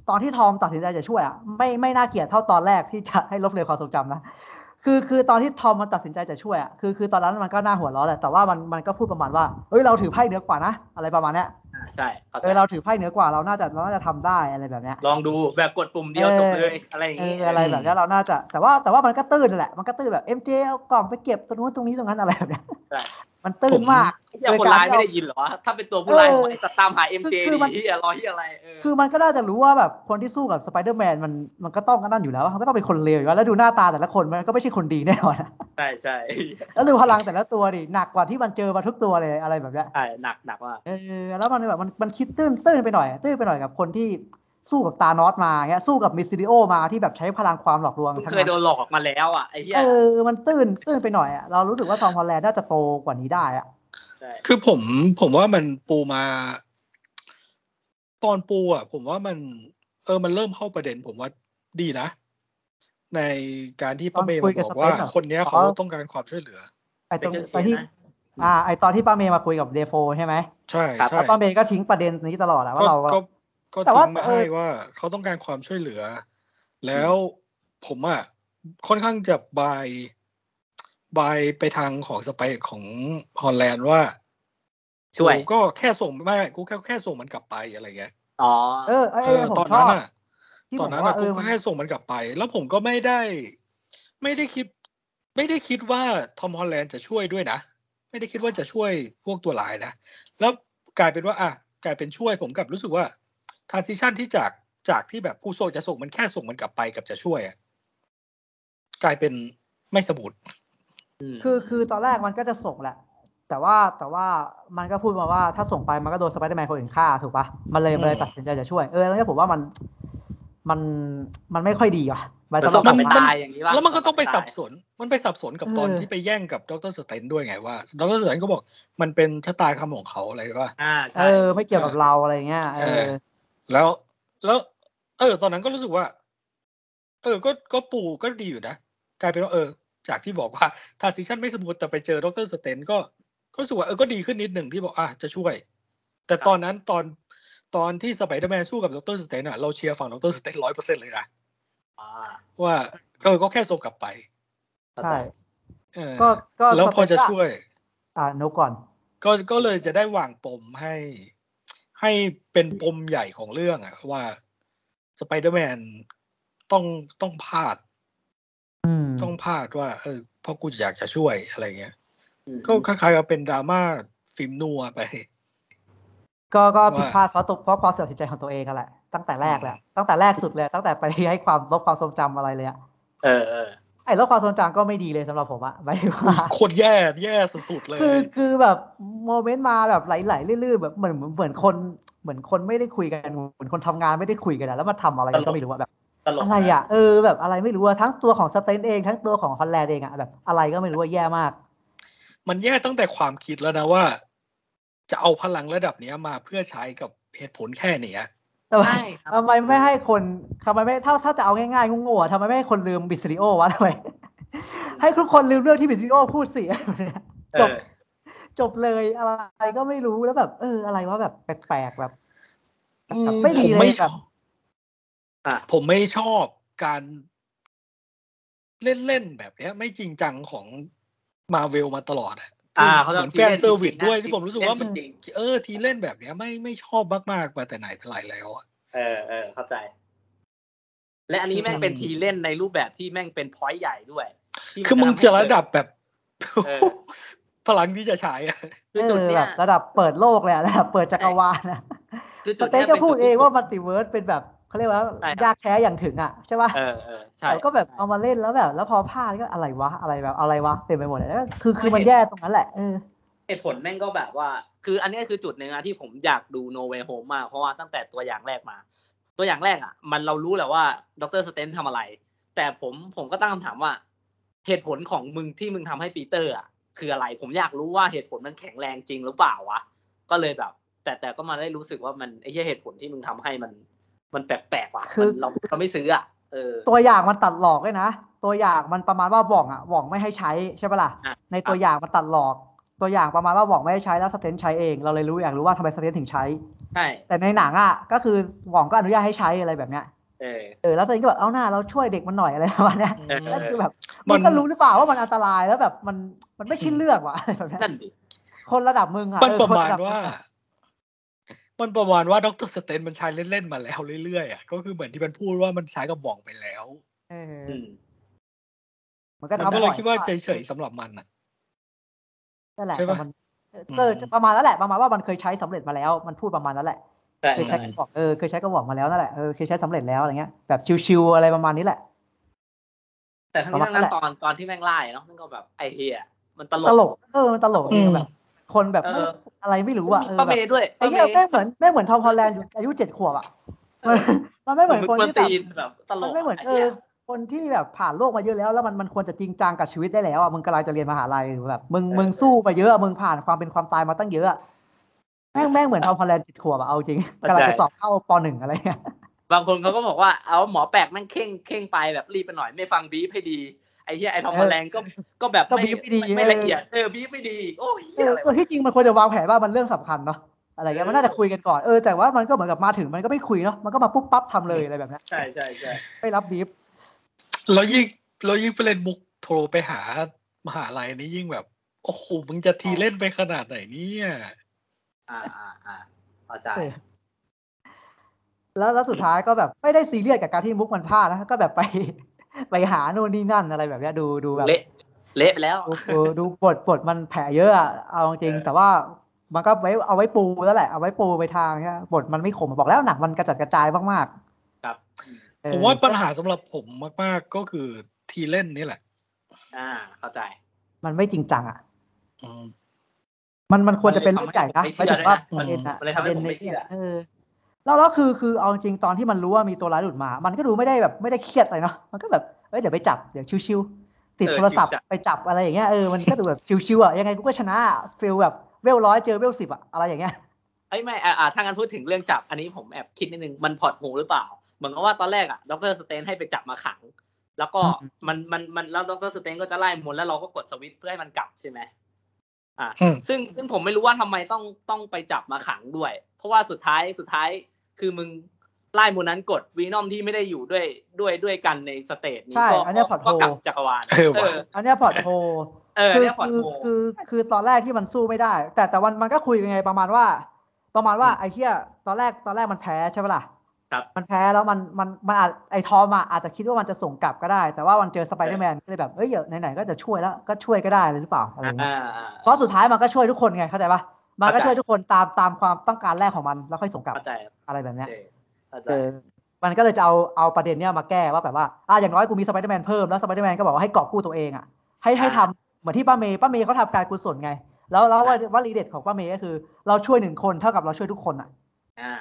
Speaker 2: ตอนที่ทอมตัดสินใจจะช่วยอะไม่ไม่น่าเกลียดเท่าตอนแรกที่จะให้ลบเลือนความทรงจำนะคือคือตอนที่ทอมมันตัดสินใจจะช่วยอะคือคือตอนนั้นมันก็น่าหัวเร้อนแหละแต่ว่ามันมันก็พูดประมาณว่าเอ้ยเราถือไพ่เหนือกว่านะอะไรประมาณเนี้ย
Speaker 1: อ่าใช่เข้าใจ
Speaker 2: เออเราถือไพ่เหนือกว่าเราน่าจะเราน่าจะทำได้อะไรแบบเนี้ย
Speaker 1: ลองดูแบบกดปุ่มเดียว
Speaker 2: เออ
Speaker 1: จบเลยอะไรอย่าง
Speaker 2: เอ
Speaker 1: งี้
Speaker 2: ออะไรแบบเนี้ยเราน่าจะแต่ว่าแต่ว่ามันก็ตื้นแหละมันก็ตื้นแบบเอ็มเจเอากล่องไปเก็บตรงนู้นตรงนี้ตรงนั้นอะไรแบบเนี้ย
Speaker 1: ใช่
Speaker 2: มันตื้นมาก
Speaker 1: ไอ้เหี้ยคนร้ายไม่ได้ยินเหรอวะถ้าเป็นตัวผู้ร้าย
Speaker 2: เออ
Speaker 1: ไอ้สัตว์ตามหาเอ็มเจ
Speaker 2: คือมัน
Speaker 1: ดีที่รอที่อะไรเออ
Speaker 2: คือมันก็น่าจะรู้ว่าแบบคนที่สู้กับสไปเดอร์แมนมันมันก็ต้องนั่นอยู่แล้วมันก็ต้องเป็นคนเลวอยู่แล้วแล้วดูหน้าตาแต่ละคนมันก็ไม่ใช่คนดีแน่น อนอะ
Speaker 1: ใช่ใช่
Speaker 2: แล้วดูพลังแต่ละตัวดิหนักกว่าที่มันเจอมาทุกตัวเลยอะไรแบบเนี้ย
Speaker 1: ใช่หนักหนักมาก
Speaker 2: เออแล้วมันแบบมันมันคิดตื้นตื้นไปหน่อยตื้นไปหน่อยกับคนที่สู้กับตานอสมาเงี้ยสู้กับมิสซิลิโอมาที่แบบใช้พลังความหลอกลวง
Speaker 1: มึง
Speaker 2: ทั้ง
Speaker 1: เคย
Speaker 2: นั้น
Speaker 1: โดนหลอกมาแล้วอ่ะไอ้เหี้ย
Speaker 2: เออมันตื้นตื้นไปหน่อยอะเรารู้สึกว่าทอมฮอลแลนด์น่าจะโตกว่านี้ได้อะ
Speaker 1: ใช่
Speaker 3: คือผมผมว่ามันปูมา ตอนปูอ่ะ ผมว่ามัน เออมันเริ่มเข้าประเด็น ผมว่าดีนะ ในการที่ป้าเมย์มาบอกว่า คนเนี้ยเขาต้องการความช่วยเหลือ
Speaker 2: ไอตรง
Speaker 1: เป็นเรื่อง
Speaker 2: ไอที่
Speaker 1: เสียนะ
Speaker 2: อ่าไอตอนที่ป้าเมย์มาคุยกับเดโฟใช่ไหม
Speaker 3: ใช่
Speaker 1: ครับ
Speaker 3: ใช่
Speaker 2: แล้วป้าเมย์ก็ทิ้งประเด็นนี้ตลอดแหละว่า
Speaker 3: ก็
Speaker 2: เรา
Speaker 3: ก็ก็
Speaker 2: แต่ว่า
Speaker 3: ทิ้งมาให้
Speaker 2: เออ
Speaker 3: ว่าเขาต้องการความช่วยเหลือ แล้วผมอ่ะค่อนข้างจะบายบายไปทางของสไปของฮอลแลนด์ว่า
Speaker 1: ช่วย
Speaker 3: กูก็แค่ส่งไม่กูแค่แค่ส่งมันกลับไปอะไรเงี้ย
Speaker 1: อ๋อ
Speaker 2: เออไอ้
Speaker 3: เออ
Speaker 2: ผม
Speaker 3: ตอน
Speaker 2: ชอ
Speaker 3: นั้น
Speaker 2: บ
Speaker 3: อ่ะ
Speaker 2: ที่
Speaker 3: ต
Speaker 2: ผ
Speaker 3: อน
Speaker 2: ม
Speaker 3: นั้น
Speaker 2: ว่า
Speaker 3: อะ
Speaker 2: เอ
Speaker 3: กู
Speaker 2: อ
Speaker 3: ก็
Speaker 2: มัน
Speaker 3: แค่ส่งมันกลับไป แล้วผมก็ไม่ได้ ไม่ได้คิด ไม่ได้คิดว่าทอมฮอลแลนด์จะช่วยด้วยนะ ไม่ได้คิดว่าจะช่วยพวกตัวร้ายนะ แล้วกลายเป็นว่า อ่ะกลายเป็นช่วยผมกลับรู้สึกว่าท a านซิชันที่จากจากที่แบบผู้โซจะส่งมันแค่ส่งมันกลับไปกับจะช่วยอะกลายเป็นไม่สมูท
Speaker 2: คือคือตอนแรกมันก็จะส่งแหละ แต่ว่าแต่ว่ามันก็พูดมาว่าถ้าส่งไปมันก็โดนสไปเดอร์แมนคนอื่นฆ่าถูกปะมันเลยมันเลยตัดสินใจจะช่วย เออแล้วก็ผมว่ามันมันมันไม่ค่อยดีว่ะหายถึงว่า
Speaker 1: มัน
Speaker 2: ผมว่า
Speaker 1: ตายอย่างนี้ป่ะ
Speaker 3: แล้วมันก็ต้องไปสับส
Speaker 1: สน
Speaker 3: น มันไปสับสนกับตอน
Speaker 2: เออ
Speaker 3: ที่ไปแย่งกับดรสเตนด้วยไงว่าดรสเตนก็บอกมันเป็นชะตาคำของเขาอะไรว่า
Speaker 1: อ่า
Speaker 2: เอ
Speaker 1: ใช่
Speaker 2: อ ไม่เกี่ยวกับเราอะไรเงี้ยเอ
Speaker 3: เอ
Speaker 2: อ
Speaker 3: อ แล้วแล้ว เออ ตอนนั้นก็รู้สึกว่า เออ ก็ก็ปูก็ดีอยู่นะกลายเป็นว่าเออ จากที่บอกว่าทาสิชันไม่สมบูรณ์แต่ไปเจอดรสเตนก็ก็รู้สึกว่าเออก็ดีขึ้นนิดหนึ่งที่บอกอ่ะจะช่วย แต่ตอนนั้นตอนตอนที่สไปเดอร์แมนสู้กับดรสเตนอ่ะเราเชียร์ฝั่งดรสเตนร้อยเปอร์เซ็นเลยนะ
Speaker 1: อ่า
Speaker 3: ว่าเออก็แค่ส่งกลับไป
Speaker 2: ใช่
Speaker 3: เออ
Speaker 2: ก็ก็
Speaker 3: แล้วพอจะ
Speaker 2: สเตต้า
Speaker 3: ช่วย
Speaker 2: อ่านุก่อน
Speaker 3: ก็ก็เลยจะได้วางปมให้ ให้เป็นปมใหญ่ของเรื่องอะว่าสไปเดอร์แมนต้องต้องพลาด
Speaker 2: อืม
Speaker 3: ต้องพลาดว่า เออเพราะกูอยากจะช่วยอะไรเงี้ย
Speaker 1: อืม
Speaker 3: ก็คล้ายๆกับเป็นดราม่าฟิล์มนัวไป
Speaker 2: ก็ก็
Speaker 3: ว่า
Speaker 2: ผิดพลาดเพราะตกเพราะความเสียสินใจของตัวเองกันแหละ ตั้งแต่แรกแหละ
Speaker 3: อืม
Speaker 2: ตั้งแต่แรกสุดเลยตั้งแต่ไปให้ความลบความทรงจำอะไรเลยอะ
Speaker 1: เออเออ
Speaker 2: ไอ้ลบความทรงจำก็ไม่ดีเลยสำหรับผมอะหมายถึงว่า
Speaker 3: โคตรแย่แย่สุดๆเลย
Speaker 2: คือคือแบบโมเมนต์มาแบบไหลๆลื่นๆแบบเหมือนเหมือนเหมือนคนเหมือนคนไม่ได้คุยกันเหมือนคนทำงานไม่ได้คุยกันอะแล้วมาทำอะไรกัน
Speaker 1: ตล
Speaker 2: ก็
Speaker 1: ก
Speaker 2: ไม่รู้อะแบบ
Speaker 1: ตลก
Speaker 2: อะไรอะเออแบบอะไรไม่รู้อะทั้งตัวของสเตนเองทั้งตัวของฮอลแลนด์เองอะแบบอะไรก็ไม่รู้ว่าแย่มาก
Speaker 3: มันแย่ตั้งแต่ความคิดแล้วนะว่า จะเอาพลังระดับเนี้ยมาเพื่อใช้กับเหตุผลแค่เนี้ย
Speaker 2: แต่ว่า
Speaker 1: ใช่ครับ
Speaker 2: ทำไมไม่ให้คนทำไมไม่ถ้าถ้าจะเอาง่ายๆงงๆอะทำไมไม่ให้คนลืมบิสริโอวะทำไม ให้ทุกคนลืมเรื่องที่บิสริโอพูดสิ จบ
Speaker 1: เออ
Speaker 2: จบเลยอะไรก็ไม่รู้แล้วแบบ เออ อะไรวะแบบแปลกๆแบบ
Speaker 3: อืม
Speaker 2: ไม่ดี
Speaker 3: ผม
Speaker 2: เลย
Speaker 3: ไม่ช
Speaker 2: แบ
Speaker 3: อบ บ
Speaker 1: อ่ะ
Speaker 3: ผมไม่ชอบการเล่นเล่นๆแบบเนี้ย ไม่จริงจังของมาเวลมาตลอดอะ
Speaker 1: อ่า
Speaker 3: คือ
Speaker 1: เขา
Speaker 3: เหมือน
Speaker 1: ทำ
Speaker 3: แฟนเซอร์วิสด้วยที่ผมรู้สึกว่ามัน
Speaker 1: จริง
Speaker 3: เออทีเล่นแบบเนี้ย ไม่ไม่ชอบมากๆมาแต่ไหนแต่ไรแล้วอะ
Speaker 1: ๆเออเออเข้าใจ และอันนี้แม่งเป็น
Speaker 3: อืม
Speaker 1: ทีเล่นในรูปแบบที่แม่งเป็นพอยต์ใหญ่ด้วยที่น
Speaker 3: คือมึง
Speaker 1: ทำให้
Speaker 3: จะ
Speaker 1: เกิ
Speaker 3: ระดับแบบ
Speaker 1: เออ
Speaker 3: พลังที่จะใช้อะ
Speaker 1: คือ
Speaker 2: เอ
Speaker 1: จุด
Speaker 2: อ
Speaker 1: เนี้
Speaker 2: แบ
Speaker 1: ย
Speaker 2: บระดับเปิดโลกเลยอะระดับเปิดจักรวาลนะ
Speaker 1: คือ
Speaker 2: ส
Speaker 1: จุด
Speaker 2: เต
Speaker 1: เนี้
Speaker 2: น
Speaker 1: ย
Speaker 2: ก็
Speaker 1: ป็น
Speaker 2: พูด
Speaker 1: จุ
Speaker 2: เอง
Speaker 1: ที่
Speaker 2: ว่ามัลติเวิร์สเป็นแบบเขาเรียกว่า
Speaker 1: ใช่ครับ
Speaker 2: ยากแท้อย่างถึงอ่ะใช่ป่ะ
Speaker 1: เออเออใช่
Speaker 2: แต่ก็แบบเอามาเล่นแล้วแบบ แล้วพอพลาดก็อะไรวะอะไรแบบอะไรวะเต็มไปหมดเลยแล้วคือคือมันแย่ตรงนั้นแหละเออ
Speaker 1: เหตุผลแม่งก็แบบว่า คืออันเนี้ยคือจุดหนึ่งอะที่ผมอยากดู No Way Home มาก เพราะว่าตั้งแต่ตัวอย่างแรกมา ตัวอย่างแรกอะมันเรารู้แหละว่าดรสเตนทำอะไร แต่ผมผมก็ตั้งคำถามว่า เหตุผลของมึงที่มึงทำให้ปีเตอร์อะคืออะไร ผมอยากรู้ว่าเหตุผลมันแข็งแรงจริงหรือเปล่าวะ ก็เลยแบบ แต่แต่ก็มาได้รู้สึกว่ามันไอ้เหี้ยเหตุผลที่มึงทำให้มัน มันแปลกๆว่ะ
Speaker 2: คื
Speaker 1: มั
Speaker 2: อ
Speaker 1: นเราเราไม่ซื้ออะเออ
Speaker 2: ตัวอย่างมันตัดหลอกด้วยนะ ตัวอย่างมันประมาณว่าหว่องอ่ะหว่องไม่ให้ใช้ใช่ปะล่ะ
Speaker 1: อ่ะ
Speaker 2: ในตัวอย่างมันตัดหลอก ตัวอย่างประมาณว่าหว่องไม่ให้ใช้แล้วสเตนใช้เองเราเลยรู้อยากรู้ว่าทำไมสเตนถึงใช้
Speaker 1: ใช่
Speaker 2: แต่ในหนังอ่ะก็คือหว่องก็อนุญาตให้ใช้อะไรแบบเนี้ย
Speaker 1: เออ
Speaker 2: เออแล้วตอนนี้ก็แบบเอาหน้าเราช่วยเด็กมันหน่อยอะไรประมาณเนี้ย
Speaker 1: เออ
Speaker 2: แล้วคือแบบ
Speaker 3: มั
Speaker 2: มัน
Speaker 3: น
Speaker 2: ก็รู้หรือเปล่าว่ามันอันตรายแล้วแบบมันมันไม่ใช่เลือก ว่ะอะไรแบบเนี้ย
Speaker 1: นั่นดิ
Speaker 2: คนระดับมึงอ่ะ
Speaker 3: มัน
Speaker 2: เออ
Speaker 3: ป
Speaker 2: ค
Speaker 3: ระ
Speaker 2: น
Speaker 3: มาณ
Speaker 2: ดับง
Speaker 3: ว่า
Speaker 2: อะ
Speaker 3: มันประมาณว่าดรสเตนมันใช้เล่นๆมาแล้วเรื่อยๆอะก็คือเหมือนที่มันพูดว่ามันใช้กับหว่องไปแล้ว
Speaker 2: เออ
Speaker 1: อืม
Speaker 2: มันก็
Speaker 3: มัน
Speaker 2: ทำ
Speaker 3: ก็เลย
Speaker 2: บ่อ
Speaker 3: คิดว่าเฉยๆสำหรับมันอะ
Speaker 2: นั่นแหละ
Speaker 3: ใช่
Speaker 2: แต่
Speaker 3: ปะ
Speaker 2: มันเออ
Speaker 3: อืม
Speaker 2: เออจะประมาณนั้นแหละประมาณว่ามันเคยใช้สำเร็จมาแล้ว มันพูดประมาณนั้นแหละ
Speaker 1: ใช่
Speaker 2: เคย
Speaker 1: ใช่
Speaker 2: ใช้กระบอกเออเคยใช้กระบอกมาแล้วนั่นแหละเออเคยใช้สำเร็จแล้วอะไรเงี้ยแบบชิวๆอะไรประมาณนี้แหละ
Speaker 1: แต่ทั้งนี้
Speaker 2: ประมาณ
Speaker 1: ทั้งนั้น
Speaker 2: นั้นแหละ
Speaker 1: ตอนตอนที่แม่งไล่เนาะแม่งก็แบบไอเฮียมันตล
Speaker 2: ต
Speaker 1: ก
Speaker 2: ลกเออมันตลกดี
Speaker 3: อืม
Speaker 2: แบบ คนแบบ
Speaker 1: เออ
Speaker 2: ไม่อะไรไม่รู้อ่ะ
Speaker 1: มี
Speaker 2: เออ
Speaker 1: ป้าเม
Speaker 2: แบบ
Speaker 1: ย์ด้วย
Speaker 2: ไอ้
Speaker 1: ป้าเม
Speaker 2: เนี้ย
Speaker 1: ย์
Speaker 2: แม่งเหมือนแม่งเหมือนทอมฮอลแลนด์อยู่อายุเจ็ดขวบอ่ะมันมันไม่เหมือนคนที่แบบ
Speaker 1: ตีแบบตลก
Speaker 2: มันไม่เหมือนเอ
Speaker 1: หี้
Speaker 2: อย คนที่แบบผ่านโลกมาเยอะแล้ว แล้วมันมันควรจะจริงจังกับชีวิตได้แล้วอ่ะมึงกำลังจะเรียนมหาลัยหรือแบบมึงมึงสู้มาเยอะมึงผ่านความเป็นความตายมาตั้งเยอะอะแม่งแม่งเหมือนทอมฮอลแลนด์จิตขวบอะเอาจริงกำลังจะสอบเข้าปหนึ่งอะไรเงี้ย
Speaker 1: บางคนเขาก็บอกว่าเอาหมอแปลกแม่งเข่งเข่งไปแบบรีบไปหน่อยไม่ฟังบีฟให้ดีไอ้เฮียไอ้ทอมฮอลแลนด์ก็ก็แบบ
Speaker 2: ก็
Speaker 1: ไม่
Speaker 2: บีบไม่ดี
Speaker 1: ไม่ละเอียดเออบีฟไม่ดีโอ้ย
Speaker 2: เอ
Speaker 1: เหี้ย
Speaker 2: อ
Speaker 1: อะไร
Speaker 2: เออ
Speaker 1: วะ
Speaker 2: ที่จริงมันควรจะวางแผนว่ามันเรื่องสำคัญเนาะอะไรเงี้ย
Speaker 1: เออ
Speaker 2: มันน่าจะคุยกันก่อนเออแต่ว่ามันก็เหมือนกับมาถึงมันก็ไม่คุยเนาะมันก็มาปุ๊บปั๊บทำเลยอะไรแบบเนี้ย
Speaker 1: ใช่ใช่ใช่
Speaker 2: ไม่รับบีบ
Speaker 3: แล้วยิ่งแล้วยิ่งไปเล่นมุกโทรไปหามหาลัยนี่ยิ่งแบบ โอ้โหมึงจะทีเล่นไปขนาดไหนเนี่ย
Speaker 1: อ่าอ่าอ่าเข้าใจ
Speaker 2: เออแล้วแล้วสุดท้ายก็แบบไม่ได้ซีเรียสกับการที่มุกมันพลาดนะก็แบบไป ไปหาโน่นนี่นั่นอะไรแบบเนี้ยดูดูแบบ
Speaker 1: เละเละไปแล้ว
Speaker 2: ดูดูดูบทบทมันแผลเยอะอะเอาจริง
Speaker 1: เออ
Speaker 2: ๆแต่ว่ามันก็ไว้เอาไว้ปูแล้วแหละเอาไว้ปูไปทางเนี้ยบทมันไม่ขมบอกแล้วหนังมันกระจัดกระจายมาก
Speaker 1: ครับ
Speaker 2: ๆเออ
Speaker 3: ผมว่าปัญหาสำหรับผมมาก ๆ ก็คือทีเล่นนี่แหละ
Speaker 1: อ่า เข้าใจ
Speaker 2: มันไม่จริงจังอ่ะ
Speaker 3: อืม
Speaker 2: มันมันควรจะเป็นเรื่องใหญ่นะ
Speaker 1: มันเลยทำให้ผม
Speaker 2: ไม่ถึงว่าป
Speaker 1: ไม่เชื่อน ด้วยนะมันเลยทำให้ผม
Speaker 2: ระเด็อะประเด็นใน
Speaker 1: ไม่เชื่
Speaker 2: เรื่
Speaker 1: อ
Speaker 2: องเออแล้วแล้วคือคือเอาจริงๆตอนที่มันรู้ว่ามีตัวร้ายหลุดมา มันก็ดูไม่ได้แบบไม่ได้เครียดอะไรเนาะมันก็แบบเอ้ยเดี๋ยวไปจับเดี๋ยวชิวๆติด
Speaker 1: เออ
Speaker 2: โทรศัพท์
Speaker 1: ชิวจัด
Speaker 2: ไปจับอะไรอย่างเงี้ยเออมันก็ดูแบบชิวๆอ่ะยังไงกูก็ชนะฟิลแบบเวลร้อยเจอเวลสิบอ่ะอะไรอย่างเงี้ย
Speaker 1: เอ้ยไม่อ่าอ่าถ้างั้นพูดถึงเรื่องจับ อันนี้ผมแอบคิดนิดนึง มันพล็อดหูหรือเปล่า เหมือนกับว่าตอนแรกอ่ะดรสเตนให้ไปจับมาขัง แล้วก็
Speaker 2: อืม
Speaker 1: มันมันมันแล้วดรสเตนก็จะไล่มนต์แล้วเราก็กดสวิตช์เพื่อให้มันกลับใช่ไหมอ่า
Speaker 3: อืม
Speaker 1: ซึ่งซึ่งผมไม่รู้ว่าทำไมต้องต้องไปจับมาขังด้วย เพราะว่าสุดท้ายสุดท้ายคือมึงไล่มูนั้นกดวีนอมที่ไม่ได้อยู่ด้วยด้วยด้วยกันในสเตจนี้
Speaker 2: ใช่
Speaker 1: ก็
Speaker 2: อันเนี้ยพล็อตโฮ
Speaker 1: ก็กลับจักรวาล
Speaker 3: เออว่ะ
Speaker 2: อันเนี้ยพอร์ตโฮ
Speaker 1: เออ
Speaker 2: คือ
Speaker 1: เนี่ยพล็อด
Speaker 2: คือ
Speaker 1: โฮ
Speaker 2: คือคือตอนแรกที่มันสู้ไม่ได้ แต่แต่วันมันก็คุยกันไงประมาณว่า ประมาณว่าไอ้เหี้ยตอนแรกตอนแรกมันแพ้ใช่ปะล่ะ
Speaker 1: ครับ
Speaker 2: มันแพ้แล้วมันมันมันอาจไอ้ทอมอะอาจจะคิดว่ามันจะส่งกลับก็ได้ แต่ว่ามันเจอสไปเดอร์แมนก็เลยแบบเอ้ยเดี๋ยวไหนๆก็จะช่วยแล้วก็ช่วยก็ได้เลยหรือเปล่าอะไรอย่างเงี้ย
Speaker 1: อ่าอ่า
Speaker 2: เพราะสุดท้ายมันก็ช่วยทุกคนไงเข้าใจปะมันก็
Speaker 1: เข้าใจ
Speaker 2: ช่วยทุกคนตามตามความต้องการแรกของมันแล้วค่อยส่งกลับ
Speaker 1: เข้าใจ
Speaker 2: อะไรแบบเนี้ย
Speaker 1: เออเข้าใจ
Speaker 2: เออมันก็เลยจะเอาเอาประเด็นเนี้ยมาแก้ว่าแบบว่าอ่ะอย่างน้อยกูมีสไปเดอร์แมนเพิ่มแล้วสไปเดอร์แมนก็บอกว่าให้กอบกู้ตัวเองอ่ะให้ให้
Speaker 1: อ่า
Speaker 2: ทำเหมือนที่ป้าเมย์ป้าเมย์เขาทำการกุศลไง แล้วแล้วว่า
Speaker 1: อ่า
Speaker 2: ว่ารีเด็ดของป้าเมย์ก็คือ เราช่วยหนึ่งคนเท่ากับเราช่วยทุกคนอ่ะ
Speaker 1: อ่า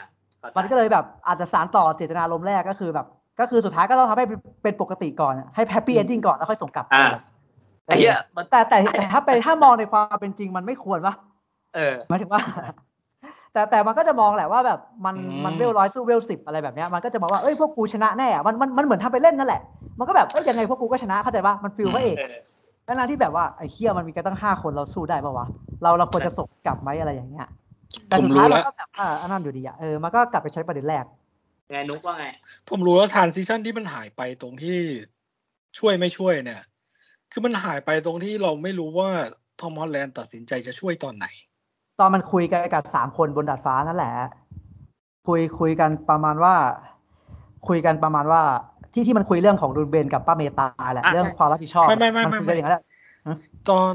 Speaker 1: ข้าใจ
Speaker 2: มันก็เลยแบบอาจจะสานต่อเจตนารมณ์แรกก็คือแบบ ก็คือสุดท้ายก็ต้องทำให้เป็นเป็นปกติก่อนอะให้แฮปปี้
Speaker 1: อืม
Speaker 2: เอนดิ้งก่อนแล้วค่อยส่งกลับ
Speaker 1: อ่า
Speaker 2: เออ
Speaker 1: ไอ้เหี้ยมัน
Speaker 2: แต่แต่แต่ถ้าเป็นถ้ามองในความเป็นจริงมันไม่ควรปะ
Speaker 1: เออ
Speaker 2: หมายถึงว่า แต่แต่มันก็จะมองแหละว่าแบบมัน
Speaker 3: อืม
Speaker 2: มันเวลร้อยสู้เวลสิบอะไรแบบเนี้ยมันก็จะมองว่าเอ้ยพวกกูชนะแน่อะมันมันมันเหมือนทำไปเล่นนั่นแหละ มันก็แบบเอ้ยยังไงพวกกูก็ชนะเข้าใจป่ะมันฟิลพระเอก
Speaker 1: เออ
Speaker 2: แล้วนางที่แบบว่าไอ้เคียมันมีกันตั้งห้าคนเราสู้ได้ป่าวะเราเราควรจะส่งกลับไหมอะไรอย่างเงี้ยแต่
Speaker 3: ผม
Speaker 2: สุด
Speaker 3: รู้
Speaker 2: ท้ายมั
Speaker 3: แล้
Speaker 2: น
Speaker 3: ว
Speaker 2: ก็แบบอ่าอันนั้นอยู่ดีอะเออมันก็กลับไปใช้ประเด็นแรก
Speaker 1: ไงนุ๊กว่าไง
Speaker 3: ผมรู้แล้วทานซิชันที่มันหายไปตรงที่ช่วยไม่ช่วยเนี่ย คือมันหายไปตรงที่เราไม่รู้ว่าทอมฮอลแลนด์ตัดสินใจจะช่วยตอนไหน
Speaker 2: ตอนมันคุยกันกับสามคนบนดาดฟ้านั่นแหละ คุยคุยกันประมาณว่า คุยกันประมาณว่า ที่ที่มันคุยเรื่องของดูนเบนกับป้าเมตาแหละ
Speaker 1: อ่ะ
Speaker 2: เรื่องความรับผิดชอบ
Speaker 3: ไม่ไม่ไม่
Speaker 2: นคุย
Speaker 3: ไม่
Speaker 2: กันอย่างนั้นแหละ
Speaker 3: ตอน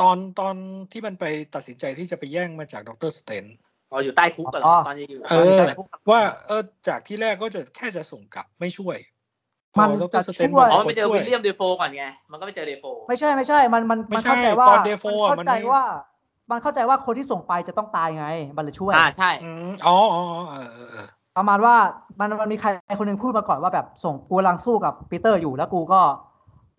Speaker 3: ตอนตอนที่มันไปตัดสินใจที่จะไปแย่งมาจากดรสเตน
Speaker 1: อ๋ออยู่ใต้คุกกันเหร
Speaker 2: อ๋
Speaker 1: อ
Speaker 2: อ
Speaker 1: ตอนนี้อยู่ต
Speaker 3: เอ
Speaker 1: น
Speaker 3: อ
Speaker 1: นี้ได้ไหม
Speaker 3: ว่าเออจากที่แรกก็จะแค่จะส่งกลับไม่ช่วยพ
Speaker 2: มั
Speaker 3: อน ด
Speaker 2: จะ
Speaker 3: รสเตน
Speaker 2: ช่วย
Speaker 1: อ๋อมันไปเจอ
Speaker 3: ช่
Speaker 1: วิลเลียมเดฟโฟก่อนไง มันก็ไปเจอเดฟโฟ
Speaker 2: ไม่ใช่ไม่ใช่ มันมัน
Speaker 3: ไม่
Speaker 2: มัน
Speaker 3: ใช่
Speaker 2: เข้าใจว่า
Speaker 3: ตอน Defoe อ่ะ
Speaker 2: มัน
Speaker 3: มั
Speaker 2: เข้าน ใจ
Speaker 3: ไม่
Speaker 2: ว่า มันเข้าใจว่าคนที่ส่งไปจะต้องตายไงมันเลยช่วย
Speaker 1: อ่าใช่
Speaker 3: อืมอ๋ออ๋ออ๋อเออเออเออ
Speaker 2: ประมาณว่ามันมันมีใครคนหนึ่งพูดมาก่อนว่าแบบส่งกูกำลังสู้กับปีเตอร์อยู่แล้วกูก็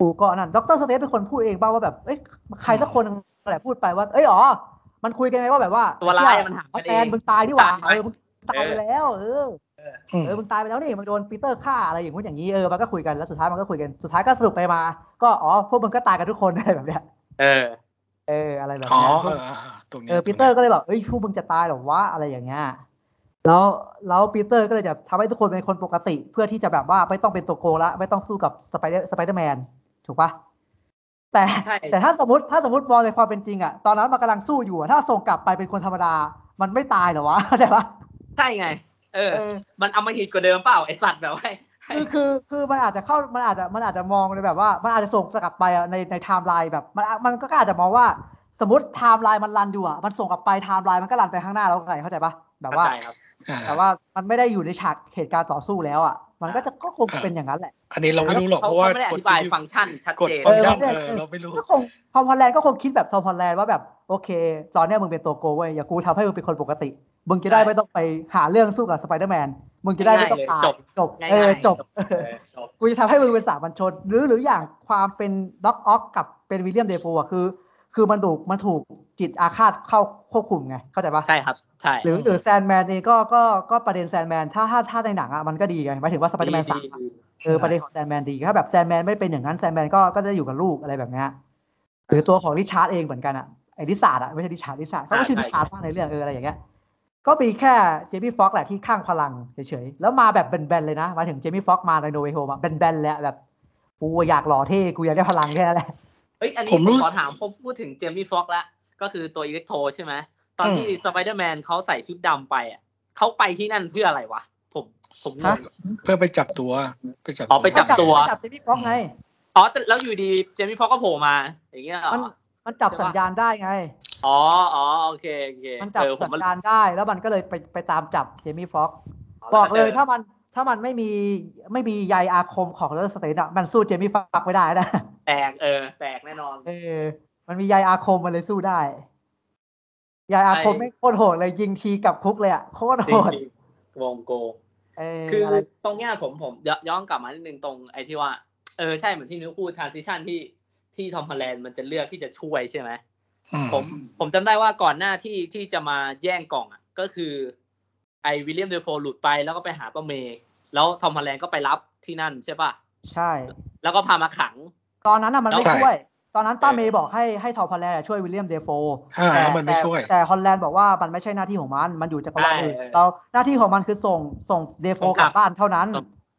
Speaker 2: กูก็นั่นดรสเตทเป็นคนพูดเองบ้างว่าแบบเอ้ยใครสักคนแหละพูดไปว่า เอ้ยอ๋อมันคุยกันไงว่าแบบว่า
Speaker 1: ตัวร้ายมันหา
Speaker 2: ไอ้
Speaker 1: กันเอง
Speaker 2: แอนมึงตายดีกว่า
Speaker 1: ตายไป
Speaker 2: เออมึงตายไปแล้วเออ
Speaker 3: อืม
Speaker 2: เออมึงตายไปแล้วนี่มึงโดนปีเตอร์ฆ่าอะไรอย่างงู้นอย่างนี้เออมันก็คุยกันแล้วสุดท้ายมันก็คุยกันสุดท้ายก็สรุปไปมา ก็อ๋อพวกมึงก็ตายกันทุกคน อะไรแบบเนี้ย
Speaker 1: เออ
Speaker 2: เอออะไรแบบ
Speaker 3: อ๋อ
Speaker 2: เนี้ย
Speaker 3: เออเออเออตรงนี้ย
Speaker 2: เออปีเตอร์ก็เลยแบบเอ้ยพวกมึงจะตายเหรอวะอะไรอย่างเงี้ยแล้วแล้วปีเตอร์ก็เลยจะทำให้ทุกคนเป็นคนปกติ เพื่อที่จะแบบว่าไม่ต้องเป็นตัวโกงละไม่ต้องสู้กับสไปเดอร์สไปเดอร์แมนถูกปะแต่
Speaker 1: ใช่
Speaker 2: แต่ถ้าสมมติถ้าสมมติมองในความเป็นจริงอะตอนนั้นมันกำลังสู้อยู่อะถ้าส่งกลับไปเป็นคนธรรมดา มันไม่ตายเหรอวะเข้าใจปะ
Speaker 1: ใช่ไง เออ
Speaker 2: เออ
Speaker 1: มันเอามาหิดกว่าเดิมเปล่าไอสัตว์แบบว่าให้
Speaker 2: คือคือคือมันอาจจะเข้ามันอาจจะมันอาจจะมองในแบบว่า มันอาจจะส่งกลับไปอะในในไทม์ไลน์แบบมันมันก็อาจจะมองว่า สมมติไทม์ไลน์มันรันอยู่อะมันส่งกลับไปไทม์ไลน์มันก็รันไปข้างหน้าแล้วไงเข้าใจปะแบบ
Speaker 1: เข้า
Speaker 2: ว่า
Speaker 1: ใจครับ
Speaker 3: อ่า
Speaker 2: แต่ว่ามันไม่ได้อยู่ในฉากเหตุการณ์ต่อสู้แล้วอ่ะ มันก็จะก็คงเป็นอย่างนั้นแหละ
Speaker 3: อันนี้เราไม่รู้หรอกเพราะว่า
Speaker 1: ขไม่ได้อธิบาย
Speaker 3: กด
Speaker 1: ฟังก์ชันชัด
Speaker 3: กด
Speaker 1: เจน
Speaker 3: ฟังก์ชัน
Speaker 2: เออ
Speaker 3: เออ
Speaker 2: เออ
Speaker 3: เราไม่รู้
Speaker 2: ก็คงทอมฮอลแลนด์ก็คงคิดแบบทอมฮอลแลนด์ว่าแบบโอเค ตอนเนี้ยมึงเป็นตัวโกเว้ยอย่ากูทำให้มึงเป็นคนปกติ มึงจะได้ไม่ต้องไปหาเรื่องสู้กับสไปเดอร์แมน มึงจะได้ไม่ต้องตายจบ
Speaker 1: ง่าย
Speaker 2: เออ
Speaker 1: ๆ
Speaker 2: จบ
Speaker 1: เออจบ
Speaker 2: กูจะทำให้มึงเป็นสามัญชน หรือหรืออย่างความเป็นด็อกออกกับเป็นวิลเลียมเดโฟอะคือ คือมันถูกมันถูกจิตอาฆาตเข้าควบคุมไงเข้าใจปะ
Speaker 1: ใช่ครับ ใช่
Speaker 2: หรือหรือแซนแมนเองก็ก็ก็ประเด็นแซนแมนถ้าถ้าถ้าในหนังอ่ะมันก็ดีไงหมายถึงว่าสไปเดอร์แมนสามอะเออ
Speaker 3: ใช่
Speaker 2: ประเด็นของแซนแมนดีถ้าแบบแซนแมนไม่เป็นอย่างนั้นแซนแมนก็ก็จะอยู่กับลูกอะไรแบบเนี้ยหรือตัวของริชาร์ดเองเหมือนกันอ่ะไอ้ริชาร์ดอ่ะไม่ใช่ริชาร์ดริชาร์ดเขาก็ชื่อ
Speaker 1: ใช่
Speaker 2: ริชาร์ด
Speaker 1: ใช่
Speaker 2: บ้างในเรื่องเอออะไรอย่างเงี้ยก็มีแค่เจมี่ฟ็อกซ์แหละที่ข้างพลังเฉยๆแล้วมาแบบแบนๆเลยนะหมายถึงเจมี่ฟ็อกซ์มาในโนเวโฮมาแบนๆเลยอะแบบกูอยากหล่อเท่กูอยากได้พลังแค่นั้นแหละ
Speaker 1: เอ้ยอันนี้
Speaker 3: ผมรู้
Speaker 1: ขอถามผมพูดถึงเจมี่ฟ็อกซ์ละ ก็คือตัวอิเล็กโทรใช่ไหมตอนที่สไปเดอร์แมนเขาใส่ชุดดำไปอ่ะเขาไปที่นั่นเพื่ออะไรวะ ผมผมง
Speaker 2: ฮะ
Speaker 1: ง
Speaker 3: เพื่อไปจับตัวไปจับ
Speaker 1: อ๋อไป จับตัว
Speaker 2: เขาจับติพี่ก๊อกไง
Speaker 1: อ๋อแต่แล้วอยู่ดีเจมี่ฟอกก็โผล่มา อย่างเงี้ยเหรอ
Speaker 2: มันมันจับ
Speaker 1: ใช่ปะ
Speaker 2: สัญญาณได้ไง
Speaker 1: อ๋ออ๋อโอเคโอเค
Speaker 2: มันจับ
Speaker 1: เออผ
Speaker 2: สัญ
Speaker 1: ว่า
Speaker 2: ญาณได้แล้วมันก็เลยไปไปตามจับเจมี่ฟ็อกบอกเลยถ้ามันถ้ามันไม่มีไม่มีใยอาคมของเลอสเตนอะมันสู้เจมี่ฟ็อกไม่ได้นะ
Speaker 1: แตกเออ แตกแน่นอน
Speaker 2: เออมันมีใยอาคมมันเลยสู้ได้ใยอาคม
Speaker 1: ไอ้
Speaker 2: ไม่งโคตรโหดเลยยิงทีกลับคุกเลยอะโคตร
Speaker 1: จ
Speaker 2: โหด
Speaker 1: ริงๆวงโกง
Speaker 2: เออ
Speaker 1: คือ
Speaker 2: อะไร
Speaker 1: ตรงเนี้ยผมผมยย้อนกลับมานิดนึงตรงไอ้ที่ว่า เออใช่เหมือนที่นิ้วพูดทานซิชันที่ที่ทอมฮอลแลนด์มันจะเลือกที่จะช่วยใช่ไหม
Speaker 3: อืม
Speaker 1: ผมผมจำได้ว่าก่อนหน้าที่ที่จะมาแย่งกล่องอ่ะก็คือ ไอวิลเลียมเดฟโฟหลุดไปแล้วก็ไปหาป้าเมย์แล้วทอมฮอลแลนด์ก็ไปรับที่นั่นใช่ป่ะ
Speaker 2: ใช่
Speaker 1: แล้วก็พามาขัง
Speaker 2: ตอนนั้นอะมันไม่
Speaker 1: ใช่
Speaker 2: ช่วย ตอนนั้นป้า
Speaker 1: เออ
Speaker 2: เมย์บอกให้ให้ทอมฮอลแลนด์อะช่วยวิลเลียมเดโฟ
Speaker 3: อ่าแล้วมันไม่ช่วย
Speaker 2: แต่ฮอลแลนด์บอกว่ามันไม่ใช่หน้าที่ของมัน มันอยู่จักรวาลอื่น
Speaker 1: ใช่
Speaker 2: เราหน้าที่ของมันคือส่งส่งเดโฟ
Speaker 1: ส่ง
Speaker 2: ก
Speaker 1: กลั
Speaker 2: ลั
Speaker 1: บ
Speaker 2: บบ้านเท่านั้น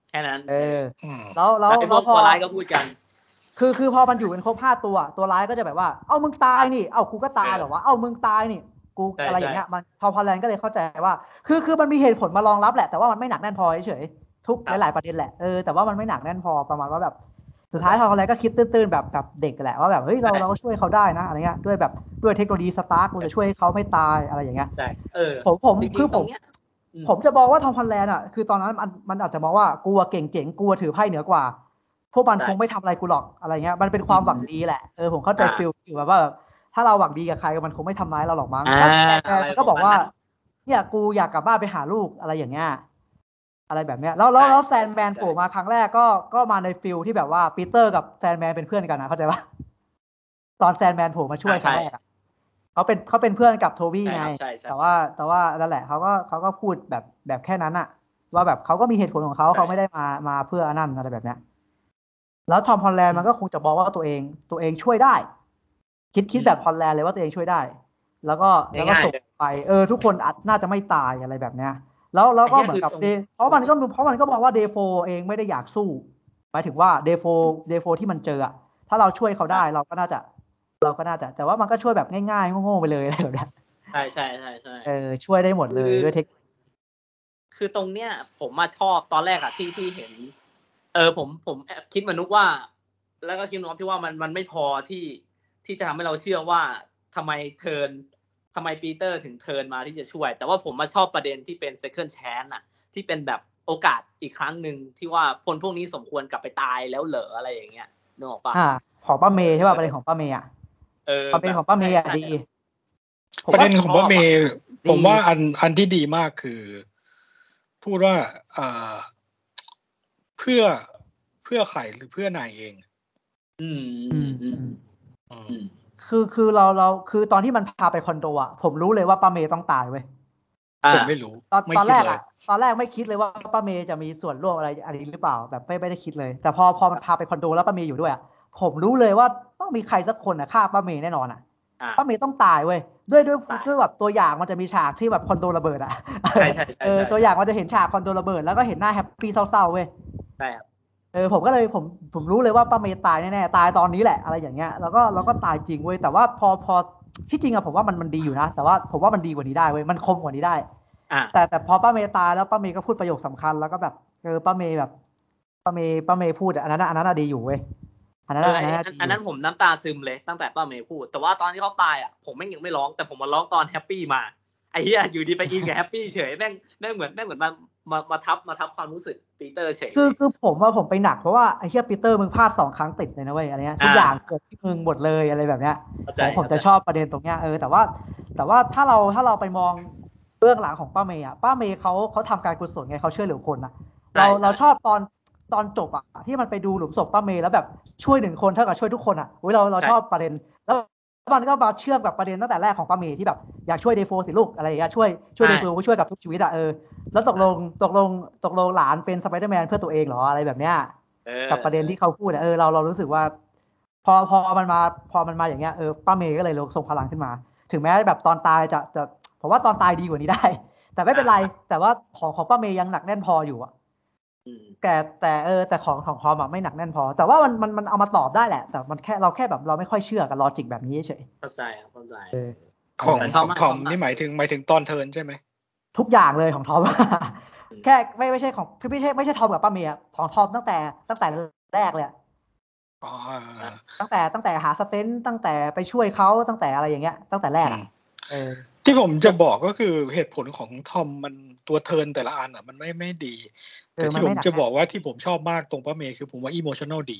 Speaker 1: แค่นั้น
Speaker 2: เออ
Speaker 3: อืม
Speaker 2: แล้วแล้ว
Speaker 1: แล้วไอ้พ
Speaker 2: แล้ว ว
Speaker 1: ก
Speaker 2: พอ
Speaker 1: ตัวร้ายก็พูดกัน
Speaker 2: คือคือพอมันอยู่กันครบห้าตัว ตัวร้ายก็จะแบบว่า เอ้ามึงตายนี่ เอ้ากูก็ตายเหรอวะ เอ้ามึงตายนี่ กู
Speaker 1: ใช่
Speaker 2: อะไรอย่างเงี้ย
Speaker 1: ใช่
Speaker 2: มันทอมฮอลแลนด์ก็เลยเข้าใจว่า คือคือมันมีเหตุผลมารองรับแหละ แต่ว่ามันไม่หนักแน่นพอเฉยๆทุก
Speaker 1: ครับ
Speaker 2: หลายๆประเด็นแหละ เออ แต่ว่ามันไม่หนักแน่นพอประมาณว่าแบบ สุดท้ายทอมฮอลแลนด์ก็คิดตื้นๆแบบแบบเด็กแหละว่าแบบ เฮ้ยเราเราก็ช่วยเขาได้นะอะไรเงี้ย ด้วยแบบด้วยเทคโนโลยีสตาร์กูจะช่วยให้เขาไม่ตายอะไรอย่างเงี้ย
Speaker 1: ใช่เออ
Speaker 2: ผมผม
Speaker 1: จริงๆ
Speaker 2: คือ
Speaker 1: ต
Speaker 2: ผ
Speaker 1: ร
Speaker 2: ม
Speaker 1: งเนี้ยอื
Speaker 2: ผมจะบอกว่าทอมพันแลนด์อ่ะคือตอนนั้นมันมันอาจจะมองว่ากลัวเก่งเจ๋งกลัวถือไพ่เหนือกว่า พวกมัน
Speaker 1: ใช่
Speaker 2: คงไม่ทำอะไรกูหรอกอะไรเงี้ยมันเป็นความหวังดีแหละเออผมเข้าใจ
Speaker 1: อ่า
Speaker 2: ฟิลฟิลแบบว่าแบบถ้าเราหวังดีกับใครมันคงไม่ทำร้ายเราหรอกมั้ง
Speaker 1: อ่า
Speaker 2: แต่
Speaker 1: อะไร
Speaker 2: มันก็บอกว่า
Speaker 1: ประมาณนั้
Speaker 2: เนี่ยกูอยากกลับบ้านไปหาลูกอะไรอย่างเงี้ยอะไรแบบเนี้ยแล้วแล้วแล้ว
Speaker 1: ใช่
Speaker 2: แซนแมน
Speaker 1: ใช่
Speaker 2: โผล่มาครั้งแรกก็ก็มาในฟิลที่แบบว่าปีเตอร์กับแซนแมนเป็นเพื่อนกันนะเข้าใจปะตอนแซนแมนโผล่มาช่วยครั้งแรกอะเขาเป็นเขาเป็นเพื่อนกับโทบี้
Speaker 1: ใช่
Speaker 2: ไง
Speaker 1: ครับใช่ใช่
Speaker 2: แต่ว่าแต่ว่านั่นแหละเขาก็เขาก็พูดแบบแบบแค่นั้นอะว่าแบบเขาก็มีเหตุผลของเขา
Speaker 1: ใช่
Speaker 2: เขาไม่ได้มามาเพื่ออันนั้นอะไรแบบเนี้ยแล้วทอมฮอลแลนด์มันก็คงจะบอกว่าตัวเองตัวเองช่วยได้ คิดคิดแบบฮอลแลนด์เลยว่าตัวเองช่วยได้ แล้วก็แล้วก็
Speaker 1: ง่ายๆ
Speaker 2: ส่ง
Speaker 1: เลย
Speaker 2: ไป เออ ทุกคนอัดน่าจะไม่ตายอะไรแบบเนี้ย แล้วแล้วก็
Speaker 1: อันเนี้ย
Speaker 2: เหมือนกับ
Speaker 1: คือตรง
Speaker 2: เดเพราะมันก็เพราะมันก็บอกว่าเดโฟเองไม่ได้อยากสู้หมายถึงว่าเดโฟเดโฟที่มันเจออะถ้าเราช่วยเขาได้เราก็น่าจะ เราก็น่าจะ แต่ว่ามันก็ช่วยแบบง่ายๆโง่ๆไปเลยอะไรแบบเนี้ย
Speaker 1: ใช่ใช่ใช่ใช่
Speaker 2: เออช่วยได้หมดเลย
Speaker 1: คือ
Speaker 2: ด้วยเทค
Speaker 1: คือตรงเนี้ย ผมมาชอบตอนแรกอะที่ที่เห็น เออผมผมแอบคิดมนุษย์ว่า แล้วก็คิดน้อมที่ว่ามันมันไม่พอที่ที่จะทำให้เราเชื่อว่าทำไมเทิร์นทำไมปีเตอร์ถึงเทิร์นมาที่จะช่วย แต่ว่าผมมาชอบประเด็นที่เป็น second chance อะที่เป็นแบบโอกาสอีกครั้งหนึ่งที่ว่าคนพวกนี้สมควรกลับไปตายแล้วเหรออะไรอย่างเงี้ยนึกออกปะ
Speaker 2: อ่า ของป้าเมย์ใช่ป่ะประเด็นของป้าเมย์อ่ะ
Speaker 1: เออ
Speaker 2: ประเด็นของป้าเมย์อ่ะ
Speaker 1: ใช่
Speaker 2: ดี
Speaker 1: ใช่
Speaker 2: ผม
Speaker 3: ประ
Speaker 2: ว่า
Speaker 3: เด็นของว่าเมย์
Speaker 2: ดี
Speaker 3: ผมว่าอันอันที่ดีมากคือ พูดว่าอ่าเพื่อเพื่อใครหรือเพื่อนายเอง
Speaker 1: อืม
Speaker 2: อื
Speaker 1: อื
Speaker 2: ม
Speaker 1: ม
Speaker 2: อื
Speaker 1: อื
Speaker 2: ม
Speaker 1: ม
Speaker 3: อืม
Speaker 1: อืม
Speaker 2: คือคือเราเราคือตอนที่มันพาไปคอนโดอ่ะผมรู้เลยว่าป้าเมย์ต้องตายเว้ย
Speaker 1: อ่า
Speaker 3: ผมไม่รู้
Speaker 2: ตอน
Speaker 3: ไม่
Speaker 2: ตอน
Speaker 3: คิด
Speaker 2: แรก
Speaker 3: เลย
Speaker 2: อ่ะตอนแรกไม่คิดเลยว่าป้าเมย์จะมีส่วนร่วมอะไรอะไรหรือเปล่าแบบไม่ไม่ได้คิดเลย แต่พอพอมันพาไปคอนโดแล้วป้าเมย์อยู่ด้วยอ่ะผมรู้เลยว่าต้องมีใครสักคนอ่ะฆ่าป้าเมย์แน่นอนอ่ะ
Speaker 1: อ่า
Speaker 2: ป้าเมย์ต้องตายเว้ยด้วยด้วย
Speaker 1: ตาย
Speaker 2: ด้วยแบบตัวอย่างมันจะมีฉากที่แบบคอนโดระเบิดอ่ะ
Speaker 1: ใช่ใช่ใช่
Speaker 2: เออ
Speaker 1: ใช่
Speaker 2: ตัวอย่างมันจะเห็นฉากคอนโดระเบิดแล้วก็เห็นหน้าแฮปปี้เศร้าๆเว้ย
Speaker 1: ใช่ครับ
Speaker 2: เออผมก็เลยผมผมรู้เลยว่าป้าเมย์ตายแน่ๆตายตอนนี้แหละอะไรอย่างเงี้ยแล้วก็แล้วก็ตายจริงเว้ยแต่ว่าพอพอที่จริงอะผมว่ามันมันดีอยู่นะ แต่ว่าผมว่ามันดีกว่านี้ได้เว้ยมันคมกว่านี้ได้
Speaker 1: อ่า
Speaker 2: แต่แต่พอป้าเมย์ตายแล้วป้าเมย์ก็พูดประโยคสำคัญแล้วก็แบบเออป้าเมย์แบบป้าเมย์ป้าเมย์พูดอะอันนั้นอะอันนั้นอะดีอยู่เว้ยอันนั้น
Speaker 1: เออ
Speaker 2: อะอัน
Speaker 1: ไอ้
Speaker 2: นั้น
Speaker 1: อัน
Speaker 2: อะดีอ
Speaker 1: อันนั้น
Speaker 2: ยู่
Speaker 1: ผมน้ำตาซึมเลยตั้งแต่ป้าเมย์พูด แต่ว่าตอนที่เขาตายอ่ะผมแม่งยังไม่ร้องแต่ผมมาร้องตอนแฮปปี้มาไอ้เหี้ยอยู่ดีไปอินกับแฮปปี้เฉยแม่งแม่งเหมือนแม่งเหมือนมามามาทับมาทับความรู้สึกปีเตอร์เฉย
Speaker 2: คือคือผมว่าผมไปหนักเพราะว่าไอ้เชียปีเตอร์มึงพลาดสองครั้งติดเลยนะเว้ยอะไรเงี้ยทุก
Speaker 1: อ่า
Speaker 2: อย่างเกิดที่มึงหมดเลยอะไรแบบเนี้ย
Speaker 1: เข้าใจ
Speaker 2: ผมผมจะ
Speaker 1: เข้าใ
Speaker 2: ชอบประเด็นตรงเนี้ยเออแต่ว่าแต่ว่าถ้าเราถ้าเราไปมองเบื้องหลังของป้าเมย์อ่ะป้าเมย์เขาเขาทำการกุศลไงเขาช่วยเหลือคนนะ
Speaker 1: ใช่
Speaker 2: เรา
Speaker 1: ใช่
Speaker 2: เราชอบตอนตอนจบอ่ะที่มันไปดูหลุมศพป้าเมย์แล้วแบบช่วยหนึ่งคนเท่ากับช่วยทุกคนอ่ะอุ้ยเราเราชอบประเด็นแล้วแล้วมันก็มาเชื่อมกับประเด็นตั้งแต่แรกของป้าเมย์ที่แบบอยากช่วยเดโฟสิลูกอะไรอย่างเงี้ยช่วยช่วยเดโฟก็ช่วยกับทุกชีวิตอ่ะเออแล้วตกลงตกลงตกลงหลานเป็นสไปเดอร์แมนเพื่อตัวเองเหรออะไรแบบเนี้ย
Speaker 1: เออ
Speaker 2: กับประเด็นที่เขาพูดอะเออเราเรารู้สึกว่า พอพอมันมาพอมันมาอย่างเงี้ยเออป้าเมย์ก็เลยทรงพลังขึ้นมา ถึงแม้แบบตอนตายจะจะ ผมว่าตอนตายดีกว่านี้ได้ แต่ไม่เป็นไร แต่ว่าของของป้าเมย์ยังหนักแน่นพออยู่อะ
Speaker 1: อืม
Speaker 2: แต่แต่เออแต่ของของฮอมอะไม่หนักแน่นพอ แต่ว่ามันมันมันเอามาตอบได้แหละ แต่มันแค่เราแค่แบบเราไม่ค่อยเชื่อกับลอจิกแบบนี้เฉย
Speaker 1: เข้าใจครับเข้าใจ
Speaker 2: เออ
Speaker 3: ของ
Speaker 1: แต่
Speaker 3: ข
Speaker 1: ชอ
Speaker 3: อบ ง
Speaker 1: มาก
Speaker 3: ท
Speaker 1: ช
Speaker 3: อม
Speaker 1: อบมาก
Speaker 3: นี่หมายถึงหมายถึงตอนเทิร์นใช่ไหม
Speaker 2: ทุกอย่างเลยของทอม แค่ไม่ไม่ใช่ของคือไม่ใช่ไม่ใช่ทอมกับป้าเมียของทอมตั้งแต่ตั้งแต่แรกเลยอะ
Speaker 3: อ๋อ
Speaker 2: ตั้งแต่ตั้งแต่หาสเตนต์ตั้งแต่ไปช่วยเขาตั้งแต่อะไรอย่างเงี้ย ตั้งแต่แรก
Speaker 3: อื
Speaker 2: อะ
Speaker 3: ม
Speaker 2: เออ
Speaker 3: ที่ผมจะบอกก็คือเหตุผลของทอมมันตัวเทิร์นแต่ละอันอ่ะ มันไม่ไม่ดี
Speaker 2: เออ
Speaker 3: แต่ที่
Speaker 2: มัน
Speaker 3: ผ
Speaker 2: ไม่
Speaker 3: ม
Speaker 2: หนัก
Speaker 3: จะบอกว่าที่ผมชอบมากตรงป้าเมย์คือผมว่าอิโมชัน a ลดี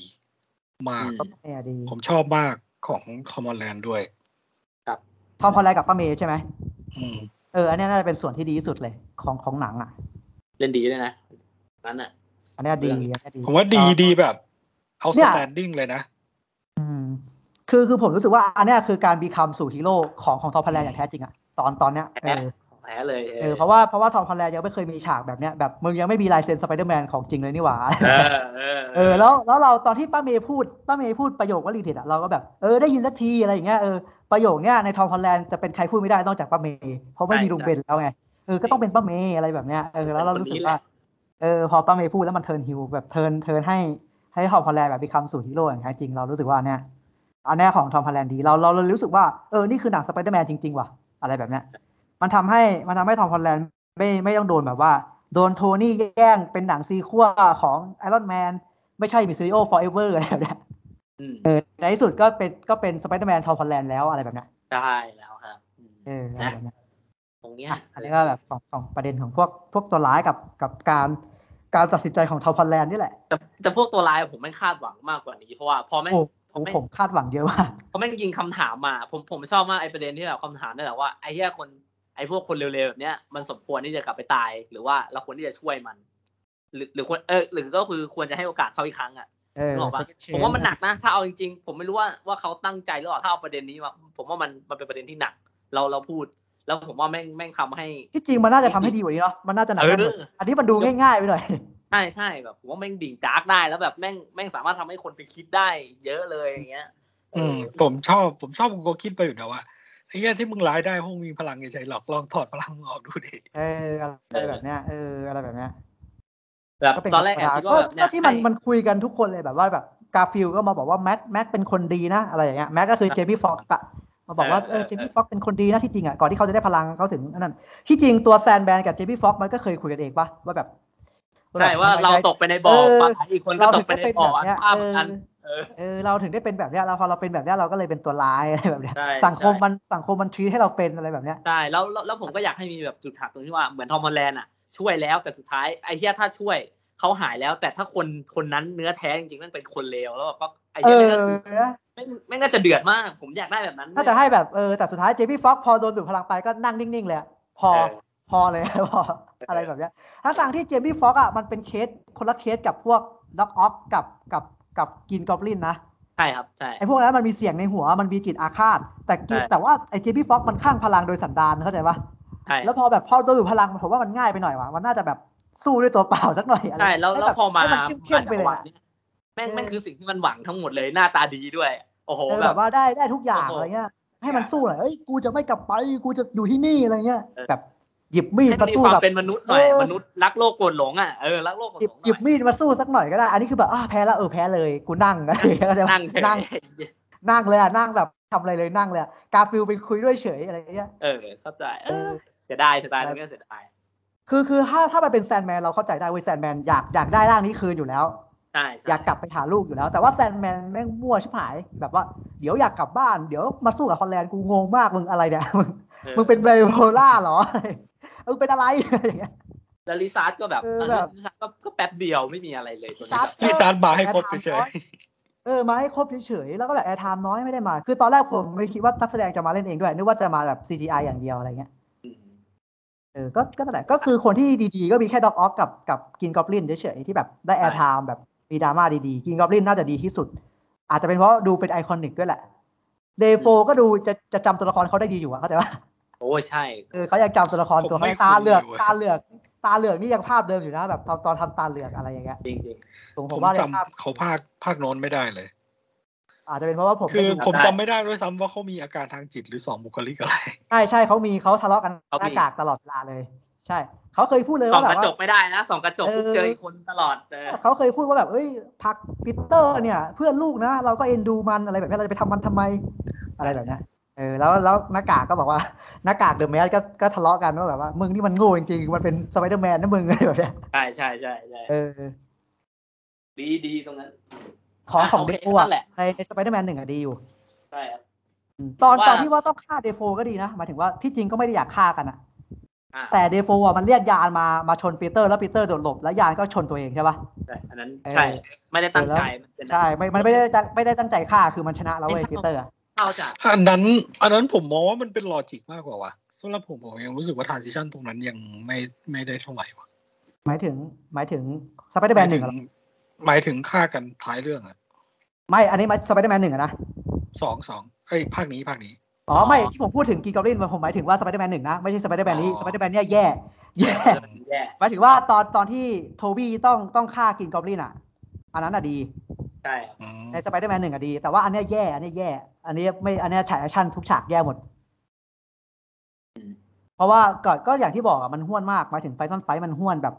Speaker 3: มาก
Speaker 1: อืม
Speaker 2: เนี่ยดี
Speaker 3: ผมชอบมากของคอมมอนแลนด์ด้วย
Speaker 2: ทอมพอลแลนด์กับป้าเมย์ใช่ไหม
Speaker 3: อืม
Speaker 2: เอออันเนี้ยน่าจะเป็นส่วนที่ดีที่สุดเลยของของหนังอ่ะ
Speaker 1: เล่นดีด้วยนะนั้นอ่ะ
Speaker 2: อันเนี้ยดี
Speaker 1: เออ
Speaker 2: อันเนี้ยดี
Speaker 3: ผมว่าดีดีแบบเอา
Speaker 2: เนี่
Speaker 3: ส
Speaker 2: ย
Speaker 3: แตนดิ้งเลยนะ
Speaker 2: อืมคือคือผมรู้สึกว่าอันเนี้ยคือการบีคัมสู่ฮีโร่ของของทอมพอลแลนด์อย่างแท้จริงอ่ะตอนตอนเนี้ยเอ
Speaker 1: แพ้
Speaker 2: อ
Speaker 1: แพ้เลย
Speaker 2: เออเพราะว่าเพราะว่าทอมฮอลแลนด์ยังไม่เคยมีฉากแบบเนี้ยแบบมึงยังไม่มีลายเซ็นสไปเดอร์แมนของจริงเลยนี่หว่า
Speaker 1: เออเออ
Speaker 2: เออแล้วแล้วเราตอนที่ป้าเมย์พูดป้าเมย์พูดประโยคว่ารีเทดอะเราก็แบบเออได้ยินสักทีอะไรอย่างเงี้ยเออประโยคเนี้ยในทอมฮอลแลนด์จะเป็นใครพูดไม่ได้นอกจากป้าเมย์เพราะไม่มีลุงเบนแล้วไงเออก็ต้องเป็นป้าเมย์อะไรแบบเนี้ยเออแล้วเรารู้สึกว่าเออพอป้าเมย์พูดแล้วมันเทิร์นฮิวแบบเทิร์นเทิร์นให้ให้ทอมฮอลแลนด์แบบมีคำสู่ฮีโร่อย่างแท้จริงเรารู้สึกว่าเนี่ยอันเนี้ยของทอมฮอลแลนด์ดีเราเราเรารู้สึกว่าเออนี่คือหนังสไปเดอร์แมนจริงๆว่ะอะไรแบบเนี้ย มันทำให้มันทำให้ทอมฮอลแลนด์ไม่ไม่ต้องโดนแบบว่า โดนโทนี่แย่งเป็นหนังซีคั่วของไอรอนแมนไม่ใช่มิสซิโอฟอร์เอเวอร์อะไรแบบเนี้ย
Speaker 1: อืม
Speaker 2: เออในที่สุดก็เป็นก็เป็นสไปเดอร์แมนทอมฮอลแลนด์แล้วอะไรแบบเนี้ย
Speaker 1: ได้แล้วครับอืม
Speaker 2: เอออะไร
Speaker 1: นะ
Speaker 2: แบบเนี้ย
Speaker 1: ตรงเนี้ย
Speaker 2: อ่ะอันนี้ก็แบบสองสองประเด็นของพวกพวกตัวร้ายกับกับการการตัดสินใจของทอมฮอลแลนด์นี่แหละ
Speaker 1: แต่แต่พวกตัวร้ายผมไม่คาดหวังมากกว่านี้ เพราะว่าพอแม่ง
Speaker 2: โอ้
Speaker 1: พอแม่ง
Speaker 2: ผมคาดหวังเยอะมาก
Speaker 1: เขาแม่งยิงคำถามมา ผมผมชอบมากไอ้ประเด็นที่แบบคำถามนั่นแหละว่าไอ้เหี้ยคนไอ้พวกคนเร็วๆแบบเนี้ยมันสมควรที่จะกลับไปตาย หรือว่าเราควรที่จะช่วยมัน หรือหรือควรเออหรือก็คือควรจะให้โอกาสเขาอีกครั้งอ่ะ
Speaker 2: เออ
Speaker 1: นึกออกปะผมว่ามันหนักนะ ถ้าเอาจริงๆ ผมไม่รู้ว่าว่าเขาตั้งใจหรือเปล่าถ้าเอาประเด็นนี้มาผมว่ามันมันเป็นประเด็นที่หนัก เราเราพูด แล้วผมว่าแม่งแม่งทำให้
Speaker 2: ที่จริงมันน่าจะทำให้ดีกว่านี้เนาะมันน่าจะหนักแน่นกว่านี้
Speaker 1: เอออั
Speaker 2: อันนี้มันดูง่ายๆไปหน่อย
Speaker 1: ใช่ใช่แบบผมว่าแม่งดิ่งดาร์กได้แล้วแบบแม่งแม่งสามารถทำให้คนไปคิดได้เยอะเลยอย่างเงี้ยเ
Speaker 3: อืมผมชอบ ผมชอบกูก็คิดไปอยู่นะว่าไอ้เหี้ยที่มึงร้ายได้พวกมึงมีพลังเฉยๆหรอกลองถอดพลังมึงออกดูดิ
Speaker 2: เอออะไรแบบเนี้ยเอออะไรแบบเนี้ย
Speaker 1: แบบ
Speaker 2: ก็เป็น
Speaker 1: ตอนแรกแอบคิดว่าแบบเนี่
Speaker 2: ก็
Speaker 1: ย
Speaker 2: ที่มัน
Speaker 1: ให้
Speaker 2: มันคุยกันทุกคนเลยแบบว่าแบบกาฟิลก็มาบอกว่าแมทแมทเป็นคนดีนะอะไรอย่างเงี้ยแมทก็คือเจมี่ฟ็อกซ์อะมาบอกว่า
Speaker 1: เออเอ
Speaker 2: เออ
Speaker 1: อ
Speaker 2: เจมี่ฟ็อกซ์เป็นคนดีนะที่จริงอะก่อนที่เขาจะได้พลังเขาถึงอันนั่นที่จริงตัวแซนแบนกับเจมี่ฟ็อกซ์มันก็เคยคุยกันเองปะว่าแบบ
Speaker 1: ใช่ว่า
Speaker 2: แบบ
Speaker 1: เราตกไปในบ่อ
Speaker 2: เออ
Speaker 1: ปลาไหลอีกคนก็
Speaker 2: เรา
Speaker 1: ต
Speaker 2: ถึ
Speaker 1: ก
Speaker 2: ง
Speaker 1: ไป
Speaker 2: ได้
Speaker 1: ใน
Speaker 2: เป็น
Speaker 1: บ่
Speaker 2: แบ
Speaker 1: อบ อัน
Speaker 2: เนี้ย
Speaker 1: ภาพ
Speaker 2: เออ
Speaker 1: อันเออ
Speaker 2: เออเราถึงได้เป็นแบบเนี้ยเราพอเราเป็นแบบเนี้ยเราก็เลยเป็นตัวร้ายอะไรแบบเนี้ย
Speaker 1: ใช่
Speaker 2: สังคม
Speaker 1: ใช่
Speaker 2: มันสังคมมันทีให้เราเป็นอะไรแบบเนี้ย
Speaker 1: ใช่แล้วแล้วแล้วผมก็อยากให้มีแบบจุดหักตรงที่ว่าเหมือนทอมฮอลแลนด์อ่ะช่วยแล้วแต่สุดท้ายไอ้เหี้ยถ้าช่วยเขาหายแล้ว แต่ถ้าคนคนนั้นเนื้อแท้จริงๆนั่นเป็นคนเลวแล้วแบบก็ไอ้
Speaker 2: เอ
Speaker 1: เหี้ย
Speaker 2: อ
Speaker 1: แม่งก็แม่งแม่งน่าจะเดือดมาก ผมอยากได้แบบนั้น
Speaker 2: ถ้าจะให้แบบเออแต่สุดท้ายเจมี่ฟ็อกซ์พอโดนดูดพลังไปก็นั่งนิ่งๆเลยอะพอ
Speaker 1: เออ
Speaker 2: พอเลย พออะไรแบบเนี้ยทั้งทางๆที่เจมี่ฟ็อกอ่ะมันเป็นเคสคนละเคสกับพวกด็อกออฟกับกับกับกินกอบลินนะ
Speaker 1: ใช่ครับใช่
Speaker 2: ไอ้พวกนั้นมันมีเสียงในหัวมันมีจิตอาฆาต แต่กิน
Speaker 1: ใช่
Speaker 2: แต่ว่าไอ้เจมี่ฟ็อกมันข้างพลังโดยสันดานเข้าใจปะ
Speaker 1: ใช่
Speaker 2: แล้วพอแบบพอตัวดูดพลังผมว่ามันง่ายไปหน่อยว่ะมันน่าจะแบบสู้ด้วยตัวเปล่าสักหน่อยอะไร
Speaker 1: ใช่แล้วแล้ว
Speaker 2: บบ
Speaker 1: พอมา
Speaker 2: ให้นเข้มๆไปเลย
Speaker 1: มาจังหวะ
Speaker 2: อะ
Speaker 1: นี้แม่ง
Speaker 2: เออ
Speaker 1: แม่งคือสิ่งที่มันหวังทั้งหมดเลยหน้าตาดีด้วย โอ้โห
Speaker 2: เออ
Speaker 1: แบ
Speaker 2: แบบ บว่าได้ได้ทุกอย่าง
Speaker 1: โอ้โห
Speaker 2: อะไรเงี้ย ให้มันสู้หน่อยเอ้ยกูจะไม่กลับไปกูจะอยู่ที่นี่อะไรเงี้ย
Speaker 1: เออ
Speaker 2: แบบหยิบมีด
Speaker 1: ให้มั
Speaker 2: มาน
Speaker 1: มี
Speaker 2: สู้
Speaker 1: ความ
Speaker 2: กับ
Speaker 1: เป็นมนุษย์หน่อย
Speaker 2: เออ
Speaker 1: มนุษย์รักโลกโกรธหลงอ่ะเออรักโลกโกรธ
Speaker 2: ห
Speaker 1: ห
Speaker 2: ยิบ
Speaker 1: ลงห
Speaker 2: หยิ
Speaker 1: น่
Speaker 2: บ
Speaker 1: อย
Speaker 2: มีดมาสู้สักหน่อยก็ได้ อันนี้คือแบบอ้าแพ้แล้วเออแพ้เลย กูนั่ง อะไรอย่างเงี้ยเข้าใจปะ
Speaker 1: นั่งเฉย
Speaker 2: นั่งนั่งเลยอ่ะนั่งแบบทำอะไรเลยนั่งเลยอะกาฟิลไปคุยด้วยเฉยอะไรอย่างเงี้ย
Speaker 1: เออ เข้าใจเออ
Speaker 2: เออ
Speaker 1: เสียดายเสียดายตรงเนี้ยเสียดาย
Speaker 2: คือคือถ้าถ้ามันเป็นแซนแมนเราเข้าใจได้เว้ยแซนแมนอยากอยากได้ร่างนี้คืนอยู่แล้ว
Speaker 1: ใช่
Speaker 2: อ
Speaker 1: ใช่
Speaker 2: ยากกลับไปหาลูกอยู่แล้ว แต่ว่าแซนแมนแม่งมั่วชิบหาย แบบว่าเดี๋ยวอยากกลับบ้านเดี๋ยวมาสู้กับฮอลแลนด์กูงงมากมึงอะไรเนี่ย มึง
Speaker 1: ออ
Speaker 2: มึงเป็นไบโพล่าเหรอเออเป็นอะไรอะไรอย่างเงี้ย
Speaker 1: แล้วลิซาร์ดก็แบบ
Speaker 2: เออ
Speaker 1: เออ
Speaker 2: แบบ
Speaker 1: ลิซาร์ดก็ก็แป๊บเดียวไม่มีอะไรเลยตัวนี้
Speaker 2: ซัด
Speaker 1: แบบ
Speaker 3: ลิซาร์ดมาให้ครบเฉย
Speaker 2: เออ มาให้ครบเฉยๆ แล้วก็แบบแอร์ไทม์น้อยไม่ได้มา คือตอนแรกผมไม่คิดว่านักแสดงจะมาเล่นเองด้วย นึกว่าจะมาแบบ CGI อย่างเดียวอะไรเงี้ย เออ ก็ ก็นั่นแหละก็คือคนที่ดีๆ ก็มีแค่ด็อกออฟกับกับกินกอบลินเฉยๆ ที่แบบได้แอร์ไทม์แบบมีดราม่าดีๆ กินกอบลินน่าจะดีที่สุด อาจจะเป็นเพราะดูเป็นไอคอนิกด้วยแหละ เดโฟก็ดูจะจะจำตัวละครเขาได้ดีอยู่อะเข้าใจปะ
Speaker 1: โอ้ใช่
Speaker 2: เออเขายังจำตัวละครตัว
Speaker 3: ผมไม่
Speaker 2: เขาตาเหลือก
Speaker 3: คุ้นอยู่อะ
Speaker 2: ตาเหลือก ตาเหลือกนี่ยังภาพเดิมอยู่นะแบบตอนตอนทำตาเหลือกอะไรอย่างเงี้ย
Speaker 1: จริงจริง
Speaker 2: ผม
Speaker 3: ๆ
Speaker 2: ผ
Speaker 3: ผมม
Speaker 2: ว่า
Speaker 3: จำ
Speaker 2: ภาพ
Speaker 3: เขาภาคภาคโน้นไม่ได้เลย
Speaker 2: อาจจะเป็นเพราะว่าผม
Speaker 3: คือ
Speaker 2: ไม่ดู
Speaker 3: ผม
Speaker 1: ได้
Speaker 3: จำไม่ได้ด้วยซ้ำว่าเขามีอาการทางจิตหรือสองบุคลิกอะไร
Speaker 2: ใช่ใช่เขามีเขาทะเลาะกัน
Speaker 1: เขามี
Speaker 2: หน้ากากตลอดเวลาเลย ใช่ เขาเคยพูดเลย
Speaker 1: ส่อ
Speaker 2: ว่าง
Speaker 1: ก
Speaker 2: แบบ
Speaker 1: ระ
Speaker 2: ว่า
Speaker 1: จกไม่ได้นะส่องกระจก
Speaker 2: เออ
Speaker 1: ปุ๊บเจออีกคนตลอดเออ
Speaker 2: เขาเคยพูดว่าแบบเอ้ยพักปีเตอร์เนี่ย เพื่อนลูกนะ เราก็เอ็นดูมันอะไรแบบนี้เราจะไปทำมันทำไมอะไรแบบเนี้ยเออแล้วแล้วหน้ากากก็บอกว่า หน้ากากเดอะแมสก็ก็ทะเลาะกันว่าแบบว่ามึงนี่มันโง่จริงๆมันเป็นสไปเดอร์แมนนะมึง อะไรแบบเนี้ย
Speaker 1: ใช่ใช่ใช่ใช่
Speaker 2: เออ
Speaker 1: ดีดีตรงนั้น
Speaker 2: ของของ
Speaker 1: อ่ะ
Speaker 2: เด
Speaker 1: โอเค
Speaker 2: โฟอ่ะ
Speaker 1: นั่นแหละ
Speaker 2: ในในสไปเดอร์แมนหนึ่งอะดีอยู่
Speaker 1: ใช่ครับ
Speaker 2: อืมตอน
Speaker 1: ว่า
Speaker 2: ตอนที่ว่าต้องฆ่าเดโฟก็ดีนะหมายถึงว่าที่จริงก็ไม่ได้อยากฆ่ากันอะ
Speaker 1: อ่า
Speaker 2: แต่เดโฟอ่ะมันเรียกยานมามาชนปีเตอร์แล้วปีเตอร์โดดหลบแล้วยานก็ชนตัวเองใช่ปะ
Speaker 1: ใช่อันนั้น
Speaker 2: เออ
Speaker 1: ใช่ไม่ได้ตั้งใจมันเป็น
Speaker 2: ใช่ไม่มันไม่ได้ตั้งไม่ได้ตั้งใจฆ่าคือมันชนะแล้วเว้ยปีเตอร์อะ
Speaker 1: เข้าจาก
Speaker 3: อันนั้น อันนั้นผมมองว่ามันเป็นลอจิกมากกว่าว่ะสำหรับผมผมยังรู้สึกว่าท a านซิชันตรงนั้นยังไม่ไม่ได้เท่าไหร่ว่ะ
Speaker 2: หมายถึงหมายถึงสไปเดอร์แมนหนึ่ง
Speaker 3: หมายถึงหมายถึงฆ่ากันท้ายเรื่องอะ
Speaker 2: ไม่อันนี้มาสไปเดอร์แมนหนึ่งนะ
Speaker 3: สองสองเอ้ยภาคนี้ภา คนี้
Speaker 2: อ๋อไม่ที่ผมพูดถึงกีกอรินผมหมายถึงว่าสไปเดอร์แมนหนึ่งนะไม่ใช่สไปเดอร์แมนนี้
Speaker 3: อ๋อ
Speaker 2: สไปเดอร์แมนเนี่ยแย่แย่
Speaker 1: แย่
Speaker 2: หมายถึงว่าตอนตอนที่โทบี้ต้องต้องฆ่ากินกอบลินอ่ะ อันนั้นอ่ะดี
Speaker 1: ใช่ครับ
Speaker 3: อืม
Speaker 2: ในสไปเดอร์แมนหนึ่งอ่ะดี แต่ว่าอันเนี้ยแย่อันเนี้ยแย่อันเนี้ยไม่อันเนี้ยฉากแอคชั่นทุกฉากแย่หมด เพราะว่าก่อนก็อย่างที่บอกอ่ะมันห้วนมากหมายถึงไฟนอลไฟมันห้วนแบบ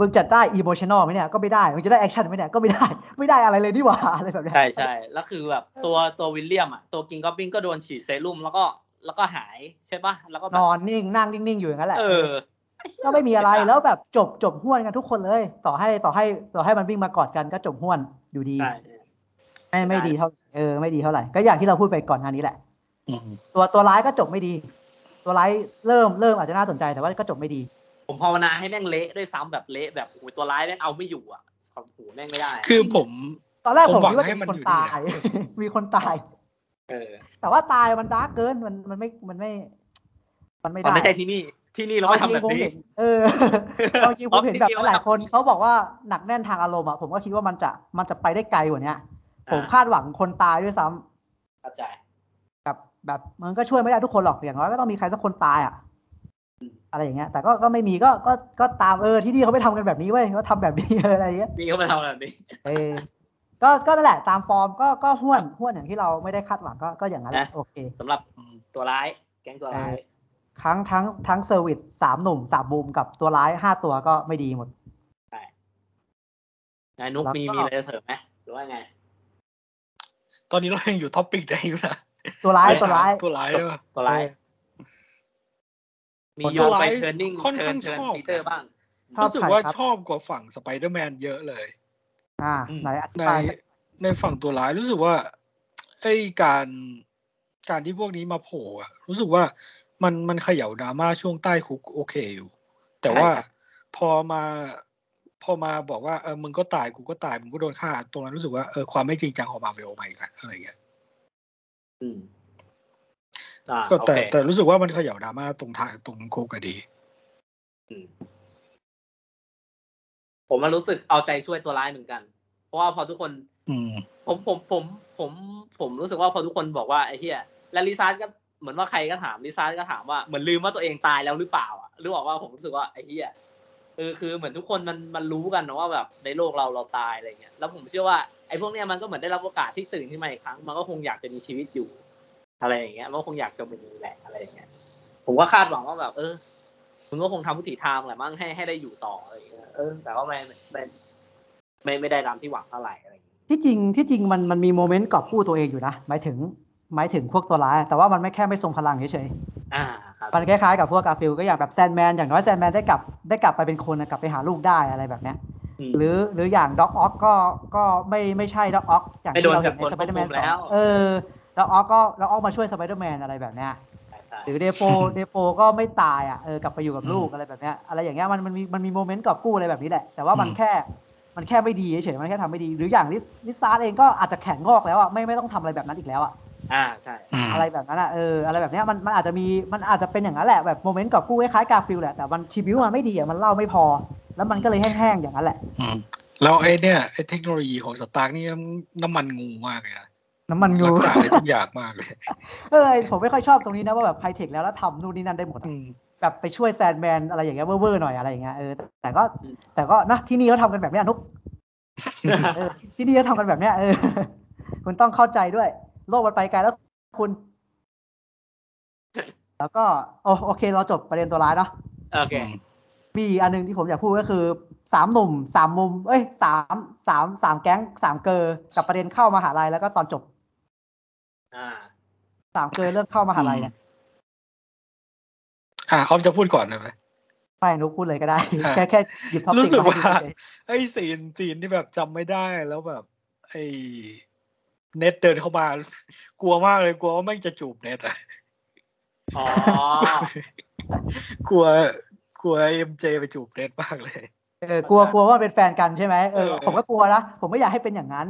Speaker 2: มึงจะได้อีโมชันอลไหมเนี่ยก็ไม่ได้มึงจะได้แอคชั่นไหมเนี่ยก็ไม่ได้ไม่ได้อะไรเลยนี่หว่าอะไรแบบเนี้ย
Speaker 1: ใช่ใช่แล้วคือแบบตัวตัววิลเลียมอ่ะตัวกิงกอบบินก็โดนฉีดเซรุ่มแล้วก็แล้วก็หายใช่ป่ะแล้วก็แบ
Speaker 2: น
Speaker 1: บ
Speaker 2: อนนิ่งนั่งนิ่งๆอยู่อย่างนั้นแหละ
Speaker 1: เออ
Speaker 2: ก็ไม่มีอะไรแล้วแบบจบจบห้วนกันทุกคนเลย ต่อให้ต่อให้ต่อให้มันวิ่งมากอดกันก็จบห้วนอยู่ดี
Speaker 1: ใช่
Speaker 2: ไม่ไม่
Speaker 1: ใช่
Speaker 2: ดีเท่าเออไม่ดีเท่าไหร่ก็อย่างที่เราพูดไปก่อนหน้านี้แหละ
Speaker 3: อืม
Speaker 2: ตัวตัวร้ายก็จบไม่ดี ตัวร้ายเริ่มเริ่มอาจจะน่าสนใจแต่ว่าก็จบไม่ดี
Speaker 1: ผมภาวนาให้แม่งเละด้วยซ้ำแบบเละแบบโอ้ยตัวร้ายแม่งเอาไม่อยู่อ่ะขอบหูแม่งไม่ได้ะ
Speaker 3: คือผม
Speaker 2: ตอนแรก
Speaker 3: ผม
Speaker 2: ผมคิด
Speaker 3: หวัง
Speaker 2: ว่า
Speaker 3: ให้
Speaker 2: จะมี
Speaker 3: มัน
Speaker 2: คน
Speaker 3: อยู่ดี
Speaker 2: ตาย มีคนตาย
Speaker 1: เออ
Speaker 2: แต่ว่าตายมันดาร์กเกินมันมันไม่มันไม่ มันไม่
Speaker 1: มัน
Speaker 2: ได้
Speaker 1: ไม่ใช่ที่นี่ที่นี่เราไม่ทำแบบ
Speaker 2: ผม
Speaker 1: นี้
Speaker 2: เห็นเออ เอาจริงผมเห็นแบบหลายๆคนเขาบอกว่าหนักแน่นทางอารมณ์อ่ะผมก็คิดว่ามันจะมันจะไปได้ไกลกว่าเนี้ย
Speaker 1: อ่า
Speaker 2: ผมคาดหวังคนตายด้วยซ้ำ
Speaker 1: เข้าใจ
Speaker 2: แบบแบบมันก็ช่วยไม่ได้ทุกคนหรอกอย่างน้อยก็ต้องมีใครสักคนตายอ่ะอะไรอย่างเงี้ย แต่ก็ก็ไม่มีก็ก็ก็ตามเออที่นี่เขาไม่ทำกันแบบนี้เว้ยเขาทำแบบนี้ เอออะไรอย่างเงี้ย
Speaker 1: นี่เขามาทำแบบนี้
Speaker 2: เออก็ก็นั่นแหละตามฟอร์มก็ก็ห้วนห้วนอย่างที่เราไม่ได้คาดหวังก็ก็อย่างนั้นแหละ
Speaker 1: นะ
Speaker 2: โอเค
Speaker 1: สำหรับ
Speaker 3: อืม
Speaker 1: ตัวร้าย แก๊งตัวร้าย
Speaker 2: ทั้งทั้งทั้งเซอร์วิสสามหนุ่มสามบูมกับตัวร้ายห้าตัวก็ไม่ดีหมด
Speaker 1: นายนุก
Speaker 2: แล้วก็
Speaker 1: มีมีอะไรจะเสริมไหมหรือว่าไง
Speaker 3: ตอนนี้เรายังอยู่ท็อปิกได้อยู่นะ
Speaker 2: ตัวร้ายตัวร้าย
Speaker 3: ตัวร้ายใช่ปะ
Speaker 1: ตัวร้าย
Speaker 2: เออ
Speaker 1: มี
Speaker 3: คน
Speaker 1: โย
Speaker 3: ตั
Speaker 1: ง
Speaker 3: วร้า
Speaker 1: ไป
Speaker 3: ย
Speaker 1: เทิร์นนิ่ง
Speaker 3: ค่อน
Speaker 1: เทิ
Speaker 3: ข้า
Speaker 1: ร์นเทิ
Speaker 3: ง
Speaker 1: ร์น
Speaker 3: ชอบ
Speaker 1: ปีเตอร์บ้าง
Speaker 2: ชอบ
Speaker 3: รู้สึก
Speaker 2: ใคร
Speaker 3: ว่า
Speaker 2: ครับ
Speaker 3: ชอบกว่าฝั่งสไปเดอร์แมนเยอะเลย
Speaker 2: อ่า
Speaker 1: อืม
Speaker 2: ไหนอธิ
Speaker 3: ใน
Speaker 2: บายสัก
Speaker 3: ในฝั่งตัวร้ายรู้สึกว่าไอ้การการที่พวกนี้มาโผล่อะรู้สึกว่ามันมันเขย่าดราม่าช่วงใต้คุกโอเคอยู่ แต่ว่า
Speaker 1: ใช่ครับ
Speaker 3: พอมาพอมาบอกว่าเออมึงก็ตายกูก็ตายมึงก็โดนฆ่า ตรงนั้นรู้สึกว่าเออความไม่จริงจังของมาเวลมาอีกแล้วอะไรอย่างเงี้ย
Speaker 1: อืมอ่า
Speaker 3: ก็
Speaker 1: โอ
Speaker 3: แต่
Speaker 1: เค
Speaker 3: แต่รู้สึกว่ามันเขย่าดราม่าตรงทางตรงคุกก็ดี
Speaker 1: อืมผมมันรู้สึกเอาใจช่วยตัวร้ายเหมือนกัน เพราะว่าพอทุกคน
Speaker 3: อืม
Speaker 1: ผมผมผมผมผมรู้สึกว่าพอทุกคนบอกว่าไอ้เหี้ยและลิซาร์ดก็เหมือนว่าใครก็ถามลิซาร์ดก็ถามว่าเหมือนลืมว่าตัวเองตายแล้วหรือเปล่าอ่ะหรือบอกว่าผมรู้สึกว่าไอ้เหี้ยเออคือเหมือนทุกคนมันมันรู้กันนะว่าแบบในโลกเราเราตายอะไรเงี้ยแล้วผมเชื่อว่าไอ้พวกเนี้ยมันก็เหมือนได้รับโอกาสที่ตื่นขึ้นมาอีกครั้ง มันก็คงอยากจะมีชีวิตอยู่ อะไรอย่างเงี้ยมันก็คงอยากจะมีแหละอะไรอย่างเงี้ยผมก็คาดหวังว่าแบบ เออมึงก็คงทำทุกทิศทางแหละมั้งให้ให้ได้อยู่ต่ออะไรอย่างเงี้ยเออแต่ว่าไม่ไม่ไม่ไม่ได้ตามที่หวังเท่าไหร่อะไรอย่างเงี้ย
Speaker 2: ที่จริงที่จริงมันมันมีโมเมนต์กอบกู้ตัวเองอยู่นะหมายถึงหมายถึงพวกตัวร้าย แต่ว่ามันไม่แค่ไม่ทรงพลังเฉย
Speaker 1: อ่าครับ
Speaker 2: ๆมันคล้ายๆกับพวกกาฟิลก็อย่างแบบแซนแมนอย่างน้อยแซนแมนได้กลับได้กลับไปเป็นคนนะกลับไปหาลูกได้อะไรแบบเนี้ย
Speaker 1: อืม
Speaker 2: หรือหรืออย่างด็อกออกก็ก็ไม่ไม่ใช่ด็อกออกอย่างที่เราเห็น
Speaker 1: ไม่โดน
Speaker 2: ใน
Speaker 1: จับ
Speaker 2: สไปเดอร์แมน
Speaker 1: ควบคุ
Speaker 2: ส
Speaker 1: ม
Speaker 2: อง
Speaker 1: แล้ว
Speaker 2: เออด็อกออกก็ด็อกออกมาช่วยสไปเดอร์แมนอะไรแบบเนี้ย
Speaker 1: ใช่ใช่
Speaker 2: หรือเดโป เดโปก็ไม่ตายอ่ะเออกลับไปอยู่กับลูกอะไรแบบเนี้ยอะไรอย่างเงี้ยมันมันมีมันมีโมเมนต์กอบกู้อะไรแบบนี้แหละ แต่ว่ามัน
Speaker 3: อืม
Speaker 2: แค่มันแค่ไม่ดีเฉยๆมันแค่ทำไม่ดี หรืออย่างลิซลิซาร์ดเองก็อาจจะแขนงอกแล้วอ่ะไม่ไม่ต้องทำอะไรแบบนั้นอีกแล้วอ่ะ
Speaker 1: อ่าใช่
Speaker 3: อืม
Speaker 2: อะไรแบบนั้นอ่ะเอออะไรแบบเนี้ยมันมันอาจจะมีมันอาจจะเป็นอย่างนั้นแหละแบบโมเมนต์กอบกู้คล้ายๆกาฟิลแหละแต่มันชีวิตมันไม่ดีอ่ะมันเล่าไม่พอ แล้วมันก็เลยแห้งๆอย่างนั้นแหละ
Speaker 3: อืมแล้วไอ้เนี่ยไอ้เทคโนโลยีของสตาร์กนี่น้ำมันงูมากเลยนะ
Speaker 2: น้ำมันงู
Speaker 3: รักษาได้ทุกอย่างมากเลย
Speaker 2: เออผมไม่ค่อยชอบตรงนี้นะว่าแบบไฮเทคแล้วแล้วทำนู่นนี่นั่นได้หมดอะ
Speaker 3: อืม
Speaker 2: แบบไปช่วยแซนแมนอะไรอย่างเงี้ยเว่อร์ๆหน่อยอะไรอย่างเงี้ยเออแต่แต่ก็แต่ก็นะที่นี่เขาทำกันแบบเนี้ยนุกเออที่ที่นี่เขาทำกันแบบเนี้ยเอ อ คุณต้องเข้าใจด้วย โลกมันไปไกลแล้วคุณ แล้วก็โอโอเคเราจบประเด็นตัวร้ายเนาะ
Speaker 1: โอเค
Speaker 2: มีอันหนึงที่ผมอยากพูดก็คือสามหนุ่มสามมุม เอ้ยสามสามสามแก๊งสามเกอร์กับประเด็นเข้ามหาลัยแล้วก็ตอนจบ
Speaker 1: อ่า
Speaker 2: สามเกอร์เรื่องเข้ามหาลัยเนี่ย
Speaker 3: อ่าออฟจะพูดก่อนเลยไหม
Speaker 2: ไม่นุกพูดเลยก็ ได้
Speaker 3: อ่ะ
Speaker 2: แค่แค่หยิบท็อปิ
Speaker 3: รู้
Speaker 2: ก
Speaker 3: สึก
Speaker 2: มาให้ดู
Speaker 3: ว่า
Speaker 2: เฉย
Speaker 3: ไอ้ซีนซีนที่แบบจำไม่ได้แล้วแบบ ไอ้เน็ตเดินเข้าม ากลัวมากเลยกลัวว่าไม่งจะจูบเน็ตอะ
Speaker 1: อ๋อก
Speaker 3: ลัว กลัวเอ็มเจไปจูบเน็ตมากเลย
Speaker 2: ๆเออกลัวกลัวว่าเป็นแฟนกันใช่ไหมเออ
Speaker 3: เออ
Speaker 2: ผมก็กลัวนะผมไม่อยากให้เป็นอย่างนั้น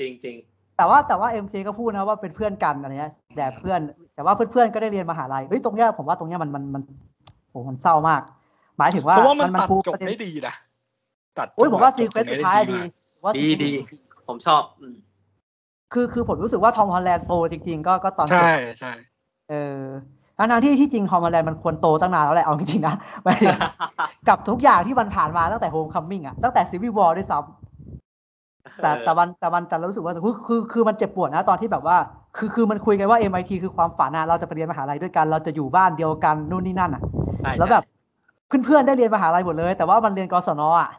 Speaker 1: จริงจริง
Speaker 2: แต่ว่าแต่ว่าเอ็มเจก็พูดนะว่าเป็นเพื่อนกันอะไรเงี้ยแต่เพื่อน แต่ว่าเพื่อนๆก็ได้เรียนมหาลัยเฮ้ยตรงเนี้ยผมว่าตรงเนี้ยมันมันมันโอ้โหมันเศร้ามาก หมายถึง
Speaker 3: เพ
Speaker 2: ว่า
Speaker 3: ราะว่ามันตัด
Speaker 2: ปู
Speaker 3: จบ
Speaker 2: ประเด็น
Speaker 3: ได้ดีนะตัด
Speaker 2: โอ้ยผมว่า
Speaker 3: จบ
Speaker 2: ซีเควน
Speaker 3: ต
Speaker 2: ซ์
Speaker 3: รง
Speaker 2: สุด
Speaker 3: นี้ไ
Speaker 2: ท้ายอะดีผม
Speaker 3: มก
Speaker 2: ว่า
Speaker 1: ดี
Speaker 2: ซีเควนซ์
Speaker 1: ดี ผมชอบอืม
Speaker 2: คือคือผมรู้สึกว่าทอมฮอลแลนด์โตจริงๆ ก็ก็ตอนจบ
Speaker 3: ใช่ใช่
Speaker 2: เออทั้งทที่ที่จริงทอมฮอลแลนด์มันควรโตตั้งนานแล้วแหละเอาจริงๆนะ หมายถึงกับทุกอย่างที่มันผ่านมาตั้งแต่โฮมคัมมิ่งอะตั้งแต่ซีวิวอลด้วยซ้ำ แต่แต่มันแต่มันแต่เรารู้สึกว่าคือคือคือมันเจ็บปวดนะตอนที่แบบว่า คือคือมันคุยกันว่า MIT คือความฝันนะเราจะไปเรียนมหาลัยด้วยกัน เราจะอยู่บ้านเดียวกันนู่นนี่นั่นอ่ะ
Speaker 1: ใช่
Speaker 2: แล้วแบบเพื่อนๆได้เรียนมหาลัยหมดเลย แต่ว่ามันเรียนกศนอ่ะ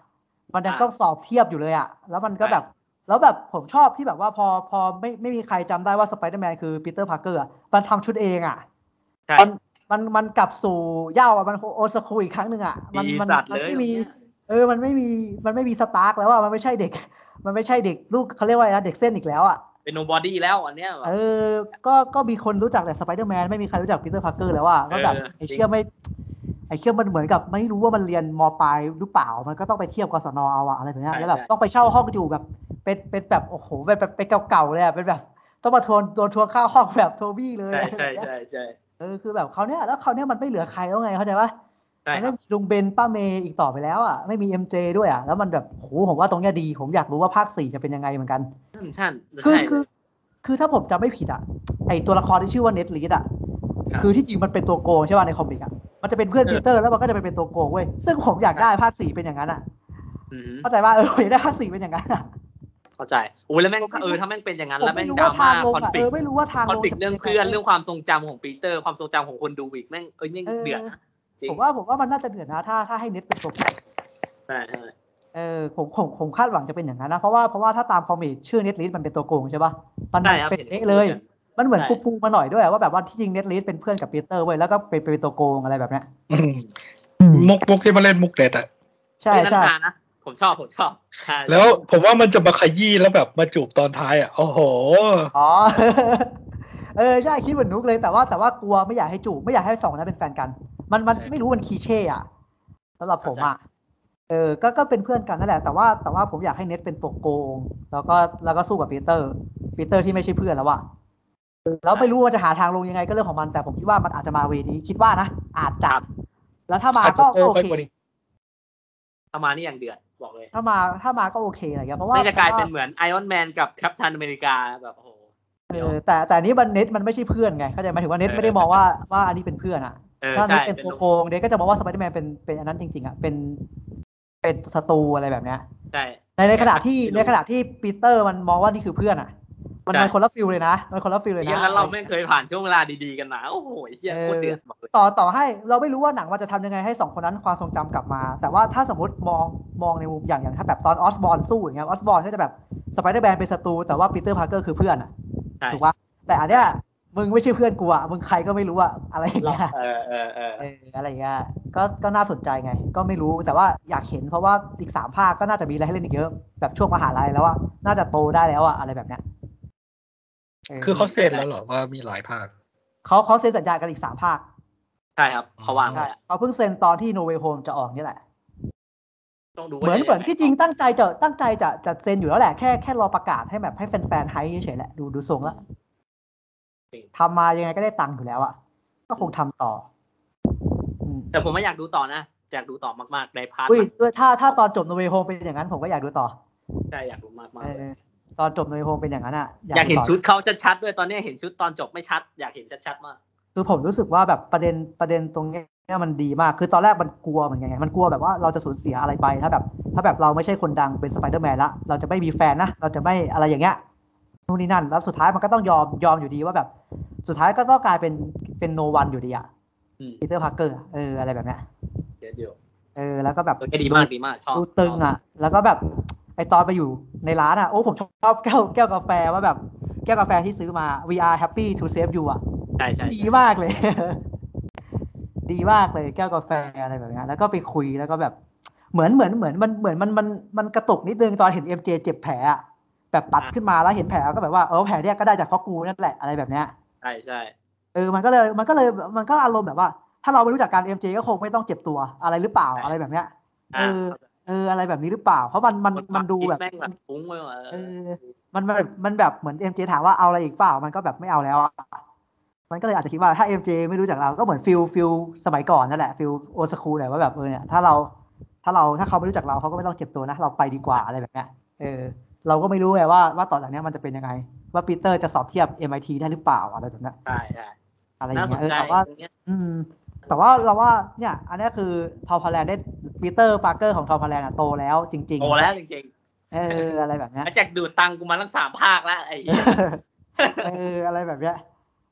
Speaker 2: มันยังต้องสอบเทียบอยู่เลยอ่ะ แล้วมันก็แบบ แล้วแบบผมชอบที่แบบว่าพอพอไม่ไม่มีใครจำได้ว่าสไปเดอร์แมนคือปีเตอร์พาร์เกอร์มันทำชุดเองอ่ะ
Speaker 1: ใช่
Speaker 2: มันมันมันกลับสู่เหย่าอะมันโอสคูอีกครั้งหนึ่งอ่ะ มั
Speaker 1: ดี
Speaker 2: มั
Speaker 1: สัตว์
Speaker 2: มั
Speaker 1: เลย
Speaker 2: ไม่มี
Speaker 1: แบบเนี้ย
Speaker 2: เออ มันไม่มี มันไม่มีสตาร์กแล้วอ่ะ มันไม่ใช่เด็ก มันไม่ใช่เด็กลูกเขาเรียกว่าอะไรนะเด็กเส้นอีกแล้วอ่ะ
Speaker 1: เป็นโนบอดี้แล้วอันเนี้ยแบบ
Speaker 2: เออ ก็ ก็มีคนรู้จักแต่สไปเดอร์แมนไม่มีใครรู้จักปีเตอร์พาร์เกอร์แล้วอ่ะ ก็แบบ
Speaker 1: เออ
Speaker 2: ไอเชี่ยไม่ ไอเชี่ยมันเหมือนกับไม่รู้ว่ามันเรียนมปลายหรือเปล่า มันก็ต้องไปเทียบกศนเอาอะอะไรแบบเนี้ย
Speaker 1: ใช่
Speaker 2: แล้วแบบ
Speaker 1: ใช่
Speaker 2: ต้องไปเช่าห้องอยู่แบบ เป็น เป็นแบบโอ้โหเป็นแบบเป็นเก่าๆเลยอะเป็นแบบ ต้องมาทวนโดนทวงค่าห้องแบบโทบี้เลย
Speaker 1: ใช่
Speaker 2: อะไร
Speaker 1: ใช่
Speaker 2: แบบ
Speaker 1: ใช่ใช่
Speaker 2: เนี้ยเออคือแบบเขาวเนี้ยแล้วเขาวเนี้ยมันไม่เหลือใครแล้วไงเข้าใจปะ
Speaker 1: ใช่
Speaker 2: มัน
Speaker 1: ครั
Speaker 2: ไม่
Speaker 1: บ
Speaker 2: มีลุงเบนป้าเมย์อีกต่อไปแล้วอ่ะไม่มีเอ็มเจด้วยอ่ะแล้วมันแบบโหผมว่าตรงเนี้ยดี ผมอยากรู้ว่าภาคสี่จะเป็นยังไงเหมือนกัน
Speaker 1: นั่นใช่
Speaker 2: คื
Speaker 1: ใช่
Speaker 2: อ
Speaker 1: เลย
Speaker 2: คือ คือถ้าผมจำไม่ผิดอ่ะไอตัวละครที่ชื่อว่าเน็ตลีดอ่ะ
Speaker 1: ครับ
Speaker 2: คือที่จริงมันเป็นตัวโกงใช่ป่ะในคอมิกอ่ะมันจะเป็นเพื่อน
Speaker 1: เออ
Speaker 2: ปีเตอร์แล้วมันก็จะไปเป็นตัวโกงเว้ยซึ่งผมอยากได้ภาคสี่เป็นอย่างนั้นอ่ะ
Speaker 1: อือหือ
Speaker 2: เข้าใจว่าเออผมอยากได้ภาคสี่เป็นอย่างนั้นอะ
Speaker 1: เข้าใจอุ้ยแล้วแม่ง
Speaker 2: ผมไม่รู้
Speaker 1: เออถ้าแม่งเป็นอย่างนั้น
Speaker 2: ผม
Speaker 1: แล้วแม่
Speaker 2: ไม่
Speaker 1: ง
Speaker 2: รู้
Speaker 1: ดรา
Speaker 2: ว่า
Speaker 1: ม่า
Speaker 2: ทางลง
Speaker 1: คอน
Speaker 2: อ่ะ
Speaker 1: ฟ
Speaker 2: เอ
Speaker 1: lict
Speaker 2: อไม่รู้ว่าทาง
Speaker 1: คอน
Speaker 2: ลง
Speaker 1: ฟ lict
Speaker 2: จะป็
Speaker 1: เรื่อน ง
Speaker 2: ยังไง
Speaker 1: เพื่อน
Speaker 2: ว้ย
Speaker 1: เรื่องความทรงจำของปีเตอร์ความทรงจำของคนดูอีกแม่งเอ้ยแม่ง
Speaker 2: เออ
Speaker 1: เดือดนะจริง
Speaker 2: ผมว่าผมว่ามันน่าจะเดือดนะถ้าถ้าให้เน็ตเป็นตัวโกง
Speaker 1: ใช่ใช่
Speaker 2: เออผมผมผมคาดหวังจะเป็นอย่างนั้นนะ เพราะว่าเพราะว่าถ้าตามคอมิกชื่อเน็ตลิสมันเป็นตัวโกงใช่ปะมัน
Speaker 1: ใช่ครับ
Speaker 2: เป็น
Speaker 1: ห็ห็
Speaker 2: เละเลย
Speaker 1: กั
Speaker 2: มันเหมือน
Speaker 1: ใช่
Speaker 2: ปูปูมาหน่อยด้วยว่าแบบว่าที่จริงเน็ตลิสเป็นเพื่อนกับปีเตอร์เว้ยแล้วก็ไปไปเป็นตัวโกงอะไรแบบเนี้ย
Speaker 3: อืมมุกมุกที่มาเล่นมุกเด็ดอะ
Speaker 2: ใช่
Speaker 1: เอ้ยนั่น
Speaker 2: ใช่
Speaker 1: ฮานะ ผมชอบผมชอบฮา
Speaker 3: แล้วผมว่ามันจะมาขยี้แล้วแบบมาจูบตอนท้ายอะโอ้โห
Speaker 2: อ๋อ เออใช่คิดเหมือนนุกเลยแต่ว่าแต่ว่ากลัวไม่อยากให้จูบไม่อยากให้สองคนนั้นเป็นแฟนกัน มันมัน
Speaker 3: ใช่
Speaker 2: ไม่รู้มันคีเช่อะสำหรับผมอะเออก็ก็เป็นเพื่อนกันนั่นแหละแต่ว่าแต่ว่าผมอยากให้เน็ตเป็นตัวโกง แล้วก็แล้วก็สู้กับปีเตอร์ปีเตอร์ที่ไม่ใช่เพื่อนแล้วอะ แล้วไม่รู้ว่าจะหาทางลงยังไงก็เรื่องของมันแต่ผมคิดว่ามันอาจจะมาเวนี้คิดว่านะ อาจจะแล้วถ้ามา
Speaker 3: อาจจะ
Speaker 2: ก็ก็
Speaker 3: โต
Speaker 2: โอ
Speaker 3: ไป
Speaker 2: เค
Speaker 3: กว่านี้
Speaker 1: ประมาณนี้อย่างเดือดบอกเลย
Speaker 2: ถ้ามาถ้ามาก็โอเคอะไรเงี้ยเพราะว่า
Speaker 1: แม่งจะกลายเป็น
Speaker 2: เพราะว่
Speaker 1: เหมือนไอออนแมนกับแคปทันอเมริกาแบบโอ้โห
Speaker 2: าเอ
Speaker 1: เดี๋ยว
Speaker 2: อแต่แต่อันนี้มันเน็ตมันไม่ใช่เพื่อนไงเข้าใจไหมายถึงว่าเน็ต
Speaker 1: เออ
Speaker 2: ไม่ได้มองว่าว่าอันนี้เป็นเพื่อนอ่ะ
Speaker 1: เออ
Speaker 2: ถ้า
Speaker 1: ใช่
Speaker 2: เน็ต
Speaker 1: เป็น
Speaker 2: เป็นตัวโกงเน็ตก็จะบอกว่าสไปเดอร์แมนเป็นเป็นอันนั้นจริงๆอ่ะเป็นเป็นศัตรูอะไรแบบเนี้ย
Speaker 1: ใช่
Speaker 2: ในในขณะที่
Speaker 1: ไม่รู้
Speaker 2: ในขณะที่ปีเตอร์มันมองว่านี่คือเพื่อนอ่ะ มัน
Speaker 1: ใช่
Speaker 2: มันคนละฟิลเลยนะมันคนละฟิลเลย
Speaker 1: เฮีย
Speaker 2: นะ
Speaker 1: แล้วเราไม่งเคยผ่านช่วงเวลาดีๆกันมาโอ้โหเฮียโคตรเดือดบอกเลย
Speaker 2: ต่อต่อให้เราไม่รู้ว่าหนังมันจะทำยังไงให้สองคนนั้นความทรงจำกลับมา แต่ว่าถ้าสมมติมองมองในมุมอย่างอย่างถ้าแบบตอนออสบอร์นสู้อย่างเงี้ยออสบอร์นก็จะแบบสไปเดอร์แมนเป็นศัตรูแต่ว่าปีเตอร์พาร์เกอร์คือเพื่อนอะ
Speaker 1: ใช่
Speaker 2: ถูกปะแต่อันเนี้ยมึงไม่ใช่เพื่อนกูอะมึงใครก็ไม่รู้อะอะไรอย่าง
Speaker 1: เรา
Speaker 2: เงี้ย
Speaker 1: เออเออเออ
Speaker 2: เอออะไรอย่างเงี้ยก็ก็น่าสนใจไง ก็ไม่รู้แต่ว่าอยากเห็นเพราะว่าอีกสามภาคก็น่าจะมีอะไรให้เล่นอีกเยอะแบบช่วงมหาลัยแล้วอะน่าจะโตได้แล้วอะอะไรแบบเนี้ยเ
Speaker 3: คือเขาเซ็นแล้วเหรอว่ามีหลายภาค
Speaker 2: เขาเขาเซ็นสัญญากันอีกสามภาค
Speaker 1: ใช่ครับเขาวางไว้
Speaker 2: ใช่
Speaker 1: แล้ว
Speaker 2: เขาเพิ่งเซ็นตอนที่โนเวโฮมจะออกนี่แหละ
Speaker 1: ต้องดูว่า
Speaker 2: เหมือน
Speaker 1: จะ
Speaker 2: เหมือน
Speaker 1: ยัไ
Speaker 2: ที่จริงตั้งใจจะตั้งใจจะจะเซ็นอยู่แล้วแหละแค่แค่รอประกาศให้แบบให้แฟนๆไฮเฉยๆแหละดูดูทรงแล้วทำมายังไงก็ได้ตังค์อยู่แล้วอ่ะก็คงทำต่ออืม
Speaker 1: แต่ผมไม่าอยากดูต่อนะอยากดูต่อมากๆในพาร์ท
Speaker 2: อุ้ยด้วยถ้าถ้าตอนจบโนเวโฮมเป็นอย่างนั้น ผมก็อยากดูต่อ
Speaker 1: ใช่อยากดูมาก
Speaker 2: เอ
Speaker 1: ๆเลย
Speaker 2: อตอนจบโนเวโฮมเป็นอย่างนั้นอ่ะ
Speaker 1: อยากเห็น
Speaker 2: ดูต่
Speaker 1: ชุดเขาชัดๆด้วยตอนนี้เห็นชุดตอนจบไม่ชัด อยากเห็นชัดๆมาก
Speaker 2: คือผมรู้สึกว่าแบบประเด็นประเด็นตรงเนี้ยมันดีมาก คือตอนแรกมันกลัวเหมือนกันไงมันกลัวแบบว่าเราจะสูญเสียอะไรไปถ้าแบบ ถ้าแบบเราไม่ใช่คนดังเป็นสไปเดอร์แมนละเราจะไม่มีแฟนนะเราจะไม่อะไรอย่างเงี้ย นู่นนี่นั่น แล้วสุดท้ายมันก็ต้องยอมยอมอยู่ดีว่าแบบ สุดท้ายก็ต้องกลายเป็นเป็นโนวันอยู่ดีอะ
Speaker 1: อืม
Speaker 2: ปีเตอร์พาร์เกอร์เอออะไรแบบเนี้ย
Speaker 1: เดี๋ยว สอยู่
Speaker 2: เออแล้วก็แบบ
Speaker 1: ตัวแกดีมากดีมากชอบ
Speaker 2: ดูตึงอ่ะ แล้วก็แบบไอตอนไปอยู่ในร้านอ่ะโอ้ผมชอบแก้ว แก้วกาแฟว่าแบบแก้วกาแฟที่ซื้อมา we are happy to save you อ่ะ
Speaker 1: ใช่ใช่ใช่
Speaker 2: ดีมากเลย ดีมากเลยแก้วกาแฟอะไรแบบเนี้ยแล้วก็ไปคุยแล้วก็แบบ เหมือนเหมือนเหมือนมันเหมือนมันมันมันกระตุกนิดนึงตอนเห็นเอ็มเจเจ็บแผลอะแบบปัดขึ้นมาแล้วเห็นแผลก็แบบว่าเออแผลเนี่ยก็ได้จากเพราะกูนั่นแหละอะไรแบบเนี้ย
Speaker 1: ใช่ใช่
Speaker 2: เออมันก็เลยมันก็เลยมันก็อารมณ์แบบว่า ถ้าเราไม่รู้จักการเอ็มเจก็คงไม่ต้องเจ็บตัวอะไรหรือเปล่าอะไรแบบเนี้ย เออ เอออะไรแบบนี้หรือเปล่า เพราะมันมันมันดูแบบ
Speaker 1: แม่งแบบฟุ้งไปหมด
Speaker 2: เออ มันมันมันแบบเหมือนเอ็มเจถามว่าเอาอะไรอีกเปล่า มันก็แบบไม่เอาแล้วอะมันก็เลยอาจจะคิดว่าถ้าเอ็มเจไม่รู้จักเราก็เหมือนฟิลฟิลสมัยก่อนนั่นแหละฟิลโอสคูลแหละว่าแบบเออเนี่ยถ้าเราถ้าเราถ้าเขาไม่รู้จักเราเขาก็ไม่ต้องเจ็บตัวนะเราไปดีกว่าอะไรแบบเนี้ยเออ เราก็ไม่รู้ไงว่าว่าต่อจากเนี้ยมันจะเป็นยังไง ว่าปีเตอร์จะสอบเทียบ MIT ได้หรือเปล่าอะไรแบบเนี้ย
Speaker 1: ใช่ใช่
Speaker 2: อะไรอ
Speaker 1: น่า
Speaker 2: ย่าง
Speaker 1: สน
Speaker 2: เงี้ยเออ
Speaker 1: ใจ
Speaker 2: แต่ว่า
Speaker 1: ตรงเนี้ย
Speaker 2: อืม แต่ว่าเราว่าเนี่ย อันเนี้ยคือทอมพอลแลนด์ได้ปีเตอร์ปาร์เกอร์ของทอมพอลแลนด์อะโตแล้วจริง ๆ
Speaker 1: โตแล้วจริง
Speaker 2: เอออะไรแบบ
Speaker 1: ๆ
Speaker 2: เนี้ย
Speaker 1: หลังจากดูดตังค์กูมาทั้งสามภาคแล้วไอ้เหี้ย
Speaker 2: เอออะไรแบบเนี้ย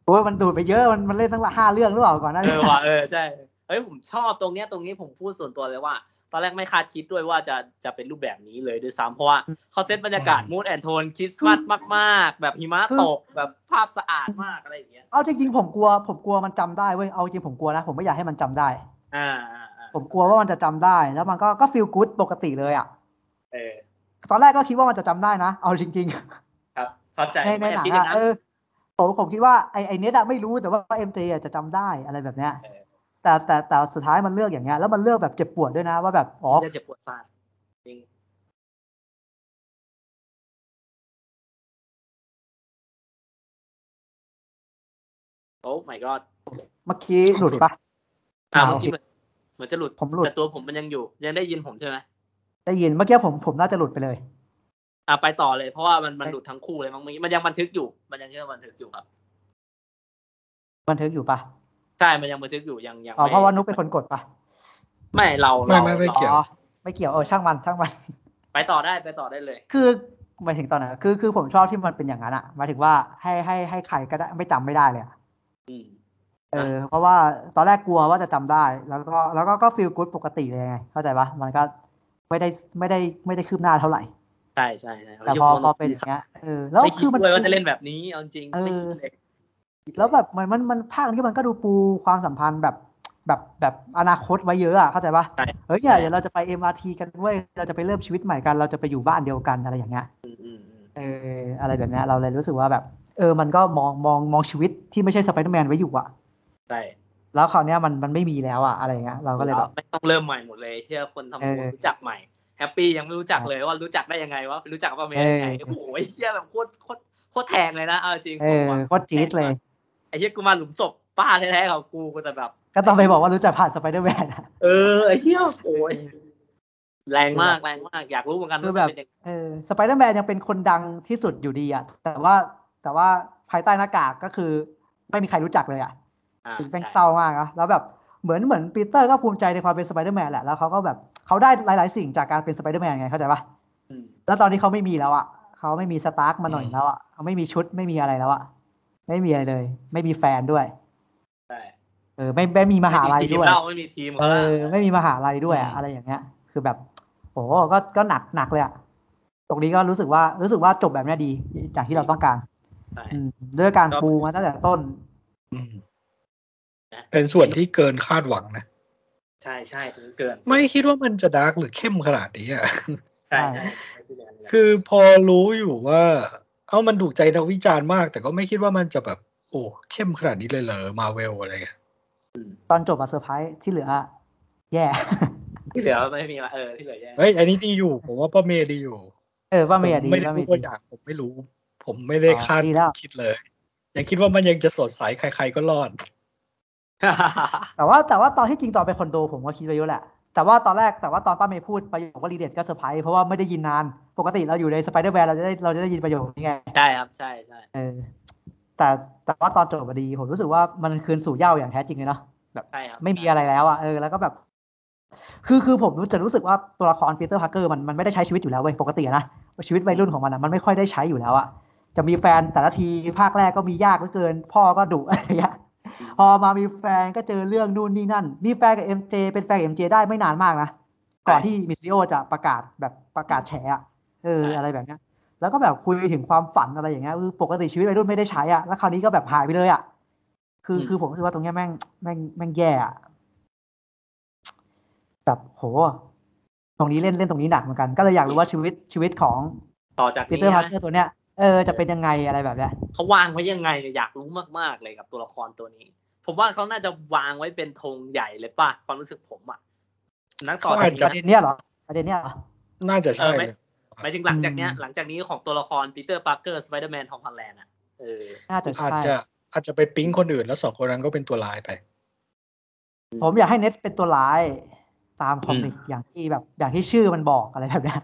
Speaker 2: โอ้ยมันดูดไปเยอะมันมันเล่นตั้งละห้าเรื่องหรือเปล่าก่อนหนั้า
Speaker 1: เอ
Speaker 2: นี้
Speaker 1: อว่ะเออใช่ เฮ้ยผมชอบตรงเนี้ยตรงนี้ผมพูดส่วนตัวเลยว่า ตอนแรกไม่คาดคิดด้วยว่าจะจะเป็นรูปแบบนี้เลยด้วยซ้ำเพราะว่าเขาเซตบรรยากาศมูดแอนโทนคริสต์มาสมาก ๆ แบบหิมะตกแบบภาพสะอาดมากอะไรอย่างเงี้ย
Speaker 2: เอาจริงๆผมกลัว ผมกลัวมันจำได้เว้ยเอาจริงผมกลัวนะผมไม่อยากให้มันจำได้
Speaker 1: อ่าอ่าอ่า
Speaker 2: ผมกลัวว่ามันจะจำได้ แล้วมันก็ก็ฟีลกู๊ดปกติเลยอ่ะ
Speaker 1: เออ
Speaker 2: ตอนแรกก็คิดว่ามันจะจำได้นะ เอาจริง
Speaker 1: ครับเข้าใจ
Speaker 2: ๆ ในในหนัง
Speaker 1: คิดย่านั้
Speaker 2: อ่ะ
Speaker 1: น
Speaker 2: เออผมผมคิดว่าไอไอเน็ตอะไม่รู้แต่ว่าเอ็มเจอะจะจำได้อะไรแบบเนี้ย
Speaker 1: เออ
Speaker 2: แต่แต่แต่สุดท้ายมันเลือกอย่างเงี้ยแล้วมันเลือกแบบเจ็บปวดด้วยนะว่าแบบอ๋อ
Speaker 1: จะเจ็บปวดซาดจริงโอ้ my god
Speaker 2: เมื่อกี้หลุดปะ
Speaker 1: อ่า
Speaker 2: อ่า
Speaker 1: เมื่อกี้
Speaker 2: โอเค
Speaker 1: เหมือนเหมือนจะหลุด
Speaker 2: ผมหลุด
Speaker 1: แต่ตัวผมมันยังอยู่ ยังได้ยินผมใช่ไหม
Speaker 2: ได้ยินเมื่อกี้ผมผมน่าจะหลุดไปเลย
Speaker 1: อ่าไปต่อเลยเพราะว่ามันมันหลุดทั้งคู่เลยมั้งเมื่อกี้มันยังบันทึกอยู่ มันยังเชื่อบันทึกอยู่ครับ
Speaker 2: บันทึกอยู่ปะ
Speaker 1: ใช่ มันยังบันทึกอยู่ยังยัง
Speaker 2: อ๋อ
Speaker 1: ไม่
Speaker 2: เพราะว่านุ๊กเป็นคนกดปะ
Speaker 1: ไม่เรา
Speaker 3: ไม่
Speaker 1: เรา
Speaker 3: ไม่ไม่
Speaker 1: เรา
Speaker 3: เกี่ยว
Speaker 2: อ๋อไม่เกี่ยวเออช่างมันช่างมัน
Speaker 1: ไปต่อได้ไปต่อได้เลย
Speaker 2: คือหมายถึงตอนไหนคือคือผมชอบที่มันเป็นอย่างนั้นอะหมายถึงว่าให้ให้ให้ใครก็ได้ไม่จำไม่ได้เลยอะ
Speaker 1: อืม
Speaker 2: เออเพราะว่าตอนแรกกลัวว่าจะจำได้ แล้วก็แล้วก็ก็ฟีลกู๊ดปกติเลยไง เข้าใจปะมันก็ไม่ได้ไม่ได้ไม่ได้คืบหน้าเท่าไหร่
Speaker 1: ใช่ใช่ใช่
Speaker 2: แต่พอพอเป็นอย่างเงี้ยเออแล้ว
Speaker 1: ไม่คิ
Speaker 2: คื
Speaker 1: ด
Speaker 2: อมัน
Speaker 1: ด้วยว่าจะเล่นแบบนี้เอาจริง
Speaker 2: เออ
Speaker 1: ไม่คิดเลย
Speaker 2: แล้วแบบมันมันมันภาคที่มันก็ดูปูความสัมพันธ์แบบแบบแบบอนาคตไว้เยอะอะเข้าใจปะ
Speaker 1: ใช่
Speaker 2: เฮ้ยเนี่ยเดี๋ยวเราจะไป MRT กันเว้ยเราจะไปเริ่มชีวิตใหม่กันเราจะไปอยู่บ้านเดียวกันอะไรอย่างเงี้ย
Speaker 1: อืมอืมอืม
Speaker 2: เอออะไรแบบเนี้ยเราเลยรู้สึกว่าแบบ เออมันก็มองมองมองชีวิตที่ไม่ใช่สไปเดอร์แมนไว้อยู่อะ
Speaker 1: ใช่
Speaker 2: แล้วคราวเนี้ยมันมันไม่มีแล้วอะอะไรเงี้ยเราก็เลยแบบ
Speaker 1: ไม่ต้องเริ่มใหม่หมดเลยเชื่อคนทำบุญ
Speaker 2: เออ
Speaker 1: รู้จักใหม่แฮปปี้ยังไม่รู้จัก
Speaker 2: ครับ
Speaker 1: เลยว่ารู้จักได้ยังไงว่ารู้จักว่าเมย์
Speaker 2: เออ
Speaker 1: ยังไงโอ้โหไอ้เชี่ยแบบโคตรโคตรโคตรแทงเลยนะเอาจริง
Speaker 2: เออ
Speaker 1: ผมว่า
Speaker 2: โคตรจี๊ดเลย
Speaker 1: ไอ้เชี่ยกูมาหลุมศพป้าแท้ๆของกูกูแต่แบบ
Speaker 2: ก็ต้องไปบอกว่ารู้จักผ่านสไปเดอร์แมนอะ
Speaker 1: เออไอ้เชี่ยโอ้ยแรงมาก
Speaker 2: คือแบบ
Speaker 1: แรงมากอยากรู้เหมือนกัน
Speaker 2: คือ
Speaker 1: ว่า
Speaker 2: แบบ
Speaker 1: จะเป็นยังไง
Speaker 2: เออสไปเดอร์แมนยังเป็นคนดังที่สุดอยู่ดีอะแต่ว่าแต่ว่าภายใต้หน้ากากก็คือไม่มีใครรู้จักเลยอะ
Speaker 1: อ่า
Speaker 2: ถึงเป็น
Speaker 1: ใช่
Speaker 2: เศร้ามากอะแล้วแบบเหมือนเหมือนปีเตอร์ก็ภูมิใจในความเป็นสไปเดอร์แมนแหละแล้วเขาก็แบบเขาได้หลาย ๆ สิ่งจากการเป็นสไปเดอร์แมนไงเข้าใจปะ
Speaker 1: อืม
Speaker 2: แล้วตอนนี้เขาไม่มีแล้วอ่ะเขาไม่มีสตาร์คมาหน่อย
Speaker 3: อืม
Speaker 2: แล้วอ่ะเขาไม่มีชุดไม่มีอะไรแล้วอ่ะ ไม่มีอะไรเลย ไม่มีแฟนด้วย
Speaker 1: ใช่
Speaker 2: เออ ไม่ไม่มีมหาลัย
Speaker 1: ไที
Speaker 2: ด้
Speaker 1: ม
Speaker 2: วย
Speaker 1: เล่าไม่มีทีม
Speaker 2: เอ
Speaker 1: เขาละ
Speaker 2: อ ไม่มีมหาลัยด้วยอะ
Speaker 3: อืม
Speaker 2: อะไรอย่างเงี้ย คือแบบ โอ้ก็ก็หนักหนักเลยอ่ะ ตรงนี้ก็รู้สึกว่ารู้สึกว่าจบแบบเนี้ยดีจากที่เราต้องการ
Speaker 1: ใช่
Speaker 2: อืมด้วยการ
Speaker 1: ครับ
Speaker 2: ปูมาตั้งแต่ต้น
Speaker 3: อืมเป็นส่วนที่เกินคาดหวังนะ
Speaker 1: ใช่ใช่ถึงเกิน
Speaker 3: ไม่คิดว่ามันจะดาร์กหรือเข้มขนาดนี้อ่ะ
Speaker 1: ใช่
Speaker 2: ใช่
Speaker 1: ใช่ไม่คิดอย่างนั้นเลยนะ
Speaker 3: คือพอรู้อยู่ว่า เอ้ามันถูกใจนักวิจารณ์มาก แต่ก็ไม่คิดว่ามันจะแบบ โอ้เข้มขนาดนี้เลยเหรอมาเวลอะไรเงี้ย
Speaker 2: ตอนจบอะเซอร์ไพรส์ที่เหลืออะแย่
Speaker 1: ที่เหลือไม่มีละเออที่เหลือแย่
Speaker 3: เฮ้ยอันนี้ดีอยู่ผมว่าป้าเมย์ดีอยู่
Speaker 2: เออว่าเมียดี
Speaker 3: ผมไม่ได้
Speaker 2: ว่าเมี
Speaker 3: รู้
Speaker 2: ย
Speaker 3: ตั
Speaker 2: ดี
Speaker 3: วอย่างผมไม่รู้ ผมไม่ได้คาด
Speaker 2: อ๋อดีแล้ว
Speaker 3: คิดเลย ยังคิดว่ามันยังจะสดใสใคร ๆก็รอด
Speaker 2: แต่ว่าแต่ว่าตอนที่จริงตอนไปคอนโดผมก็คิดไปเยอะแหละ แต่ว่าตอนแรกแต่ว่าตอนป้าเมย์พูดประโยคว่ารีเด็ดก็เซอร์ไพรส์เพราะว่าไม่ได้ยินนาน ปกติเราอยู่ในสไปเดอร์แวร์เราจะได้เราจะได้ยินประโยคนี้ไง
Speaker 1: ใช่ครับใช่ใช่
Speaker 2: เออแต่แต่ว่าตอนจบพอดี ผมรู้สึกว่ามันคืนสู่เหย้าอย่างแท้จริงเลยเนาะแบบ
Speaker 1: ใช่ครับ
Speaker 2: ไม่มีอะไรแล้วอ่ะเออแล้วก็แบบ คือคือผมรู้จะรู้สึกว่าตัวละครปีเตอร์พาร์เกอร์มันมันไม่ได้ใช้ชีวิตอยู่แล้วเว้ยปกติอะนะชีวิตวัยรุ่นของมันอะมันไม่ค่อยได้ใช้อยู่แล้วอะจะมีแฟนแต่ละทีภาคแรกก็มียากเหลือเกิน พ่อก็ดุอะไรอย่างเงี้ย พอมามีแฟนก็เจอเรื่องนู่นนี่นั่น มีแฟนกับเอ็มเจเป็นแฟนกับเอ็มเจได้ไม่นานมากนะ ก่อนที่มิสซิโอจะประกาศแบบประกาศแฉอะเออ
Speaker 1: ใช่
Speaker 2: อะไรแบบเนี้ย แล้วก็แบบคุยถึงความฝันอะไรอย่างเงี้ยคือปกติชีวิตวัยรุ่นไม่ได้ใช้อะแล้วคราวนี้ก็แบบหายไปเลยอะคือ
Speaker 1: อืม
Speaker 2: คือผมรู้สึกว่าตรงเนี้ยแม่งแม่งแม่งแย่อะแบบโห ตรงนี้เล่นเล่นตรงนี้หนักเหมือนกัน ก็เลยอยากรู้ว่าชีวิตชีวิตของ
Speaker 1: ต่อจาก
Speaker 2: ปี
Speaker 1: นี้
Speaker 2: เตอร์พา
Speaker 1: นะ
Speaker 2: ร์เกอร์ตัวเนี้ยเออจะเป็นยังไงอะไรแบบเนี้ย
Speaker 1: เขาวางไว้ยังไงเนี่ยอยากรู้มากๆเลยกับตัวละครตัวนี้ ผมว่าเขาน่าจะวางไว้เป็นธงใหญ่เลยป่ะความรู้สึกผมอ่ะนักต่อจากนี้นะ
Speaker 2: ประเด็นเนี้ยเหรอประเด็นเนี้ยเหรอ
Speaker 3: น่าจะใช่
Speaker 1: เออไม่
Speaker 3: เลย
Speaker 1: หมายถึงหลังจากเนี้ย
Speaker 2: อืม
Speaker 1: หลังจากนี้ของตัวละครปีเตอร์ปาร์เกอร์สไปเดอร์แมนทอมฮอลแลนด์อ่ะเออ
Speaker 2: น่าจะ
Speaker 3: อาจ
Speaker 2: ใช่
Speaker 3: จะอาจจะไปปิ๊งคนอื่นแล้วสองคนนั้นก็เป็นตัวร้ายไป
Speaker 2: ผมอยากให้เน็ตเป็นตัวร้ายตามคอมิกอย่างที่แบบ อย่างที่ชื่อมันบอกอะไรแบบเนี้ย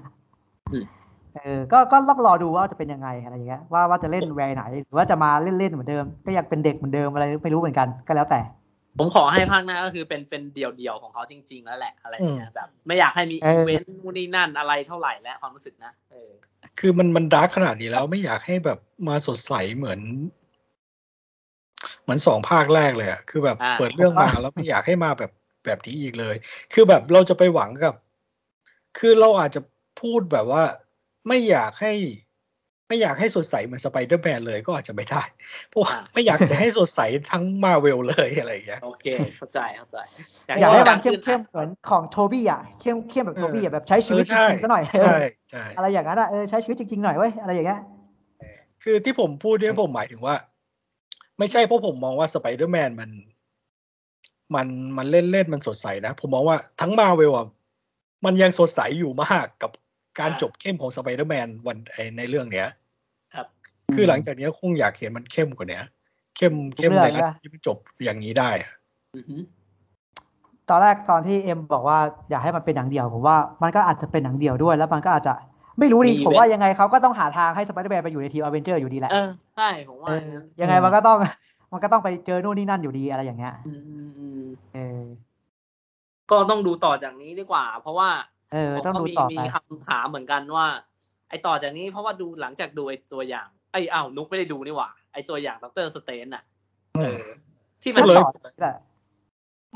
Speaker 2: เออก็ก็ต้องรอดูว่าจะเป็นยังไงอะไรอย่างเงี้ยว่าว่าจะเล่นแวร์ไหน หรือว่าจะมาเล่นเล่นๆเหมือนเดิม ก็อยากเป็นเด็กเหมือนเดิมอะไรไม่รู้เหมือนกันก็แล้วแต่
Speaker 1: ผมขอให้ภาคหน้าก็คือเป็นเป็นเดี่ยวเดี่ยวๆของเขาจริง ๆ แล้วแหละอะไรอย่างเงี้ยแบบ ไม่อยากให้มี
Speaker 2: เอ
Speaker 1: อี
Speaker 2: อ
Speaker 1: เวนต์นู่นนี่นั่นอะไรเท่าไหร่แล้วความรู้สึกนะเออ
Speaker 3: คือมันมันดาร์กขนาดนี้แล้วไม่อยากให้แบบมาสดใสเหมือน เหมือนสองภาคแรกเลยอะคือแบบ
Speaker 1: อ่า
Speaker 3: เปิดเรื่อง มาแล้วไม่อยากให้มาแบบแบบนี้อีกเลย คือแบบเราจะไปหวังกับ คือเราอาจจะพูดแบบว่า ไม่อยากให้ ไม่อยากให้สดใสเหมือนสไปเดอร์แมนเลยก็อาจจะไม่ได้เพราะว่า
Speaker 1: อ่า
Speaker 3: ไม่อยากจะให้สดใสทั้งมาเวลเลยอะไรอย่าง เงี้ย
Speaker 1: โอเค เข้าใจเข้าใจ
Speaker 2: อยากให้มัน
Speaker 1: ขึ้
Speaker 2: เข้มเข้มๆเหมือนของโทบี้อ่ะเข้มเข้มแบบโทบี้อ่ะแบบใช้ชีวิตจ
Speaker 3: เออใช่
Speaker 2: ริงๆซะหน่อย
Speaker 3: ใช่ใช่
Speaker 2: อะไรอย่างนั้นอ่ะเออใช้ชีวิตจริงๆหน่อยเว้ยอะไรอย่างเงี้ย
Speaker 3: คือที่ผมพูดเนี่ยผมหมายถึงว่า ไม่ใช่เพราะผมมองว่าสไปเดอร์แมนมัน มันมันเล่นเล่นมันสดใสนะ ผมมองว่าทั้งมาเวลอะมันยังสดใสอยู่มากกับการจบเข้มของสไปเดอร์แมนวันไอ้ในเรื่องเนี้ย
Speaker 1: ครับ
Speaker 3: คือหลังจากเนี้ยคงอยากเห็นมันเข้มกว่าเนี้ย เข้มเข้ม
Speaker 2: เรื่อง
Speaker 3: ในระดั
Speaker 2: นะ
Speaker 3: บที่มันจบอย่างนี้ได้อะ
Speaker 1: อือหือ
Speaker 2: ตอนแรกตอนที่เอ็มบอกว่าอยากให้มันเป็นหนังเดียวผมว่ามันก็อาจจะเป็นหนังเดียวด้วย แล้วมันก็อาจจะไม่รู้ดิ
Speaker 1: มีเว้ย
Speaker 2: ผมว่ายังไงเขาก็ต้องหาทางให้สไปเดอร์แมนไปอยู่ในทีมอเวนเจอร์อยู่ดีแหละ
Speaker 1: เออใช่ผมว่า
Speaker 2: เออ
Speaker 1: นะ
Speaker 2: ยังไงมันก็ต้อง มันก็ต้องไปเจอนู่นนี่นั่นอยู่ดีอะไรอย่างเงี้ย
Speaker 1: อืมอืมอืม
Speaker 2: เออ
Speaker 1: ก็ต้องดูต่อจากนี้ดีกว่า เพราะว่า
Speaker 2: เออ
Speaker 1: ผม
Speaker 2: ต้อง
Speaker 1: ก็
Speaker 2: ดู
Speaker 1: มี
Speaker 2: ต่อ
Speaker 1: มี
Speaker 2: ไป
Speaker 1: คำถามเหมือนกันว่า ไอต่อจากนี้เพราะว่าดูหลังจากดูไอตัวอย่างไอยอ้าวนุกไม่ได้ดูนี่หว่าไอตัวอย่างดรสเตนน่ะ
Speaker 3: อืม
Speaker 1: ที่
Speaker 3: พู
Speaker 1: มัน
Speaker 3: ดเลย
Speaker 2: ต่อแหละ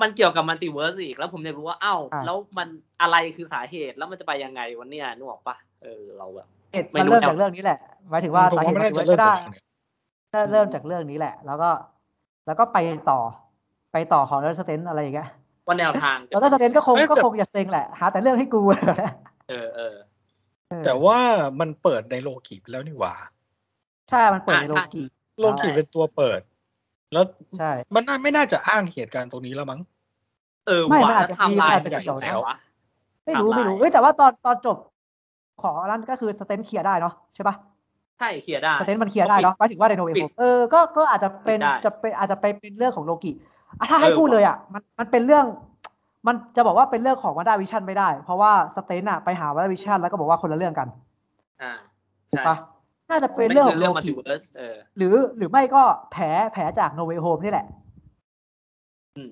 Speaker 1: มันเกี่ยวกับมัลติเวิร์สอีกแล้วผมอยากรู้ว่าเอ้า
Speaker 2: อ่า
Speaker 1: แล้วมันอะไรคือสาเหตุแล้วมันจะไปยังไงวันเนี้ยนึกออกปะเออเราแบบ
Speaker 2: เหตุ
Speaker 1: ไม่
Speaker 2: มัน
Speaker 1: รู้
Speaker 2: เริ่ม
Speaker 1: แนว
Speaker 2: จากเรื่องนี้แหละหมายถึงว่า
Speaker 3: ผม
Speaker 2: สาเหตุ
Speaker 3: ว่าไม่
Speaker 2: มัน
Speaker 3: น่า
Speaker 2: เกิด
Speaker 3: จะเริ่
Speaker 2: ได้
Speaker 3: มจากเนี้ย
Speaker 2: ก็เริ่มจากเรื่องนี้แหละ แล้วก็ แล้วก็ไปต่อ ไปต่อของดรสเตนอะไรอย่างเงี้ย
Speaker 1: ว่าแนวทางจะ
Speaker 2: ดรสเตนก็คงก็คงจะเซ็งแหละหาแต่เรื่องให้กู แบบเนี้ย
Speaker 1: เออเออ
Speaker 2: เออ
Speaker 3: แต่ว่ามันเปิดในโลกิไปแล้วนี่หว่า
Speaker 2: ใช่มันเปิดในโล
Speaker 1: อ่าใช่
Speaker 2: กี
Speaker 3: โลกิเป็นตัวเปิด แล้ว
Speaker 2: ใช่
Speaker 3: มันน่าไม่น่าจะอ้างเหตุการณ์ตรงนี้แล้วมั้ง
Speaker 1: เออ
Speaker 2: ไม่
Speaker 1: ว่
Speaker 2: มันอาจ
Speaker 1: แล้ว
Speaker 2: จะ
Speaker 1: ไทำลาย
Speaker 2: อาจจะ
Speaker 1: ใหญ่
Speaker 2: เกี่ยวนะ
Speaker 1: แล้ววะ
Speaker 2: ไม่รู้
Speaker 1: ไทม์ไลน์
Speaker 2: ไม่รู้เอ้ยแต่ว่าตอนตอนจบของอันนั้นก็คือสเตนเคลียร์ได้เนาะใช่ปะ
Speaker 1: ใช่เคลียร์ได้
Speaker 2: สเตนมันเคลียร์ได้เนาะหมายถึงว่าไดโนเว
Speaker 1: ปิ
Speaker 2: ฟ
Speaker 1: ด
Speaker 2: เออก็ก็อาจจะเป็น
Speaker 1: ปิดได้
Speaker 2: จะเป็นอาจจะไปเป็นเรื่องของโลกิอ่ะถ้าให้
Speaker 1: เออ
Speaker 2: พูด
Speaker 1: ว่ะ
Speaker 2: เลยอ่ะมันมันเป็นเรื่อง มันจะบอกว่าเป็นเรื่องของวันด้าวิชั่นไม่ได้ เพราะว่าสเตนอ่ะไปหาวันด้าวิชั่นแล้วก็บอกว่าคนละเรื่องกัน
Speaker 1: อ่า
Speaker 2: ถูก
Speaker 1: ใช่
Speaker 2: ปะน่าจะเป็น
Speaker 1: ไม่
Speaker 2: เรื่องข
Speaker 1: คือ อง เรื่
Speaker 2: โล
Speaker 1: องมัล
Speaker 2: กิ
Speaker 1: ติเวิร์สเออ
Speaker 2: หรือหรือไม่ก็แผลแผลจากโนเวโฮมนี่แหละ
Speaker 1: อืม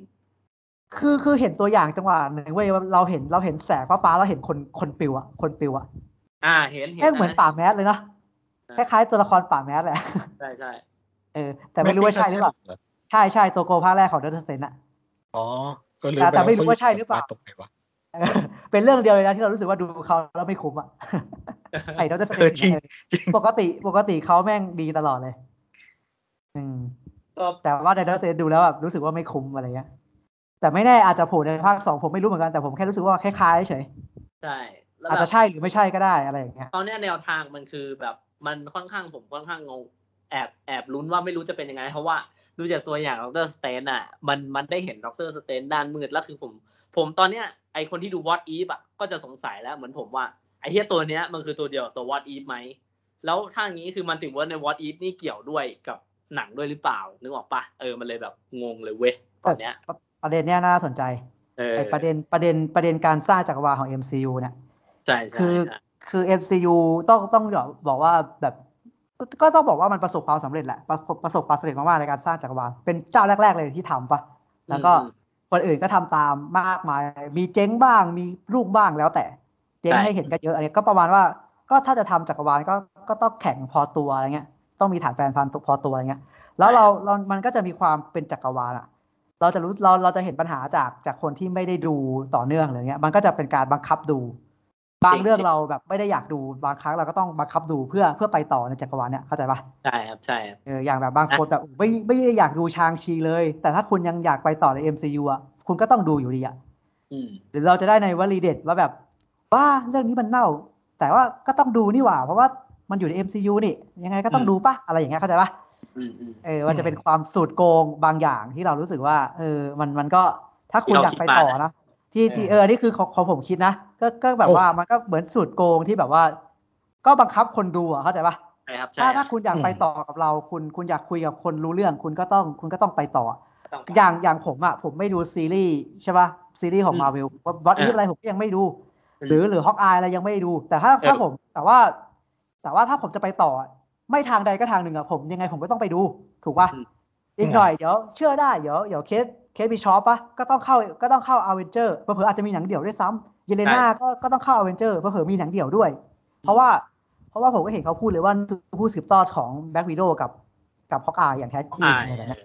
Speaker 2: คือคือเห็นตัวอย่างจังหวะหนึ่งเว้ยเราเห็นเราเห็นแสงฟ้าฟ้าๆเราเห็นคนคนปิวอ่ะคนปิวอ่ะ
Speaker 1: อ่า เห็นเห็น
Speaker 2: แม่งเหมือนป่าแมสเลยเนาะ ค
Speaker 1: นะ
Speaker 2: ล้ายๆตัวละครป่าแมสแหละ
Speaker 1: ใช่ใช่
Speaker 2: เออ แต่ไม่รู้ว่าใช่หรือเปล่า ใช่ใช่ตัวโกภาคแรกของด t สเซนอะ
Speaker 3: อ๋อ ก็ลื
Speaker 2: แต่
Speaker 3: ป
Speaker 2: แต่ไม่รู้ว่าใช่หรือเปล่า
Speaker 3: ตรงไหนวะ
Speaker 2: เออเป็นเรื่องเดียวเลยนะที่เรารู้สึกว่าดูเขาแล้วไม่คุ้มอะ ไอ้ด t สเซ
Speaker 3: เอน อจริงจริง
Speaker 2: ปกติปกติเขาแม่งดีตลอดเลย อืม
Speaker 1: ก็
Speaker 2: แต่ว่าในด t สเซนดูแล้วแบบรู้สึกว่าไม่คุ้มอะไรเงี้ย แต่ไม่แน่อาจจะโผล่ในภาคสองผมไม่รู้เหมือนกันแต่ผมแค่รู้สึกว่าคล้ายๆเฉย
Speaker 1: ใช่แล้ว
Speaker 2: อาจ
Speaker 1: แบ
Speaker 2: จะ
Speaker 1: บ
Speaker 2: ใช่หรือไม่ใช่ก็ได้อะไรอย่างเงี้ย
Speaker 1: เอาเนี้ยแนวทางมันคือแบบมันค่อนข้างผมค่อนข้างงงแอบแอบลุ้นว่าไม่รู้จะเป็นยังไง เพราะว่าดูจากตัวอย่างดรสเตนอ่ะ มันมันได้เห็นดรสเตนด้านมืดแล้วคือผม ผมตอนเนี้ยไอคนที่ดู What If อ่ะก็จะสงสัยแล้วเหมือนผมว่าไอเฮียตัวเนี้ยมันคือตัวเดียวกับตัว What If ไหม แล้วถ้าอย่างนี้คือมันถึงว่าใน What If นี่เกี่ยวด้วยกับหนังด้วยหรือเปล่านึกออกปะเออมันเลยแบบงงเลยเว้ยตอนเนี้ย
Speaker 2: ประเด็นเนี้ยน่าสนใจ
Speaker 1: เออ
Speaker 2: ไอ้ประเด็นประเด็นประเด็นการสร้างจักรวาลของ MCU เนี่ย
Speaker 1: ใช่ใช่
Speaker 2: คือ
Speaker 1: ใช่
Speaker 2: คือ MCU ต้องต้องบอกว่าแบบก็ก็ต้องบอกว่ามันประสบความสำเร็จแหละประสบประสบความสำเร็จมากๆในการสร้างจักรวาลเป็นเจ้าแรก ๆ เลยที่ทำปะแล้วก็
Speaker 1: อืม
Speaker 2: คนอื่นก็ทำตามมากมาย มีเจ๊งบ้างมีลูกบ้างแล้วแต่ เจ๊ง
Speaker 1: ใช่
Speaker 2: ให้เห็นกันเยอะอันนี้ก็ประมาณว่าก็ถ้าจะทำจักรวาลก็ก็ต้องแข่งพอตัวอะไรเงี้ยต้องมีฐานแฟนพันธุ์พอตัวอะไรเงี้ย แล้วเราเรามันก็จะมีความเป็นจักรวาลอะเราจะรู้เราเราจะเห็นปัญหาจากจากคนที่ไม่ได้ดูต่อเนื่องอะไรเงี้ย มันก็จะเป็นการบังคับดู บางเรื่อง
Speaker 1: จริงๆ
Speaker 2: เราแบบไม่ได้อยากดูบางครั้งเราก็ต้องบังคับดูเพื่อเพื่อไปต่อในจักรวาลเนี่ยเข้าใจปะ
Speaker 1: ใช่ครับใช่ครับ
Speaker 2: เอออย่างแบบบางคนแบบไม่ไม่ได้อยากดูชางชีเลย แต่ถ้าคุณยังอยากไปต่อใน MCU อ่ะคุณก็ต้องดูอยู่ดีอ่ะ
Speaker 1: อืม
Speaker 2: หรือเราจะได้ในวลีเด็ดว่าแบบว่าเรื่องนี้มันเน่า แต่ว่าก็ต้องดูนี่หว่า เพราะว่ามันอยู่ใน MCU นี่ยังไงก็ต้อง
Speaker 1: อืม
Speaker 2: ดูปะอะไรอย่างเงี้ยเข้าใจปะ
Speaker 1: อืมอืม
Speaker 2: เออว่าจะเป็นความสูตรโกงบางอย่างที่เรารู้สึกว่า เออมันมันก็ถ้าคุณอยากไปต่อนะที่ที่เออนี่คือของของผมคิดนะก็ก็แบบว่ามันก็เหมือนสูตรโกงที่แบบว่า ก็บังคับคนดูอ่ะเข้าใจปะ
Speaker 1: ใช่ครับใช่ครั
Speaker 2: ถ้าถ้า
Speaker 1: บ
Speaker 2: คุณอยาก
Speaker 3: อืม
Speaker 2: ไปต่อกับเรา คุณคุณอยากคุยกับคนรู้เรื่อง คุณก็ต้องคุณก็ต้องไปต่อ
Speaker 1: ต้องการ
Speaker 2: อย่างอย่างผมอะผมไม่ดูซีรีส์ใช่ป่ะซีรีส์ของ
Speaker 1: อืม
Speaker 2: มาเวลว่าวัดอี
Speaker 1: อ่า
Speaker 2: ฟอะไรผมก็ยังไม่ดู
Speaker 1: อืม
Speaker 2: หรือหรือฮอกอายอะไรยังไม่ได้ดู แต่ถ้าถ้า
Speaker 1: เออ
Speaker 2: ผม แต่ว่า แต่ว่าถ้าผมจะไปต่อ ไม่ทางใดก็ทางหนึ่งอะผมยังไงผมก็ต้องไปดู ถูกป่ะอีกหน่อยเดี๋ยวเชื่อได้เดี๋ยวเดี๋ยวเคสเคสบิชอปปะก็ต้องเข้าก็ต้องเข้าอเวนเจอร์เผื่อๆอาจจะมีหนังเดี่ยวด้วยซ้ำเยเลนาก็ก็ต้องเข้าอเวนเจอร์เผื่อๆมีหนังเดี่ยวด้วย เพราะว่าเพราะว่าผมก็เห็นเขาพูดเลยว่านี่คือผู้สืบทอดของแบ็กวิโดกับกับฮอกอายอย่างแท้จริง
Speaker 1: ใช่
Speaker 2: อะไรแบบเนี้ย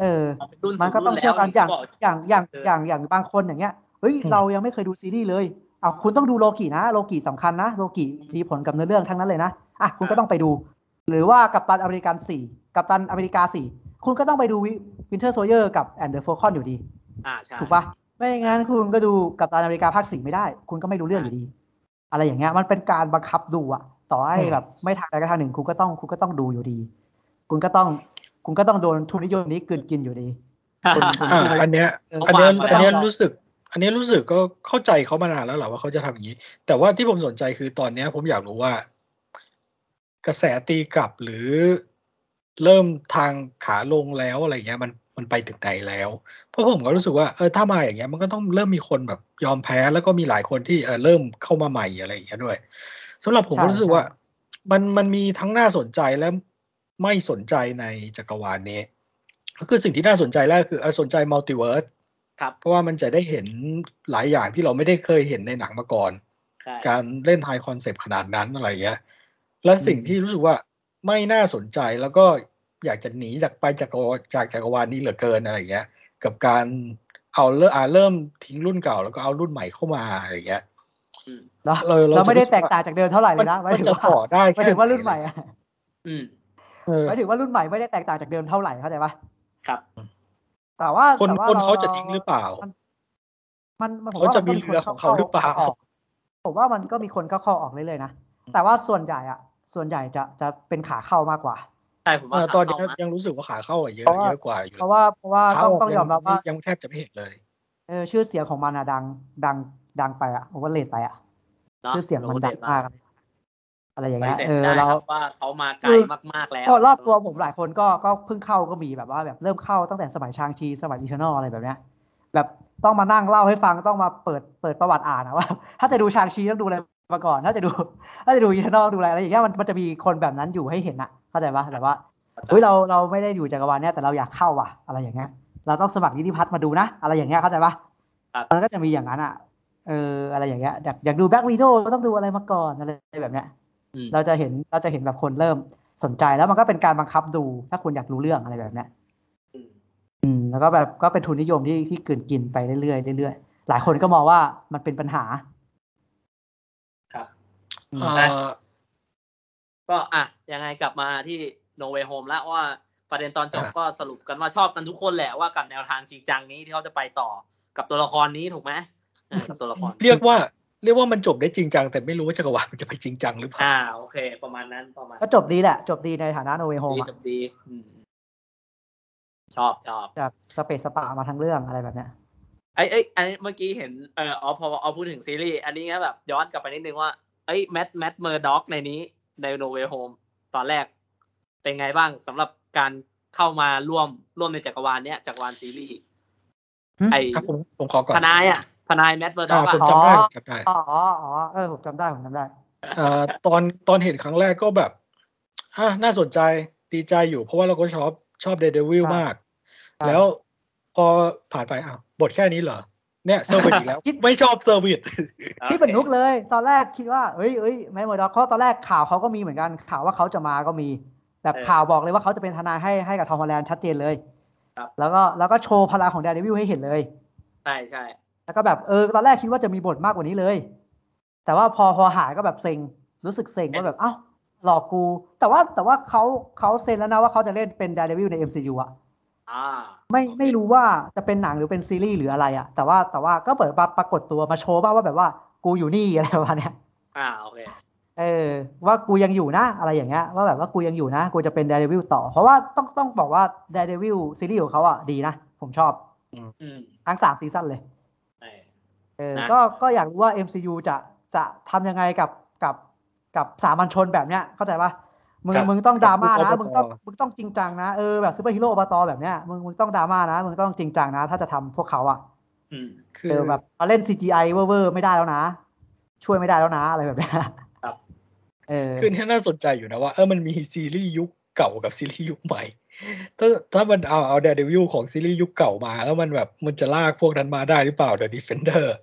Speaker 2: เออ
Speaker 1: เอาเป็นรุ่น
Speaker 2: มันก็ต้องเชื่อกันอย่างอย่างอย่าง
Speaker 1: เออ
Speaker 2: อย่างอย่างบางคนอย่างเงี้ยเฮ้ย
Speaker 3: อืม
Speaker 2: เรายังไม่เคยดูซีรีส์เลยเอาคุณต้องดูโลกินะ โลกิสำคัญนะ โลกิมีผลกับเนื้อเรื่องทั้งนั้นเลยนะอ่ะคุณก็ต้องไปดู หรือว่ากัปตันอเมริกันสี่กัปตันอเมริกาสี่คุณก็ต้องไปดูวินเทอร์โซเยอร์กับแอนเดอร์โฟคอนอยู่ดี
Speaker 1: อ่าใช่
Speaker 2: ถูกปะไม่งั้นคุณก็ดูกัปตันอเมริกาภาคสี่ไม่ได้ คุณก็ไม่รู้เรื่องอยู่ดี อะไรอย่างเงี้ย มันเป็นการบังคับดูอะต่อให้
Speaker 3: อืม
Speaker 2: แบบไม่ทางใดก็ทางหนึ่ง คุณก็ต้องคุณก็ต้องดูอยู่ดี คุณก็ต้อง คุณก็ต้องโดนทุนนิยมนี้กลืนกินอยู่ดี คุณคุณ
Speaker 3: อ่า
Speaker 2: คุณ
Speaker 3: อันเนี้ย
Speaker 2: เออ
Speaker 3: อันเนี้ย
Speaker 2: เขาวางไว้
Speaker 3: อันเนี้ย
Speaker 2: แล้ว
Speaker 3: รู้สึก อันเนี้ยรู้สึกก็เข้าใจเขามานานแล้วแหละว่าเขาจะทำอย่างนี้ แต่ว่าที่ผมสนใจคือตอนเนี้ย ผมอยากรู้ว่า กระแสตีกลับหรือเริ่มทางขาลงแล้วอะไรเงี้ย มันมันไปถึงไหนแล้ว เพราะผมก็รู้สึกว่าเออถ้ามาอย่างเงี้ย มันก็ต้องเริ่มมีคนแบบยอมแพ้แล้วก็มีหลายคนที่เออเริ่มเข้ามาใหม่อะไรอย่างเงี้ยด้วยสำหรับผม
Speaker 2: ใช่
Speaker 3: ก็รู้สึก
Speaker 2: ใช่
Speaker 3: ว่า มันมันมีทั้งน่าสนใจและไม่สนใจในจักรวาลนี้ ก็คือสิ่งที่น่าสนใจแรกคือเออสนใจมัลติเวิร์ส
Speaker 1: ครับ
Speaker 3: เพราะว่ามันจะได้เห็นหลายอย่างที่เราไม่ได้เคยเห็นในหนังมาก่อน
Speaker 1: ใช่
Speaker 3: การเล่นไฮคอนเซปต์ขนาดนั้นอะไรเงี้ย และสิ่งที่รู้สึกว่าไม่น่าสนใจแล้วก็อยากจะหนีจากไปจากจักรวาลจากจักรวาลนี้เหลือเกินอะไรเงี้ย กับการเอาเริ่มอ่าเริ่มทิ้งรุ่นเก่าแล้วก็เอารุ่นใหม่เข้ามาอะไรเงี้ย
Speaker 1: อืม
Speaker 2: เรา
Speaker 3: เราเรา
Speaker 2: เราไม่ได้
Speaker 3: จะรู้สึกว่า
Speaker 2: แตกต่างจากเดิมเท่าไหร่เล
Speaker 3: มั
Speaker 2: ยนะหมาย
Speaker 3: มัน
Speaker 2: ถึง
Speaker 3: จะ
Speaker 2: ว่า
Speaker 3: ต่อได้
Speaker 2: หมา
Speaker 3: แค่
Speaker 2: ยถึงว่ารุ่นใหม่อะ
Speaker 1: อืม
Speaker 3: เออ
Speaker 2: หมายถึงว่ารุ่นใหม่ไม่ได้แตกต่างจากเดิมเท่าไหร่เข้าใจปะ
Speaker 1: ครับ
Speaker 2: แต่ว่า
Speaker 3: คน
Speaker 2: แต่ว่า
Speaker 3: คน
Speaker 2: ร
Speaker 3: เขาจะทิ้งหรือเปล่า
Speaker 2: มันมันผม
Speaker 3: เขา
Speaker 2: ว่า
Speaker 3: จะ
Speaker 2: น
Speaker 3: มี
Speaker 2: ก็
Speaker 3: เรือ
Speaker 2: คน
Speaker 3: ของเขาหรือเปล่า
Speaker 2: กผมว่ามันก็มีคนเข้าๆออกเรื่อยๆนะแต่ว่าส่วนใหญ่อะส่วนใหญ่จะจะเป็นขาเข้ามากกว่า
Speaker 1: ใช่ผม
Speaker 3: เอ
Speaker 1: ว่า
Speaker 3: อ
Speaker 1: ขา
Speaker 3: ตอนนี้
Speaker 1: เข้ามา
Speaker 3: ยังรู้สึกว่าขาเข้าอะเยอะ
Speaker 2: เพราะว่า
Speaker 3: เยอะกว่าอยู่
Speaker 2: เพราะว่าเพราะว่า
Speaker 3: ขา
Speaker 2: ต้อง
Speaker 3: ก
Speaker 2: ต้องยอมรับว่า
Speaker 3: ยังยังแทบจะไม่เห็นเลย
Speaker 2: เออชื่อเสียงของมันอะดังดังดังไปอะโอเวอร์เลดไปอะ
Speaker 1: นะ
Speaker 2: ชื่อเสียงมันดังมาก อะไรอย่าง
Speaker 1: ป
Speaker 2: เงี้
Speaker 1: ฏิ
Speaker 2: ย
Speaker 1: เสธ
Speaker 2: เออ
Speaker 1: ไม่ได้
Speaker 2: เรา
Speaker 1: ครับว่าเขามาไกล
Speaker 2: คือ
Speaker 1: มากๆแล้ว
Speaker 2: ก็รอบตัวผมหลายคนก็ก็เพิ่งเข้าก็มีแบบว่าแบบเริ่มเข้าตั้งแต่สมัยชางชีสมัยอีชานอลอะไรแบบเนี้ยแบบต้องมานั่งเล่าให้ฟังต้องมาเปิดเปิดประวัติอ่านนะว่า ถ้าจะดูชางชีต้องดูอะไรมาก่อน ถ้าจะดู ถ้าจะดูอีชานอลดูอะไรอะไรอย่างเงี้ยมันมันจะมีคนแบบนั้นอยู่ให้เห็นอะเข้าใจปะแบบว่าเฮ้ยเราเราไม่ได้อยู่จักรวาลเนี้ยแต่เราอยากเข้าว่ะอะไรอย่างเงี้ยเราต้องสมัครนิติพัฒน์มาดูนะ อะไรอย่างเงี้ยเข้าใจปะ
Speaker 1: ครับ
Speaker 2: มันก็จะมีอย่างนั้นอ่ะ เออ อะไรอย่างเงี้ย อยากอยากดูแบ็กวีโดก็ต้องดูอะไรมาก่อนอะไรแบบเนี้ย
Speaker 1: อืม
Speaker 2: เราจะเห็น เราจะเห็นแบบคนเริ่มสนใจแล้วมันก็เป็นการบังคับดู ถ้าคุณอยากรู้เรื่องอะไรแบบเนี้ย
Speaker 1: อืม
Speaker 2: อืม แล้วก็แบบ ก็เป็นทุนนิยมที่ที่เกินกินไปเรื่อยๆเรื่อยๆ หลายคนก็มองว่ามันเป็นปัญหา
Speaker 1: ครับ
Speaker 2: อืม
Speaker 3: เออ
Speaker 1: ก็อ่ะยังไงกลับมาที่ No Way Home แล้วว่าประเด็นตอนจบก็สรุปกันว่าชอบกันทุกคนแหละว่ากับแนวทางจริงจังนี้ที่เขาจะไปต่อกับตัวละครนี้ถูกไหมเออกับตัวละคร
Speaker 3: เรียกว่า เรียกว่ามันจบได้จริงจัง แต่ไม่รู้ว่าจักรวาลมันจะไปจริงจังหรือเปล่า
Speaker 1: อ่าโอเค ประมาณนั้นประมาณ
Speaker 2: ก็จบดีแหละ จบดีในฐานะโนเวโฮ
Speaker 1: ดี
Speaker 2: ม
Speaker 1: จบดีอืมชอบชอบ
Speaker 2: จากสเปซสปามาทั้งเรื่องอะไรแบบเนี้ย
Speaker 1: ไอ้ไอ้ยอันนี้เมื่อกี้เห็นเอออ๋อพอเอาพูดถึงซีรีส์อันนี้ก็แบบย้อนกลับไปนิดนึงว่าไอ้ยแมทแมทเมอร์ด็อกในนี้ในโนเวโฮมตอนแรก เป็นไงบ้างสำหรับการเข้ามาร่วมร่วมในจักรวาลเนี้ยจักรวาลซีรีส์
Speaker 2: หึ
Speaker 1: ไอ้
Speaker 3: ครับผมผมขอก่อน
Speaker 1: ทนายอ่ะทนายแมทเมอร์ด็
Speaker 3: อ่า
Speaker 1: อกอ่ะ
Speaker 3: ผมจำได้ผมจำได้
Speaker 2: อ๋ออ๋ออ๋อเออ ผมจำได้ ผมจำได้
Speaker 3: เอ่อตอนตอนเห็นครั้งแรกก็แบบอ่ะน่าสนใจดีใจอยู่ เพราะว่าเราก็ชอบชอบเดดวิล
Speaker 2: ใช่
Speaker 3: มาก
Speaker 2: ช่
Speaker 3: แล้วพอผ่านไปอ้าวบทแค่นี้เหรอ เนี่ยเซอร์วิสอี กแล้ว
Speaker 2: คิด
Speaker 3: ไม่ชอบเซอร์วิส
Speaker 2: คิดเหมือนนุกเลย ตอนแรกคิดว่าเอ้ยเอ้ยแมนเมอร์ด็อกเขาะตอนแรกข่าวเขาก็มีเหมือนกันข่าวว่าเขาจะมาก็มี ไป แบบ
Speaker 1: เออ
Speaker 2: ข่าวบอกเลยว่าเขาจะเป็นทนายให้ให้กับทอมฮอลแลนด์ชัดเจนเลย
Speaker 1: ครับ
Speaker 2: แล้วก็แล้วก็โชว์พลังของแดนเดวิลให้เห็นเลย
Speaker 1: ใช่ใช่
Speaker 2: แล้วก็แบบเออตอนแรกคิดว่าจะมีบทมากกว่านี้เลย แต่ว่าพอพอหายก็แบบเซ็งรู้สึกเซ็งว่าแบบเอ้าหลอกกู แต่ว่าแต่ว่าเขาเขาเซ็นแล้วนะว่าเขาจะเล่นเป็นแดนเดวิลใน MCU อะ
Speaker 1: อ่า
Speaker 2: ไม่
Speaker 1: โอเค
Speaker 2: ไม่รู้ว่าจะเป็นหนังหรือเป็นซีรีส์หรืออะไรอะแต่ว่าแต่ว่าก็เปิดมาปรากฏตัวมาโชว์บ้างว่าแบบว่ากูอยู่นี่อะไรประมาณเนี้ย
Speaker 1: อ่าโอเค
Speaker 2: เออว่ากูยังอยู่นะอะไรอย่างเงี้ยว่าแบบว่ากูยังอยู่นะ กูจะเป็น Daredevil ต่อ เพราะว่าต้องต้องบอกว่า Daredevil ซีรีส์ของเขาอ่ะดีนะ ผมชอบ
Speaker 1: อืม
Speaker 2: ทั้งสามซีซั่นเลย
Speaker 1: ใช่
Speaker 2: เออ
Speaker 1: นะ
Speaker 2: ก็ก็อยากรู้ว่า MCU จะจะทำยังไงกับกับกับสามัญชนแบบเนี้ยเข้าใจปะมึง
Speaker 3: ครับ
Speaker 2: มึงต้องดราม่า
Speaker 3: กับ
Speaker 2: นะ
Speaker 3: ผู้
Speaker 2: มึงต้อง
Speaker 3: อบต
Speaker 2: มึงต้องจริงจังนะเออแบบซูเปอร์ฮีโร่อบตแบบเนี้ยมึงมึงต้องดราม่านะ มึงต้องจริงจังนะ ถ้าจะทำพวกเขาอ่ะ
Speaker 1: อืม
Speaker 3: คือ
Speaker 2: เออแบบมาเล่น CGI เว่อร์ๆไม่ได้แล้วนะ ช่วยไม่ได้แล้วนะ อะไรแบบเนี้ย
Speaker 1: ครับ
Speaker 2: เออ
Speaker 3: คือเนี่ยน่าสนใจอยู่นะว่าเออมันมีซีรีส์ยุคเก่ากับซีรีส์ยุคใหม่ ถ้าถ้ามันเอาเอาเดวิลของซีรีส์ยุคเก่ามา แล้วมันแบบมันจะลากพวกนั้นมาได้หรือเปล่าเดอะดิเฟนเดอร์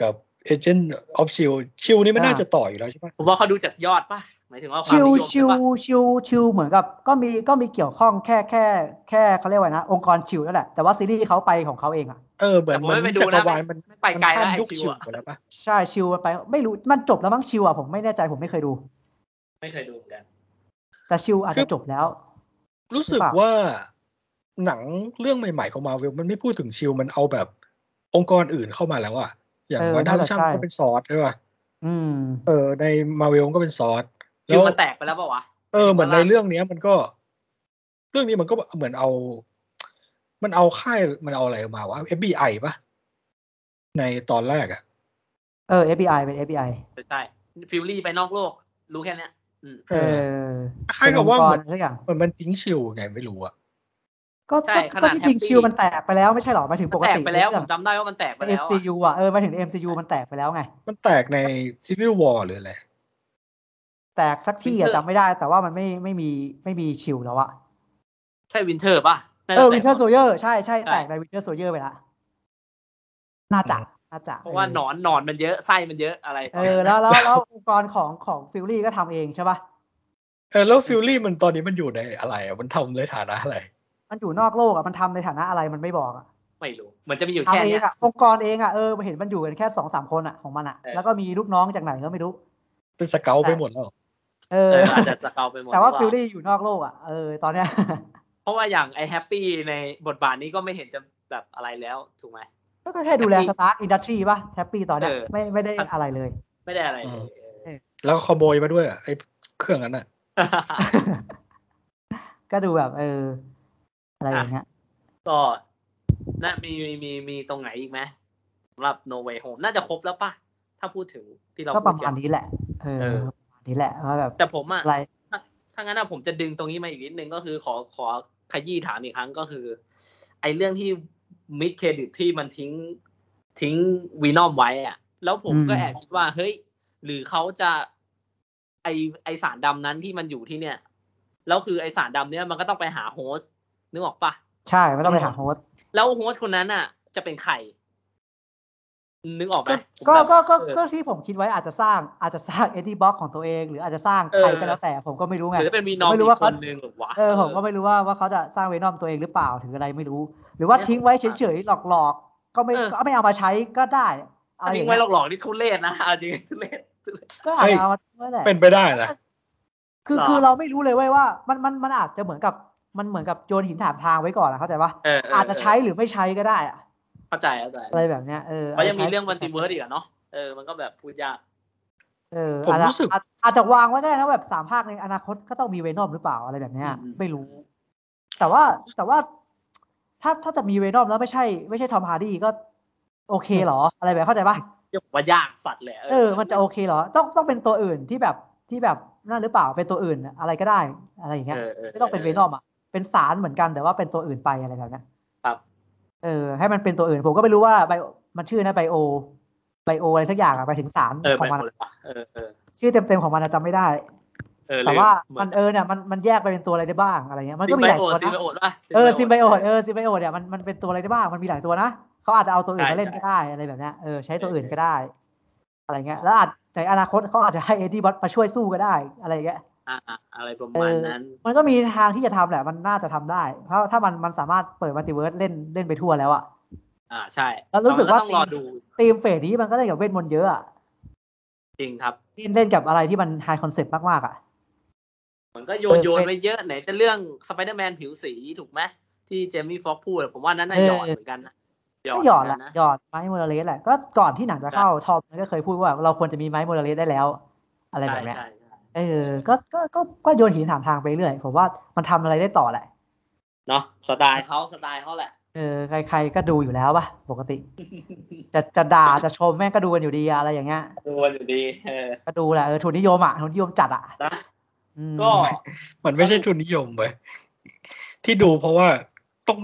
Speaker 3: กับเอเจนต์ออฟชิลชิลนี่มัน
Speaker 2: อ่า
Speaker 3: น่าจะต่ออยู่แล้วใช่ปะ
Speaker 1: ผมว่าเขาดูจากยอดป่ะ หมายถึงว่าความ
Speaker 2: ชิ
Speaker 1: นิ
Speaker 2: วย
Speaker 1: ม
Speaker 2: ชิว
Speaker 1: ใช่ปะ
Speaker 2: ชิวชิวเหมือนกับก็มีก็มีเกี่ยวข้องแค่แค่แค่เขาเรียกว่าไงนะ องค์กรชิวนั่นแหละ แต่ว่าซีรีส์เขาไปของเขาเองอ่ะ
Speaker 3: เออเหมือ
Speaker 1: แต่
Speaker 3: น
Speaker 1: ผม
Speaker 3: มั
Speaker 1: ไม่ไป
Speaker 3: น
Speaker 1: ดู
Speaker 3: จักร
Speaker 1: นะ
Speaker 3: วาลมัน
Speaker 1: ไม่ไปไกล
Speaker 3: มันข้า
Speaker 1: แล้ว
Speaker 3: ม
Speaker 1: ไอ
Speaker 3: ยุค
Speaker 1: ชิว
Speaker 3: ชิล
Speaker 1: อะ
Speaker 3: หมดแล้วปะ
Speaker 2: ใช่ชิวมันไปไม่รู้มันจบแล้วมั้งชิวอ่ะผมไม่แน่ใจผมไม่เคยดู
Speaker 1: ไม่เคยดูเหมือนกัน
Speaker 2: แต่ชิวอาจจะจบแล้ว
Speaker 3: รู้สึกว่าหนังเรื่องใหม่ๆของมาเวลมันไม่พูดถึงชิลมันเอาแบบองค์กรอื่นเข้ามาแล้วอะอย่าง
Speaker 2: เออ
Speaker 3: วันด้า
Speaker 2: น่าจะ
Speaker 3: ช่าง
Speaker 2: ใช่
Speaker 3: ก็เป็นซอสใช่ปะ
Speaker 2: อืม
Speaker 3: เออในมาเวลก็เป็นซอส
Speaker 1: ชิวมันแตกไปแล้วป่าวะ
Speaker 3: เออ
Speaker 1: หรือว่า
Speaker 3: เหมือนใน
Speaker 1: ล่าสุด
Speaker 3: เรื่องเนี้ยมันก็ เรื่องนี้มันก็เหมือนเอา มันเอาค่ายมันเอาอะไรมาวะ FBI ปะในตอนแรกอะ
Speaker 2: เออ FBI เป็น FBI
Speaker 1: ใช่ฟิลลี่ไปนอกโลก รู้แค่เนี้ยอืม
Speaker 2: เออ
Speaker 3: คล้ายกับว่า
Speaker 2: เป็นองค์กร
Speaker 3: เหมือน
Speaker 2: สักอย่าง
Speaker 3: เหมือนมันทิ้งชิวไงไม่รู้อะ
Speaker 2: ก็
Speaker 1: ใช่
Speaker 2: ก็
Speaker 1: ขนาด
Speaker 2: ก็ที่จริง
Speaker 1: Happy
Speaker 2: ชิวมันแตกไปแล้วไม่ใช่หรอหมายถึง
Speaker 1: มั
Speaker 2: ป
Speaker 1: น
Speaker 2: ก
Speaker 1: แตก
Speaker 2: ติ
Speaker 1: ไปแล้ว
Speaker 2: เรื่
Speaker 1: ผ
Speaker 2: อง
Speaker 1: มจำได้ว่ามันแตกไปแล้วอะ
Speaker 2: MCU อ่ะเออหมายถึง MCU มันแตกไปแล้วไง
Speaker 3: มันแตกใน Civil War หรืออะไร
Speaker 2: แตกสักที่อะจำไม่ได้ แต่ว่ามันไม่ไม่มีไม่มีชิวแล้วอะ
Speaker 1: ใช่วินเทอร์ป่ะน่า
Speaker 2: เอ
Speaker 1: จะ
Speaker 2: อ
Speaker 1: แต
Speaker 2: วิ
Speaker 1: ก
Speaker 2: นเทอร์โซเยอร์ใช่ใช่
Speaker 1: ใช่
Speaker 2: แตกในวินเทอร์โซเยอร์ไปละน่าจะน่าจะ
Speaker 1: เพราะว่าหนอนหนอนมันเยอะไส้มันเยอะอะไร
Speaker 2: เออแล้วแล้ว แล้วองค์กรของของฟิลลี่ก็ทำเองใช่ปะ
Speaker 3: เออแล้วฟิลลี่มันตอนนี้มันอยู่ในอะไรอะมันทำในฐานะอะไร
Speaker 2: มันอยู่นอกโลกอ่ะมันทำในฐานะอะไรมันไม่บอกอ่ะ
Speaker 1: ไม่รู้มันจะมีอยู่แค่
Speaker 2: ทำเอ
Speaker 1: เนี้
Speaker 2: ง
Speaker 1: ย
Speaker 2: อ่ะองค์กรเองอ่ะเออเห็นมันอยู่กันแค่สองสามคนอ่ะของมันอ่ะ
Speaker 1: เออ
Speaker 2: แล้วก็มีลูกน้องจากไหนก็ไม่รู้
Speaker 3: เป็นสเกลไปหมดแล้ว
Speaker 2: เอ
Speaker 1: เอ
Speaker 2: อ
Speaker 1: ออาจจะสเกาไปหมด
Speaker 2: แต่ว่า
Speaker 1: หรือ
Speaker 2: ฟิล
Speaker 1: เปล่
Speaker 2: ลี่อยู่นอกโลกอ่ะเออตอนเนี้ย
Speaker 1: เพราะว่าอย่างไอแฮปปี้ในบทบาทนี้ก็ไม่เห็นจะแบบอะไรแล้วถูกไหม
Speaker 2: ก็แค่ดูแล
Speaker 1: Happy
Speaker 2: สตาร์อินดัสทรีป่ะแฮปปี้ตอนเนี้ย
Speaker 1: เออ
Speaker 2: ไม่ไม่ได้อะไรเลย
Speaker 1: ไม่ได้อะไร
Speaker 3: อืม
Speaker 1: เออ
Speaker 3: แล้วขโมยมาด้วยอะไอ้เครื่องนั้นอะ
Speaker 2: ก็ดูแบบเออ อะไรอย่างเงี้ย
Speaker 1: ก็น่ามีมีมีมีตรงไหนอีกไหมสำหรับ No Way Home น่าจะครบแล้วป่ะ ถ้าพูดถึงที่เรา
Speaker 2: ก็ประ
Speaker 1: พูด
Speaker 2: มา
Speaker 1: กั
Speaker 2: ณ
Speaker 1: น
Speaker 2: นี้แหละ เอ
Speaker 1: เอ
Speaker 2: อ
Speaker 1: อ
Speaker 2: ประมาณนี้แหละว่าแบบ
Speaker 1: แต่ผมอ่ะ
Speaker 2: อะไร
Speaker 1: ถ้างั้นอะผมจะดึงตรงนี้มาอีกนิดนึงก็คือขอขอขยี้ถามอีกครั้งก็คือ ไอ้เรื่องที่มิดเครดิตที่มันทิ้งทิ้งวีนอมไว้อะแล้วผมก็
Speaker 2: อืม
Speaker 1: แอบคิดว่า เฮ้ย หรือเขาจะ ไอไอสารดำนั้นที่มันอยู่ที่เนี่ย แล้วคือไอสารดำเนี้ยมันก็ต้องไปหาโฮสต์นึกออกปะ
Speaker 2: ใช่ไม่ต้องไปหาโฮสต์
Speaker 1: แล้วโฮสต์คนนั้นน่ะ จะเป็นใคร นึกออกไหมผม
Speaker 2: ก็
Speaker 1: แบบ
Speaker 2: ก็ก็
Speaker 1: เออ
Speaker 2: ก็ที่ผมคิดไว้อาจจะสร้างอาจจะสร้างเอ็ดดี้ บ็อกของตัวเอง หรืออาจจะสร้าง
Speaker 1: เออ
Speaker 2: ใครก็แล้วแต่ผมก็ไม่รู้ไง
Speaker 1: หรือจะเป็นมีน้อง
Speaker 2: ไม่รู้
Speaker 1: อีกค
Speaker 2: ว่าเขา
Speaker 1: นนึงหรือวะ
Speaker 2: เออผมก็ไม่รู้ว่าว่าเขาจะสร้างเวนอมตัวเองหรือเปล่าถึงอะไรไม่รู้ หรือว่าทิ้งไว้เฉยๆหลอกๆ ก็ไม่ก็ไม่เอามาใช้ก็ได้อะไร
Speaker 1: ถ้า
Speaker 2: อ
Speaker 1: ทิ้
Speaker 2: ย่าง ง
Speaker 1: ไว้
Speaker 2: เงี้ย
Speaker 1: หลอกๆนี่ทุเรศนะเอาจริงทุเรศทุเรศ
Speaker 2: ก็อาจจะเอามาไว้แหละ
Speaker 3: เป็นไปได้นะ
Speaker 2: คือ
Speaker 1: หรอ
Speaker 2: คือเราไม่รู้เลยเว้ยว่ามันมันมันอาจจะเหมือนกับมันเหมือนกับโยนหินถามทางไว้ก่อนนะเข้าใจปะ
Speaker 1: เเ
Speaker 2: อาจจะใช้หรือไม่ใช้ก็ได้อะ
Speaker 1: เข้าใจเข้าใจ
Speaker 2: อะไรแบบเนี้ยเออ
Speaker 1: เพราะยังมี
Speaker 2: าจจะใช้
Speaker 1: เรื่องวันติเวิร์ดอีกอะเนาะเออมันก็แบบพูดยาก
Speaker 2: เออ
Speaker 3: ผม
Speaker 2: อาจจะ
Speaker 3: รู้สึก
Speaker 2: อาจอาจจะวางไว้ก็ได้นะแบบสามภาคในอนาคตก็ต้องมีเวนอมหรือเปล่าอะไรแบบเนี้ยไม่รู้ แต่ว่าแต่ว่าถ้าถ้าจะมีเวนอมแล้วไม่ใช่ ไม่ใช่ทอมฮาร์ดี้ก็โอเคเหรอ อะไรแบบเข้าใจปะ
Speaker 1: เรียกว่ายากสัตว์แหละ
Speaker 2: เออมันจะโอเคเหรอ ต้องต้องเป็นตัวอื่นที่แบบที่แบบนั่นหรือเปล่าเป็นตัวอื่นอะไรก็ได้อะไรอย่างเงี้ย ไม่ต้องเป็นเวนอมอ่ะ เป็นสารเหมือนกันแต่ว่าเป็นตัวอื่นไปอะไรแบบเนี้ย
Speaker 1: ครับ
Speaker 2: เออ ให้มันเป็นตัวอื่น ผมก็ไม่รู้ว่าไบมันชื่อนะไบโอ ไบโออะไรสักอย่างอะไปถึงสาร
Speaker 1: เออ
Speaker 2: ของ
Speaker 1: ไป
Speaker 2: มัน
Speaker 1: หมดเล
Speaker 2: อะ
Speaker 1: ยปะเออเออ
Speaker 2: ชื่อเต็มๆของมันอะจำไม่ได้
Speaker 1: เออ
Speaker 2: แต่ว่า
Speaker 1: ลื
Speaker 2: มันเออเนี่ยมันมันแยกไปเป็นตัวอะไรได้บ้างอะไรเงี้ย มันก็มีหลายตัว
Speaker 1: ซิมไบ
Speaker 2: นะ
Speaker 1: โอตป่ะ
Speaker 2: เออซิมไบโอตเออซิมไบโอตเนี่ยมันมันเป็นตัวอะไรได้บ้าง มันมีหลายตัวนะเขาอาจจะเอาตัวอื่น
Speaker 1: ใช่
Speaker 2: มาเล่น
Speaker 1: ใช่
Speaker 2: ก็ได้อะไรแบบเนี้ยเออใช้ตัว
Speaker 1: เอออื่
Speaker 2: อื่นก็ได้ อะไรเงี้ย แล้วอาจในอนาคตเขาอาจจะให้เอ็ดดี้บอสมาช่วยสู้ก็ได้อะไรเงี้ย
Speaker 1: อ่าอะไรประมาณนั้น
Speaker 2: มันก็มีทางที่จะทำแหละ มันน่าจะทำได้ เพราะถ้ามันมันสามารถเปิดมัลติเวิร์สเล่นเล่นไปทั่วแล้วอะ
Speaker 1: อ่าใช่
Speaker 2: แล้วรู้สึกว่า
Speaker 1: ต้องรอดู
Speaker 2: ธีมเฟสนี้มันก็ได้กับเวทมนต์เยอะอะ
Speaker 1: จริงครับ
Speaker 2: ที่เล่นกับอะไรที่มันไฮคอนเซปต์มากๆอะ
Speaker 1: มันก็โยน
Speaker 2: เออ
Speaker 1: โยนไปเยอะไหนจะเรื่องสไปเดอร์แมนผิวสีถูกไหมที่เจมี่ฟ็อกซ์พูดอะผมว่านั้นน่ะ
Speaker 2: เออ
Speaker 1: หยอดเหมือนกันนะ
Speaker 2: ก็หยอดแหละ
Speaker 1: เหมืนกันนะ
Speaker 2: หยอดไม้โมเดเลสแหละก็ก่อนที่หนังจะเข้าทอมก็เคยพูดว่าเราควรจะมีไม้โมเดเลสได้แล้ว อะไรแบบเนี้ย
Speaker 1: ใช่ใช่ใช่
Speaker 2: เออก็ก็ก็ก็โยนหินถามทางไปเรื่อยผมว่ามันทำอะไรได้ต่อแหละ
Speaker 1: เนาะสไตล์เขาสไตล์เขาแหละ
Speaker 2: เออใครๆก็ดูอยู่แล้วป่ะปกติ จะจะด่าจะชมแม่งก็ดูกันอยู่ดีอะอะไรอย่างเงี้ย
Speaker 1: ดูกันอยู่ดีเออ
Speaker 2: ก็ดูแหละเออทุนนิยมอ่ะทุนนิยมจัดอ่ะ
Speaker 1: นะ
Speaker 2: อืม
Speaker 1: ก็
Speaker 3: มันไม่ใช่ทุนนิยมเว้ยที่ดูเพราะว่าต้อง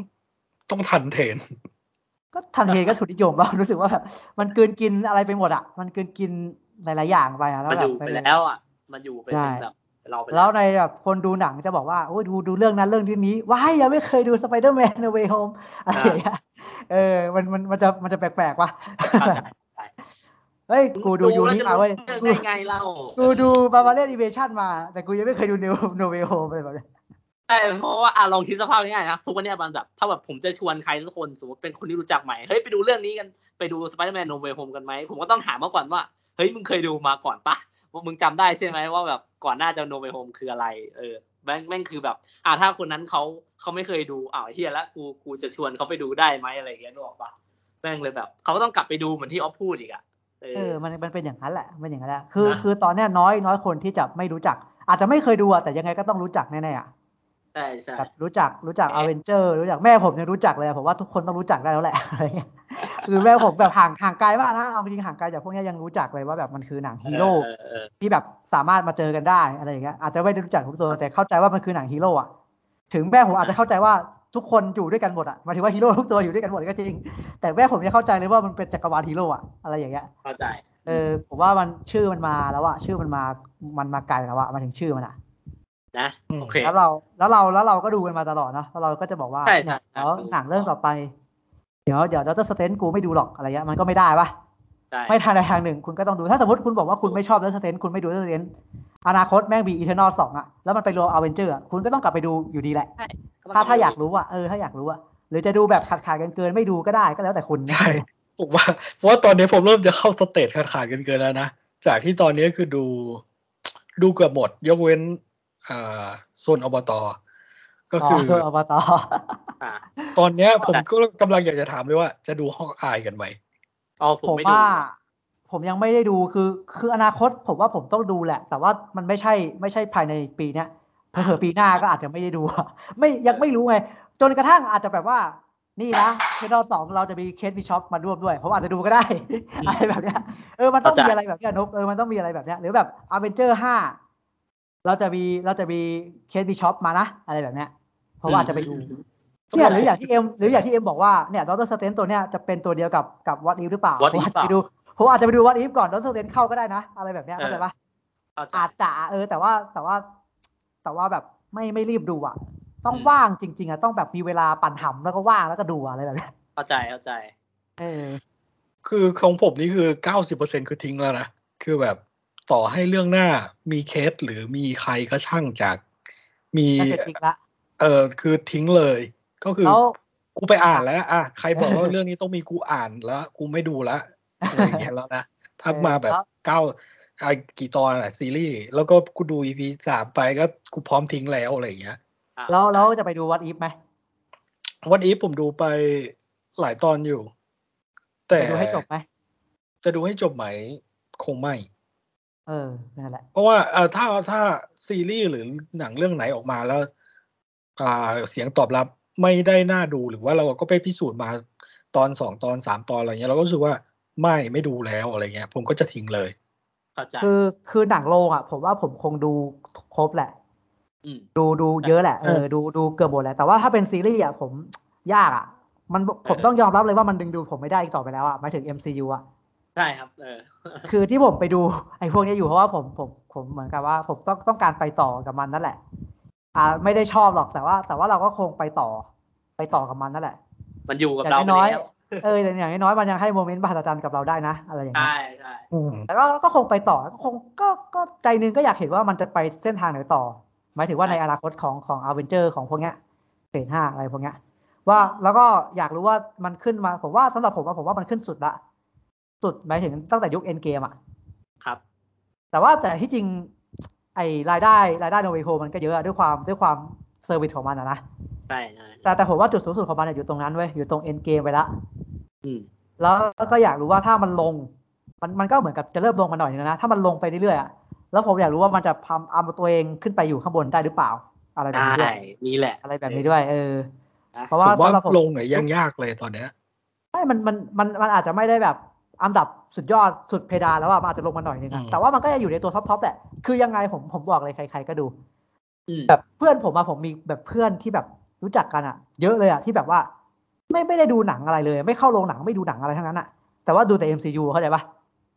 Speaker 3: ต้องทันเทรนด์
Speaker 2: ก็ทันเทก็ทุนนิยมบ้าง รู้สึกว่าแบบมันกลืนกินอะไรไปหมดอ่ะมันกลืนกินหลายๆอย่างไปอะแล้ว
Speaker 1: มัน
Speaker 2: แบ
Speaker 1: อบ ยู่ไปแล้วอ่ะ มันอยู่ไป
Speaker 2: ใช่
Speaker 1: เป็นแบบเราไป
Speaker 2: แล้วในแบบคนดูหนังจะบอกว่าโอ้ยดูดูเรื่องนั้นเรื่องที่นี้ว้ายยังไม่เคยดูสไปเดอร์แมนเ w เวโฮมอะไรอย่างเงี้ยเออมันมันมันจะมันจะแปลกๆว่ะ
Speaker 1: เข้าใจ
Speaker 2: เฮ้ย กูดูยูนี่
Speaker 1: แล้
Speaker 2: มาเว้ย
Speaker 1: จะรู้
Speaker 2: กู
Speaker 1: เรื่องได้ไงเล่า
Speaker 2: กูดูบาบาเ i นอีเวชั่นมา แต่กูยังไม่เคยดูเนโนเวโฮมอะไรแบบเนี้ย
Speaker 1: ใช่เพราะว่าอ่ะลองคิดสภาพง่ายๆนะทุกวันเนี้ยบางแบบถ้าแบบผมจะชวนใครสักคนสมมติเป็นคนที่รู้จักใหม่เฮ้ยไปดูเรื่องนี้กันไปดูสไปเดอร์แมนโนเวโฮมกันไหมผมก็ต้องถามมาก่อนว่าเฮ้ยมึงเคยดูมาก่อนปะว่ามึงจำได้ใช่ไหมว่าแบบก่อนหน้าจะโนเวโฮมคืออะไร เออแม่งแม่งคือแบบอ่ะถ้าคนนั้นเขาเขาไม่เคยดูอ้าวเฮียแล้วกูกูจะชวนเขาไปดูได้ไหมอะไรอย่างเงี้ยนึกออกปะแม่งเลยแบบเขาก็ต้องกลับไปดูเหมือนที่ออฟพูดอีกอะเออ
Speaker 2: เออมันมันเป็นอย่างนั้นแหละมันอย่างนั้นแหละคือ
Speaker 1: นะ
Speaker 2: คือตอนเนี้ยน้อยน้อยคนที่จะไม่รู้จัก อาจจะไม่เคยดูอะแต่ยังไงก็ต้องรู้จักแน่ๆอะ
Speaker 1: ใช่ใช่
Speaker 2: แบบรู้จักรู้จัก
Speaker 1: แน่
Speaker 2: อเวนเจอร์รู้จักแม่ผมยังรู้จักเลยอะผมว่าทุกคนต้องรู้จักได้แล้วแหละอะไรเงี้ยคือแม่ผมแบบห่างห่างไกลมากนะเอาจริงๆห่างไกลจากพวกเนี้ยยังรู้จักเลยว่าแบบมันคือหนังฮีโร่
Speaker 1: เออเออเออ
Speaker 2: ที่แบบสามารถมาเจอกันได้อะไรอย่างเงี้ยอาจจะไม่ได้รู้จักทุกตัวแต่เข้าใจว่ามันคือหนังฮีโร่อะถึงแม่ผมอาจจะเข้าใจว่าทุกคนอยู่ด้วยกันหมดอะหมายถึงว่าฮีโร่ทุกตัวอยู่ด้วยกันหมดก็จริง แต่แม่ผมจะเข้าใจเลยว่ามันเป็นจักรวาลฮีโร่อะอะไรอย่างเงี้ย
Speaker 1: เข้าใจ
Speaker 2: เออผมว่ามันชื่อมันมาแล้วอะชื่อมันมามันมาไกลแล้วอะมาถึงชื่อมันอะ
Speaker 1: นะ
Speaker 3: อืม
Speaker 1: โอเค
Speaker 2: แล้วเราแล้วเราแล้วเราก็ดูกันมาตลอดเนอะแล้วเราก็จะบอกว่า
Speaker 1: ใช่ใช่
Speaker 2: เนี่
Speaker 1: ใช่
Speaker 2: ยแล้ว
Speaker 1: ดู
Speaker 2: หนังเรื่องต่อไป เดี๋ยวเดี๋ยวเราจะสเตนกูไม่ดูหรอกอะไรเงี้ยมันก็ไม่ได้ปะ
Speaker 1: ได้
Speaker 2: ไม่ทางใดทางหนึ่งคุณก็ต้องดู ถ้าสมมติคุณบอกว่าคุณไม่ชอบเดอ s สเตนคุณไม่ดูเดอ s สเตนอนาคตแม่งมีอีเทอร์นอลสองอะแล้วมันไปรวมอเวนเจอร์คุณก็ต้องกลับไปดูอยู่ดีแหละ ถ้าถ้าอยากรู้อะเออถ้าอยากรู้อะหรือจะดูแบบขาดขาดกันเกินๆไม่ดูก็ได้ก็แล้วแต่คุณนะ
Speaker 3: ใช่ผมว่าเพราะว่าตอนนี้ผมเริ่มจะเข้าสเตจขาดขาดๆกันเกินแล้วนะจากที่ตอนนี้คือดูดูเกือบหมด ยกเว้นอ่าโซนอบตก็
Speaker 2: อ๋อ
Speaker 3: คือ
Speaker 2: ส่วนอบต
Speaker 1: อ่า
Speaker 3: ตอนเนี้ยผมก็กำลังอยากจะถามเลยว่าจะดูฮอกอายกันไหม
Speaker 1: อ๋อผ
Speaker 2: ผม ม
Speaker 1: ไม่ดู
Speaker 2: ว่า ผมยังไม่ได้ดูคือคืออนาคตผมว่าผมต้องดูแหละ แต่ว่ามันไม่ใช่ไม่ใช่ภายในปีเนี้ยเผื่อๆปีหน้าก็อาจจะไม่ได้ดู อะไม่ยังไม่รู้ไงจนกระทั่งอาจจะแบบว่า นี่นะเคือเราสองเราจะมีเคสบิชอปมาร่วมด้วยผมอาจจะดูก็ได้ อะไรแบบเนี้ยเออมันต้องมีอะไรแบบเนี้ยนกเออมันต้องมีอะไรแบบเนี้ยหรือแบบอเวนเจอร์ห้าเราจะมีเราจะมีเคสบิชอปมานะอะไรแบบเนี้ยผมว่าอาจจะไปดู เนี่ยหรืออย่างที่เอ็มหรืออย่างที่เอ็มบอกว่าเนี่ยดรสเตนตัวเนี้ยจะเป็นตัวเดียวกับกับวัดอีฟหรือเปล่า
Speaker 1: What
Speaker 2: ผม
Speaker 1: If
Speaker 2: อาจจะไปดูผมอาจจะไปดูวัดอีฟก่อนดรสเตนเข้าก็ได้นะ อะไรแบบเนี้ย
Speaker 1: เออ
Speaker 2: เข้าใจปะ
Speaker 1: เข้าใจ
Speaker 2: อาจจะเออแต่ว่าแต่ว่า แต่ว่าแบบไม่ไม่รีบดูอ่ะ ต้อง
Speaker 1: อืม
Speaker 2: ว่างจริง ๆอ่ะต้องแบบมีเวลาปั่นหำแล้วก็ว่างแล้วก็ดูอะอะไรแบบเนี้ย
Speaker 1: เข้าใจเข้าใจ
Speaker 2: เออ
Speaker 3: คือของผมนี่คือเก้าสิบเปอร์เซ็นคือทิ้งแล้วนะ คือแบบต่อให้เรื่องหน้ามีเคสหรือมีใครก็ช่างจาก มี
Speaker 2: น่าจะจริงละ
Speaker 3: เออคือทิ้งเลย ก็คือ
Speaker 2: แล้ว
Speaker 3: กูไปอ่านแล้วอ่ะใครบอกว่าเรื่องนี้ต้องมีกูอ่านแล้ว กูไม่ดูละอะไรอย่างเงี้ยแล้วนะถ้ามาแบบ
Speaker 2: แล้ว
Speaker 3: เก้าไอ้กี่ตอนอะซีรีส์แล้วก็กูดูอีพีสามไปก็กูพร้อมทิ้งแล้วอะไรอย่างเงี้ย
Speaker 2: แล้วแล้วจะไปดูวัดอีฟไหม
Speaker 3: วันนี้ผมดูไปหลายตอนอยู่ แต่
Speaker 2: ไปดูให้จบไหม
Speaker 3: จะดูให้จบไหมคงไม่
Speaker 2: เออนั่นแหละ
Speaker 3: เพราะว่าเออถ้าถ้าซีรีส์หรือหนังเรื่องไหนออกมาแล้วอ่าเสียงตอบรับไม่ได้น่าดูหรือว่าเราก็ไปพิสูจน์มาตอนสองตอนสามตอนอะไรเงี้ยเราก็รู้สึกว่าไม่ไม่ดูแล้วอะไรเงี้ย ผมก็จะทิ้งเลย
Speaker 1: เข้าใจ
Speaker 2: คือคือหนังโรงอ่ะ ผมว่าผมคงดูครบแหละ
Speaker 1: อืม
Speaker 2: ดูดูเยอะแหละเอ
Speaker 3: เอ
Speaker 2: อ
Speaker 3: อ
Speaker 2: ดูดูเกือบหมดแหละแต่ว่าถ้าเป็นซีรีส์อ่ะผมยากอ่ะ มันผม
Speaker 1: เออ
Speaker 2: ต้องยอมรับเลยว่ามันดึงดูดผมไม่ได้อีกต่อไปแล้วอ่ะหมายถึง MCU อ่ะ
Speaker 1: ใช่ครับ เออ
Speaker 2: คือที่ผมไปดู ไอ้พวกเนี้ยอยู่เพราะว่าผมผมผมเหมือนกับว่า ผมต้องต้องการไปต่อกับมันนั่นแหละ อ่า ไม่ได้ชอบหรอกแต่ว่า แต่ว่าเราก็คงไปต่อไปต่อกับมันนั่นแหละ
Speaker 1: มันอยู่กับ
Speaker 2: อย่าง
Speaker 1: เรา
Speaker 2: น้อย
Speaker 1: แล้ว
Speaker 2: เออแต่อย่างน้อยๆมันยังให้โมเมนต์มหัศจรรย์กับเราได้นะ อะไรอย่างเงี้
Speaker 1: ใช่
Speaker 2: ย
Speaker 1: ใช่
Speaker 2: อืมแต่ก็ก็คงไปต่อก็คงก็ก็ใจหนึงก็อยากเห็นว่ามันจะไปเส้นทางไหนต่อ หมายถึงว่าในอนาคตของของอาเวนเจอร์ของพวกเนี้ยเฟสห้าอะไรพวกเนี้ย ว่าแล้วก็อยากรู้ว่ามันขึ้นมา ผมว่าสำหรับผมว่าผมว่ามันขึ้นสุดละสุดหมายถึงตั้งแต่ยุคเอ็นเกมอะ
Speaker 1: ครับ
Speaker 2: แต่ว่าแต่ที่จริง ไอรายได้รายได้โนเวโคมันก็เยอะอะด้วยความด้วยความเซอร์วิสของมันอะนะ
Speaker 1: ใช่ใช่
Speaker 2: แต่แต่ผมว่าจุดสูงสุดของมันอะอยู่ตรงนั้นเว้ยอยู่ตรงเอ็นเกมไปละ
Speaker 1: อืม
Speaker 2: แล้วก็อยากรู้ว่าถ้ามันลง มันมันก็เหมือนกับจะเริ่มลงมาหน่อยนึงแล้วนะถ้ามันลงไปเรื่อยๆอะแล้วผมอยากรู้ว่ามันจะพาเอาตัวเองขึ้นไปอยู่ข้างบนได้หรือเปล่า อะไรแบบ
Speaker 1: ได้
Speaker 2: นี้ด้วย
Speaker 1: มีแหละ
Speaker 2: อะไรแบบนี้ด้วย เออ
Speaker 1: นะ
Speaker 2: เพราะ
Speaker 3: ผ
Speaker 2: ว่าม
Speaker 3: ว่า
Speaker 2: สำหรับผม
Speaker 3: ลงอะยังยากเลยตอนเนี้ย
Speaker 2: ไม่มันมันมันมันอาจจะไม่ได้แบบอันดับสุดยอดสุดเพดานแล้วอะมันอาจจะลงมาหน่อยนึงอะ
Speaker 3: อืม
Speaker 2: แต่ว่ามันก็จะอยู่ในตัวท็อปๆแหละคือยังไงผมผมบอกเลยใคร ๆ ก็ดู
Speaker 1: อืม
Speaker 2: แบบเพื่อนผมอะผมมีแบบเพื่อนที่แบบรู้จักกันอะเยอะเลยอะที่แบบว่า ไม่ไม่ได้ดูหนังอะไรเลย ไม่เข้าโรงหนังไม่ดูหนังอะไรทั้งนั้นอะแต่ว่าดูแต่ MCU เข้าใจปะ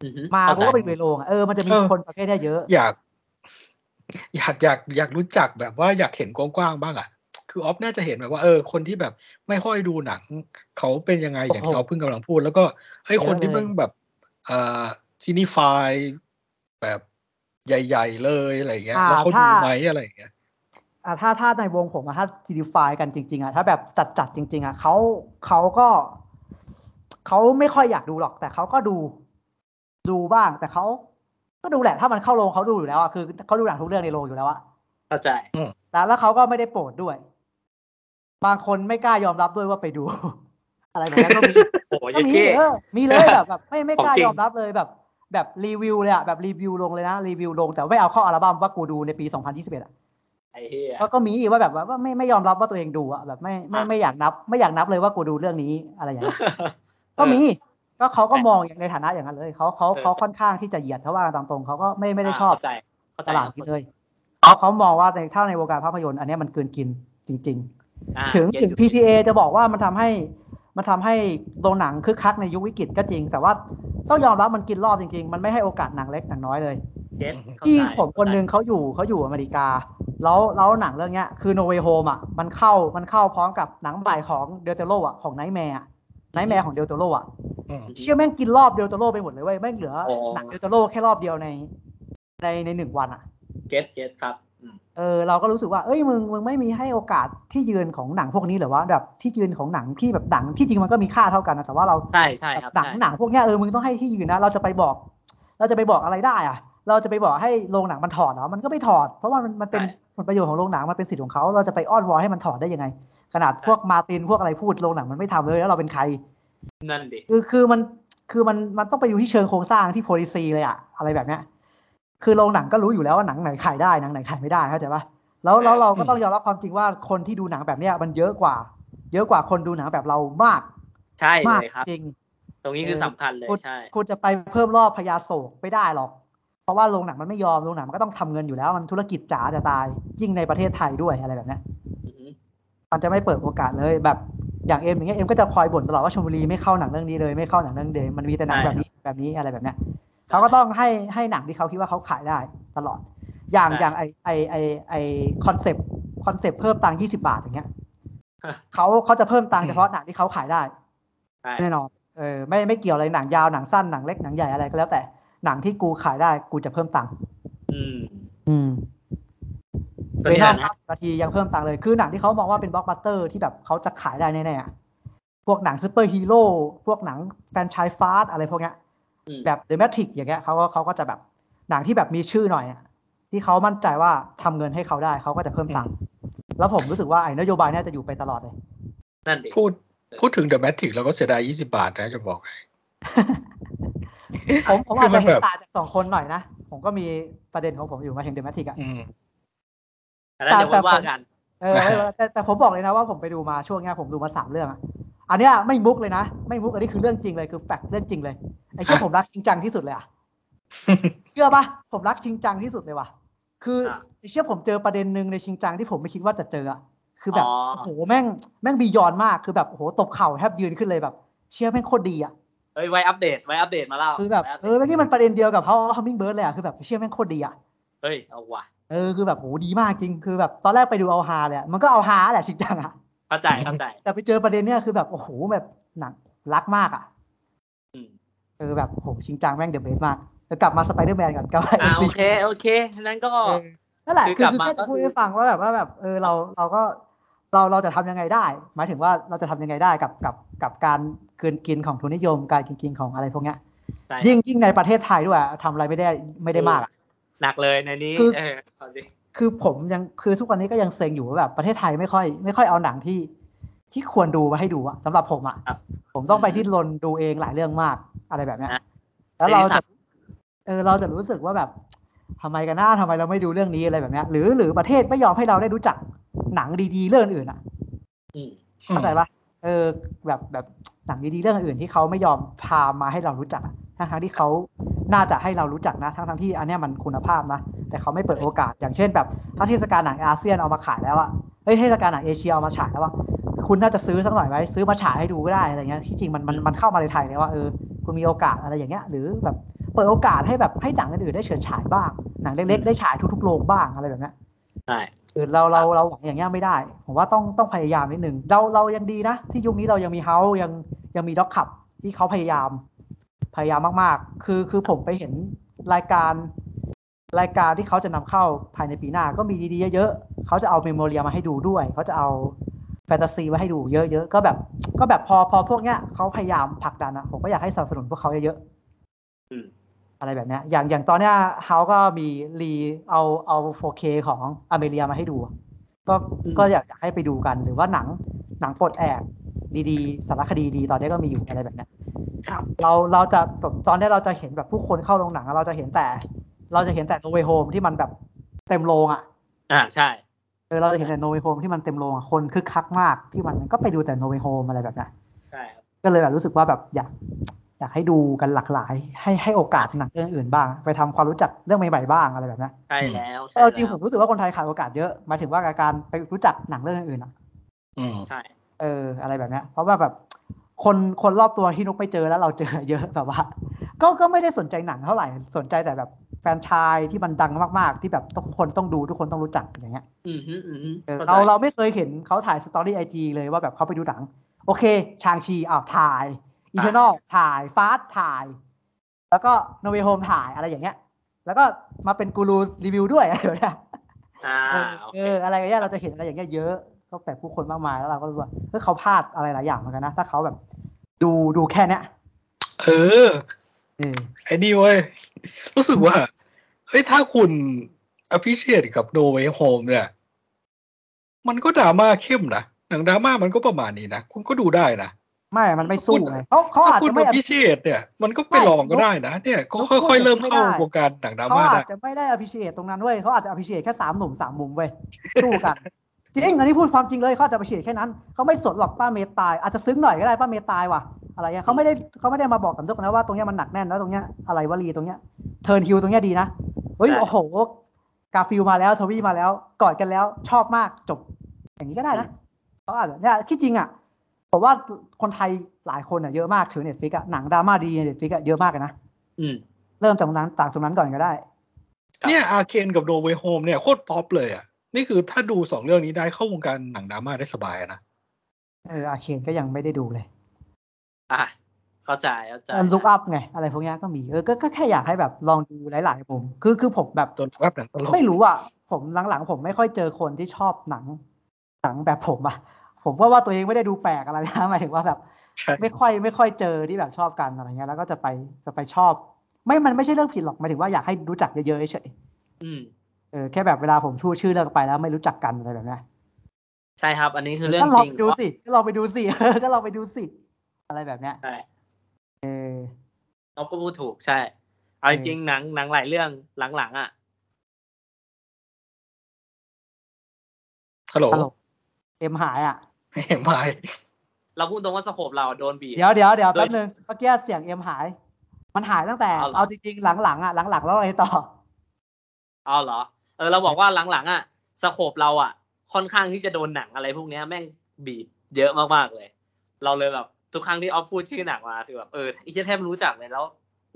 Speaker 1: อือฮึ
Speaker 2: มา
Speaker 1: เข้
Speaker 2: กู
Speaker 1: ใจ
Speaker 2: ก็ไปดูในโรงอะเออมันจะมี
Speaker 3: เออ
Speaker 2: คนประเภทเนี้ยเยอะ
Speaker 3: อยาก อยากอยากอยากรู้จักแบบว่าอยากเห็นกว้างๆบ้างอ่ะ คือออฟน่าจะเห็นแบบว่าเออ คนที่แบบไม่ค่อยดูหนัง เขาเป็นยังไงอย่างที่ออฟเพิ่งกำลังพูด แล้วก็ไอ้ยคนที่มันแบบเอ่อซีนิฟายแบบใหญ่ ๆ เลยอะไรอย่างเงี้ย แล้วเขาดูไหมอะไรอย่างเงี้ย
Speaker 2: อ่ะถ้าถ้าในวงผมอะถ้าซีดีฟายกันจริงๆอะถ้าแบบจัดจัดๆจริง ๆอะเขาเขาก็เขาไม่ค่อยอยากดูหรอก แต่เขาก็ดู ดูบ้าง แต่เขาก็ดูแหละ ถ้ามันเข้าโรงเขาดูอยู่แล้วอะคือเขาดูหนังทุกเรื่องในโรงอยู่แล้วอะ
Speaker 1: เข้าใจ
Speaker 2: แล้วแล้วเขาก็ไม่ได้โปรดด้วย บางคนไม่กล้ายอมรับด้วยว่าไปดู อะไรแบบนั้นก็มี
Speaker 1: โอ้โห
Speaker 2: ก็
Speaker 1: เยัด
Speaker 2: มี
Speaker 1: เก้
Speaker 2: เออมีเลยแบบแบบไม่ไม่กล้า
Speaker 1: ของจริง
Speaker 2: ยอมรับเลยแบบ แบบรีวิวเลยอะแบบรีวิวลงเลยนะรีวิวลงแต่ไม่เอาเข้าอัลบั้มว่ากูดูในปี 2021อะ
Speaker 1: ไอ้เหี้ย
Speaker 2: แล้วก็มีอีกว่าแบบว่าว่าไม่ไม่ยอมรับว่าตัวเองดูอะแบบไม่ไม่
Speaker 1: อ่ะ
Speaker 2: ไม่อยากนับ ไม่อยากนับเลยว่ากูดูเรื่องนี้อะไรอย่างเงี้ยก็มีก็เขาก็มองอย่างในฐานะอย่างนั้นเลยเขาเขาเขาค่อนข้างที่จะเหยียดเขาว่ากันตามตรงเขาก็ไม่ไม่ได้ชอบ
Speaker 1: เข้าใจเข้าใจ
Speaker 2: ตลาด
Speaker 1: ค
Speaker 2: นี้
Speaker 1: รับ
Speaker 2: เลยเขาเขามองว่าในถ้าในวงการภาพยนตร์อันเนี้ยมันเกินกินจริง
Speaker 1: อ่า
Speaker 2: ๆ ถึง
Speaker 1: เก็ต
Speaker 2: ถึง
Speaker 1: อยู่
Speaker 2: PTA จะบอกว่ามันทำให้มันทำให้โรงหนังคึกคักในยุควิกฤตก็จริง แต่ว่าต้องยอมรับมันกินรอบจริง ๆ มันไม่ให้โอกาสหนังเล็กหนังน้อยเลย
Speaker 1: เก็ตเข้าใจ
Speaker 2: ที่ผมคนหนึงเขาอยู่เขาอยู่อเมริกา แล้วแล้วหนังเรื่องเนี้ยคือ No Way Home อ่ะมันเข้ามันเข้าพร้อมกับหนังบ่ายของเดลเตโรอ่ะของไนท์แมร์ไนท์แมร์ของเดลเตโรอ่ะ
Speaker 3: อืม
Speaker 2: เชื่อแม่งกินรอบเดลเตโรไปหมดเลยเว้ยแม่งเหลือ
Speaker 1: โอ้
Speaker 2: หนังเดลเตโรแค่รอบเดียวในในในหนึ่งวันอ่ะ
Speaker 1: เก็ตเก็ตครับอืม
Speaker 2: เออเราก็รู้สึกว่าเอ้ยมึงมึงไม่มีให้โอกาสที่ยืนของหนังพวกนี้เหรือวะแบบที่ยืนของหนังที่แบบหนังที่จริงมันก็มีค่าเท่ากันนะแต่ว่าเรา
Speaker 1: ใช่ใช่ครับ
Speaker 2: หนัง
Speaker 1: ใช่
Speaker 2: หนังพวกเนี้ยเออมึงต้องให้ที่ยืนนะเราจะไปบอก เราจะไปบอกอะไรได้อะเราจะไปบอกให้โรงหนังมันถอดเหรอมันก็ไม่ถอด เพราะว่ามันมันเป็นผลประโยชน์ของโรงหนังมันเป็นสิทธิ์ของเขาเราจะไปอ้อนวอนให้มันถอดได้ยังไง ขนาดพวกมาร์ตินพวกอะไรพูดโรงหนังมันไม่ทำเลยแล้วเราเป็นใคร
Speaker 1: นั่นดิ
Speaker 2: คือคือมันคือมันมันต้องไปอยู่ที่เชิงโครงสร้างที่ policy เลยอะอะไรแบบเนี้ยคือโรงหนังก็รู้อยู่แล้วว่าหนังไหนขายได้หนังไหนขายไม่ได้เข้าใจปะแล้วแล้วเราก็ต้องยอมรับความจริงว่าคนที่ดูหนังแบบเนี้ยมันเยอะกว่า เยอะกว่าคนดูหนังแบบเรามาก
Speaker 1: ใช่
Speaker 2: มาก
Speaker 1: เลยครับ
Speaker 2: จริง
Speaker 1: ตรงนี้คือ
Speaker 2: เออ
Speaker 1: สำคัญเลย
Speaker 2: คุณ
Speaker 1: ใช่
Speaker 2: คุณจะไปเพิ่มรอบพยาโศกไม่ได้หรอก เพราะว่าโรงหนังมันไม่ยอมโรงหนังมันก็ต้องทำเงินอยู่แล้วมันธุรกิจจ๋าจะตายยิ่งในประเทศไทยด้วยอะไรแบบเนี้ย
Speaker 1: อือฮึ
Speaker 2: มันจะไม่เปิดโอกาสเลยแบบอย่างเอ็มอย่างเงี้ยเอ็มก็จะคอยบ่นตลอดว่าชลบุรีไม่เข้าหนังเรื่องนี้เลยไม่เข้าหนังเรื่องเดมมันมีแต่หนังแบบนี้แบบนี้อะไรแบบเนี้ยเขาก็ต้องให้ให้หนังที่เขาคิดว่าเขาขายได้ตลอด อย่างอย่างไอไอไอไอคอนเซปต์คอนเซปต์เพิ่มตังค์ยี่สิบาทอย่างเงี้ ยเขาเขาจะเพิ่มตังค์เฉพาะหนังที่เขาขายได้
Speaker 1: ใช่
Speaker 2: แน่นอนเออไม่ไม่เกี่ยวอะไรหนังยาวหนังสั้นหนังเล็กหนังใหญ่อะไรก็แล้วแต่หนังที่กูขายได้กูจะเพิ่มตังค์
Speaker 1: อืม
Speaker 2: อืม
Speaker 1: ตัว
Speaker 2: เว
Speaker 1: นี้
Speaker 2: นอ
Speaker 1: แห
Speaker 2: ม
Speaker 1: ละนะ
Speaker 2: 90นาทียังเพิ่มตังค์เลย คือหนังที่เขามองว่าเป็นบล็อกบัสเตอร์ที่แบบเขาจะขายได้แน่ๆอะพวกหนังซูเปอร์ฮีโร่พวกหนังแฟรนไชส์ฟาสต์อะไรพวกเนี้ย
Speaker 1: อืม
Speaker 2: แบบเดอะแมทริกอย่างเงี้ยเขาก็เขาก็จะแบบหนังที่แบบมีชื่อหน่อยอะที่เขามั่นใจว่าทำเงินให้เขาได้เขาก็จะเพิ่มตังค์แล้วผมรู้สึกว่าไอ้นโยบายเนี่ยจะอยู่ไปตลอดเลย
Speaker 1: นั่นดิ
Speaker 3: พูดพูดถึงเดอะแมทริกแล้วก็เสียดายยี่สิบาทนะจะบอกให้
Speaker 2: ผมผม
Speaker 3: คื
Speaker 2: อาจ
Speaker 3: อมั
Speaker 2: จะ
Speaker 3: น
Speaker 2: เห็น
Speaker 3: แบบ
Speaker 2: ต่างจากสองคนหน่อยนะ ผมก็มีประเด็นของผมอยู่มาเห็นเดอะแมทริกอะ
Speaker 3: อืม
Speaker 1: อันนั้นเดี๋ยว
Speaker 2: แต่
Speaker 1: ไว้ว่า
Speaker 2: ผม
Speaker 1: กัน
Speaker 2: เออเออแต่แต่ผมบอกเลยนะว่าผมไปดูมาช่วงเนี้ยผมดูมาสามเรื่องอะอันเนี้ยไม่มุกเลยนะ ไม่มุกอันนี้คือเรื่องจริงเลยคือแฟกต์เรื่องจริงเลยไอ้เชื่อ
Speaker 3: ฮะ
Speaker 2: ผมรักจริงจังที่สุ ดเลยอะเชื่อปะผมรักจริงจังที่สุดเลยว่ะ คืออะ ไอ้เชื่อผมเจอประเด็นหนึ่งในจริงจังที่ผมไม่คิดว่าจะเจออะคือแบบ
Speaker 1: อ๋อ
Speaker 2: โอ้โหแม่งแม่งบียอนมากคือแบบโอ้โหตบเข่าแทบยืนขึ้นเลยแบบ เชื่อแม่งโคตรดีอะ
Speaker 1: เฮ้ยไว้อัปเดตไว้อัปเดตมาเล่า
Speaker 2: คือแบบ
Speaker 1: ไว้ป
Speaker 2: เอ
Speaker 1: ดต
Speaker 2: อแล้วนี่มันประเด็นเดียวกับเขาฮัมมิงเบิร์ดเลยอะคือแบบเชื่อแม่งโคตรดีอะ
Speaker 1: เฮ้ยเอาว่ะ
Speaker 2: เออคือแบบโหดีมากจริงคือแบบตอนแรกไปดูเอาฮาเลยอะมันก็เอาฮาแหละจริงจังอะ
Speaker 1: เข้าใจเข้าใจ
Speaker 2: แต่ไปเจอประเด็นเนี้ยคือแบบโอ้โหแบบหนัง รักมากอ่ะ
Speaker 1: อืม
Speaker 2: เออแบบโหชิงจังแม่งเดอะเบสมากแล้วกลับมาสไปเดอร์แมนก่อนกลับมา
Speaker 1: อ่า
Speaker 2: MCU
Speaker 1: โอเคโอเคนั้นก็
Speaker 2: เออนั่นแหละ
Speaker 1: คือ
Speaker 2: คื
Speaker 1: ก
Speaker 2: อ
Speaker 1: ลับ
Speaker 2: คือ
Speaker 1: มา
Speaker 2: แค่จะพูด
Speaker 1: ก็คือ
Speaker 2: ให้ฟังว่าแบบว่าแบบเออเราเราก็เราเราจะทำยังไงได้ หมายถึงว่าเราจะทำยังไงได้กับกับกับการเกินกินของทุนนิยมการกินกินของอะไรพวกเนี้ย
Speaker 1: ใช่
Speaker 2: ยิ่งยิ่งในประเทศไทยด้วยอะทำอะไรไม่ได้ไม่ได้มากอะ
Speaker 1: หนักเลยในนี้
Speaker 2: คือ
Speaker 1: เออเอาสิ
Speaker 2: คือผมยังคือทุกวันนี้ก็ยังเซ็งอยู่ว่าแบบประเทศไทยไม่ค่อย ไม่ค่อยเอาหนังที่ ที่ควรดูมาให้ดูอะสำหรับผมอะ
Speaker 1: ครับ
Speaker 2: ผมต้องไป
Speaker 1: อืม
Speaker 2: ดิ้นรนดูเองหลายเรื่องมากอะไรแบบเนี้ย
Speaker 1: ฮะ
Speaker 2: แล้วเรา
Speaker 1: ในที่สั
Speaker 2: จะ
Speaker 1: ตว์
Speaker 2: เออเราจะรู้สึกว่าแบบทำไมกันหน้าทำไมเราไม่ดูเรื่องนี้อะไรแบบเนี้ยหรือหรือประเทศไม่ยอมให้เราได้รู้จักหนังดีๆเรื่องอื่นอะ
Speaker 1: อืม
Speaker 2: เข้าใจปะเออแบบแบบหนังดีๆเรื่องอื่นที่เขาไม่ยอมพามาให้เรารู้จักอะทั้งทั้งๆที่เขาน่าจะให้เรารู้จักนะทั้งทั้งๆที่อันเนี้ยมันคุณภาพนะ แต่เขาไม่เปิดโอกาส อย่างเช่นแบบถ้าเทศกาลหนังอาเซียนเอามาขายแล้วอะเฮ้ยเทศกาลหนังเอเชียเอามาฉายแล้วอะคุณน่าจะซื้อสักหน่อยไหมซื้อมาฉายให้ดูก็ได้อะไรเงี้ยที่จริงมันมันมันเข้ามาในไทยเนี่ยว่าเออคุณมีโอกาสอะไรอย่างเงี้ยหรือแบบเปิดโอกาสให้แบบให้หนังอื่นๆได้เฉิดฉายบ้างหนังเล็ก
Speaker 1: อืม
Speaker 2: ๆได้ฉายทุกๆโรงบ้างอะไรแบบเนี้ย
Speaker 1: ใช่
Speaker 2: คือเราเราเราหวังอย่างเงี้ยไม่ได้ ผมว่าต้องต้องพยายามนิดหนึ่งเราเรายังดีนะ ที่ยุคนี้เรายังมีเฮายังยังมีด็อกขับ ที่เขาพยายาม พยายามมากๆ คือคือผมไปเห็นรายการ รายการที่เขาจะนำเข้าภายในปีหน้าก็มีดีๆเยอะๆเขาจะเอาเมโมเรียมาให้ดูด้วย เขาจะเอาแฟนตาซีมาให้ดูเยอะๆก็แบบ ก็แบบพอพอพวกเนี้ยเขาพยายามผลักดันอะผมก็อยากให้สนับสนุนพวกเขาเยอะๆ
Speaker 1: อืม
Speaker 2: อะไรแบบเนี้ยอย่างอย่างตอนเนี้ยเขาก็มีรีเอาเอา 4K ของอเมริกามาให้ดูอะก็
Speaker 1: อืม
Speaker 2: ก็อยากอยากให้ไปดูกันหรือว่าหนังหนังปลดแอกดีๆ สารคดีดีตอนนี้ก็มีอยู่อะไรแบบเนี้ย
Speaker 1: ครับ
Speaker 2: เราเราจะแบบตอนเนี้ยเราจะเห็นแบบผู้คนเข้าโรงหนังอะเราจะเห็นแต่ เราจะเห็นแต่โนเวโฮมที่มันแบบเต็มโรงอ่ะ
Speaker 1: อ่าใช่
Speaker 2: เออเราจะเห็นแต่โนเวโฮมที่มันเต็มโรงอะคนคึกคักมากที่มันก็ไปดูแต่โนเวโฮมอะไรแบบเนี้ย
Speaker 1: ใช่ครับ
Speaker 2: ก็เลยแบบรู้สึกว่าแบบอยากอยากให้ดูกันหลากหลาย ให้ให้โอกาสหนังเรื่องอื่นบ้าง ไปทำความรู้จักเรื่องใหม่ๆบ้างอะไรแบบเนี้ย
Speaker 1: ใช่แล้วใช่
Speaker 2: เอา
Speaker 1: แล้ว
Speaker 2: จริงผมรู้สึกว่าคนไทยขาดโอกาสเยอะหมายถึงว่าการไปรู้จักหนังเรื่องอื่นอ่ะ
Speaker 3: อืม
Speaker 1: ใช่
Speaker 2: เอออะไรแบบเนี้ยเพราะว่าแบบคนคนรอบตัวที่นุกไปเจอแล้วเราเจอเยอะแบบว่า ก็ก็ไม่ได้สนใจหนังเท่าไหร่สนใจแต่แบบแฟรนไชายที่มันดังมากๆ ที่แบบทุกคนต้องดูทุกคนต้องรู้จักอย่างเงี้ย
Speaker 1: อืมฮึอืมฮึ
Speaker 2: เออ
Speaker 1: ข้ใจ
Speaker 2: เราเราไม่เคยเห็นเขาถ่ายสตอรี่ไอจีเลยว่าแบบเขาไปดูหนัง โอเค ชางชีอ้าวถ่ายอีเทอร์นอลถ่ายฟาสถ่าย แล้วก็โนเวโฮมถ่ายอะไรอย่างเงี้ย แล้วก็มาเป็นกูรูรีวิวด้วย อะไรแบบเนี้ย
Speaker 1: อ่า
Speaker 2: เออ
Speaker 1: โอ
Speaker 2: เอ
Speaker 1: เค
Speaker 2: ออะไรอย่างเงี้ยเราจะเห็นอะไรอย่างเงี้ยเยอะก็แต่ผู้คนมากมายแล้วเราก็รู้ว่าเฮ้ยเขาพลาดอะไรหลายอย่างเหมือนกันนะ ถ้าเขาแบบ ดูดูแค่เนี้ย
Speaker 3: เออ
Speaker 2: เออ
Speaker 3: ไอ้นี่เว้ย รู้สึกว่า เฮ้ย ถ้าคุณอภิเชษกับโนเว y h โฮมเนี่ย มันก็ดราม่าเข้มนะ หนังดราม่ามันก็ประมาณนี้นะ คุณก็ดูได้นะ
Speaker 2: ไม่มันไม่สู้ไงเขาเขา
Speaker 3: ถ้า
Speaker 2: อาจ
Speaker 3: คุณ
Speaker 2: จะไม่
Speaker 3: อภิเชษเนี่ย มันก็ไปลองก็ได้นะ เนี่ย ก็
Speaker 2: นุ๊ก
Speaker 3: ค่อยๆ เริ่ม
Speaker 2: ไม่ได้
Speaker 3: เข้าวงการหนังดรา
Speaker 2: เขา
Speaker 3: ม่า
Speaker 2: อา
Speaker 3: ได้
Speaker 2: จจะไม่ได้อภิเชษตรงนั้นเว้ยเขาอาจจะอภิเชษแค่สามหนุ่มสามมุมเว้ยสู้กัน จริงอันนี้พูดความจริงเลยเขาอาจจะอภิเชษแค่นั้นเขาไม่สนหรอกป้าเมย์ตายอาจจะซึ้งหน่อยก็ได้ป้าเมย์ตายว่ะอะไรเงี้ยเขาไม่ได้เขาไม่ได้มาบอกกับทุกคนนะว่าตรงเนี้ยมันหนักแน่นแล้วตรงเนี้ยอะไรวลีตรงเนี้ยเทิร์นฮิวตรงเนี้ยดีนะเฮ้ยโอ้โห กาฟิลมาแล้วทวีมาแล้วกอดกันแล้วชอบมากจบ อย่างนี้ก็ได้นะเขาอาจจะเนี่ยที่จริงอ่ะผมว่าคนไทยหลายคนอ่ะเยอะมากถือเน็ตฟิกอ่ะหนังดราม่าดีเน็ตฟิกอ่ะเยอะมากเลยนะ
Speaker 1: อืม
Speaker 2: เริ่มจากตรงนั้นจากตรงนั้นก่อนก็ได้
Speaker 3: เนี่ยอาเคนกับโนเว y h โฮมเนี่ยโคตรป๊อปเลยอ่ะ นี่คือถ้าดูสองเรื่องนี้ได้เข้าวงการหนังดราม่าได้สบายอะนะ
Speaker 2: เอออาเคนก็ยังไม่ได้ดูเลย
Speaker 1: อ่ะเข้าใจเข้าใจ
Speaker 2: อันลุกอัพไง อะไรพวกเนี้ยก็มีเออก็ก็แค่อยากให้แบบลองดูหลายๆมุมคือคือผมแบบ
Speaker 3: จนภาพหนังตลก
Speaker 2: ไม่รู้อ่ะ ผมหลังๆ ผมไม่ค่อยเจอคนที่ชอบหนัง หนังแบบผมอ่ะ ผมว่าว่าตัวเองไม่ได้ดูแปลกอะไร นะหมายถึงว่าแบบ
Speaker 3: ใช่
Speaker 2: ไม่ค่อยไม่ค่อยเจอที่แบบชอบกันอะไรเงี้ยแล้วก็จะไปจะไปชอบ ไม่มันไม่ใช่เรื่องผิดหรอกหมายถึงว่าอยากให้รู้จักเยอะๆเฉย
Speaker 1: อืม
Speaker 2: ๆเออแค่แบบเวลาผมชูชื่อเรื่องไปแล้วไม่รู้จักกันอะไรแบบเนี้ย
Speaker 1: ใช่ครับ อันนี้คือเรื่อง
Speaker 2: ก็ลอ
Speaker 1: จ
Speaker 2: ง
Speaker 1: ริง
Speaker 2: ไปดูสิก็ลองไปดูสิ ก็ลองไปดูสิอะไรแบบเนี้ย
Speaker 1: ใช่
Speaker 2: เออ
Speaker 1: เราก็พูดถูกใช่ เอา
Speaker 2: เอ
Speaker 1: จ
Speaker 2: อ
Speaker 1: ริงๆหนังหนังหลายเรื่องหลังๆ อ่ะ
Speaker 3: ฮัลโหล
Speaker 2: ฮัลโหลเอ็มหายอ่ะ
Speaker 3: เห็นไหม
Speaker 1: เราพูดตรงว่าสโคปเราโดนบีบ
Speaker 2: เดี๋ยวเดี๋ยวเดี๋ยว
Speaker 1: โดย
Speaker 2: แป๊บนึงเมื่อกี้เสียงเอ็มหาย มันหายตั้งแต่
Speaker 1: เอาเหรอ
Speaker 2: เอาจริงๆหลังๆอ่ะหลังๆแล้วอะไรต่อ
Speaker 1: เอาเหรอ เออเราบอกว่าหลังๆอ่ะสโคปเราอ่ะ ค่อนข้างที่จะโดนหนังอะไรพวกเนี้ยแม่งบีบเยอะมากๆเลย เราเลยแบบทุกครั้งที่ออฟพูดชื่อหนังมาคือแบบเออไอ้เชี่ยแทบไม่รู้จักเลยแล้ว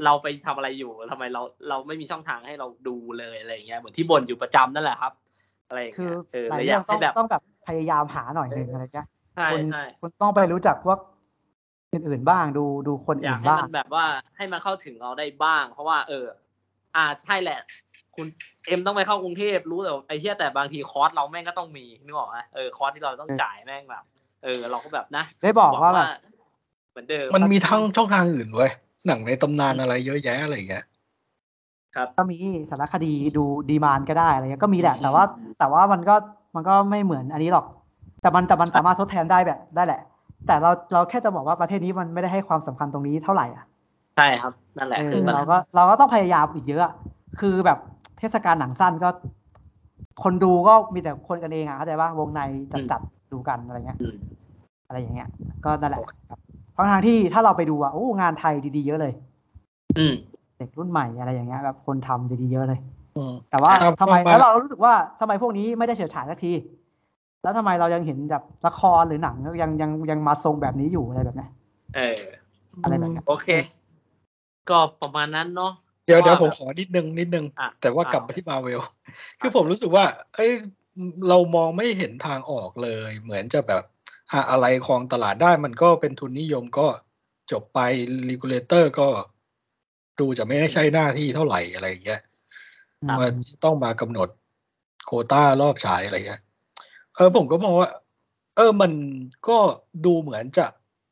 Speaker 1: เราไปทำอะไรอยู่ทำไมเราเราไม่มีช่องทางให้เราดูเลยอะไรอย่างเงี้ยเหมือนที่บ่นอยู่ประจำนั่นแหละครับ อะไรอย่าง
Speaker 2: คื
Speaker 1: เงี้
Speaker 2: อย
Speaker 1: เออ
Speaker 2: หลา
Speaker 1: เลย ย
Speaker 2: เรื่อ
Speaker 1: อา
Speaker 2: ย
Speaker 1: ง กให้
Speaker 2: ต้อง
Speaker 1: แบบ
Speaker 2: ต้องแบบพยายามหาหน่อยหนึ่งอะไรเงี้ย
Speaker 1: ใช่
Speaker 2: คุณ
Speaker 1: ใช่
Speaker 2: คุณต้องไปรู้จักว่า อื่นๆบ้างดูดูคน
Speaker 1: อยาก
Speaker 2: อื่น
Speaker 1: ให้
Speaker 2: บ้าง
Speaker 1: มันแบบว่าให้มันเข้าถึงเราได้บ้าง เพราะว่า เออ อ่าใช่แหละ คุณเอ็มต้องไปเข้ากรุงเทพรู้แต่ว่าไอ้เหี้ยแต่บางทีคอร์สเราแม่งก็ต้องมีนึกออกไหมเออคอร์สที่เราต้องจ่ายแม่งแบบ เออ เราก็แบบนะ
Speaker 2: ได้บอกว่า
Speaker 1: ห
Speaker 2: แบ
Speaker 1: วัง
Speaker 2: บ
Speaker 1: เหมือนเดิม
Speaker 3: มันมีทั้งช่องทางอื่นเว้ยหนังในตำนานอะไรเยอะแยะอะไรอย่างเงี้ย
Speaker 1: ครับ
Speaker 2: ก็มีสารคดีดูดีมานก็ได้อะไรเงี้ยก็มีแหละ แต่ว่าแต่ว่ามันก็มันก็ไม่เหมือนอันนี้หรอก แต่มันแต่มันสามารถทดแทนได้แบบได้แหละ แต่เราเราแค่จะบอกว่าประเทศนี้มันไม่ได้ให้ความสำคัญตรงนี้เท่าไหร่อ่ะ
Speaker 1: ใช่ครับ นั่นแหละ
Speaker 2: เอ
Speaker 1: คือ
Speaker 2: อ
Speaker 1: มัน
Speaker 2: เราก็เราก็ต้องพยายามอีกเยอะอะคือแบบเทศกาลหนังสั้นก็ คนดูก็มีแต่คนกันเองอ่ะเข้าใจป่ะวงในจัดจัดดูกันอะไรเงี้ย
Speaker 1: อืม
Speaker 2: อะไรอย่างเงี้ย ก็นั่นแหละ
Speaker 1: โอเค
Speaker 2: ครับเพราะทางที่ถ้าเราไปดูอ่ะโอ้งานไทยดีๆเยอะเลย
Speaker 1: อืม
Speaker 2: เด็กรุ่นใหม่อะไรอย่างเงี้ยแบบคนทำดีๆเยอะเลย
Speaker 3: อืม
Speaker 2: แต่ว่า
Speaker 3: ครับ
Speaker 2: ทำไม
Speaker 3: ผมว่า
Speaker 2: แล้วเรารู้สึกว่าทำไมพวกนี้ไม่ได้เฉิดฉายสักที แล้วทำไมเรายังเห็นแบบละครหรือหนังยังยังยังมาทรงแบบนี้อยู่อะไรแบบเนี้ย
Speaker 1: เออ
Speaker 2: อะไรแบบเนี้ย
Speaker 1: โอเค ก็ประมาณนั้นเนาะ
Speaker 3: เดี๋ยวเดี๋ยว
Speaker 1: ว่า
Speaker 3: ผมขอนิดนึงนิดนึง
Speaker 1: อ่ะ
Speaker 3: แต่ว่า
Speaker 1: อ่ะ
Speaker 3: กลับมาที่มาเวล คือผมรู้สึกว่า เอ้ยเรามองไม่เห็นทางออกเลย เหมือนจะแบบหาอะไรครองตลาดได้มันก็เป็นทุนนิยมก็จบไปรีกูเลเตอร์ก็ดูจะไม่ได้ใช้หน้าที่เท่าไหร่อะไรอย่างเงี้ย
Speaker 2: อื
Speaker 1: ครับ
Speaker 2: ม
Speaker 3: มันต้องมากำหนดโควต้ารอบฉายอะไรเงี้ย เออผมก็มองว่า เออมันก็ดูเหมือนจะ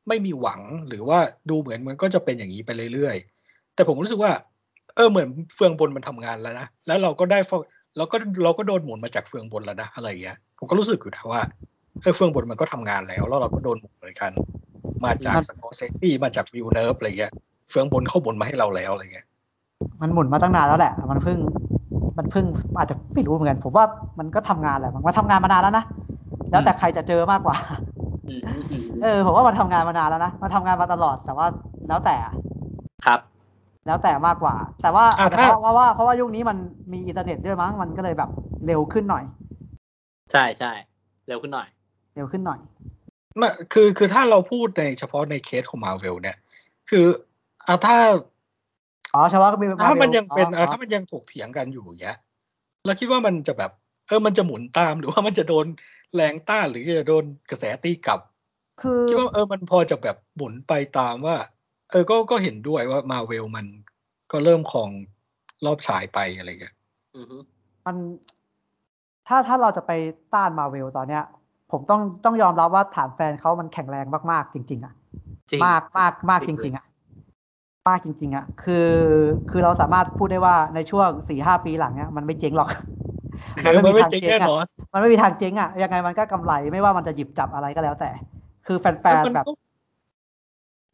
Speaker 3: ไม่มีหวังหรือว่าดูเหมือนมันก็จะเป็นอย่างนี้ไปเรื่อยๆ แต่ผมรู้สึกว่า เออเหมือนเฟืองบนมันทำงานแล้วนะ แล้วเราก็ได้ฟอกเราก็เราก็โดนหมุนมาจากเฟืองบนแล้วนะอะไรเงี้ย ผมก็รู้สึกอยู่นะว่าเออเฟืองบนมันก็ทำงานแล้ว แล้วเราก็โดนหมุนเหมือนกัน มาจากสกอร์เซซี่มาจากวิวเนิร์ฟอะไรเงี้ย เฟืองบนเข้าบนมาให้เราแล้วอะไรเงี้ย
Speaker 2: มันหมุนมาตั้งนานแล้วแหละ มันเพิ่ง มันเพิ่งอาจจะไม่รู้เหมือนกัน ผมว่ามันก็ทำงานแหละมันก็ทำงานมานานแล้วนะแล้วแต่ใครจะเจอมากก ว่า
Speaker 1: อืมอืมอืม
Speaker 2: เออผมว่ามันทำงานมานานแล้วนะมันทำงานมาตลอดแต่ว่าแล้วแต่
Speaker 1: ครับ
Speaker 2: แล้วแต่มากกว่า แต่ว่า
Speaker 3: อ่ะ
Speaker 2: อาจจะเพ
Speaker 3: ถ้า
Speaker 2: ราะเพราะว่าเพราะว่ายุคนี้มันมีอินเทอร์เน็ตด้วยมั้งมันก็เลยแบบเร็วขึ้นหน่อย
Speaker 1: ใช่ใช่เร็วขึ้นหน่อย
Speaker 2: เร็วขึ้นหน่อย
Speaker 3: ไมันคือคือถ้าเราพูดในเฉพาะในเคสของมาเวลเนี่ย คืออ่ะถ้า
Speaker 2: อ๋อชาวาก็มี
Speaker 3: ถ้ามันยังเป็น
Speaker 2: อ๋
Speaker 3: อ่ะ
Speaker 2: อ
Speaker 3: ถ้ามันยังถกเถียงกันอยู่อย่างเงี้ยเราคิดว่ามันจะแบบ เออมันจะหมุนตาม หรือว่ามันจะโดนแรงต้านหรือจะโดนกระแสตีกลับ
Speaker 2: คือ
Speaker 3: คิดว่าเออมันพอจะแบบหมุนไปตามว่า เออก็ก็เห็นด้วยว่ามาเวลมันก็เริ่มของรอบฉายไปอะไรเงี้ย
Speaker 1: อือฮึ
Speaker 2: มันถ้าถ้าเราจะไปต้านมาเวลตอนเนี้ย ผมต้องต้องยอมรับว่าฐานแฟนเขามันแข็งแรงมาก ๆ จริง ๆ อ่ะ
Speaker 1: จริง
Speaker 2: มากมากมากจริง ๆ อ่ะ มากจริง ๆ อ่ะ คือคือเราสามารถพูดได้ว่าในช่วงสี่ห้าปีหลังเนี้ยมันไม่เจ๊งหรอก
Speaker 3: เออมันไม่จริงแน่นอน
Speaker 2: มันไม่มีทางเจ๊งอ่ะ ยังไงมันก็กำไรไม่ว่ามันจะหยิบจับอะไรก็แล้วแต่ คือแฟน
Speaker 3: มั
Speaker 2: ๆ
Speaker 3: น
Speaker 2: แบบ
Speaker 3: ก็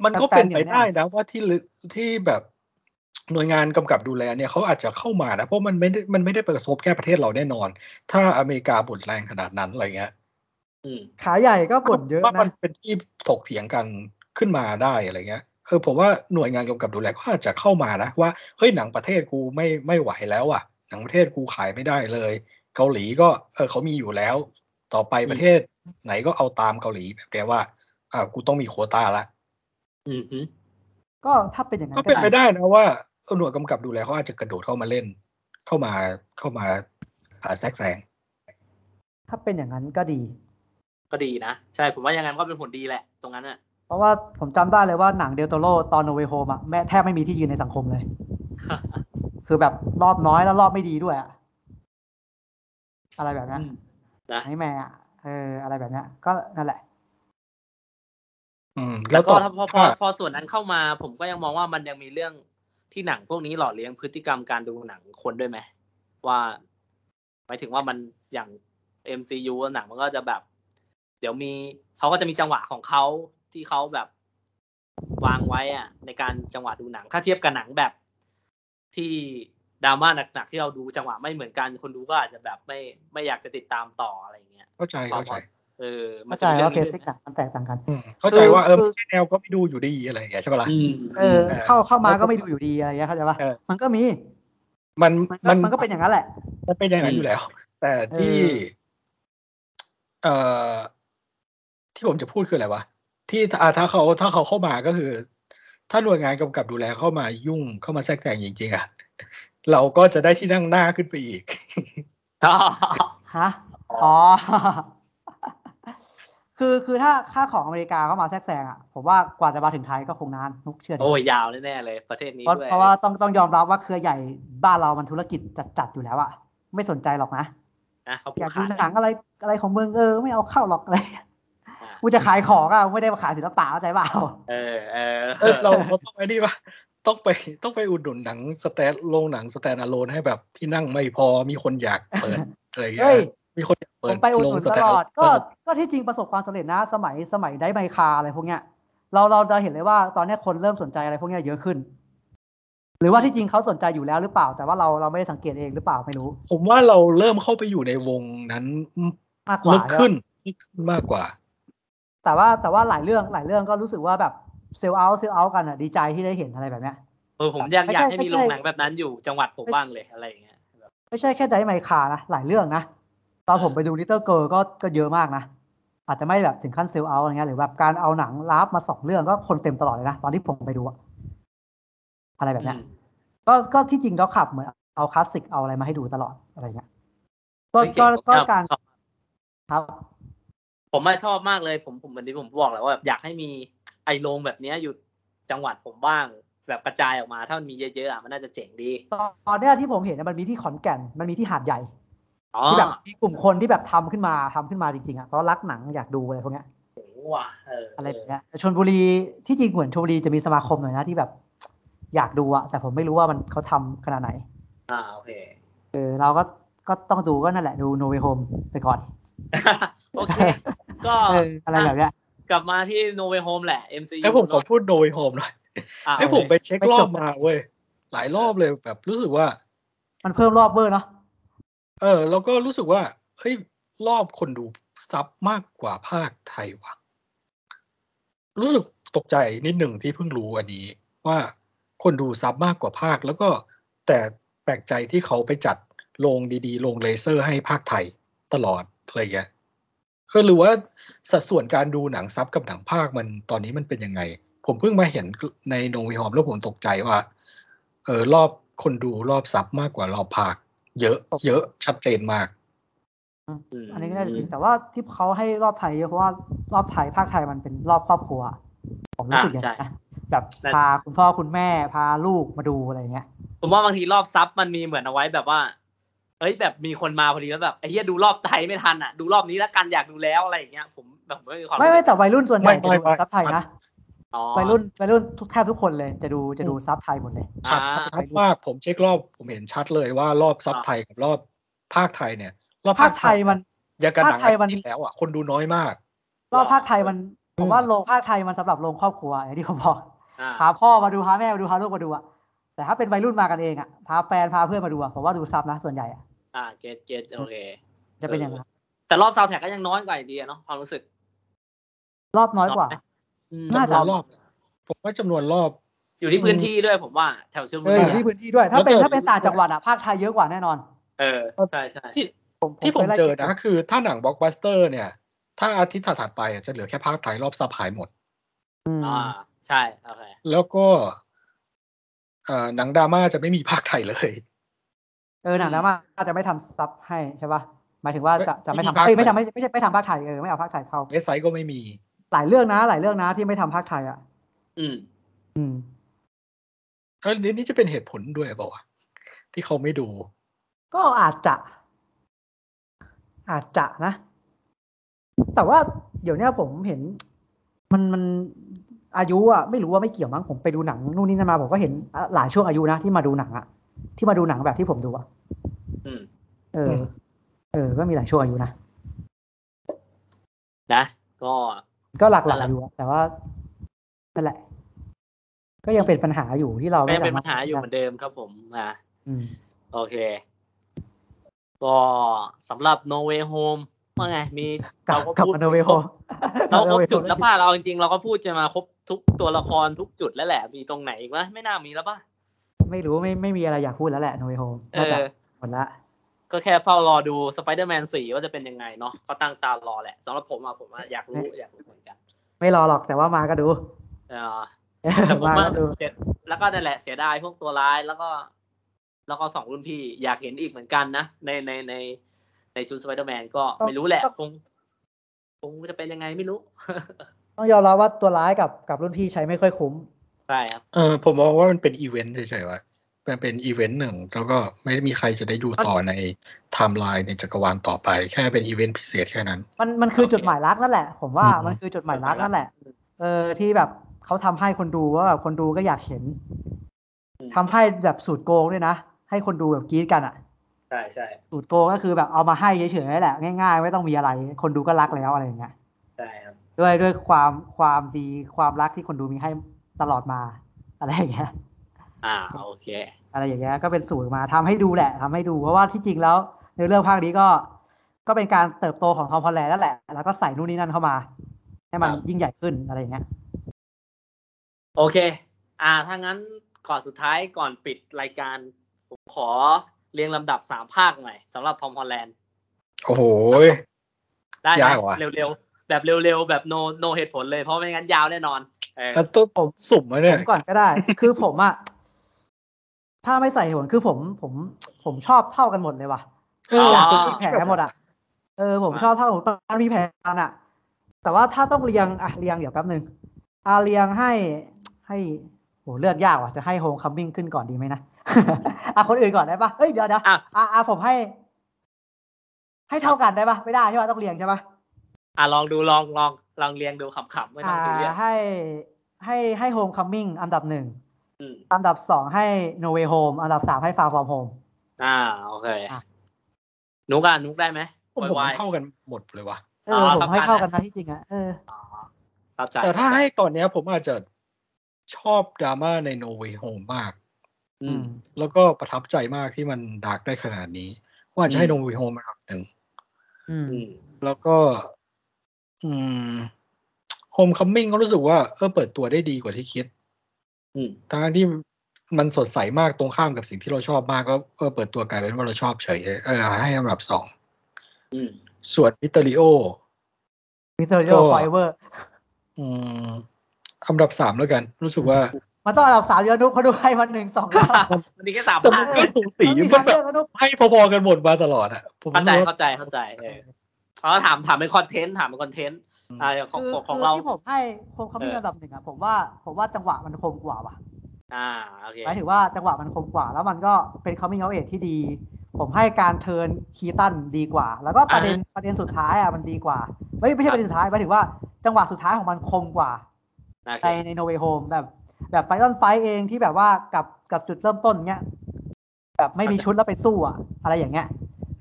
Speaker 3: มันก็เป็นไป
Speaker 2: แฟนๆ
Speaker 3: ได้
Speaker 2: เห็นแน่
Speaker 3: นะว่าที่ลึที่แบบหน่วยงานกำกับดูแลเนี่ยเขาอาจจะเข้ามานะเพราะมันไม่ได้มันไม่ได้ไปกระทบแค่ประเทศเราแน่นอน ถ้าอเมริกาบ่นแรงขนาดนั้นอะไรเงี้ย
Speaker 1: อืม
Speaker 2: ขาใหญ่ก็บ่นเยอะ
Speaker 3: ว่ามั
Speaker 2: นะ
Speaker 3: นเป็นที่ถกเถียงกันขึ้นมาได้อะไรเงี้ยเออผมว่าหน่วยงานกำกับดูแลก็อาจจะเข้ามานะว่าเฮ้ยหนังประเทศกูไม่ไม่ไหวแล้วอ่ะ หนังประเทศกูขายไม่ได้เลย เกาหลีก็เออเขามีอยู่แล้ว ต่อไปประเทศ ไหนก็เอาตามเกาหลีแบบแกว่าอ่ากูต้องมีโควต้าละ
Speaker 1: อืมฮึ
Speaker 2: ก็ถ้าเป็นอย่างนั้
Speaker 3: ก็
Speaker 2: น
Speaker 3: เป็นไป
Speaker 2: ได้
Speaker 3: ได้นะว่าหน่วยกำกับดูแลเขาอาจจะกระโดดเข้ามาเล่น เข้ามาเข้ามาหาแทรกแซง
Speaker 2: ถ้าเป็นอย่างนั้นก็ดี
Speaker 1: ก็ดีนะ ใช่ ผมว่ายังไงมันก็เป็นผลดีแหละ ตรงนั้นอ่ะ
Speaker 2: เพราะว่าผมจำได้เลยว่าหนังเดลโตโรตอนโนเวโฮมอะแม่แทบไม่มีที่ยืนในสังคมเลย คือแบบรอบน้อยแล้วรอบไม่ดีด้วยอะอะไรแบบเนี้ย
Speaker 1: อืมนะ
Speaker 2: ไอ้แม่อะเออ อะไรแบบเนี้ย ก็นั่นแหละ
Speaker 3: อืม
Speaker 1: แล้วก็
Speaker 3: ต่
Speaker 1: ถ้าพอพอพอส่วนนั้นเข้ามา ผมก็ยังมองว่ามันยังมีเรื่องที่หนังพวกนี้หล่อเลี้ยงพฤติกรรมการดูหนังคนด้วยไหมว่าหมายถึงว่ามันอย่าง MCU หนังมันก็จะแบบ เดี๋ยวมีเขาก็จะมีจังหวะของเขาที่เขาแบบวางไว้อะในการจังหวะดูหนังถ้าเทียบกับหนังแบบ ที่ดราม่าหนักๆที่เราดูจังหวะไม่เหมือนกันคนดูก็อาจจะแบบไม่ไม่อยากจะติดตามต่ออะไรอย่างเงี้ย
Speaker 3: เข้าใจเข้าใจ
Speaker 1: เออมั
Speaker 2: เข้าน ใจ
Speaker 1: จะมีเรื่อ
Speaker 2: ว่าง เฟ
Speaker 1: นี้
Speaker 2: ส
Speaker 1: ด้
Speaker 2: ซิ
Speaker 1: ว
Speaker 2: ก
Speaker 1: ย
Speaker 2: ห
Speaker 1: นะ
Speaker 2: นังมันแตกต่างกัน
Speaker 3: อืมเข้าใจว่าเออ
Speaker 2: คือ
Speaker 3: แค่แนวก็ไม่ดูอยู่ดีอะไรอย่างเงี้ยใช่ปะล่ะ
Speaker 1: อืม
Speaker 2: เออ
Speaker 3: เออ
Speaker 2: เข้าเข้ามา
Speaker 3: แล้วก็
Speaker 2: ก็ไม่ดูอยู่ดีอะไรเงี้ยเข้าใจปะ
Speaker 3: เออ
Speaker 2: มันก็มี
Speaker 3: มัน
Speaker 2: มันก็
Speaker 3: มัน
Speaker 2: มันก็เป็นอย่างนั้นแหละ
Speaker 3: มันเป็นอย่างนั้นอยู่แล้ว แต่ที่
Speaker 2: เออ
Speaker 3: เอ่อที่ผมจะพูดคืออะไรวะที่ถ้าอ่าถ้าเขาถ้าเขาเข้ามาก็คือ ถ้าหน่วยงานกำกับดูแลเข้ามายุ่งเข้ามาแทรกแซงจริงๆอ่ะเราก็จะได้ที่นั่งหน้าขึ้นไปอีก
Speaker 1: อ๋อ
Speaker 2: ฮะ อ๋อ คือคือถ้าค่าของอเมริกาเข้ามาแทรกแซงอ่ะผมว่ากว่าจะมาถึงไทยก็คงนานนุกเชื่อดิ
Speaker 1: โอ้ยยาวแน่ๆเลยประเทศนี้
Speaker 2: เพราะ
Speaker 1: ด้วย
Speaker 2: เพราะว่าต้องต้องยอมรับว่าเครือใหญ่บ้านเรามันธุรกิจจัดจัดๆอยู่แล้วอ่ะไม่สนใจหรอกนะ
Speaker 1: นะเขาผู
Speaker 2: อก ยากดู
Speaker 1: ขาด
Speaker 2: หนังอะไรอะไรของเมืองเออไม่เอาเข้าหรอกอะไร
Speaker 1: อ่ะ
Speaker 2: กูจะขายของอ่ะไม่ได้มาขายศิลปะเข้าใจเปล่า
Speaker 1: เออเออ
Speaker 3: เอ้ยเราเราต้องไอ้นี่ปะต้องไปต้องไปอุดหนุนหนังสแตนโรงหนังสแตนอะโลนให้แบบที่นั่งไม่พอมีคนอยากเปิด อะไรอย่าง
Speaker 2: เฮ้
Speaker 3: เงี้ย
Speaker 2: ย
Speaker 3: มีคนอยาก
Speaker 2: ผ
Speaker 3: เปิด
Speaker 2: มไปอุดหนุนตลอด
Speaker 3: โรง stand
Speaker 2: ก็ ก็ที่จริงประสบความสำเร็จนะ สมัย สมัยได้ไมคาอะไรพวกเนี้ย เรา เราจะเห็นเลยว่าตอนเนี้ยคนเริ่มสนใจอะไรพวกเนี้ยเยอะขึ้น หรือว่าที่จริงเขาสนใจอยู่แล้วหรือเปล่า แต่ว่าเรา เราไม่ได้สังเกตเองหรือเปล่าไม่รู้
Speaker 3: ผมว่าเราเริ่มเข้าไปอยู่ในวงนั้น
Speaker 2: มากกว่า
Speaker 3: ลึกขึ้น
Speaker 2: ใช่ปะ
Speaker 3: ลึกขึ้นมากกว่า
Speaker 2: แต่ว่า แต่ว่าหลายเรื่อง หลายเรื่องก็รู้สึกว่าแบบเซลล์เอาเซลล์เอากันอ่ะ ดีใจที่ได้เห็นอะไรแบบเนี้ย
Speaker 1: เออผมอยาก
Speaker 2: ไม่
Speaker 1: อ
Speaker 2: ใช่
Speaker 1: ยากให้มี
Speaker 2: ไม่ใช่
Speaker 1: โรงหนังแบบนั้นอยู่จังหวัดผมบ้างเลยอะไรอย่างเงี้ยแบบ
Speaker 2: ไม่ใช่แค่ได้ไมคานะ หลายเรื่องนะ ตอนผมไปดูลิตเติ้ลเกิร์ก็ ก็เยอะมากนะ อาจจะไม่แบบถึงขั้นเซลล์เอาอะไรเงี้ย หรือแบบการเอาหนังรับมาสองเรื่องก็คนเต็มตลอดเลยนะ ตอนที่ผมไปดูอะอะไรแบบเนี้ย
Speaker 1: อืม
Speaker 2: ก็ก็ที่จริงด็อกขับเหมือนเอาคลาสสิกเอาอะไรมาให้ดูตลอดอะไรเงี้ยก็
Speaker 1: ไม่เจ๋
Speaker 2: ก็
Speaker 1: งผม
Speaker 2: ก็
Speaker 1: ชอบ
Speaker 2: การ
Speaker 1: ชอบ
Speaker 2: ครับ
Speaker 1: ผมมาชอบมากเลย ผมผมวันนี้ผมบอกแล้วว่าแบบอยากให้มีไอโรงแบบเนี้ยอยู่จังหวัดผมบ้าง แบบกระจายออกมา ถ้ามันมีเยอะๆอ่ะมันน่าจะเจ๋งดี
Speaker 2: ตอนเนี้ยที่ผมเห็นนะมันมีที่ขอนแก่น มันมีที่หาดใหญ่
Speaker 1: อ๋อ
Speaker 2: ที่แบบมีกลุ่มคนที่แบบทำขึ้นมาทำขึ้นมาจริงๆอ่ะเพราะรักหนังอยากดูอะไรพวกเนี้ย
Speaker 1: เจ๋งว่ะเอออะ
Speaker 2: อะไรแบบเนี้ยชนบุรีที่จริงเหมือนชลบุรีจะมีสมาคมหน่อยนะที่แบบอยากดูอะแต่ผมไม่รู้ว่ามันเขาทำขนาดไหน
Speaker 1: อ่าโอ เค
Speaker 2: เออเราก็ก็ต้องดูก็นั่นแหละดูโนเวโฮมไปก่อน
Speaker 1: โอ เค ก็
Speaker 2: เอออะไรแบบเนี้ย
Speaker 1: กลับมาที่ No Way Home แหละ MCU
Speaker 3: ให้ผมขอพูดโดยโฮมหน่อย
Speaker 1: อ่ะ
Speaker 3: ให้ผมไปเช็ค
Speaker 2: ไม่จบ
Speaker 3: รอบมาเว้ย หลายรอบเลยแบบ รู้สึกว่า
Speaker 2: มันเพิ่มรอบเบอร์เนาะ
Speaker 3: เออแล้วก็รู้สึกว่าเฮ้ยรอบคนดูซับมากกว่าภาคไทยว่ะ รู้สึกตกใจนิดหนึ่งที่เพิ่งรู้อันนี้ ว่าคนดูซับมากกว่าภาค แล้วก็แต่แปลกใจที่เขาไปจัดโรงดีๆโรงเลเซอร์ให้ภาคไทยตลอดอะไรเงี้ยก็หรือว่าสัดส่วนการดูหนังซับกับหนังภาคมันตอนนี้มันเป็นยังไง ผมเพิ่งมาเห็นในโนวิหอมแล้วผมตกใจว่า เออรอบคนดูรอบซับมากกว่ารอบภาค เยอะ เยอะชัดเจนมาก
Speaker 1: ม
Speaker 2: อันนี้ก็ได้จริงแต่ว่าที่เขาให้รอบไทยเยอะเพราะว่ารอบไทยภาคไทยมันเป็นรอบครอบครัว ผมรู้สึกอย่าง
Speaker 1: ใช่
Speaker 2: นั้นนะแบบ
Speaker 1: นั่น
Speaker 2: พาคุณพ่อคุณแม่พาลูกมาดูอะไรอย่างเงี้ย
Speaker 1: ผมว่าบางทีรอบซับมันมีเหมือนเอาไว้แบบว่า เอ้ยแบบมีคนมาพอดีแล้วแบบไอ้เหี้ยดูรอบไทยไม่ทันอ่ะดูรอบนี้แล้วกันอยากดูแล้วอะไรอย่างเงี้ย ผมแบบไม่มีความ
Speaker 2: ไม่
Speaker 1: รู้
Speaker 2: ไม่
Speaker 1: สึก
Speaker 2: แต่วัยรุ่นส่วนใหญ่จะ
Speaker 3: ไม่
Speaker 2: ดู
Speaker 3: ไม่
Speaker 2: ซับไทยนะ
Speaker 1: อ๋อ
Speaker 2: วัยรุ่นวัยรุ่นทุกแทบทุกคนเลยจะดูจะดูซับไทยหมดเลย
Speaker 3: ชัด
Speaker 1: อ่า
Speaker 3: ชัดมากผมเช็ครอบผมเห็นชัดเลยว่ารอบซับไทยกับรอบภาคไทยเนี่ย รอบ
Speaker 2: ภาคไทยมัน
Speaker 3: อยางกันหนัง
Speaker 2: ภาคไทยมัน
Speaker 3: อาทิตย์แล้วอ่ะคนดูน้อยมาก
Speaker 2: รอบภาคไทยมันผมว่าโรงภาคไทยมันสำหรับโรงครอบครัวอย่างที่ผมบอก
Speaker 1: อ่า
Speaker 2: พาพ่อมาดูพาแม่มาดูพาลูกมาดูอะแต่ถ้าเป็นวัยรุ่นมากันเองอะพาแฟนพาเพื่อนมาดูอะผมว่าดูซับนะส่วนใหญ่อะ
Speaker 1: อ่าเก็ตเก็ตโอเค
Speaker 2: จะเป็นอย่างนั้น
Speaker 1: แต่รอบซาวแท็กก็ยังน้อยกว่าไอเดียเนาะความรู้สึก
Speaker 2: รอบน้อยกว่า
Speaker 1: อืม
Speaker 2: น่าจะ
Speaker 3: รอบ ผมว่าจำนวนรอบ
Speaker 1: อยู่ที่พื้นที่ด้วยผมว่าแถวชลบุ
Speaker 2: เออ
Speaker 1: รี
Speaker 2: อยู่
Speaker 1: อะ
Speaker 2: ที่พื้นที่ด้วยถ้าเป็น
Speaker 3: แล้
Speaker 2: ถ้า
Speaker 3: วเกิด
Speaker 2: เป็นต่างจังหวัดอะภาคไทยเยอะกว่าแน่นอน
Speaker 1: เออใช่ใช่
Speaker 3: ที่
Speaker 2: ผม
Speaker 3: ที่ผม
Speaker 2: คยไล่
Speaker 3: เจอ
Speaker 2: ก็บ
Speaker 3: นะคือถ้าหนังบล็อกบัสเตอร์เนี่ย ถ้าอาทิตย์ถัดๆไปอ่ะจะเหลือแค่ภาคไทยรอบซับหายหมด
Speaker 2: อืม
Speaker 1: อ่าใช่โอเค
Speaker 3: แล้วก็เอ่อหนังดราม่าจะไม่มีภาคไทยเลย
Speaker 2: เออหนังดราม่าอาจจะไม่ทำซับให้ใช่ป่ะหมายถึงว่าจะจะไม่
Speaker 3: ไม่มี
Speaker 2: ทำ
Speaker 3: ภาค
Speaker 2: เอ้ยไม่
Speaker 3: ไทย
Speaker 2: ทำไม่ไม่ใช่ไม่ทำภาคไทยเออไม่เอาภาคไทยเข้า
Speaker 3: เอสไซก็ไม่มี
Speaker 2: หลายเรื่องนะ หลายเรื่องนะที่ไม่ทำภาคไทยอ่ะ
Speaker 1: อืม
Speaker 2: อืม
Speaker 3: เออนี่นี่จะเป็นเหตุผลด้วยเปล่าวะที่เขาไม่ดู
Speaker 2: ก็อาจจะ อาจจะนะ แต่ว่าเดี๋ยวเนี้ยผมเห็น มันมันอายุอ่ะไม่รู้ว่าไม่เกี่ยวมั้งผมไปดูหนังนู่นนี่นั่นมาผมก็เห็นหลายช่วงอายุนะที่มาดูหนังอ่ะที่มาดูหนังแบบที่ผมดูอ่ะ
Speaker 1: อืม
Speaker 2: เอออ
Speaker 3: ม
Speaker 2: เออ ก็มีหลายช่วงอายุนะ
Speaker 1: นะ ก็
Speaker 2: ก็หลากหลาย
Speaker 1: นั่นแหละ
Speaker 2: อยู่อะแต่ว่านั่นแหละ ก็ยังเป็นปัญหาอยู่ที่เรา
Speaker 1: ก็
Speaker 2: ไม่
Speaker 1: ยัง
Speaker 2: ส
Speaker 1: เป็น
Speaker 2: มร
Speaker 1: ปั
Speaker 2: ถ
Speaker 1: ญหาอยู่เหมือนเดิมครับผมอ่า
Speaker 2: อืม
Speaker 1: โอเค ก็สำหรับ No Way Home ว่าไง มี
Speaker 2: กลับ
Speaker 1: เรา
Speaker 2: ก
Speaker 1: ก็
Speaker 2: ลับ
Speaker 1: พูด
Speaker 2: มาโนเวโฮ
Speaker 1: เราครบจุด
Speaker 2: แล้
Speaker 1: แล้ว วป่ะเราจริงๆเราก็พูดจะมาครบทุกตัวละครทุกจุดแล้วแหละ มีตรงไหนอีกวะไม่น่ามีแล้วป่ะ
Speaker 2: ไม่รู้ไม่ไม่มีอะไรอยากพูดแล้วแหละโนเวโฮ
Speaker 1: เอ
Speaker 2: น่าจะ
Speaker 1: อ
Speaker 2: หมดละ
Speaker 1: ก็แค่เฝ้ารอดู Spider-Man 4 ว่าจะเป็นยังไงเนาะก็ตั้งตารอแหละสำหรับผมอะผมอะอยาก รู้อยากรู้เหมือนกัน
Speaker 2: ไม่รอหรอกแต่ว่ามาก็ดู
Speaker 1: เออ แต่ผม
Speaker 2: มา
Speaker 1: ว่า
Speaker 2: ก็ดู
Speaker 1: เสียแล้วก็นั่นแหละเสียดายพวกตัวร้ายแล้วก็ แล้วก็สองรุ่นพี่อยากเห็นอีกเหมือนกันนะ ในในในในชุดสไปเดอร์แมนก็ไม่รู้แหละคงค งจะเป็นยังไงไม่รู้
Speaker 2: ต้องยอมรับว่าตัวร้ายกับกับรุ่นพี่ใช้ไม่ค่อยคุ้ม
Speaker 1: ใช่ครับ
Speaker 3: เออผมมองว่ามันเป็นอีเวนต์เฉยๆว่ะมันเป็นอีเวนต์หนึ่งแล้วก็ไม่มีใครจะได้ดูต่อในไทม์ไลน์ในจักรวาลต่อไป แค่เป็นอีเวนต์พิเศษแค่นั้น
Speaker 2: มันมันคือ
Speaker 1: โอเค
Speaker 2: จุดหมายรักนั่นแหละ ผมว่า
Speaker 3: อืม
Speaker 2: มันคือจุดหมายรัก
Speaker 1: จุดหมายรัก
Speaker 2: นั่นแหละ เออที่แบบเขาทำให้คนดูว่าแบบคนดูก็อยากเห็นทำให้แบบสูตรโกงด้วยนะ ให้คนดูแบบกรีดกันอ่ะ
Speaker 1: ใช่ใช่
Speaker 2: สูตรโกงก็คือแบบเอามาให้เฉยๆแหละ ง่ายๆ ไม่ต้องมีอะไร คนดูก็รักแล้วอะไรอย่างเงี้ย
Speaker 1: ใช่ครับ
Speaker 2: ด้วยด้วยความความดีความรักที่คนดูมีให้ตลอดมา อะไรอย่างเงี้ย
Speaker 1: อ่าโอเค
Speaker 2: อะไรอย่างเงี้ยก็เป็นสูตรมาทำให้ดูแหละทำให้ดูเพราะว่าที่จริงแล้วในเรื่องภาคนี้ก็ก็เป็นการเติบโตของทอมพอลแลนด์นั่นแหละ แล้วก็ใส่นู่นนี่นั่นเข้ามา ให้มัน
Speaker 1: ครับ
Speaker 2: ยิ่งใหญ่ขึ้นอะไรอย่างเงี้ย
Speaker 1: โอเค อ่า ถ้างั้นก่อนสุดท้ายก่อนปิดรายการ ผมขอเรียงลำดับสามภาคหน่อยสำหรับทอมฮอลแลนด์
Speaker 3: โอ้โห
Speaker 1: ได้ไหม
Speaker 3: ยากว่ะ
Speaker 1: เร็วๆ แบบเร็วๆ แบบ no no เหตุผลเลย เพราะไม่งั้นยาวแน่นอนเออ
Speaker 3: แล้วต้องผมสุ่มมาเนี่ย
Speaker 2: ผมก่อนก็ได้ คือผมอะถ้าไม่ใส่เหตุผลคือผมผม ผมชอบเท่ากันหมดเลยว่ะ
Speaker 3: เออ
Speaker 2: อยากเป็นที่แผลหมดอะเออผมชอบเท่ากันหมดมันมีแผลกันอะแต่ว่าถ้าต้องเรียงอะเรียงเดี๋ยวแป๊บนึงอาเรียงให้ให้โหเลือกยากว่ะจะให้โฮมคัมมิ่งขึ้นก่อนดีไหมนะ อ่ะคนอื่นก่อนได้ปะเอ้ยเดี๋ยวเดี๋ยว
Speaker 1: อ่ะ
Speaker 2: อ่ะอ่ะผมให้ ให้เท่ากันได้ปะไม่ได้ใช่ปะต้องเรียงใช่ปะ
Speaker 1: อ่ะลองดูลองลองลองเรียงดูขำๆไม่ต้
Speaker 2: อ่า
Speaker 1: องซีเรียส
Speaker 2: ให้ ให้ให้โฮมคัมมิ่งอันดับหนึ่ง
Speaker 1: อืม
Speaker 2: อันดับสองให้ No Way Home อันดับสามให้ Far From Home
Speaker 1: อ่าโอเค
Speaker 2: อ่ะ
Speaker 1: นุกอ่ะนุกได้ไหม
Speaker 3: ผม
Speaker 1: ไว
Speaker 3: ว่า
Speaker 1: ๆ
Speaker 3: เท่ากันหมดเลยว่ะ
Speaker 2: เออ
Speaker 1: อ่า
Speaker 2: ผมให้
Speaker 1: เท่ากั
Speaker 2: เข้ากัน
Speaker 1: น
Speaker 2: นะที่จริงอะเออ
Speaker 1: ครับใจ
Speaker 3: แต่ถ้าให้ตอนเนี้ยผมอาจจะชอบดราม่าใน No Way Home มาก
Speaker 1: อืม
Speaker 3: แล้วก็ประทับใจมากที่มันดาร์กได้ขนาดนี้ ว่าจะให้
Speaker 1: อืม
Speaker 3: No Way Home มาหนึ่ง
Speaker 2: อืม
Speaker 1: อืม
Speaker 3: แล้วก็ อืม Homecoming ก็รู้สึกว่าเออเปิดตัวได้ดีกว่าที่คิด
Speaker 1: อืม
Speaker 3: ทั้งที่มันสดใสมากตรงข้ามกับสิ่งที่เราชอบมากก็เออเปิดตัวกลายเป็นว่าเราชอบเฉยเออให้อันดับสอง
Speaker 1: อืม
Speaker 3: ส่วนมิเตอริโอ
Speaker 2: มิสเตอร์โจ
Speaker 3: ก็
Speaker 2: ไฟเวอร์
Speaker 3: อืมอันดับสามแล้วกัน รู้สึกว่า
Speaker 2: มันต้องอันดับสามเยอะนุ๊กเขาดูให้วันหนึ่งสองรอบ
Speaker 1: วันนี้แค่ สาม
Speaker 3: แต่
Speaker 1: ภาค
Speaker 3: มั
Speaker 1: น
Speaker 3: ก็สูสี
Speaker 2: มันมี
Speaker 3: มั
Speaker 2: ทาน ง
Speaker 3: แบ
Speaker 2: เลือบ กนะนุ๊ก
Speaker 3: ให้พอๆกันหมดมาตลอดอ่ะ ผม
Speaker 1: เข้าใจ
Speaker 3: รู้สึกว่า
Speaker 1: เข้าใจเข้าใจเอออ๋อถามถามเป็นคอนเทนต์ถามเป็นคอนเทนต์อ่าอย่างของ
Speaker 2: คือ
Speaker 1: ของข
Speaker 2: คืออง
Speaker 1: เรา
Speaker 2: ที่ผมให้คมเขามี
Speaker 1: เอออั
Speaker 2: อันดับหนึ่งอะผมว่าผมว่าจังหวะมันคมกว่าว่ะ
Speaker 1: อ่าโอเค
Speaker 2: หมายถึงว่าจังหวะมันคมกว่า แล้วมันก็เป็น coming out age ที่ดี ผมให้การเทิร์นคีตันดีกว่า แล้วก็ประเด็นประเด็นสุดท้ายอะมันดีกว่าไม่ไม่ใช่ประเด็นสุดท้ายหมายถึงว่าจังหวะสุดท้ายของมันคมกว่า
Speaker 1: โอเค
Speaker 2: ในในโนเวโฮมแบบแบบไฟต้นไฟเองที่แบบว่ากับกับจุดเริ่มต้นเนี้ยแบบไม่มีชุดแล้วไปสู้อะอะไรอย่างเงี้ย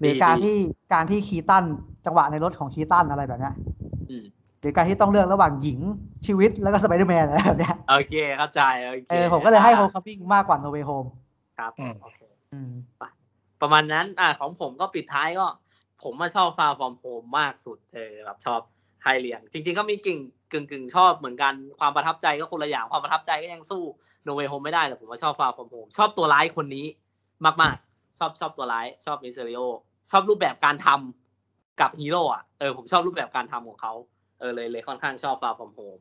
Speaker 2: หรือการที่การที่คีตันจังหวะในรถของคีตันอะไรแบบเนี้ย
Speaker 1: อืม
Speaker 2: หรือการที่ต้องเลือกระหว่างหญิงชีวิตแล้วก็สไปเดอร์แมนอะไรแบบเนี้ย
Speaker 1: โอเคเข้าใจโอเค
Speaker 2: เออผมก็เลยให้โฮมคัมมิ่งมากกว่าโนเวโฮม
Speaker 1: ครับ
Speaker 3: อืม
Speaker 1: โอเค
Speaker 2: อืม
Speaker 1: ประมาณนั้น อ่าของผมก็ปิดท้ายก็ ผมมาชอบฟาร์ฟอร์มโฮมมากสุด เออแบบชอบไฮเลียง จริง ๆ ก็มีกึ่งกึ่งกึ่งชอบเหมือนกัน ความประทับใจก็คนละอย่าง ความประทับใจก็ยังสู้โนเวโฮมไม่ได้ แต่ผมว่าชอบฟาร์ฟอร์มโฮมชอบตัวร้ายคนนี้มาก ๆ ชอบชอบตัวร้าย ชอบมิสเซริโอ ชอบรูปแบบการทำกับฮีโร่อะเออผมชอบรูปแบบการทำของเขา เออเลยเลยค่อนข้างชอบฟาร์ฟอร์มโฮม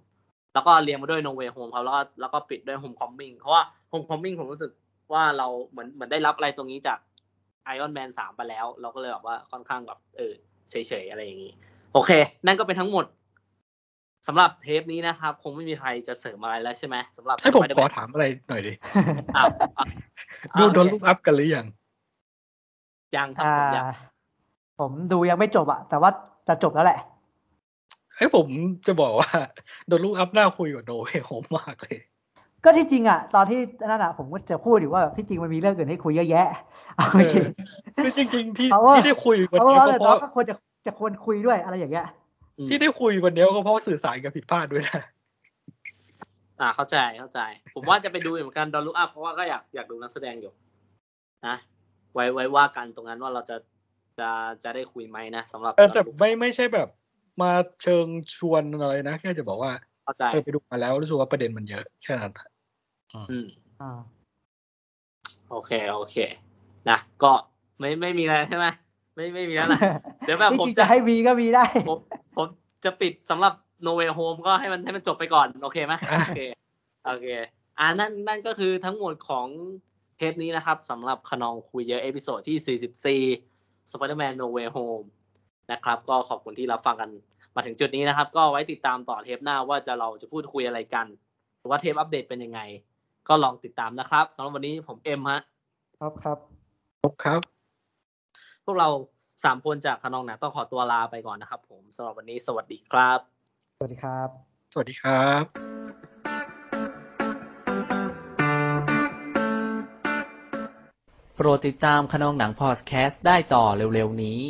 Speaker 1: แล้วก็เรียงมาด้วยโนเวโฮมครับแล้วก็แล้วก็ปิดด้วยโฮมคอมมิ่งเพราะว่าโฮมคอมมิ่งผมรู้สึกว่าเราเหมือนเหมือนได้รับอะไรตรงนี้จากไอออนแมนสามไปแล้ว เราก็เลยแบบว่าค่อนข้างแบบเออเฉยๆ อะไรอย่างนี้ โอเค นั่นก็เป็นทั้งหมดสำหรับเทปนี้นะครับ คงไม่มีใครจะเสริมอะไรแล้วใช่ไหมสำหรับ
Speaker 3: ให้ผมขอ
Speaker 1: Spider-Man
Speaker 3: ถามอะไรหน่อยดิ
Speaker 1: อ้าวอ้าวอ้าว
Speaker 3: ดู โดน
Speaker 1: โอ
Speaker 3: ลูก
Speaker 1: เค
Speaker 3: อัพกันหรือยัง
Speaker 1: ยังครับ
Speaker 2: อ่า
Speaker 1: ผมยัง
Speaker 2: ผมดูยังไม่จบอะแต่ว่าจะจบแล้วแหละ
Speaker 3: เอ้ยผมจะบอกว่า โดนลูกอัพหน้าคุยกับโนเวโฮมมากเลย
Speaker 2: ก็ที่จริงอะตอนที่นั่นอะผมก็จะพูดอยู่ว่าแบบที่จริงมันมีเรื่องอื่นให้คุยเยอะแยะเอาจริง
Speaker 3: คือจริง ๆ ที่
Speaker 2: เพราะว่า
Speaker 3: ที่ได้คุยวัน
Speaker 2: เพราะ
Speaker 3: นี้
Speaker 2: ว่า
Speaker 3: ก็
Speaker 2: แต่ต
Speaker 3: เพ
Speaker 2: อน
Speaker 3: ราะ
Speaker 2: ก็ควรจะจะควรคุยด้วยอะไรอย่างเงี้ย
Speaker 1: อืม
Speaker 3: ที่ได้คุยวันนี้ก็เพราะว่าสื่อสารกันผิดพลาดด้วยนะ
Speaker 1: อ่าเข้าใจเข้าใจ ผมว่าจะไปดูอยู่เหมือนกันดอนลูกอัพเพราะว่าก็อยากอยากดูนักแสดงอยู่นะไว้ไว้ว่ากันตรงนั้นว่าเราจะจะจะได้คุยไหมนะสำหรับ
Speaker 3: เออแต่
Speaker 1: Don't Look Up
Speaker 3: ไม่ไม่ใช่แบบ มาเชิงชวนอะไรนะ แค่จะบอกว่า
Speaker 1: เข้าใจ
Speaker 3: เออไปดูมาแล้วรู้สึกว่าประเด็นมันเยอะแค่นั้น
Speaker 1: อืม
Speaker 2: อ่า
Speaker 1: โอเค โอเค นะ ก็ไม่ไม่มีอะไรใช่ไหมไม่ไม่มีแล้วนะ เดี๋ยวแบบ
Speaker 2: นี่
Speaker 1: ผม
Speaker 2: จริง
Speaker 1: จะ
Speaker 2: จะให้วีก็วีได้
Speaker 1: ผมผมจะปิดสำหรับ No Way Home ก็ให้มันให้มันจบไปก่อน โอเคไหมโอเค โอเค อ่านั่นนั่นก็คือทั้งหมดของเทปนี้นะครับสำหรับขนองคุยเยอะเอพิโซดที่ 44 Spider-Man No Way Home นะครับ ก็ขอบคุณที่รับฟังกัน มาถึงจุดนี้นะครับ ก็ไว้ติดตามต่อเทปหน้าว่าจะเราจะพูดคุยอะไรกัน หรือว่าเทปอัปเดตเป็นยังไง ก็ลองติดตามนะครับสำหรับวันนี้ผมเอ็มฮะ
Speaker 2: ครับครับ
Speaker 3: ครับ
Speaker 1: พวกเราสามคนจากขนองหนักต้องขอตัวลาไปก่อนนะครับผมสำหรับวันนี้สวัสดีครับ
Speaker 2: สวัสดีครับ
Speaker 3: สวัสดีครับ
Speaker 4: โปรดติดตามขนองหนังพอดแคสต์ได้ต่อเร็วๆนี้